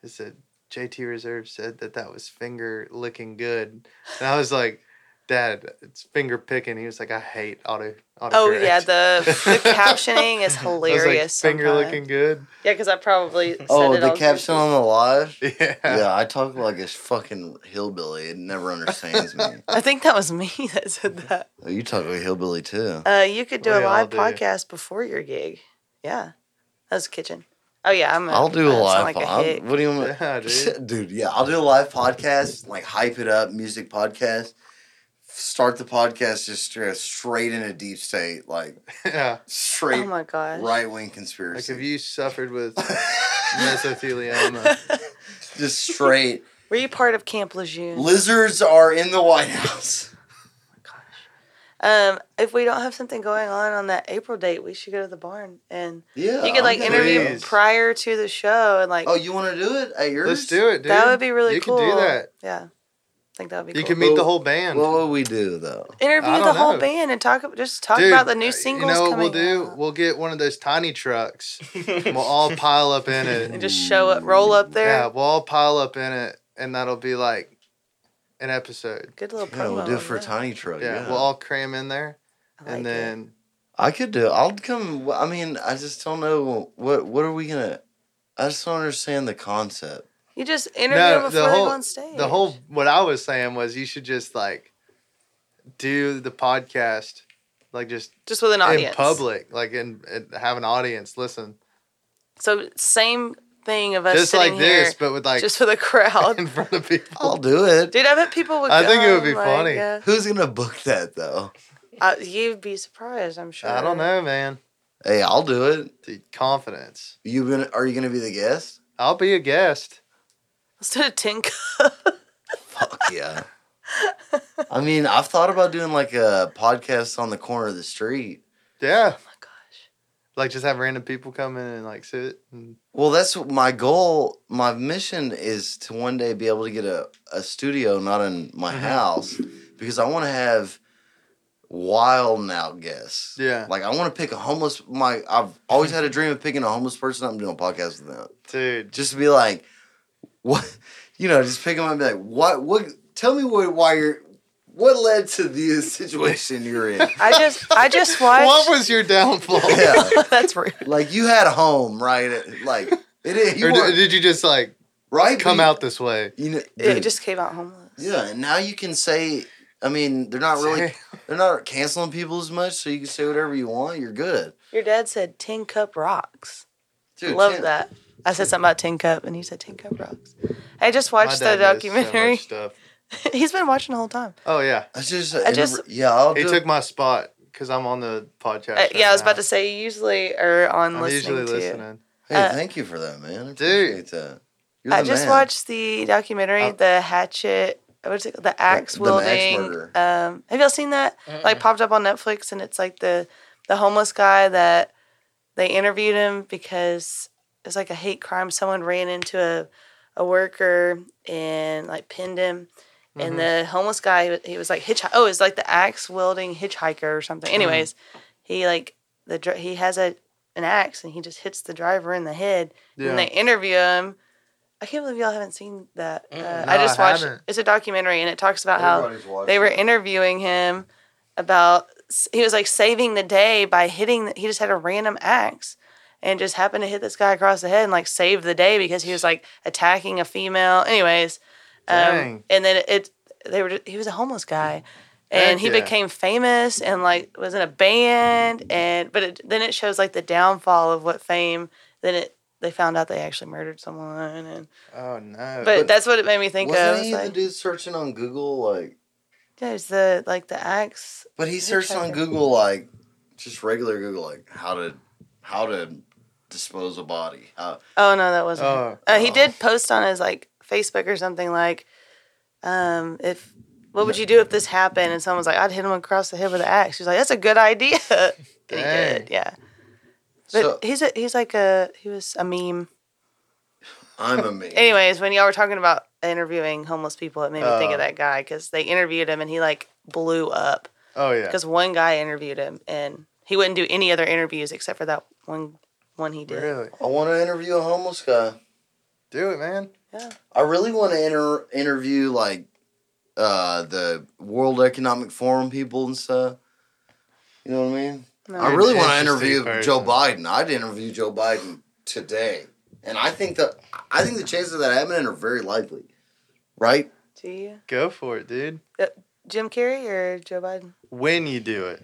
Speaker 6: it said JT Reserve said that that was finger licking good, and I was like, Dad, it's finger picking. He was like, I hate auto. autocorrect.
Speaker 5: Oh yeah, the the captioning is
Speaker 6: I was like,
Speaker 5: hilarious.
Speaker 6: finger
Speaker 5: sometimes.
Speaker 6: looking good.
Speaker 5: Yeah, because I probably said
Speaker 2: Oh,
Speaker 5: it
Speaker 2: the
Speaker 5: on
Speaker 2: caption on the live?
Speaker 6: Yeah.
Speaker 2: Yeah, I talk like a fucking hillbilly. It never understands me.
Speaker 5: I think that was me that said that.
Speaker 2: Oh, you talk like a hillbilly too.
Speaker 5: Uh, you could do
Speaker 6: We
Speaker 5: a
Speaker 6: all
Speaker 5: live
Speaker 6: do.
Speaker 5: podcast before your gig. Yeah, that was kitchen. Oh yeah, I'm. A,
Speaker 2: I'll do a
Speaker 5: I
Speaker 2: live.
Speaker 5: sound Like a
Speaker 2: pod-
Speaker 5: hick.
Speaker 2: what do you want?
Speaker 6: Yeah, dude.
Speaker 2: dude, yeah, I'll do a live podcast, like hype it up, music podcast. Start the podcast just straight, straight in a deep state, like
Speaker 6: yeah.
Speaker 5: Oh
Speaker 2: straight
Speaker 5: my gosh.
Speaker 2: right wing
Speaker 6: Like,
Speaker 2: conspiracy.
Speaker 6: have you suffered with mesothelioma?
Speaker 2: just straight
Speaker 5: Were you part of Camp Lejeune?
Speaker 2: lizards are in the White House.
Speaker 5: Um, if we don't have something going on on that April date, we should go to the barn and
Speaker 2: Yeah,
Speaker 5: you could like
Speaker 2: I'm down.
Speaker 5: interview
Speaker 6: Please.
Speaker 5: prior to the show and like
Speaker 2: Oh, you want to do it at yours?
Speaker 6: Let's do it, dude.
Speaker 5: that would be really
Speaker 6: you
Speaker 5: cool.
Speaker 6: You can do that.
Speaker 5: Yeah, I think that would be
Speaker 6: You
Speaker 5: cool.
Speaker 6: can meet the
Speaker 2: Well,
Speaker 6: whole band.
Speaker 2: What would we do though?
Speaker 5: interview
Speaker 6: I
Speaker 5: the
Speaker 6: don't
Speaker 5: whole
Speaker 6: know.
Speaker 5: band and talk ab- just talk
Speaker 6: Dude,
Speaker 5: about the
Speaker 6: uh,
Speaker 5: new singles
Speaker 6: You know what
Speaker 5: coming
Speaker 6: we'll do?
Speaker 5: out.
Speaker 6: We'll get one of those tiny trucks. and we'll all pile up in
Speaker 5: and
Speaker 6: it.
Speaker 5: just show up, roll up there.
Speaker 6: Yeah, we'll all pile up in it, and that'll be like an episode.
Speaker 5: Good little promo.
Speaker 2: Yeah, we'll do it
Speaker 5: on
Speaker 2: for a
Speaker 5: that.
Speaker 2: tiny truck.
Speaker 6: Yeah,
Speaker 2: Yeah,
Speaker 6: we'll all cram in there,
Speaker 5: Oh, I like
Speaker 6: and
Speaker 5: it.
Speaker 6: then
Speaker 2: I could do. I'll come. I mean, I just don't know what. What are we gonna? I just don't understand the concept.
Speaker 5: you just interview
Speaker 6: No,
Speaker 5: them
Speaker 6: the
Speaker 5: before they go
Speaker 6: whole-
Speaker 5: on stage.
Speaker 6: the whole. What I was saying was, you should just like do the podcast, like just
Speaker 5: just with an
Speaker 6: in
Speaker 5: audience
Speaker 6: public, like in, and have an audience listen,
Speaker 5: So same thing of us
Speaker 6: just
Speaker 5: sitting
Speaker 6: like
Speaker 5: here,
Speaker 6: this, but with like
Speaker 5: just for the crowd.
Speaker 6: in front of people.
Speaker 2: I'll do it.
Speaker 5: Dude, I bet people would.
Speaker 6: I think it would
Speaker 5: come,
Speaker 6: be
Speaker 5: like,
Speaker 6: funny.
Speaker 5: yeah.
Speaker 2: Who's gonna book that though?
Speaker 5: Uh, you'd be surprised, I'm sure.
Speaker 6: I don't know, man.
Speaker 2: Hey, I'll do it.
Speaker 6: The confidence.
Speaker 2: You gonna? Are you gonna be the guest?
Speaker 6: I'll be a guest.
Speaker 5: Let's do a tin cup. Oh
Speaker 2: Fuck yeah. I mean, I've thought about doing like a podcast on the corner of the street.
Speaker 6: Yeah,
Speaker 5: Oh my gosh.
Speaker 6: like just have random people come in and like sit. And,
Speaker 2: Well, that's what my goal. My mission is to one day be able to get a, a studio, not in my
Speaker 6: Mhm.
Speaker 2: house, because I want to have wild and out guests.
Speaker 6: yeah,
Speaker 2: Like I want to pick a homeless. My I've always had a dream of picking a homeless person. up and doing a podcast with them,
Speaker 6: dude.
Speaker 2: just to be like, what, you know, just pick them up and be like, what, what? Tell me what, why you're, what led to the situation you're in?
Speaker 5: I just, I just watched.
Speaker 6: What was your downfall?
Speaker 2: yeah,
Speaker 5: That's rude.
Speaker 2: like you had a home, right? Like it is, you
Speaker 6: Or
Speaker 2: weren't-
Speaker 6: did, did you just like
Speaker 2: right?
Speaker 6: come
Speaker 2: You-
Speaker 6: out this way?
Speaker 2: you know,
Speaker 5: It
Speaker 2: dude,
Speaker 5: just came out homeless.
Speaker 2: yeah. And now you can say, I mean, they're not really, they're not canceling people as much, so you can say whatever you want. You're good.
Speaker 5: Your dad said tin cup rocks.
Speaker 2: Dude,
Speaker 5: Love
Speaker 2: Tim,
Speaker 5: that. I said something about tin cup, and you said tin cup rocks. I just
Speaker 6: My
Speaker 5: watched the
Speaker 6: dad knows so much
Speaker 5: documentary.
Speaker 6: stuff.
Speaker 5: He's been watching the whole time.
Speaker 6: Oh yeah,
Speaker 2: I just,
Speaker 5: I just-
Speaker 2: yeah, I'll
Speaker 6: he
Speaker 2: do
Speaker 6: took my spot because I'm on the podcast.
Speaker 5: Uh,
Speaker 6: right
Speaker 5: yeah, I was
Speaker 6: now.
Speaker 5: about to say you usually are on
Speaker 6: I'm
Speaker 5: listening
Speaker 6: usually
Speaker 5: to.
Speaker 6: listening.
Speaker 2: Hey,
Speaker 5: Uh,
Speaker 2: thank you for that, man. I
Speaker 6: Dude.
Speaker 2: appreciate that. You're
Speaker 5: I
Speaker 2: the
Speaker 5: just
Speaker 2: man.
Speaker 5: watched the documentary,
Speaker 6: Oh.
Speaker 2: Uh,
Speaker 5: the hatchet. What's it called? The axe
Speaker 2: the axe
Speaker 5: wielding.
Speaker 2: murderer.
Speaker 5: um, have y'all seen that? Like popped up on Netflix, and it's like the the homeless guy that they interviewed him because it's like a hate crime. Someone ran into a a worker and like pinned him.
Speaker 6: Mm-hmm.
Speaker 5: And the homeless guy, he was, he was like hitchhike. Oh, it's like the axe wielding hitchhiker or something.
Speaker 6: Mm-hmm.
Speaker 5: Anyways, he like the dri- he has a an axe and he just hits the driver in the head.
Speaker 6: Yeah.
Speaker 5: And they interview him. I can't believe y'all haven't seen that. Uh,
Speaker 6: No, I
Speaker 5: I just watched.
Speaker 6: haven't.
Speaker 5: It's a documentary and it talks about how
Speaker 2: Everybody's watching.
Speaker 5: they were interviewing him about he was like saving the day by hitting he just had a random axe and just happened to hit this guy across the head and like save the day because he was like attacking a female anyways um,
Speaker 6: Dang.
Speaker 5: and then it they were he was a homeless guy and
Speaker 6: Heck
Speaker 5: he
Speaker 6: yeah.
Speaker 5: became famous and like was in a band and but it, then it shows like the downfall of what fame then it they found out they actually murdered someone and
Speaker 6: Oh no.
Speaker 5: but, that's what it made me think
Speaker 2: Wasn't
Speaker 5: of
Speaker 2: he
Speaker 5: It's
Speaker 2: the
Speaker 5: like,
Speaker 2: dude searching on Google like?
Speaker 5: there's the like the axe
Speaker 2: But he
Speaker 5: Who
Speaker 2: searched on
Speaker 5: tried to-
Speaker 2: Google like, just regular Google like how to, how to dispose a body. Uh, How,
Speaker 5: oh no that wasn't him.
Speaker 6: oh,
Speaker 5: Uh, he
Speaker 2: Oh.
Speaker 5: did post on his like Facebook or something like, um, if what would you do if this happened? And someone's like, I'd hit him across the head with an axe. He's like, that's a good idea. and he
Speaker 6: Dang.
Speaker 5: did, yeah. But
Speaker 2: so
Speaker 5: he's a he's like a he was a meme.
Speaker 2: I'm a man.
Speaker 5: Anyways, when y'all were talking about interviewing homeless people, it made me think
Speaker 6: Oh.
Speaker 5: of that guy because they interviewed him and he like blew up
Speaker 6: oh yeah.
Speaker 5: because one guy interviewed him and he wouldn't do any other interviews except for that one one he did.
Speaker 6: Really?
Speaker 2: I want to interview a homeless guy.
Speaker 6: Do it, man.
Speaker 2: I really want to inter- interview like uh, the World Economic Forum people and stuff. You know what I mean?
Speaker 5: No.
Speaker 2: I
Speaker 6: You're
Speaker 2: really
Speaker 6: an
Speaker 2: want to
Speaker 6: interesting
Speaker 2: interview
Speaker 6: person.
Speaker 2: Joe Biden. I'd interview Joe Biden today, and I think that I think the chances of that happening are very likely. Right?
Speaker 5: Do you
Speaker 6: Go for it, dude.
Speaker 5: Jim Carrey or Joe Biden?
Speaker 6: When you do it,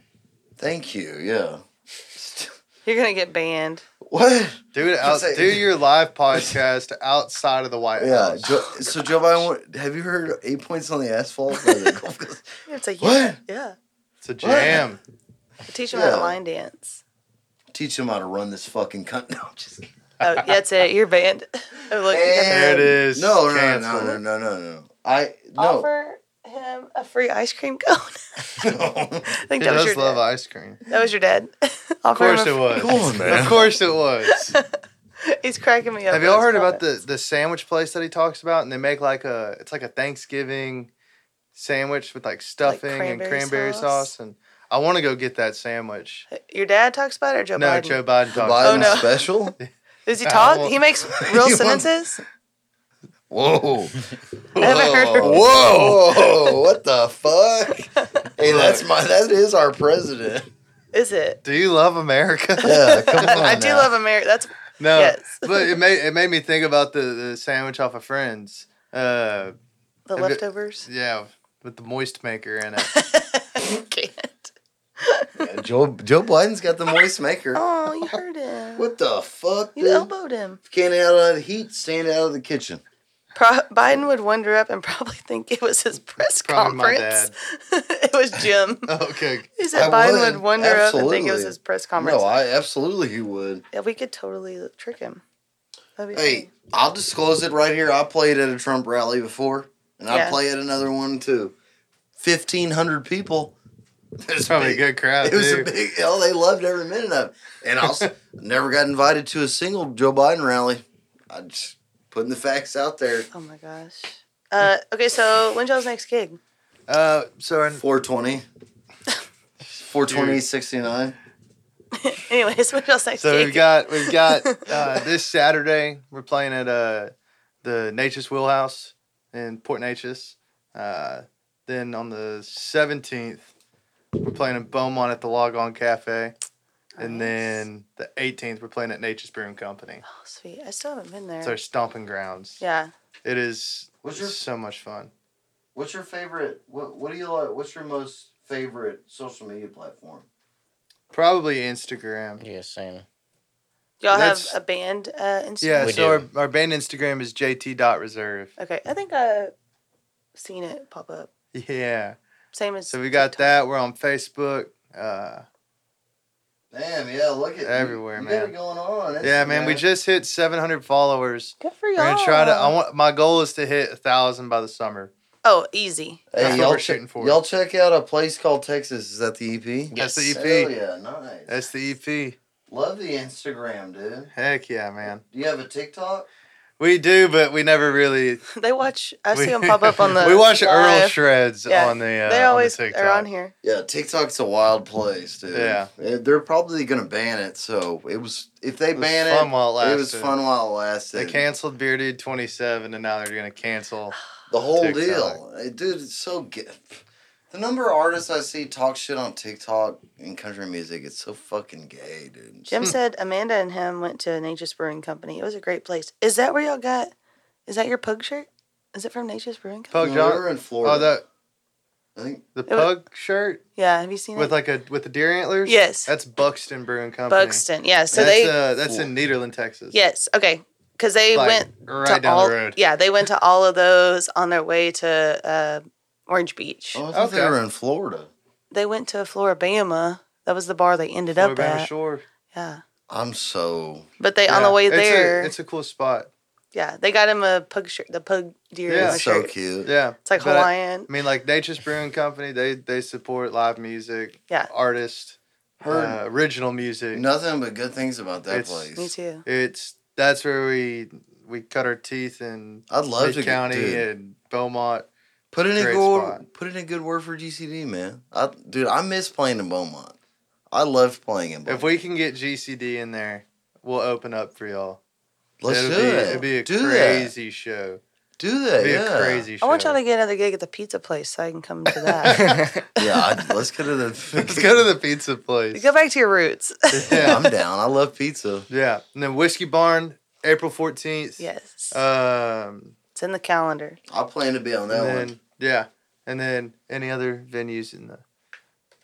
Speaker 2: Thank you. Yeah.
Speaker 5: You're gonna get banned.
Speaker 2: What?
Speaker 6: do it out.
Speaker 2: Say-
Speaker 6: Do your live podcast outside of the White
Speaker 2: Yeah.
Speaker 6: House.
Speaker 2: Joe, so Joe Biden, wa- have you heard eight points on the asphalt? by the golf course?
Speaker 5: It's like yeah,
Speaker 2: What?
Speaker 5: yeah.
Speaker 6: It's a jam.
Speaker 5: Teach them how
Speaker 2: Yeah.
Speaker 5: to line dance.
Speaker 2: Teach him how to run this fucking cunt. No, I'm just kidding.
Speaker 5: Oh, yeah, that's it. You're banned. Oh, look, you got the
Speaker 6: There it
Speaker 5: red.
Speaker 6: is.
Speaker 2: No, no,
Speaker 6: Cancel
Speaker 2: no, no,
Speaker 6: it.
Speaker 2: no, no, no. I no.
Speaker 5: Offer him a free ice cream cone. I
Speaker 6: He
Speaker 5: think that was your
Speaker 6: does love
Speaker 5: dad.
Speaker 6: ice cream.
Speaker 5: That was your dad.
Speaker 6: Of course it was.
Speaker 2: Come on, man.
Speaker 6: Of course it was.
Speaker 5: He's cracking me up.
Speaker 6: Have y'all
Speaker 5: with
Speaker 6: heard
Speaker 5: his
Speaker 6: about
Speaker 5: comment.
Speaker 6: the the sandwich place that he talks about? And they make like a it's like a Thanksgiving sandwich with like stuffing and
Speaker 5: cranberry
Speaker 6: cranberry sauce.
Speaker 5: sauce?
Speaker 6: And I want to go get that sandwich.
Speaker 5: Your dad talks about it or Joe
Speaker 6: no,
Speaker 5: Biden?
Speaker 6: Joe Biden talks.
Speaker 2: Biden
Speaker 5: Oh, no.
Speaker 2: special?
Speaker 5: Does he
Speaker 6: I
Speaker 5: talk?
Speaker 6: won't-
Speaker 5: He makes real
Speaker 2: You won't-
Speaker 5: sentences.
Speaker 2: Whoa.
Speaker 5: I haven't heard.
Speaker 2: Whoa. Whoa. What the fuck? hey, that's my that is our president.
Speaker 5: Is it?
Speaker 6: Do you love America?
Speaker 2: Yeah, come on.
Speaker 5: I do
Speaker 2: now.
Speaker 5: love America. That's
Speaker 6: no,
Speaker 5: Yes.
Speaker 6: but it made it made me think about the, the sandwich off of Friends. Uh,
Speaker 5: the
Speaker 6: Have you-
Speaker 5: leftovers.
Speaker 6: yeah, with the moist maker in it.
Speaker 5: Can't.
Speaker 2: Yeah, Joe Joe Biden's got the moist maker.
Speaker 5: Oh, you hurt him.
Speaker 2: What the fuck?
Speaker 5: You
Speaker 2: dude?
Speaker 5: elbowed him.
Speaker 2: Can't out of the heat, stand out of the kitchen.
Speaker 5: Pro- Biden would wonder up and probably think it was his press
Speaker 6: Probably my Uh,
Speaker 5: conference. it was Jim.
Speaker 6: okay,
Speaker 5: He said
Speaker 2: I
Speaker 5: Biden
Speaker 2: would,
Speaker 5: would wonder up and think
Speaker 2: absolutely.
Speaker 5: it was his press conference.
Speaker 2: No, I absolutely he would.
Speaker 5: yeah, we could totally trick him. That'd be
Speaker 2: Hey, I'll disclose it right here. I played at a Trump rally before, and I
Speaker 5: Yeah.
Speaker 2: play at another one too. Fifteen hundred people.
Speaker 6: it's probably a good crowd.
Speaker 2: It was a
Speaker 6: too.
Speaker 2: big. Oh, they loved every minute of it. And I was, never got invited to a single Joe Biden rally. I just putting the facts out there.
Speaker 5: funny. Oh my gosh. Uh, okay, so when's y'all's next gig?
Speaker 6: uh, so our
Speaker 2: 420. 420, 69.
Speaker 5: Anyways, when's y'all's next
Speaker 6: So
Speaker 5: gig?
Speaker 6: we've got we've got uh, this Saturday we're playing at uh, the Natchez Wheelhouse in Port Natchez. Uh, then on the seventeenth we're playing in Beaumont at the Log On Cafe, and
Speaker 5: Nice.
Speaker 6: then the eighteenth we're playing at Nature's Brewing Company.
Speaker 5: Oh, sweet. I still haven't been there.
Speaker 6: It's our stomping grounds.
Speaker 5: Yeah.
Speaker 6: It is
Speaker 2: What's your-
Speaker 6: so much fun.
Speaker 2: What's your favorite? What, what do you like? What's your most favorite social media platform?
Speaker 6: Probably Instagram.
Speaker 7: Yeah, same.
Speaker 5: Y'all
Speaker 6: That's-
Speaker 5: have a band uh, Instagram?
Speaker 6: Yeah,
Speaker 7: We
Speaker 6: so our,
Speaker 7: do.
Speaker 6: our band Instagram is jt.reserve.
Speaker 5: Okay, I think I've seen it pop up.
Speaker 6: Yeah.
Speaker 5: Same as.
Speaker 6: So we got
Speaker 5: TikTok.
Speaker 6: that. We're on Facebook. Uh,
Speaker 2: Damn, yeah, look at
Speaker 6: Everywhere,
Speaker 2: you, you got
Speaker 6: man.
Speaker 2: it going on. That's-
Speaker 6: Yeah, man, we just hit 700 followers.
Speaker 5: Good for
Speaker 6: We're
Speaker 5: y'all.
Speaker 6: gonna try to. I want my goal is to hit a thousand by the summer.
Speaker 5: oh, easy.
Speaker 6: that's
Speaker 2: Hey,
Speaker 6: what
Speaker 2: y'all,
Speaker 6: we're
Speaker 2: che-
Speaker 6: shooting for.
Speaker 2: y'all check out a place called Texas. Is that the EP?
Speaker 6: That's
Speaker 7: Yes.
Speaker 6: the
Speaker 2: Hell
Speaker 6: EP.
Speaker 2: yeah, nice.
Speaker 6: That's the EP.
Speaker 2: Love the Instagram, dude.
Speaker 6: Heck yeah, man.
Speaker 2: Do you have a TikTok?
Speaker 6: We do, but we never really.
Speaker 5: They watch. I
Speaker 6: we,
Speaker 5: see them pop up on the.
Speaker 6: we watch Earl
Speaker 5: live.
Speaker 6: shreds
Speaker 5: Yeah,
Speaker 6: on the. Uh,
Speaker 5: they always
Speaker 6: on the
Speaker 5: are
Speaker 6: TikTok.
Speaker 5: on here.
Speaker 2: Yeah, TikTok's a wild place, dude.
Speaker 6: Yeah.
Speaker 2: Eh, they're probably gonna ban it. So it was if they
Speaker 6: It was
Speaker 2: ban
Speaker 6: fun
Speaker 2: it,
Speaker 6: while it
Speaker 2: it was
Speaker 6: lasted.
Speaker 2: fun while it lasted.
Speaker 6: They canceled Bearded 27, and now they're gonna cancel.
Speaker 5: Ah,
Speaker 2: the whole
Speaker 6: TikTok.
Speaker 2: deal, Eh, dude. It's so good. The number of artists I see talk shit on TikTok in country music, it's so fucking gay, dude.
Speaker 5: Jim said Amanda and him went to Nature's Brewing Company. It was a great place. Is that where y'all got? Is that your pug shirt? Is it from Nature's Brewing
Speaker 2: No,
Speaker 5: Company?
Speaker 6: Pug
Speaker 2: we
Speaker 6: Oh, John.
Speaker 2: were in Florida.
Speaker 6: Oh, that.
Speaker 2: I think
Speaker 6: The
Speaker 5: was-
Speaker 6: pug shirt
Speaker 5: Yeah, have you seen
Speaker 6: with
Speaker 5: it?
Speaker 6: like a with the deer antlers.
Speaker 5: Yes.
Speaker 6: that's Buxton Brewing Company.
Speaker 5: Buxton. Yeah, so
Speaker 6: So that's,
Speaker 5: they
Speaker 6: uh, that's in Nederland, Texas.
Speaker 5: Yes. Okay. Because they
Speaker 6: Like,
Speaker 5: went
Speaker 6: right
Speaker 5: to
Speaker 6: down the
Speaker 5: all.
Speaker 6: road.
Speaker 5: Yeah, they went to all of those on their way to uh, Orange Beach.
Speaker 2: oh, I thought they
Speaker 6: Okay.
Speaker 2: were in Florida.
Speaker 5: They went to Floribama. That was the bar they ended up
Speaker 6: Alabama
Speaker 5: at.
Speaker 6: Shore.
Speaker 5: Yeah.
Speaker 2: I'm so
Speaker 5: But they on the
Speaker 6: Yeah.
Speaker 5: way
Speaker 6: It's a-
Speaker 5: there.
Speaker 6: it's a cool spot.
Speaker 5: yeah, they got him a pug shirt. The pug deer.
Speaker 6: Yeah.
Speaker 5: Yeah.
Speaker 2: it's so
Speaker 5: shirt.
Speaker 2: cute.
Speaker 6: Yeah,
Speaker 5: It's like
Speaker 6: But I-
Speaker 5: Hawaiian.
Speaker 6: I mean, like Nature's Brewing Company, they they support live music,
Speaker 5: Yeah.
Speaker 6: artists,
Speaker 2: Heard
Speaker 6: uh, original music.
Speaker 2: nothing but good things about that
Speaker 6: It's-
Speaker 2: place.
Speaker 5: Me too.
Speaker 6: It's that's where we we cut our teeth in
Speaker 2: I'd love to
Speaker 6: Mid
Speaker 2: get- dude.
Speaker 6: County and Beaumont.
Speaker 2: Put in a
Speaker 6: Great
Speaker 2: good
Speaker 6: spot.
Speaker 2: put in a good word for GCD, man. I dude, I miss playing in Beaumont. I love playing in Beaumont.
Speaker 6: If we can get GCD in there, we'll open up for y'all.
Speaker 2: Let's
Speaker 6: it'll
Speaker 2: do
Speaker 6: be,
Speaker 2: it.
Speaker 6: It'll be a
Speaker 2: do
Speaker 6: crazy show.
Speaker 2: that. Do
Speaker 6: It'll
Speaker 2: that.
Speaker 6: be
Speaker 2: yeah.
Speaker 6: a crazy show.
Speaker 5: I want y'all to get another gig at the pizza place so I can come to that.
Speaker 2: yeah. I, let's go to the.
Speaker 6: Let's go to the pizza place.
Speaker 5: Go back to your roots.
Speaker 2: Yeah,
Speaker 6: yeah,
Speaker 2: I'm down. I love pizza.
Speaker 6: yeah. And then Whiskey Barn, April fourteenth.
Speaker 5: yes.
Speaker 6: Um,
Speaker 5: it's in the calendar.
Speaker 2: I plan to be on
Speaker 6: and
Speaker 2: that
Speaker 6: then
Speaker 2: one.
Speaker 6: yeah, and then any other venues in the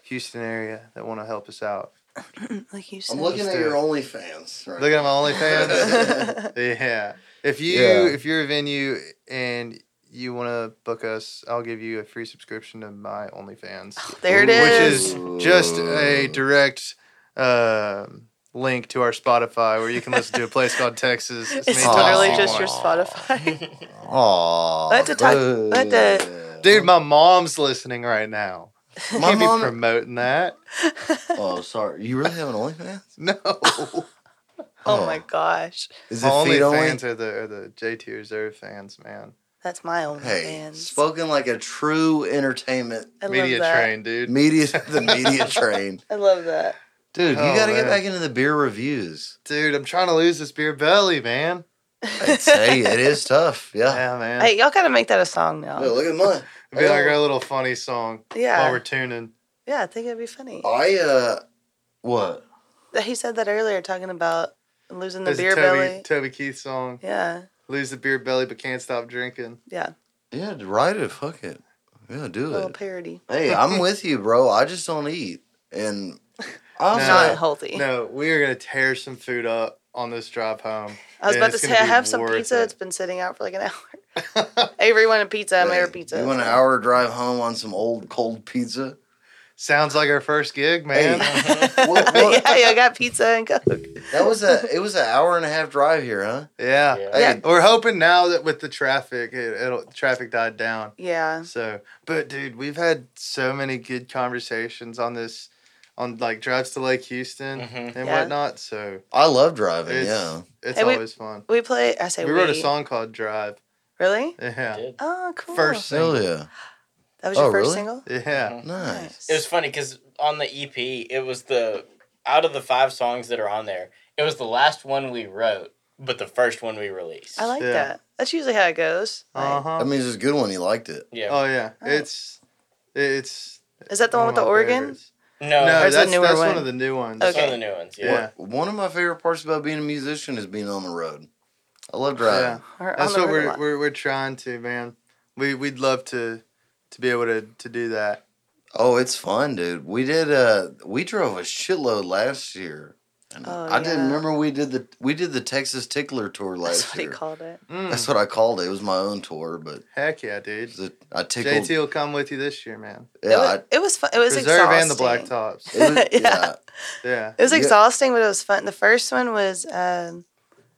Speaker 6: Houston area that want to help us out.
Speaker 5: Like you
Speaker 2: I'm
Speaker 5: said.
Speaker 2: looking at
Speaker 6: Let's do
Speaker 2: your
Speaker 6: it.
Speaker 2: OnlyFans. Right?
Speaker 6: Look at my OnlyFans. uh,
Speaker 5: Let's
Speaker 6: Yeah. If you
Speaker 2: Yeah.
Speaker 6: if you're a venue and you want to book us, I'll give you a free subscription to my OnlyFans,
Speaker 5: there it
Speaker 2: Ooh,
Speaker 6: which
Speaker 5: is.
Speaker 6: is just
Speaker 2: Oh.
Speaker 6: a direct um link to our Spotify where you can listen to a place called Texas.
Speaker 5: it's
Speaker 6: as many times as
Speaker 5: literally
Speaker 6: you
Speaker 5: just your
Speaker 6: want.
Speaker 5: Spotify.
Speaker 7: Mm-hmm.
Speaker 2: Aw,
Speaker 5: Let's a talk-
Speaker 2: dude.
Speaker 5: let's a-
Speaker 6: dude. My mom's listening right now.
Speaker 2: My
Speaker 6: Can't
Speaker 2: mom-
Speaker 6: be promoting that.
Speaker 2: Oh, sorry. You really have an OnlyFans?
Speaker 6: No,
Speaker 5: oh
Speaker 2: Oh.
Speaker 5: my gosh.
Speaker 2: Is it
Speaker 6: my only
Speaker 2: feet only?
Speaker 6: fans are the are the J T Reserve fans, man.
Speaker 5: That's my own
Speaker 2: Hey,
Speaker 5: fans.
Speaker 2: spoken like a true entertainment
Speaker 5: I love
Speaker 6: Media
Speaker 5: that.
Speaker 6: train, dude.
Speaker 2: media. The media train,
Speaker 5: I love that.
Speaker 2: dude. you
Speaker 6: Oh,
Speaker 2: got to get
Speaker 6: man.
Speaker 2: back into the beer reviews.
Speaker 6: Dude, I'm trying to lose this beer belly, man.
Speaker 2: I'd say it is tough. Yeah.
Speaker 6: Yeah, man.
Speaker 5: Hey, y'all gotta make that a song now.
Speaker 2: Look, look at mine.
Speaker 6: It'd be like our little funny song while
Speaker 5: yeah,
Speaker 6: we're tuning.
Speaker 5: yeah. I think it'd be funny.
Speaker 2: I uh, what?
Speaker 5: He said that earlier, talking about losing the
Speaker 6: There's
Speaker 5: beer
Speaker 6: a Toby,
Speaker 5: belly.
Speaker 6: Toby Keith song.
Speaker 5: Yeah,
Speaker 6: Lose the beer belly but can't stop drinking.
Speaker 5: yeah.
Speaker 2: Yeah, write it. Fuck it. Yeah, do
Speaker 5: little
Speaker 2: it.
Speaker 5: parody.
Speaker 2: Hey, I'm with you, bro. I just don't eat, and I'm
Speaker 6: No.
Speaker 5: Not healthy.
Speaker 6: No, we are gonna tear some food up on this drive home.
Speaker 5: I was
Speaker 6: and
Speaker 5: about to
Speaker 6: it's
Speaker 5: say I
Speaker 6: gonna be
Speaker 5: have some
Speaker 6: worth
Speaker 5: pizza. It.
Speaker 6: it.
Speaker 5: has been sitting out for like an hour. Avery wanted pizza. I'm
Speaker 2: Hey,
Speaker 5: here pizza.
Speaker 2: You want an hour drive home on some old cold pizza?
Speaker 6: Sounds like our first gig, man.
Speaker 2: What- what-
Speaker 5: yeah, yeah. I got pizza and coke.
Speaker 2: That was a. It was an hour and a half drive here, huh?
Speaker 6: yeah.
Speaker 7: Yeah.
Speaker 2: Hey,
Speaker 6: We're hoping now that with the traffic, it, it'll traffic died down.
Speaker 5: Yeah,
Speaker 6: So, but dude, we've had so many good conversations on this, on like drives to Lake Houston
Speaker 7: Mhm.
Speaker 6: and
Speaker 5: Mm-hmm. Yeah.
Speaker 6: whatnot. So
Speaker 2: I love driving.
Speaker 6: it's
Speaker 2: yeah.
Speaker 6: it's
Speaker 5: Hey, we-
Speaker 6: always fun.
Speaker 5: we play. I say
Speaker 6: We wrote a song called Drive.
Speaker 5: Really?
Speaker 6: Yeah.
Speaker 7: Did.
Speaker 5: Oh, cool.
Speaker 6: First single.
Speaker 2: Hell yeah.
Speaker 5: That was your
Speaker 2: Oh, really?
Speaker 5: first single.
Speaker 6: Yeah.
Speaker 2: Nice.
Speaker 7: It was funny because on the EP, it was the out of the five songs that are on there, it was the last one we wrote, but the first one we released.
Speaker 5: I like
Speaker 6: Yeah.
Speaker 5: that. That's usually how it goes. Like,
Speaker 6: Uh huh.
Speaker 2: That means it's a good one. You liked it.
Speaker 7: Yeah.
Speaker 6: Oh yeah.
Speaker 5: Oh.
Speaker 6: It's it's
Speaker 5: Is that the one with
Speaker 6: of
Speaker 5: the
Speaker 6: my
Speaker 5: organ?
Speaker 6: favorites.
Speaker 7: no,
Speaker 6: No,
Speaker 5: Or is
Speaker 6: that's,
Speaker 5: it a newer
Speaker 6: that's
Speaker 5: one?
Speaker 6: one of the new ones.
Speaker 7: that's
Speaker 5: Okay.
Speaker 7: one of the new ones. Yeah.
Speaker 6: Yeah.
Speaker 2: One of my favorite parts about being a musician is being on the road. I love
Speaker 6: Yeah.
Speaker 2: driving.
Speaker 5: Or on
Speaker 6: That's
Speaker 5: the
Speaker 6: what
Speaker 5: road a
Speaker 6: we're,
Speaker 5: lot.
Speaker 6: we're we're trying to, man. We we'd love to to be able to to do that.
Speaker 2: Oh, it's fun, dude. We did uh we drove a shitload last year. And
Speaker 5: Oh,
Speaker 2: I didn't
Speaker 5: yeah.
Speaker 2: remember we did the we did the Texas Tickler tour last
Speaker 5: That's what he
Speaker 2: year.
Speaker 5: called it.
Speaker 6: Mm.
Speaker 2: That's what I called it. It was my own tour, but
Speaker 6: Heck yeah, dude.
Speaker 2: the, I tickled.
Speaker 6: JT will come with you this year, man.
Speaker 5: It
Speaker 2: Yeah,
Speaker 5: was,
Speaker 2: I,
Speaker 5: it was fun. It was
Speaker 6: Reserve
Speaker 5: exhausting.
Speaker 6: and the Black Tops.
Speaker 2: it was, yeah.
Speaker 5: Yeah.
Speaker 6: Yeah.
Speaker 5: It was
Speaker 2: Yeah.
Speaker 5: exhausting, but it was fun. The first one was, um,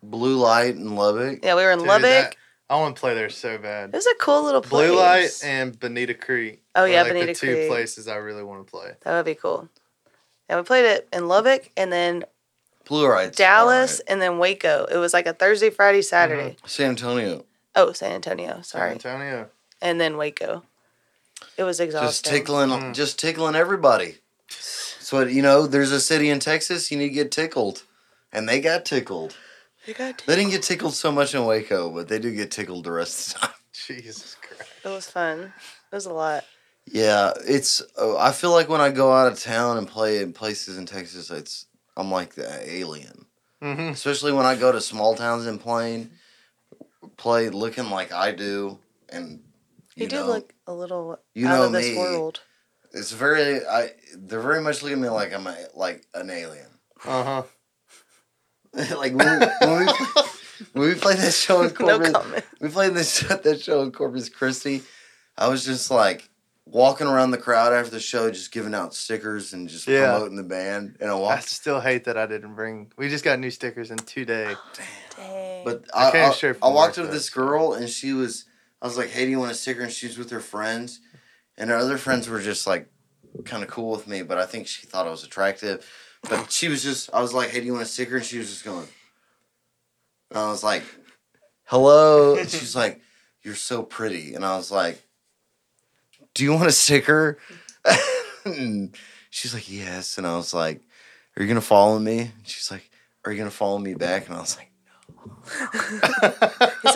Speaker 2: Blue Light in Lubbock.
Speaker 5: yeah, we were in
Speaker 6: Dude,
Speaker 5: Lubbock.
Speaker 6: that- I want to play there so
Speaker 5: it
Speaker 6: bad.
Speaker 5: was a cool little place.
Speaker 6: Blue Light and Bonita Creek.
Speaker 5: Oh,
Speaker 6: are,
Speaker 5: yeah,
Speaker 6: like
Speaker 5: Bonita
Speaker 6: the two
Speaker 5: Creek.
Speaker 6: places I really want to play.
Speaker 5: that would be cool. And we played it in Lubbock and then
Speaker 2: Blue Lights.
Speaker 5: Dallas
Speaker 2: alright.
Speaker 5: and then Waco. It was like a Thursday, Friday,
Speaker 2: Mm-hmm.
Speaker 5: Saturday.
Speaker 2: San Antonio.
Speaker 5: Oh, San Antonio.
Speaker 6: San
Speaker 5: Sorry.
Speaker 6: Antonio.
Speaker 5: And then Waco. It was exhausting.
Speaker 2: Just tickling
Speaker 6: Mm.
Speaker 2: just tickling everybody. So you know, there's a city in Texas you need to get tickled. And they got tickled.
Speaker 5: It got
Speaker 2: They didn't get tickled so much in Waco, but they do get tickled the rest of the time.
Speaker 6: Jesus Christ.
Speaker 5: It was fun. It was a lot.
Speaker 2: Yeah, it's. Oh, I feel like when I go out of town and play in places in Texas, it's I'm like the alien.
Speaker 6: Mhm.
Speaker 2: Especially when I go to small towns and play, play looking like I do, and
Speaker 5: You, do
Speaker 2: know?
Speaker 5: look a little
Speaker 2: You
Speaker 5: out
Speaker 2: know
Speaker 5: of this
Speaker 2: me.
Speaker 5: world.
Speaker 2: It's very. I. They're very much looking at me like I'm a, like an alien.
Speaker 6: Uh huh.
Speaker 2: like when, we- when we play, when we played that show in
Speaker 5: No
Speaker 2: Corpus,
Speaker 5: comment.
Speaker 2: we played this that show in Corpus Christi. I was just like walking around the crowd after the show, just giving out stickers and just
Speaker 6: Yeah.
Speaker 2: promoting the band. And I
Speaker 6: I
Speaker 2: walked,
Speaker 6: still hate that I didn't bring. We just got new stickers in two days.
Speaker 5: Dang.
Speaker 2: but
Speaker 6: I
Speaker 2: I,
Speaker 6: came
Speaker 2: I,
Speaker 6: straight
Speaker 2: I
Speaker 6: from
Speaker 2: walked
Speaker 6: work,
Speaker 2: up to
Speaker 6: though,
Speaker 2: this
Speaker 6: so.
Speaker 2: girl and she was. I was like, "Hey, do you want a sticker?" And she was with her friends, and her other friends were just like kind of cool with me, but I think she thought I was attractive. But she was just, I was like, hey, do you want a sticker? And she was just going, and I was like, hello. And she's like, you're so pretty. And I was like, do you want a sticker? and she's like, yes. And I was like, are you going to follow me? And she's like, are you going to follow me back? And I was like,
Speaker 5: He's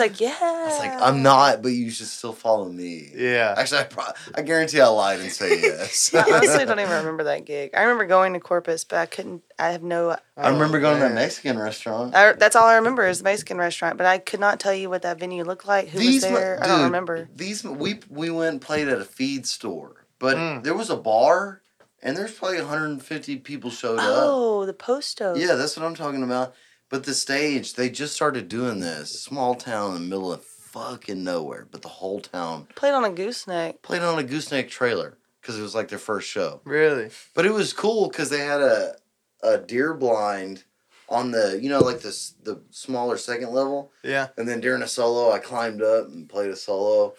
Speaker 5: like, yeah. I
Speaker 2: I was like,
Speaker 5: Oh.
Speaker 2: I'm not, but you should still follow me.
Speaker 6: Yeah.
Speaker 2: Actually, I, pro- I guarantee I lied and say yes.
Speaker 5: I honestly don't even remember that gig. I remember going to Corpus, but I couldn't. I have no.
Speaker 2: I remember going to
Speaker 6: Oh, man.
Speaker 2: that Mexican restaurant.
Speaker 5: I, that's all I remember is the Mexican restaurant, but I could not tell you what that venue looked like, who was
Speaker 2: mu-
Speaker 5: there. I don't
Speaker 2: dude,
Speaker 5: remember.
Speaker 2: These mu- we we went and played at a feed store, but
Speaker 6: Mm.
Speaker 2: there was a bar, and there's probably 150 people showed
Speaker 5: Oh, the Posto.
Speaker 2: up. Yeah, that's what I'm talking about. But the stage, they just started doing this small town in the middle of fucking nowhere, but the whole town
Speaker 5: Played on a gooseneck.
Speaker 2: played on a gooseneck trailer because it was like their first show.
Speaker 6: Really?
Speaker 2: But it was cool because they had a a deer blind on the you know like the s- the smaller second level,
Speaker 6: Yeah.
Speaker 2: and then during a solo, I climbed up and played a solo.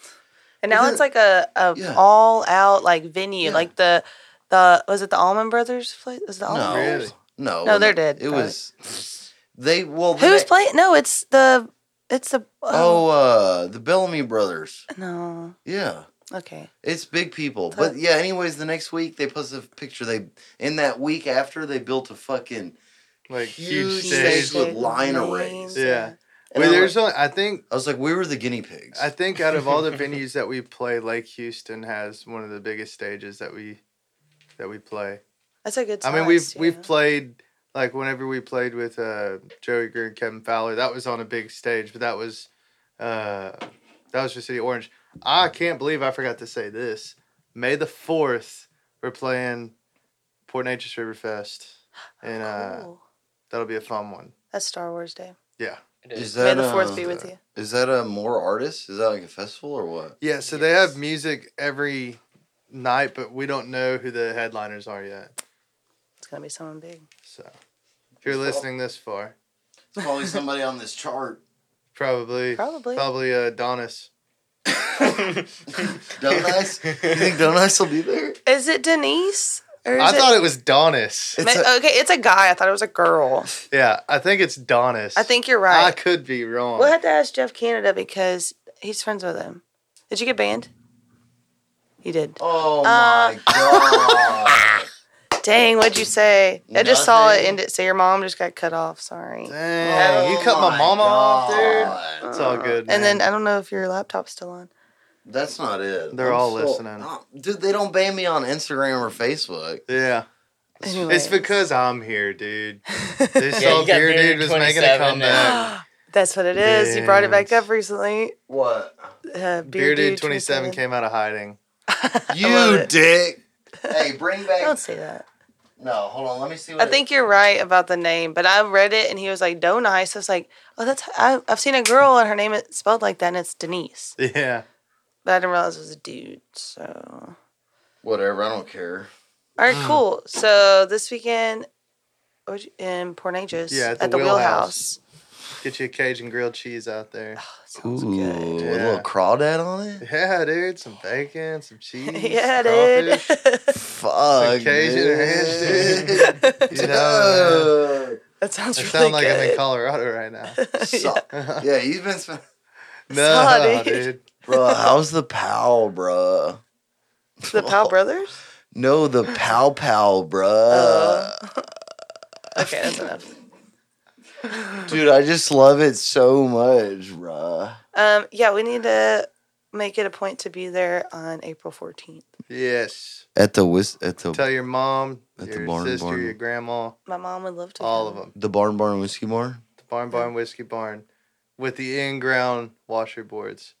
Speaker 5: And now
Speaker 2: Is
Speaker 5: it's
Speaker 2: it-
Speaker 5: like a, a
Speaker 2: Yeah.
Speaker 5: all out like venue,
Speaker 2: Yeah.
Speaker 5: like the the was it the Allman Brothers place? Was it the Allman
Speaker 2: No,
Speaker 5: Brothers?
Speaker 6: Really?
Speaker 2: no,
Speaker 5: No, they're dead,
Speaker 2: It
Speaker 5: but-
Speaker 2: was they. Well,
Speaker 5: Who's
Speaker 2: they-
Speaker 5: playing? No, it's the it's the
Speaker 2: Oh, uh, the Bellamy brothers.
Speaker 5: no.
Speaker 2: Yeah,
Speaker 5: Okay,
Speaker 2: it's big people.
Speaker 5: Huh.
Speaker 2: But yeah, anyways, the next week they posted a picture. They in that week after they built a fucking
Speaker 6: Like
Speaker 2: huge,
Speaker 6: huge
Speaker 2: stage,
Speaker 6: stage.
Speaker 2: with line
Speaker 5: Amazing.
Speaker 2: arrays.
Speaker 6: Yeah.
Speaker 2: And
Speaker 6: Wait,
Speaker 2: I'm
Speaker 6: there's only, I think
Speaker 2: I was like, we were the guinea pigs.
Speaker 6: I think out of all the venues that we play, Lake Houston has one of the biggest stages that we that we play.
Speaker 5: that's a good.
Speaker 6: I mean,
Speaker 5: size,
Speaker 6: we've
Speaker 5: yeah.
Speaker 6: we've played like whenever we played with uh, Joey Greer and Kevin Fowler, that was on a big stage, but that was uh, that was for City Orange. I can't believe I forgot to say this. May the fourth, we're playing Port Nature's River Fest, and uh,
Speaker 5: Cool.
Speaker 6: that'll be a fun one.
Speaker 5: That's Star Wars Day.
Speaker 6: Yeah.
Speaker 7: It
Speaker 2: is
Speaker 7: is.
Speaker 2: that
Speaker 5: May the fourth
Speaker 2: uh,
Speaker 5: be with you.
Speaker 2: Is that a more artist? Is that like a festival or what?
Speaker 6: Yeah, so they have music every night, but we don't know who the headliners are yet.
Speaker 5: It's gonna be someone big.
Speaker 6: So if you're listening this far,
Speaker 2: It's probably somebody on this chart.
Speaker 6: probably
Speaker 5: Probably.
Speaker 6: probably uh, Donis.
Speaker 2: Don't Ice? you think Don't Ice will be there?
Speaker 5: Is it Denise? Or is
Speaker 6: I
Speaker 5: it,
Speaker 6: thought it was Donis.
Speaker 2: It's
Speaker 5: Ma- okay, it's a guy. I thought it was a girl.
Speaker 6: Yeah, I think it's Donis.
Speaker 5: I think you're
Speaker 6: I
Speaker 5: right.
Speaker 6: could be wrong.
Speaker 5: we'll have to ask Jeff Canada because he's friends with him. Did you get banned? You did.
Speaker 2: Oh
Speaker 5: Uh,
Speaker 2: my god.
Speaker 5: Dang, what'd you say? I just saw it
Speaker 2: Nothing.
Speaker 5: end it. So your mom just got cut off. Sorry.
Speaker 6: Dang, you
Speaker 2: Oh
Speaker 6: cut my,
Speaker 2: my
Speaker 6: mama off, dude.
Speaker 2: God.
Speaker 6: It's all good.
Speaker 5: And then
Speaker 6: man.
Speaker 5: I don't know if your laptop's still on.
Speaker 2: That's not it.
Speaker 6: They're all listening.
Speaker 2: Oh, dude, they don't ban me on Instagram or Facebook.
Speaker 6: yeah,
Speaker 5: Anyways.
Speaker 6: it's because I'm here, dude. They
Speaker 7: Yeah,
Speaker 6: saw
Speaker 7: you got
Speaker 6: Beer
Speaker 7: buried
Speaker 6: Dude was making a
Speaker 7: 27
Speaker 6: comeback.
Speaker 5: That's what it is. You brought it back
Speaker 6: Yes.
Speaker 5: up recently.
Speaker 2: What?
Speaker 5: Uh,
Speaker 6: Beer Dude 27 came out of hiding.
Speaker 5: love
Speaker 2: You
Speaker 5: it.
Speaker 2: dick. hey, bring back.
Speaker 5: Don't say that.
Speaker 2: No, hold on. Let me see what.
Speaker 5: I think you're right about the name, but I read it and he was like, "Don't nice." I was like, "Oh, that's I, I've seen a girl and her name is spelled like that, and it's Denise."
Speaker 6: Yeah.
Speaker 5: But I didn't realize it was a dude. So,
Speaker 2: Whatever. I don't care.
Speaker 5: all
Speaker 6: Mm.
Speaker 5: right, cool. So this weekend what'd you- in Port Neches
Speaker 6: Yeah, at the
Speaker 5: at the
Speaker 6: Wheelhouse.
Speaker 5: Wheelhouse. Oh,
Speaker 6: Get you a Cajun grilled cheese out there.
Speaker 5: Sounds good.
Speaker 2: a little
Speaker 6: Yeah.
Speaker 2: crawdad on it.
Speaker 6: Yeah, dude. Some bacon, some cheese.
Speaker 5: yeah,
Speaker 6: crawfish.
Speaker 5: dude.
Speaker 2: Fuck.
Speaker 6: Cajun
Speaker 2: dude.
Speaker 6: ranch, You know,
Speaker 5: That sounds
Speaker 6: I
Speaker 5: really
Speaker 6: sound like I'm in
Speaker 5: good.
Speaker 6: Colorado right now.
Speaker 2: Suck. yeah. you've been. Sp-
Speaker 6: No,
Speaker 5: Sorry.
Speaker 6: dude.
Speaker 2: bro, how's the pal, bruh?
Speaker 5: the Powell brothers.
Speaker 2: No, the pow pow, bruh.
Speaker 6: Uh.
Speaker 5: Uh. Oh. Okay, that's enough.
Speaker 2: Dude, I just love it so much, bruh.
Speaker 5: Um, yeah, we need to make it a point to be there on April 14th.
Speaker 6: Yes.
Speaker 2: At the whis- at the
Speaker 6: Tell your mom,
Speaker 2: At the
Speaker 6: your
Speaker 2: barn,
Speaker 6: sister,
Speaker 2: barn.
Speaker 6: your grandma,
Speaker 5: My mom would love to.
Speaker 6: all of
Speaker 5: come.
Speaker 6: them.
Speaker 2: the barn barn whiskey barn.
Speaker 6: The Barn Barn Whiskey Barn with the in ground washer boards.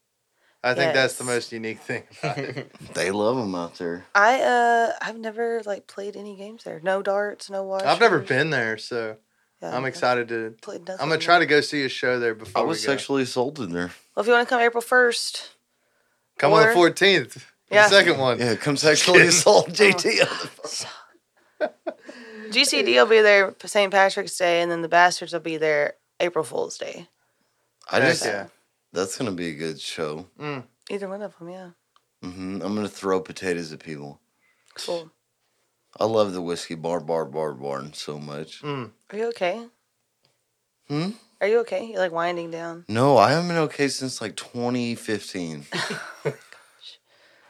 Speaker 6: I think that's the
Speaker 5: Yes.
Speaker 6: most unique thing about it.
Speaker 2: They love them out there.
Speaker 5: I uh I've never like played any games there. No darts, no watch.
Speaker 6: I've never been there, so I'm excited to.
Speaker 5: Played
Speaker 6: I'm gonna try to go see a show there
Speaker 2: I
Speaker 6: before
Speaker 2: was
Speaker 6: we go.
Speaker 2: sexually assaulted there.
Speaker 5: Well, if you want to come April first,
Speaker 6: Come on the
Speaker 5: or-
Speaker 6: 14th.
Speaker 5: Yeah.
Speaker 6: The second one.
Speaker 2: Yeah, come sexually assault JT.
Speaker 5: GCD will be there for St. Patrick's Day, and then the Bastards will be there April Fool's Day.
Speaker 2: I
Speaker 6: Heck
Speaker 2: just
Speaker 6: yeah.
Speaker 2: that's gonna be a good show.
Speaker 6: Mm,
Speaker 5: Either one of them, yeah.
Speaker 2: hmm I'm gonna throw potatoes at people.
Speaker 5: Cool.
Speaker 2: I love the whiskey bar, bar, bar, barn so much.
Speaker 6: Mm.
Speaker 5: Are you okay?
Speaker 2: Hmm?
Speaker 5: Are you okay? You're like winding down.
Speaker 2: No, I haven't been okay since like 2015.
Speaker 5: Oh,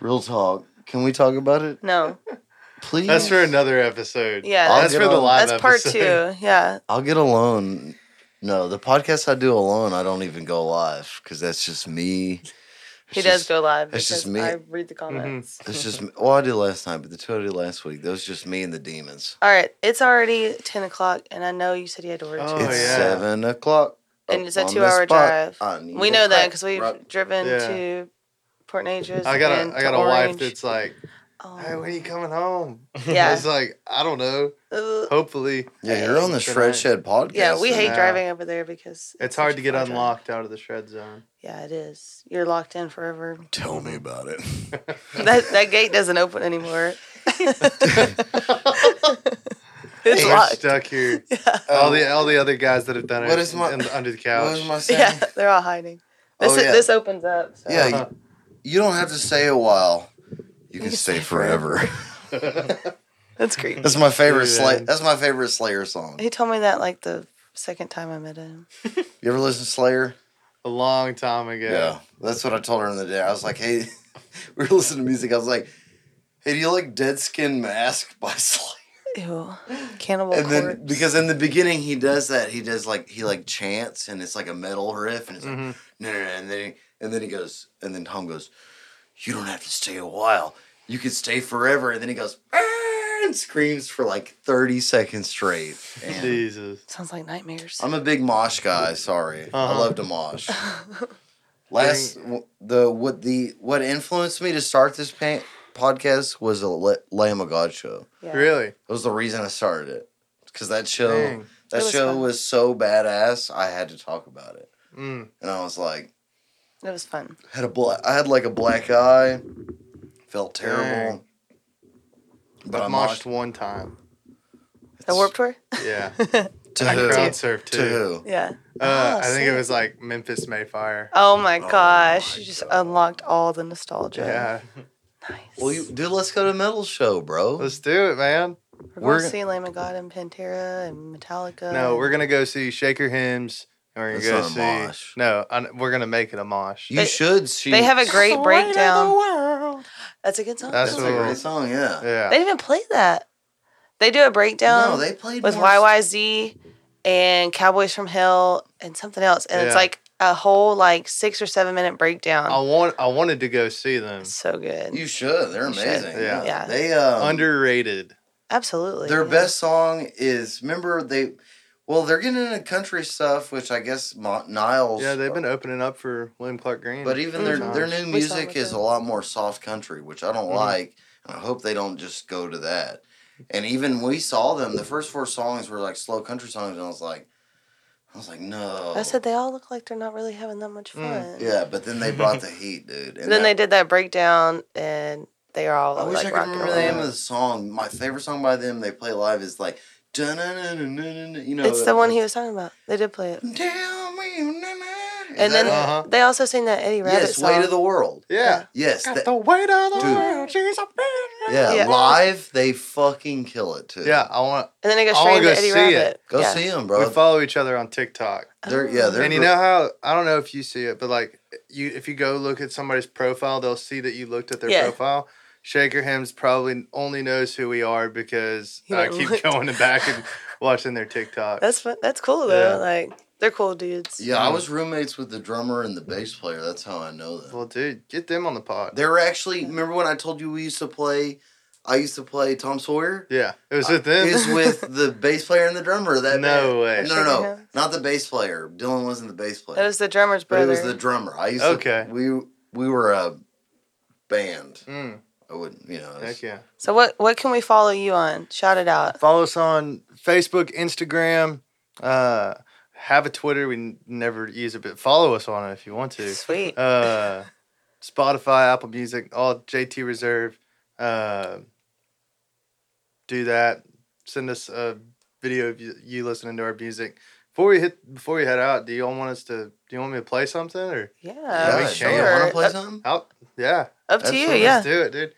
Speaker 2: Real talk. Can we talk about it,
Speaker 5: No.
Speaker 2: please?
Speaker 6: That's for another episode.
Speaker 5: Yeah,
Speaker 2: I'll
Speaker 6: that's
Speaker 2: get
Speaker 6: for the
Speaker 2: on-
Speaker 6: live
Speaker 5: That's part
Speaker 6: episode.
Speaker 5: two. Oh, Yeah.
Speaker 2: I'll get alone. No, the podcast I do alone, I don't even go live because that's just me.
Speaker 5: He
Speaker 2: It's
Speaker 5: does
Speaker 2: just-
Speaker 5: go live.
Speaker 2: it's just me.
Speaker 5: because I read the
Speaker 6: Mm-hmm.
Speaker 5: comments.
Speaker 2: That's just me. well, I did last night, but the two I did last week, that was just me and the demons.
Speaker 5: All right. It's already 10 o'clock, and I know you said you had to work.
Speaker 6: Oh,
Speaker 5: too.
Speaker 2: it's
Speaker 6: yeah.
Speaker 2: seven o'clock,
Speaker 5: And it's a
Speaker 2: on the
Speaker 5: two-hour
Speaker 2: spot.
Speaker 5: drive.
Speaker 2: I need
Speaker 5: We
Speaker 2: a
Speaker 5: know that
Speaker 2: crack
Speaker 5: because we've
Speaker 2: rock.
Speaker 5: driven
Speaker 6: Yeah.
Speaker 5: to Port Nature's.
Speaker 6: I got
Speaker 5: and
Speaker 6: a I
Speaker 5: to
Speaker 6: got a wife
Speaker 5: Orange.
Speaker 6: that's like,
Speaker 5: Oh.
Speaker 6: hey, when are you coming home?
Speaker 5: Yeah.
Speaker 6: It's like I don't know.
Speaker 5: Ugh.
Speaker 6: Hopefully,
Speaker 2: Yeah, you're on the
Speaker 6: Tonight.
Speaker 2: Shred Shed podcast.
Speaker 5: yeah, we hate
Speaker 6: now.
Speaker 5: driving over there because
Speaker 6: it's hard
Speaker 5: such
Speaker 6: to
Speaker 5: a
Speaker 6: get
Speaker 5: far drive.
Speaker 6: unlocked out of the shred zone.
Speaker 5: Yeah, it is. You're locked in forever.
Speaker 2: Tell me about it.
Speaker 5: that that gate doesn't open anymore. it's
Speaker 6: We're
Speaker 5: locked.
Speaker 6: stuck here. All the all the other guys that have done it
Speaker 2: Um, What is my-
Speaker 6: in- under the couch.
Speaker 2: Oh, What was my saying?
Speaker 5: Yeah, they're all hiding. This
Speaker 2: Oh, yeah.
Speaker 5: this opens up. So.
Speaker 2: Yeah, y- you don't have to stay a while. You can stay forever.
Speaker 5: that's creepy.
Speaker 2: that's my favorite
Speaker 6: Dude,
Speaker 2: Slayer.
Speaker 6: man.
Speaker 2: That's my favorite Slayer song.
Speaker 5: He told me that like the second time I met him.
Speaker 2: You ever listen to Slayer?
Speaker 6: a long time ago.
Speaker 2: that's what I told her in the day. I was like, "Hey, we were listening to music. I was like, "Hey, do you like Dead Skin Mask by Slayer?"
Speaker 5: Ew, cannibal
Speaker 2: And
Speaker 5: corpse.
Speaker 2: then because in the beginning he does that, he does like he like chants and it's like a metal riff and it's like
Speaker 6: Mhm.
Speaker 2: no, no, no, and then he, and then he goes and then Tom goes, you don't have to stay a while, you can stay forever. And then he goes "Ah," and screams for like thirty seconds straight. And
Speaker 6: Jesus.
Speaker 5: sounds like nightmares.
Speaker 2: I'm a big mosh guy. Sorry, I
Speaker 6: Uh-huh.
Speaker 2: love to mosh. Last w- the what the what influenced me to start this pa- podcast was a Le- Lamb of God show.
Speaker 5: Yeah.
Speaker 6: Really?
Speaker 2: That was the reason I started it because that show.
Speaker 6: Dang.
Speaker 2: That
Speaker 5: It was
Speaker 2: show
Speaker 5: fun.
Speaker 2: was so badass. I had to talk about it,
Speaker 6: Mm.
Speaker 2: and I was like,
Speaker 5: It was fun.
Speaker 2: had a black, I had like a black eye, felt terrible. But
Speaker 6: I've
Speaker 2: I
Speaker 6: moshed
Speaker 2: moshed
Speaker 6: one time.
Speaker 5: The warp tour?
Speaker 6: Yeah.
Speaker 2: to
Speaker 6: I
Speaker 2: who?
Speaker 6: crowd surfed
Speaker 2: To
Speaker 6: too.
Speaker 2: who?
Speaker 5: Yeah.
Speaker 6: Uh,
Speaker 5: Oh,
Speaker 6: I think it
Speaker 5: sick.
Speaker 6: was like Memphis Mayfire.
Speaker 5: Oh my
Speaker 2: my
Speaker 5: gosh. you just
Speaker 2: God.
Speaker 5: unlocked all the nostalgia.
Speaker 6: Yeah.
Speaker 5: Nice.
Speaker 2: Well, you, dude, let's go to metal show, bro.
Speaker 6: Let's do it, man.
Speaker 5: we're,
Speaker 2: we're-
Speaker 5: going to see Lamb of God and Pantera and Metallica.
Speaker 6: No, we're gonna go see Shaker Hymns. And we're gonna
Speaker 2: That's
Speaker 6: go
Speaker 2: not a
Speaker 6: see.
Speaker 2: mosh.
Speaker 6: No, I, we're gonna make it a mosh.
Speaker 2: you
Speaker 5: they-
Speaker 2: should see.
Speaker 5: They have a great breakdown. That's a good song.
Speaker 6: That's
Speaker 2: That's
Speaker 6: what-
Speaker 2: a great song. Yeah.
Speaker 5: They
Speaker 6: Yeah.
Speaker 5: didn't even play that. They do a breakdown
Speaker 2: no, they played
Speaker 5: Um, with
Speaker 2: more-
Speaker 5: YYZ and Cowboys from Hell and something else. And
Speaker 6: Yeah.
Speaker 5: it's like a whole like six or seven minute breakdown.
Speaker 6: I want. I wanted to go see them.
Speaker 5: so good.
Speaker 2: You should. They're
Speaker 5: You should.
Speaker 2: amazing.
Speaker 6: Yeah.
Speaker 2: Yeah.
Speaker 5: Yeah.
Speaker 2: They um,
Speaker 6: Underrated.
Speaker 5: Absolutely.
Speaker 2: Their
Speaker 5: yeah.
Speaker 2: best song is remember they, well they're getting into country stuff, which I guess Mo- Niles.
Speaker 6: Yeah, they've been opening up for William Clark Green.
Speaker 2: But even their
Speaker 6: Mhm.
Speaker 2: their new
Speaker 5: We saw Mm-hmm.
Speaker 2: music
Speaker 5: with
Speaker 2: is
Speaker 5: them.
Speaker 2: a lot more soft country, which I don't
Speaker 6: Mhm.
Speaker 2: like, and I hope they don't just go to that. And even we saw them, the first four songs were like slow country songs, and I was like, I was like, no.
Speaker 5: I said they all look like they're not really having that much fun.
Speaker 6: Mm,
Speaker 2: yeah, but then they brought the heat, dude. And that-
Speaker 5: then they did that breakdown and they are all
Speaker 2: I wish
Speaker 5: like
Speaker 2: I could
Speaker 5: rock and
Speaker 2: remember the
Speaker 5: roll.
Speaker 2: name of the song. My favorite song by them they play live is like, "Dun-dun-dun-dun-dun-dun," you know,
Speaker 5: It's the one he was talking about. They did play it.
Speaker 2: Tell me,
Speaker 5: And then
Speaker 2: uh,
Speaker 6: Uh-huh.
Speaker 5: they also sing that Eddie Rabbit
Speaker 2: yes,
Speaker 5: song.
Speaker 2: weight of the world.
Speaker 6: Yeah.
Speaker 2: Yes,
Speaker 6: Got
Speaker 2: that-
Speaker 6: the weight of the
Speaker 2: Dude.
Speaker 6: world. She's a bitch.
Speaker 2: yeah,
Speaker 5: Yeah.
Speaker 2: live they fucking kill it too.
Speaker 6: Yeah, I want.
Speaker 5: and then they go
Speaker 6: I
Speaker 5: straight
Speaker 6: wanna
Speaker 5: into
Speaker 6: go
Speaker 5: Eddie
Speaker 6: see
Speaker 5: Rabbit.
Speaker 6: it.
Speaker 2: Go
Speaker 5: yeah.
Speaker 2: Oh, see them,
Speaker 6: We
Speaker 2: bro.
Speaker 6: follow each other on TikTok.
Speaker 2: They're yeah, they're
Speaker 6: and you
Speaker 2: gr-
Speaker 6: know how I don't know if you see it, but like you, if you go look at somebody's profile, they'll see that you looked at their
Speaker 5: Yeah.
Speaker 6: profile. Shaker Hims probably only knows who we are because
Speaker 5: He
Speaker 6: I
Speaker 5: went and
Speaker 6: keep
Speaker 5: looked.
Speaker 6: going to back and watching their TikTok.
Speaker 5: That's fun. That's cool though.
Speaker 6: Yeah.
Speaker 5: Like they're cool dudes.
Speaker 2: Yeah, I was roommates with the drummer and the bass player. That's how I know them.
Speaker 6: well, dude, get them on the pod.
Speaker 2: They were actually. Remember when I told you we used to play? I used to play Tom Sawyer.
Speaker 6: Yeah, it was with them.
Speaker 2: Is with the bass player and the drummer. of That
Speaker 6: No way.
Speaker 2: band. No, no, no,
Speaker 5: Shaking
Speaker 2: not the bass player. Dylan wasn't the bass player.
Speaker 5: Uh-huh. That was the drummer's
Speaker 2: but
Speaker 5: brother.
Speaker 2: it was the drummer. I used
Speaker 6: Okay.
Speaker 2: to. We we were a band.
Speaker 6: Mm,
Speaker 2: I wouldn't, you know. it's-
Speaker 6: heck yeah.
Speaker 5: So what what can we follow you on? Shout it out.
Speaker 6: Follow us on Facebook, Instagram. Uh, have a Twitter. We n- never use it, but follow us on it if you want to.
Speaker 5: Sweet.
Speaker 6: Uh, Spotify, Apple Music, all JT Reserve. Uh, do that. Send us a video of you, you listening to our music. Before we hit, before we head out, do you all want us to? Do you want me to play something or?
Speaker 5: yeah,
Speaker 6: we
Speaker 2: yeah,
Speaker 6: sure.
Speaker 2: Do you want to play
Speaker 5: Oh, Up,
Speaker 2: something?
Speaker 6: Out, yeah.
Speaker 5: up to you.
Speaker 2: Absolutely.
Speaker 5: Yeah.
Speaker 6: Let's do it, dude.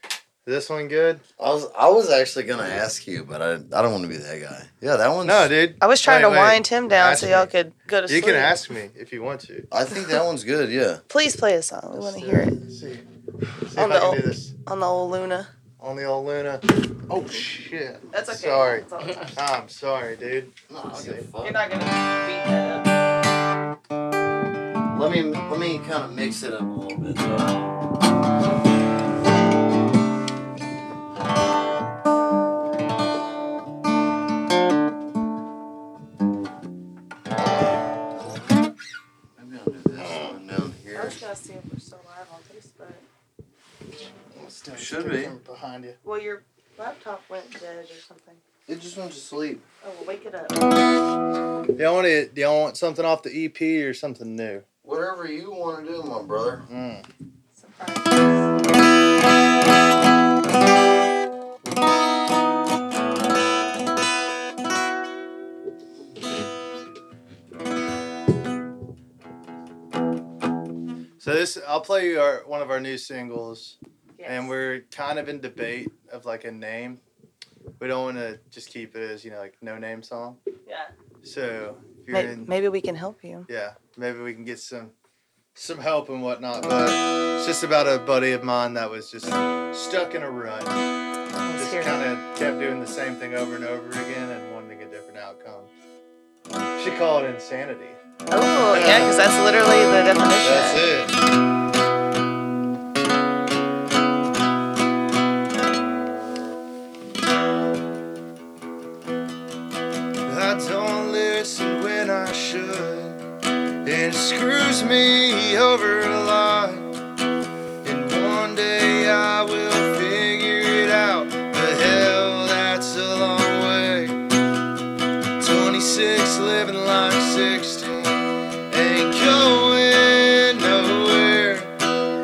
Speaker 6: Is this one good?
Speaker 2: I was I was actually gonna ask you, but I I don't want to be that guy. Yeah, that one's.
Speaker 6: No, dude.
Speaker 5: I was trying to
Speaker 6: Wait, wait.
Speaker 5: wind him down so
Speaker 6: Ask
Speaker 5: y'all
Speaker 6: me.
Speaker 5: could go to
Speaker 6: You
Speaker 5: sleep.
Speaker 6: can ask me if you want to.
Speaker 2: I think that one's good. Yeah.
Speaker 5: Please play a song. We want to hear it
Speaker 6: Let's see. Let's see
Speaker 5: On
Speaker 6: if
Speaker 5: the
Speaker 6: I can do
Speaker 5: old-
Speaker 6: this
Speaker 5: on the old Luna.
Speaker 6: on the old Luna. Oh shit.
Speaker 5: That's okay.
Speaker 6: Sorry.
Speaker 5: It's all the time.
Speaker 6: I'm sorry, dude.
Speaker 5: You're not gonna beat that up.
Speaker 2: Let me let me kind of mix it up a little bit. So. Maybe I'll do this one Oh, down
Speaker 5: I
Speaker 2: here.
Speaker 5: was gonna see if we're still live on Facebook.
Speaker 2: Should be.
Speaker 6: behind you.
Speaker 5: Well, your laptop went dead or something.
Speaker 2: It just went to sleep.
Speaker 5: Oh, well, wake it up.
Speaker 6: Do y'all want to, do y'all want something off the EP or something new?
Speaker 2: Whatever you want to do, my brother.
Speaker 6: Mm.
Speaker 5: Surprise.
Speaker 6: So this I'll play you our one of our new singles
Speaker 5: Yes.
Speaker 6: and we're kind of in debate of like a name. We don't want to just keep it as, you know, like no name song.
Speaker 5: yeah.
Speaker 6: So, if you're
Speaker 5: Maybe,
Speaker 6: in
Speaker 5: maybe we can help you.
Speaker 6: yeah, maybe we can get some some help and whatnot. But it's just about a buddy of mine that was just stuck in a rut,
Speaker 5: Let's
Speaker 6: just
Speaker 5: hear it.
Speaker 6: kind of kept doing the same thing over and over again and wanting a different outcome. She called it insanity.
Speaker 5: Oh, yeah, because that's literally the definition.
Speaker 6: That's it. I don't listen when I should. It screws me over a lot. And one day I will figure it out. But hell, that's a long way. 26, living like 16 ain't going nowhere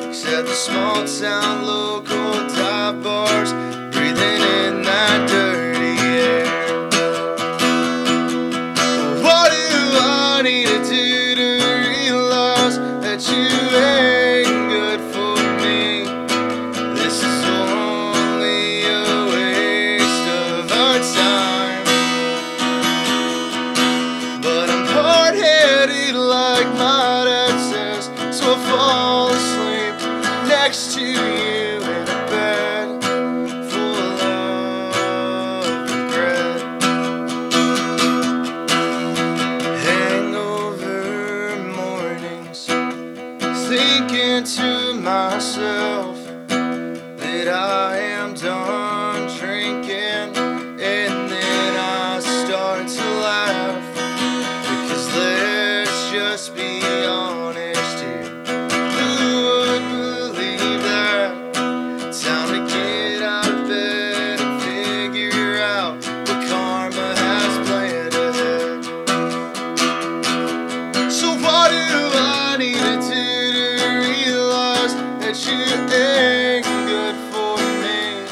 Speaker 6: except the small town local dive bars breathing in that dirty air what do i need to do to realize that you ain't good for me this is only a waste of our time but I'm hard headed like my dad says, so I fall asleep next to you in a bed full of regret. Hangover mornings, thinking to myself that I am done drinking, and then I start to laugh. Because let's just be honest here. Who would believe that? Time to get out of bed and figure out what karma has planned ahead. So what do I need to do to realize that you ain't good for me?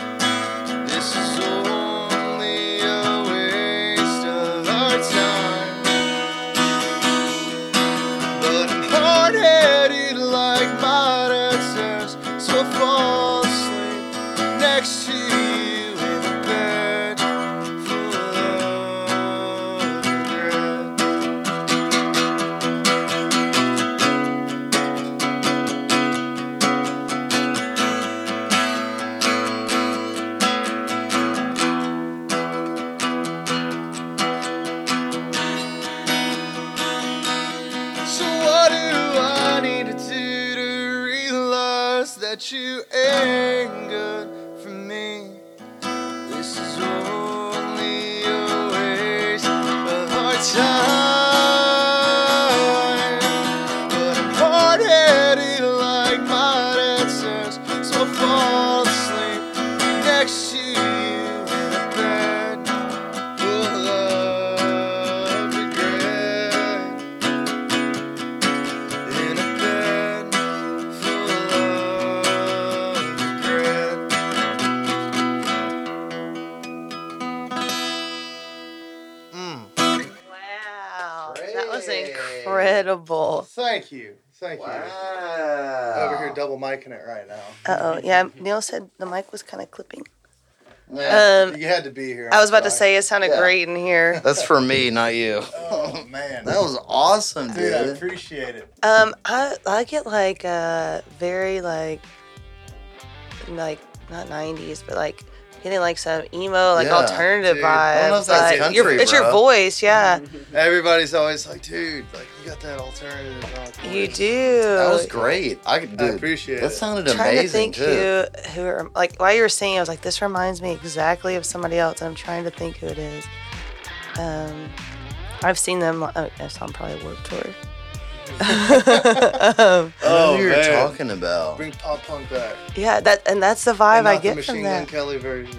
Speaker 6: This is only a waste of our time. But I'm hard headed like my dad says, so I fall asleep next to you in a bed full of regret. So what do I need to do to realize that you ain't good for me? This is only a waste of our time. But I'm hard-headed like my Mm,
Speaker 5: incredible.
Speaker 6: Thank you. Thank you.
Speaker 2: Wow.
Speaker 6: Over here, double micing it right now.
Speaker 5: Uh oh. Yeah, Neil said the mic was kind of clipping.
Speaker 2: Yeah.
Speaker 5: Um,
Speaker 6: you had to be here.
Speaker 5: I
Speaker 6: I'm
Speaker 5: was about to
Speaker 6: sorry.
Speaker 5: say it sounded
Speaker 2: Yeah.
Speaker 5: great in here.
Speaker 2: That's for me, not you.
Speaker 6: Oh man,
Speaker 2: That was awesome,
Speaker 6: dude. I
Speaker 2: dude.
Speaker 6: appreciate it.
Speaker 5: Um, I I get like uh very like like not nineties, but like getting like some emo like
Speaker 2: Yeah,
Speaker 5: alternative
Speaker 6: dude.
Speaker 5: vibes.
Speaker 6: I
Speaker 2: don't know if that's
Speaker 5: like,
Speaker 2: country,
Speaker 5: your- it's your
Speaker 2: bro. Mm-hmm.
Speaker 5: voice, yeah.
Speaker 6: Everybody's always like, dude, like you got that alternative. rock
Speaker 5: You
Speaker 6: voice."
Speaker 5: do.
Speaker 2: That was great. I could
Speaker 6: I
Speaker 2: dude,
Speaker 6: appreciate
Speaker 2: That
Speaker 6: it.
Speaker 2: sounded
Speaker 5: trying
Speaker 2: amazing
Speaker 5: to think
Speaker 2: too.
Speaker 5: who who it rem- like while you were singing, I was like, this reminds me exactly of somebody else. and I'm trying to think who it is. Um, I've seen them. li- Oh, I saw them probably at Warped Tour. um,
Speaker 2: I know
Speaker 6: Oh,
Speaker 2: who you're
Speaker 6: man.
Speaker 2: talking about.
Speaker 6: Bring pop punk back.
Speaker 5: yeah, that and that's the vibe
Speaker 6: And
Speaker 5: I
Speaker 6: not the
Speaker 5: get
Speaker 6: Machine
Speaker 5: from
Speaker 6: Gun
Speaker 5: that.
Speaker 6: Kelly version.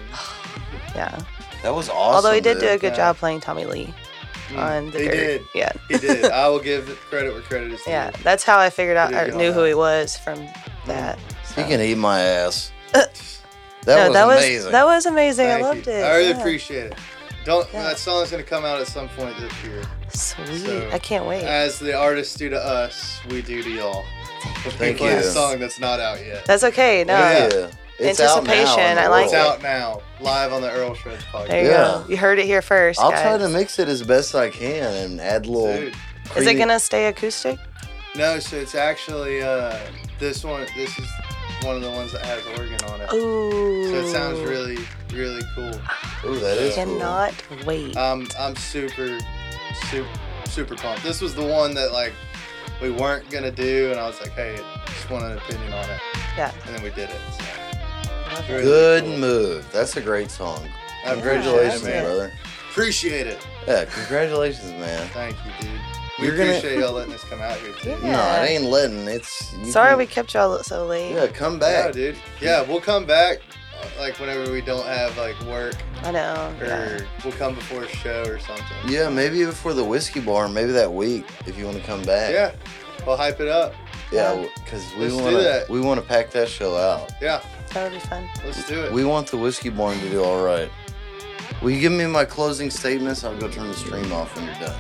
Speaker 5: Yeah.
Speaker 2: That was awesome.
Speaker 5: Although he did
Speaker 2: dude.
Speaker 5: do a good
Speaker 6: Yeah. Mm.
Speaker 5: job playing Tommy Lee on the
Speaker 6: he
Speaker 5: dirt.
Speaker 6: did.
Speaker 5: Yeah.
Speaker 6: He did. I will give credit where credit is due.
Speaker 5: Yeah. That's how I figured out
Speaker 6: He
Speaker 5: I
Speaker 6: did do all
Speaker 5: knew who
Speaker 6: that. Mm.
Speaker 5: he was from that.
Speaker 2: You can eat my ass.
Speaker 5: Uh,
Speaker 2: That was amazing.
Speaker 5: that was amazing.
Speaker 6: Thank
Speaker 5: I loved
Speaker 6: you.
Speaker 5: it.
Speaker 6: I really
Speaker 5: yeah.
Speaker 6: appreciate it. Don't
Speaker 5: Yeah.
Speaker 6: that song's gonna come out at some point this year.
Speaker 5: Sweet.
Speaker 6: So, uh,
Speaker 5: I can't wait.
Speaker 6: As the artists do to us, we do to y'all. We're
Speaker 2: Thank
Speaker 6: playing
Speaker 2: you.
Speaker 6: a song that's not out yet.
Speaker 5: that's okay. No.
Speaker 6: oh, Yeah.
Speaker 2: It's out now in
Speaker 5: Anticipation,
Speaker 2: the
Speaker 5: I like
Speaker 6: It's
Speaker 2: world.
Speaker 6: out now, live on the Earl Shreds
Speaker 5: There
Speaker 6: podcast.
Speaker 5: you
Speaker 2: Yeah.
Speaker 5: go. You heard it here 1st
Speaker 2: I'll try to mix it as best I can and add little.
Speaker 6: Dude,
Speaker 5: Is it
Speaker 2: creative-
Speaker 5: gonna stay acoustic?
Speaker 6: no, so it's actually uh, this one. This is one of the ones that has organ on it.
Speaker 5: Ooh.
Speaker 6: So it sounds really, really cool.
Speaker 2: Ooh, that is cool.
Speaker 5: Cannot wait.
Speaker 6: Um, I'm super, super, super pumped. This was the one that like we weren't gonna do, and I was like, hey, just want an opinion on it,
Speaker 5: yeah.
Speaker 6: and then we did it. So.
Speaker 5: love
Speaker 6: Really
Speaker 2: Good
Speaker 6: cool.
Speaker 2: move. That's a great song.
Speaker 6: I appreciate it,
Speaker 2: Congratulations,
Speaker 6: man.
Speaker 2: brother.
Speaker 6: Appreciate it.
Speaker 2: Yeah, congratulations, man.
Speaker 6: Thank you, dude. We
Speaker 2: You're gonna-
Speaker 6: appreciate y'all letting us come out here too.
Speaker 5: Yeah.
Speaker 2: No, it ain't letting. It's you
Speaker 5: Sorry
Speaker 2: can-
Speaker 5: we kept y'all so late.
Speaker 2: Yeah, come
Speaker 6: Yeah,
Speaker 2: back.
Speaker 6: dude. Yeah, we'll come back. uh, Like whenever we don't have like work,
Speaker 5: I know.
Speaker 6: or
Speaker 5: Yeah.
Speaker 6: we'll come before a show or something.
Speaker 2: Yeah, maybe before the whiskey bar, maybe that week if you want to come back.
Speaker 6: Yeah. We'll hype it up.
Speaker 2: yeah, because we
Speaker 6: Let's do
Speaker 2: want to
Speaker 6: that.
Speaker 2: we want to pack that show out.
Speaker 6: Yeah.
Speaker 5: That would be fun.
Speaker 6: Let's do it.
Speaker 2: We want the whiskey barn to do all right. Will you give me my closing statements? I'll go turn the stream off when you're done.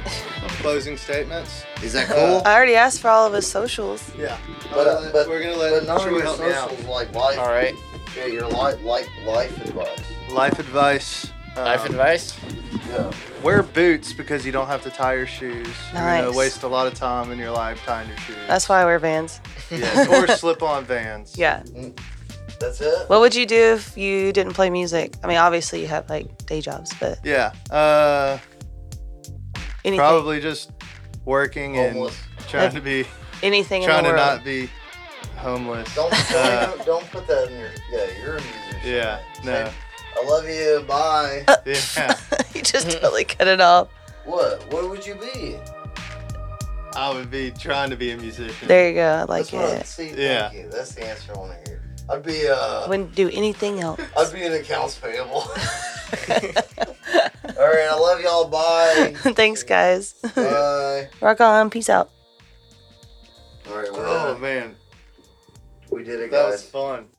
Speaker 6: Closing statements.
Speaker 2: Is that cool?
Speaker 5: I already asked for all of his socials.
Speaker 6: Yeah.
Speaker 2: But, uh, but-
Speaker 6: we're gonna
Speaker 2: but
Speaker 6: let
Speaker 2: none of
Speaker 6: Troy
Speaker 2: your
Speaker 6: help me out.
Speaker 2: socials like life.
Speaker 7: All right.
Speaker 2: Yeah, your life like life advice.
Speaker 6: Life advice. Um,
Speaker 7: Life advice?
Speaker 2: Yeah.
Speaker 6: Wear boots because you don't have to tie your shoes. You're
Speaker 5: Nice.
Speaker 6: gonna waste a lot of time in your life tying your shoes.
Speaker 5: That's why I wear Vans.
Speaker 6: Yes. or slip-on Vans.
Speaker 5: Yeah.
Speaker 2: That's it.
Speaker 5: What would you do if you didn't play music? I mean, obviously you have like day jobs, but
Speaker 6: Yeah. Uh,
Speaker 5: anything,
Speaker 6: probably just working
Speaker 2: Homeless.
Speaker 6: and trying to be
Speaker 5: anything in the
Speaker 6: trying to
Speaker 5: world.
Speaker 6: not be homeless.
Speaker 2: Don't,
Speaker 6: Uh,
Speaker 2: don't don't put that in your. Yeah, you're a musician.
Speaker 6: yeah. No. Uh,
Speaker 2: Say, I love you. Bye.
Speaker 6: Yeah.
Speaker 5: you just totally cut it off.
Speaker 2: what? What would you be?
Speaker 6: I would be trying to be a musician.
Speaker 5: There you go. I like
Speaker 2: That's what I-
Speaker 5: it.
Speaker 2: see,
Speaker 6: Yeah.
Speaker 2: Thank you. That's the answer I want to hear. I'd be uh,
Speaker 5: Wouldn't do anything else.
Speaker 2: I'd be an accounts payable. all right, I love y'all. Bye.
Speaker 5: Thanks, guys.
Speaker 2: Bye.
Speaker 5: Rock on. Peace out.
Speaker 2: All right, we're
Speaker 6: Oh
Speaker 2: done.
Speaker 6: man,
Speaker 2: we did it,
Speaker 6: that was
Speaker 2: guys.
Speaker 6: fun.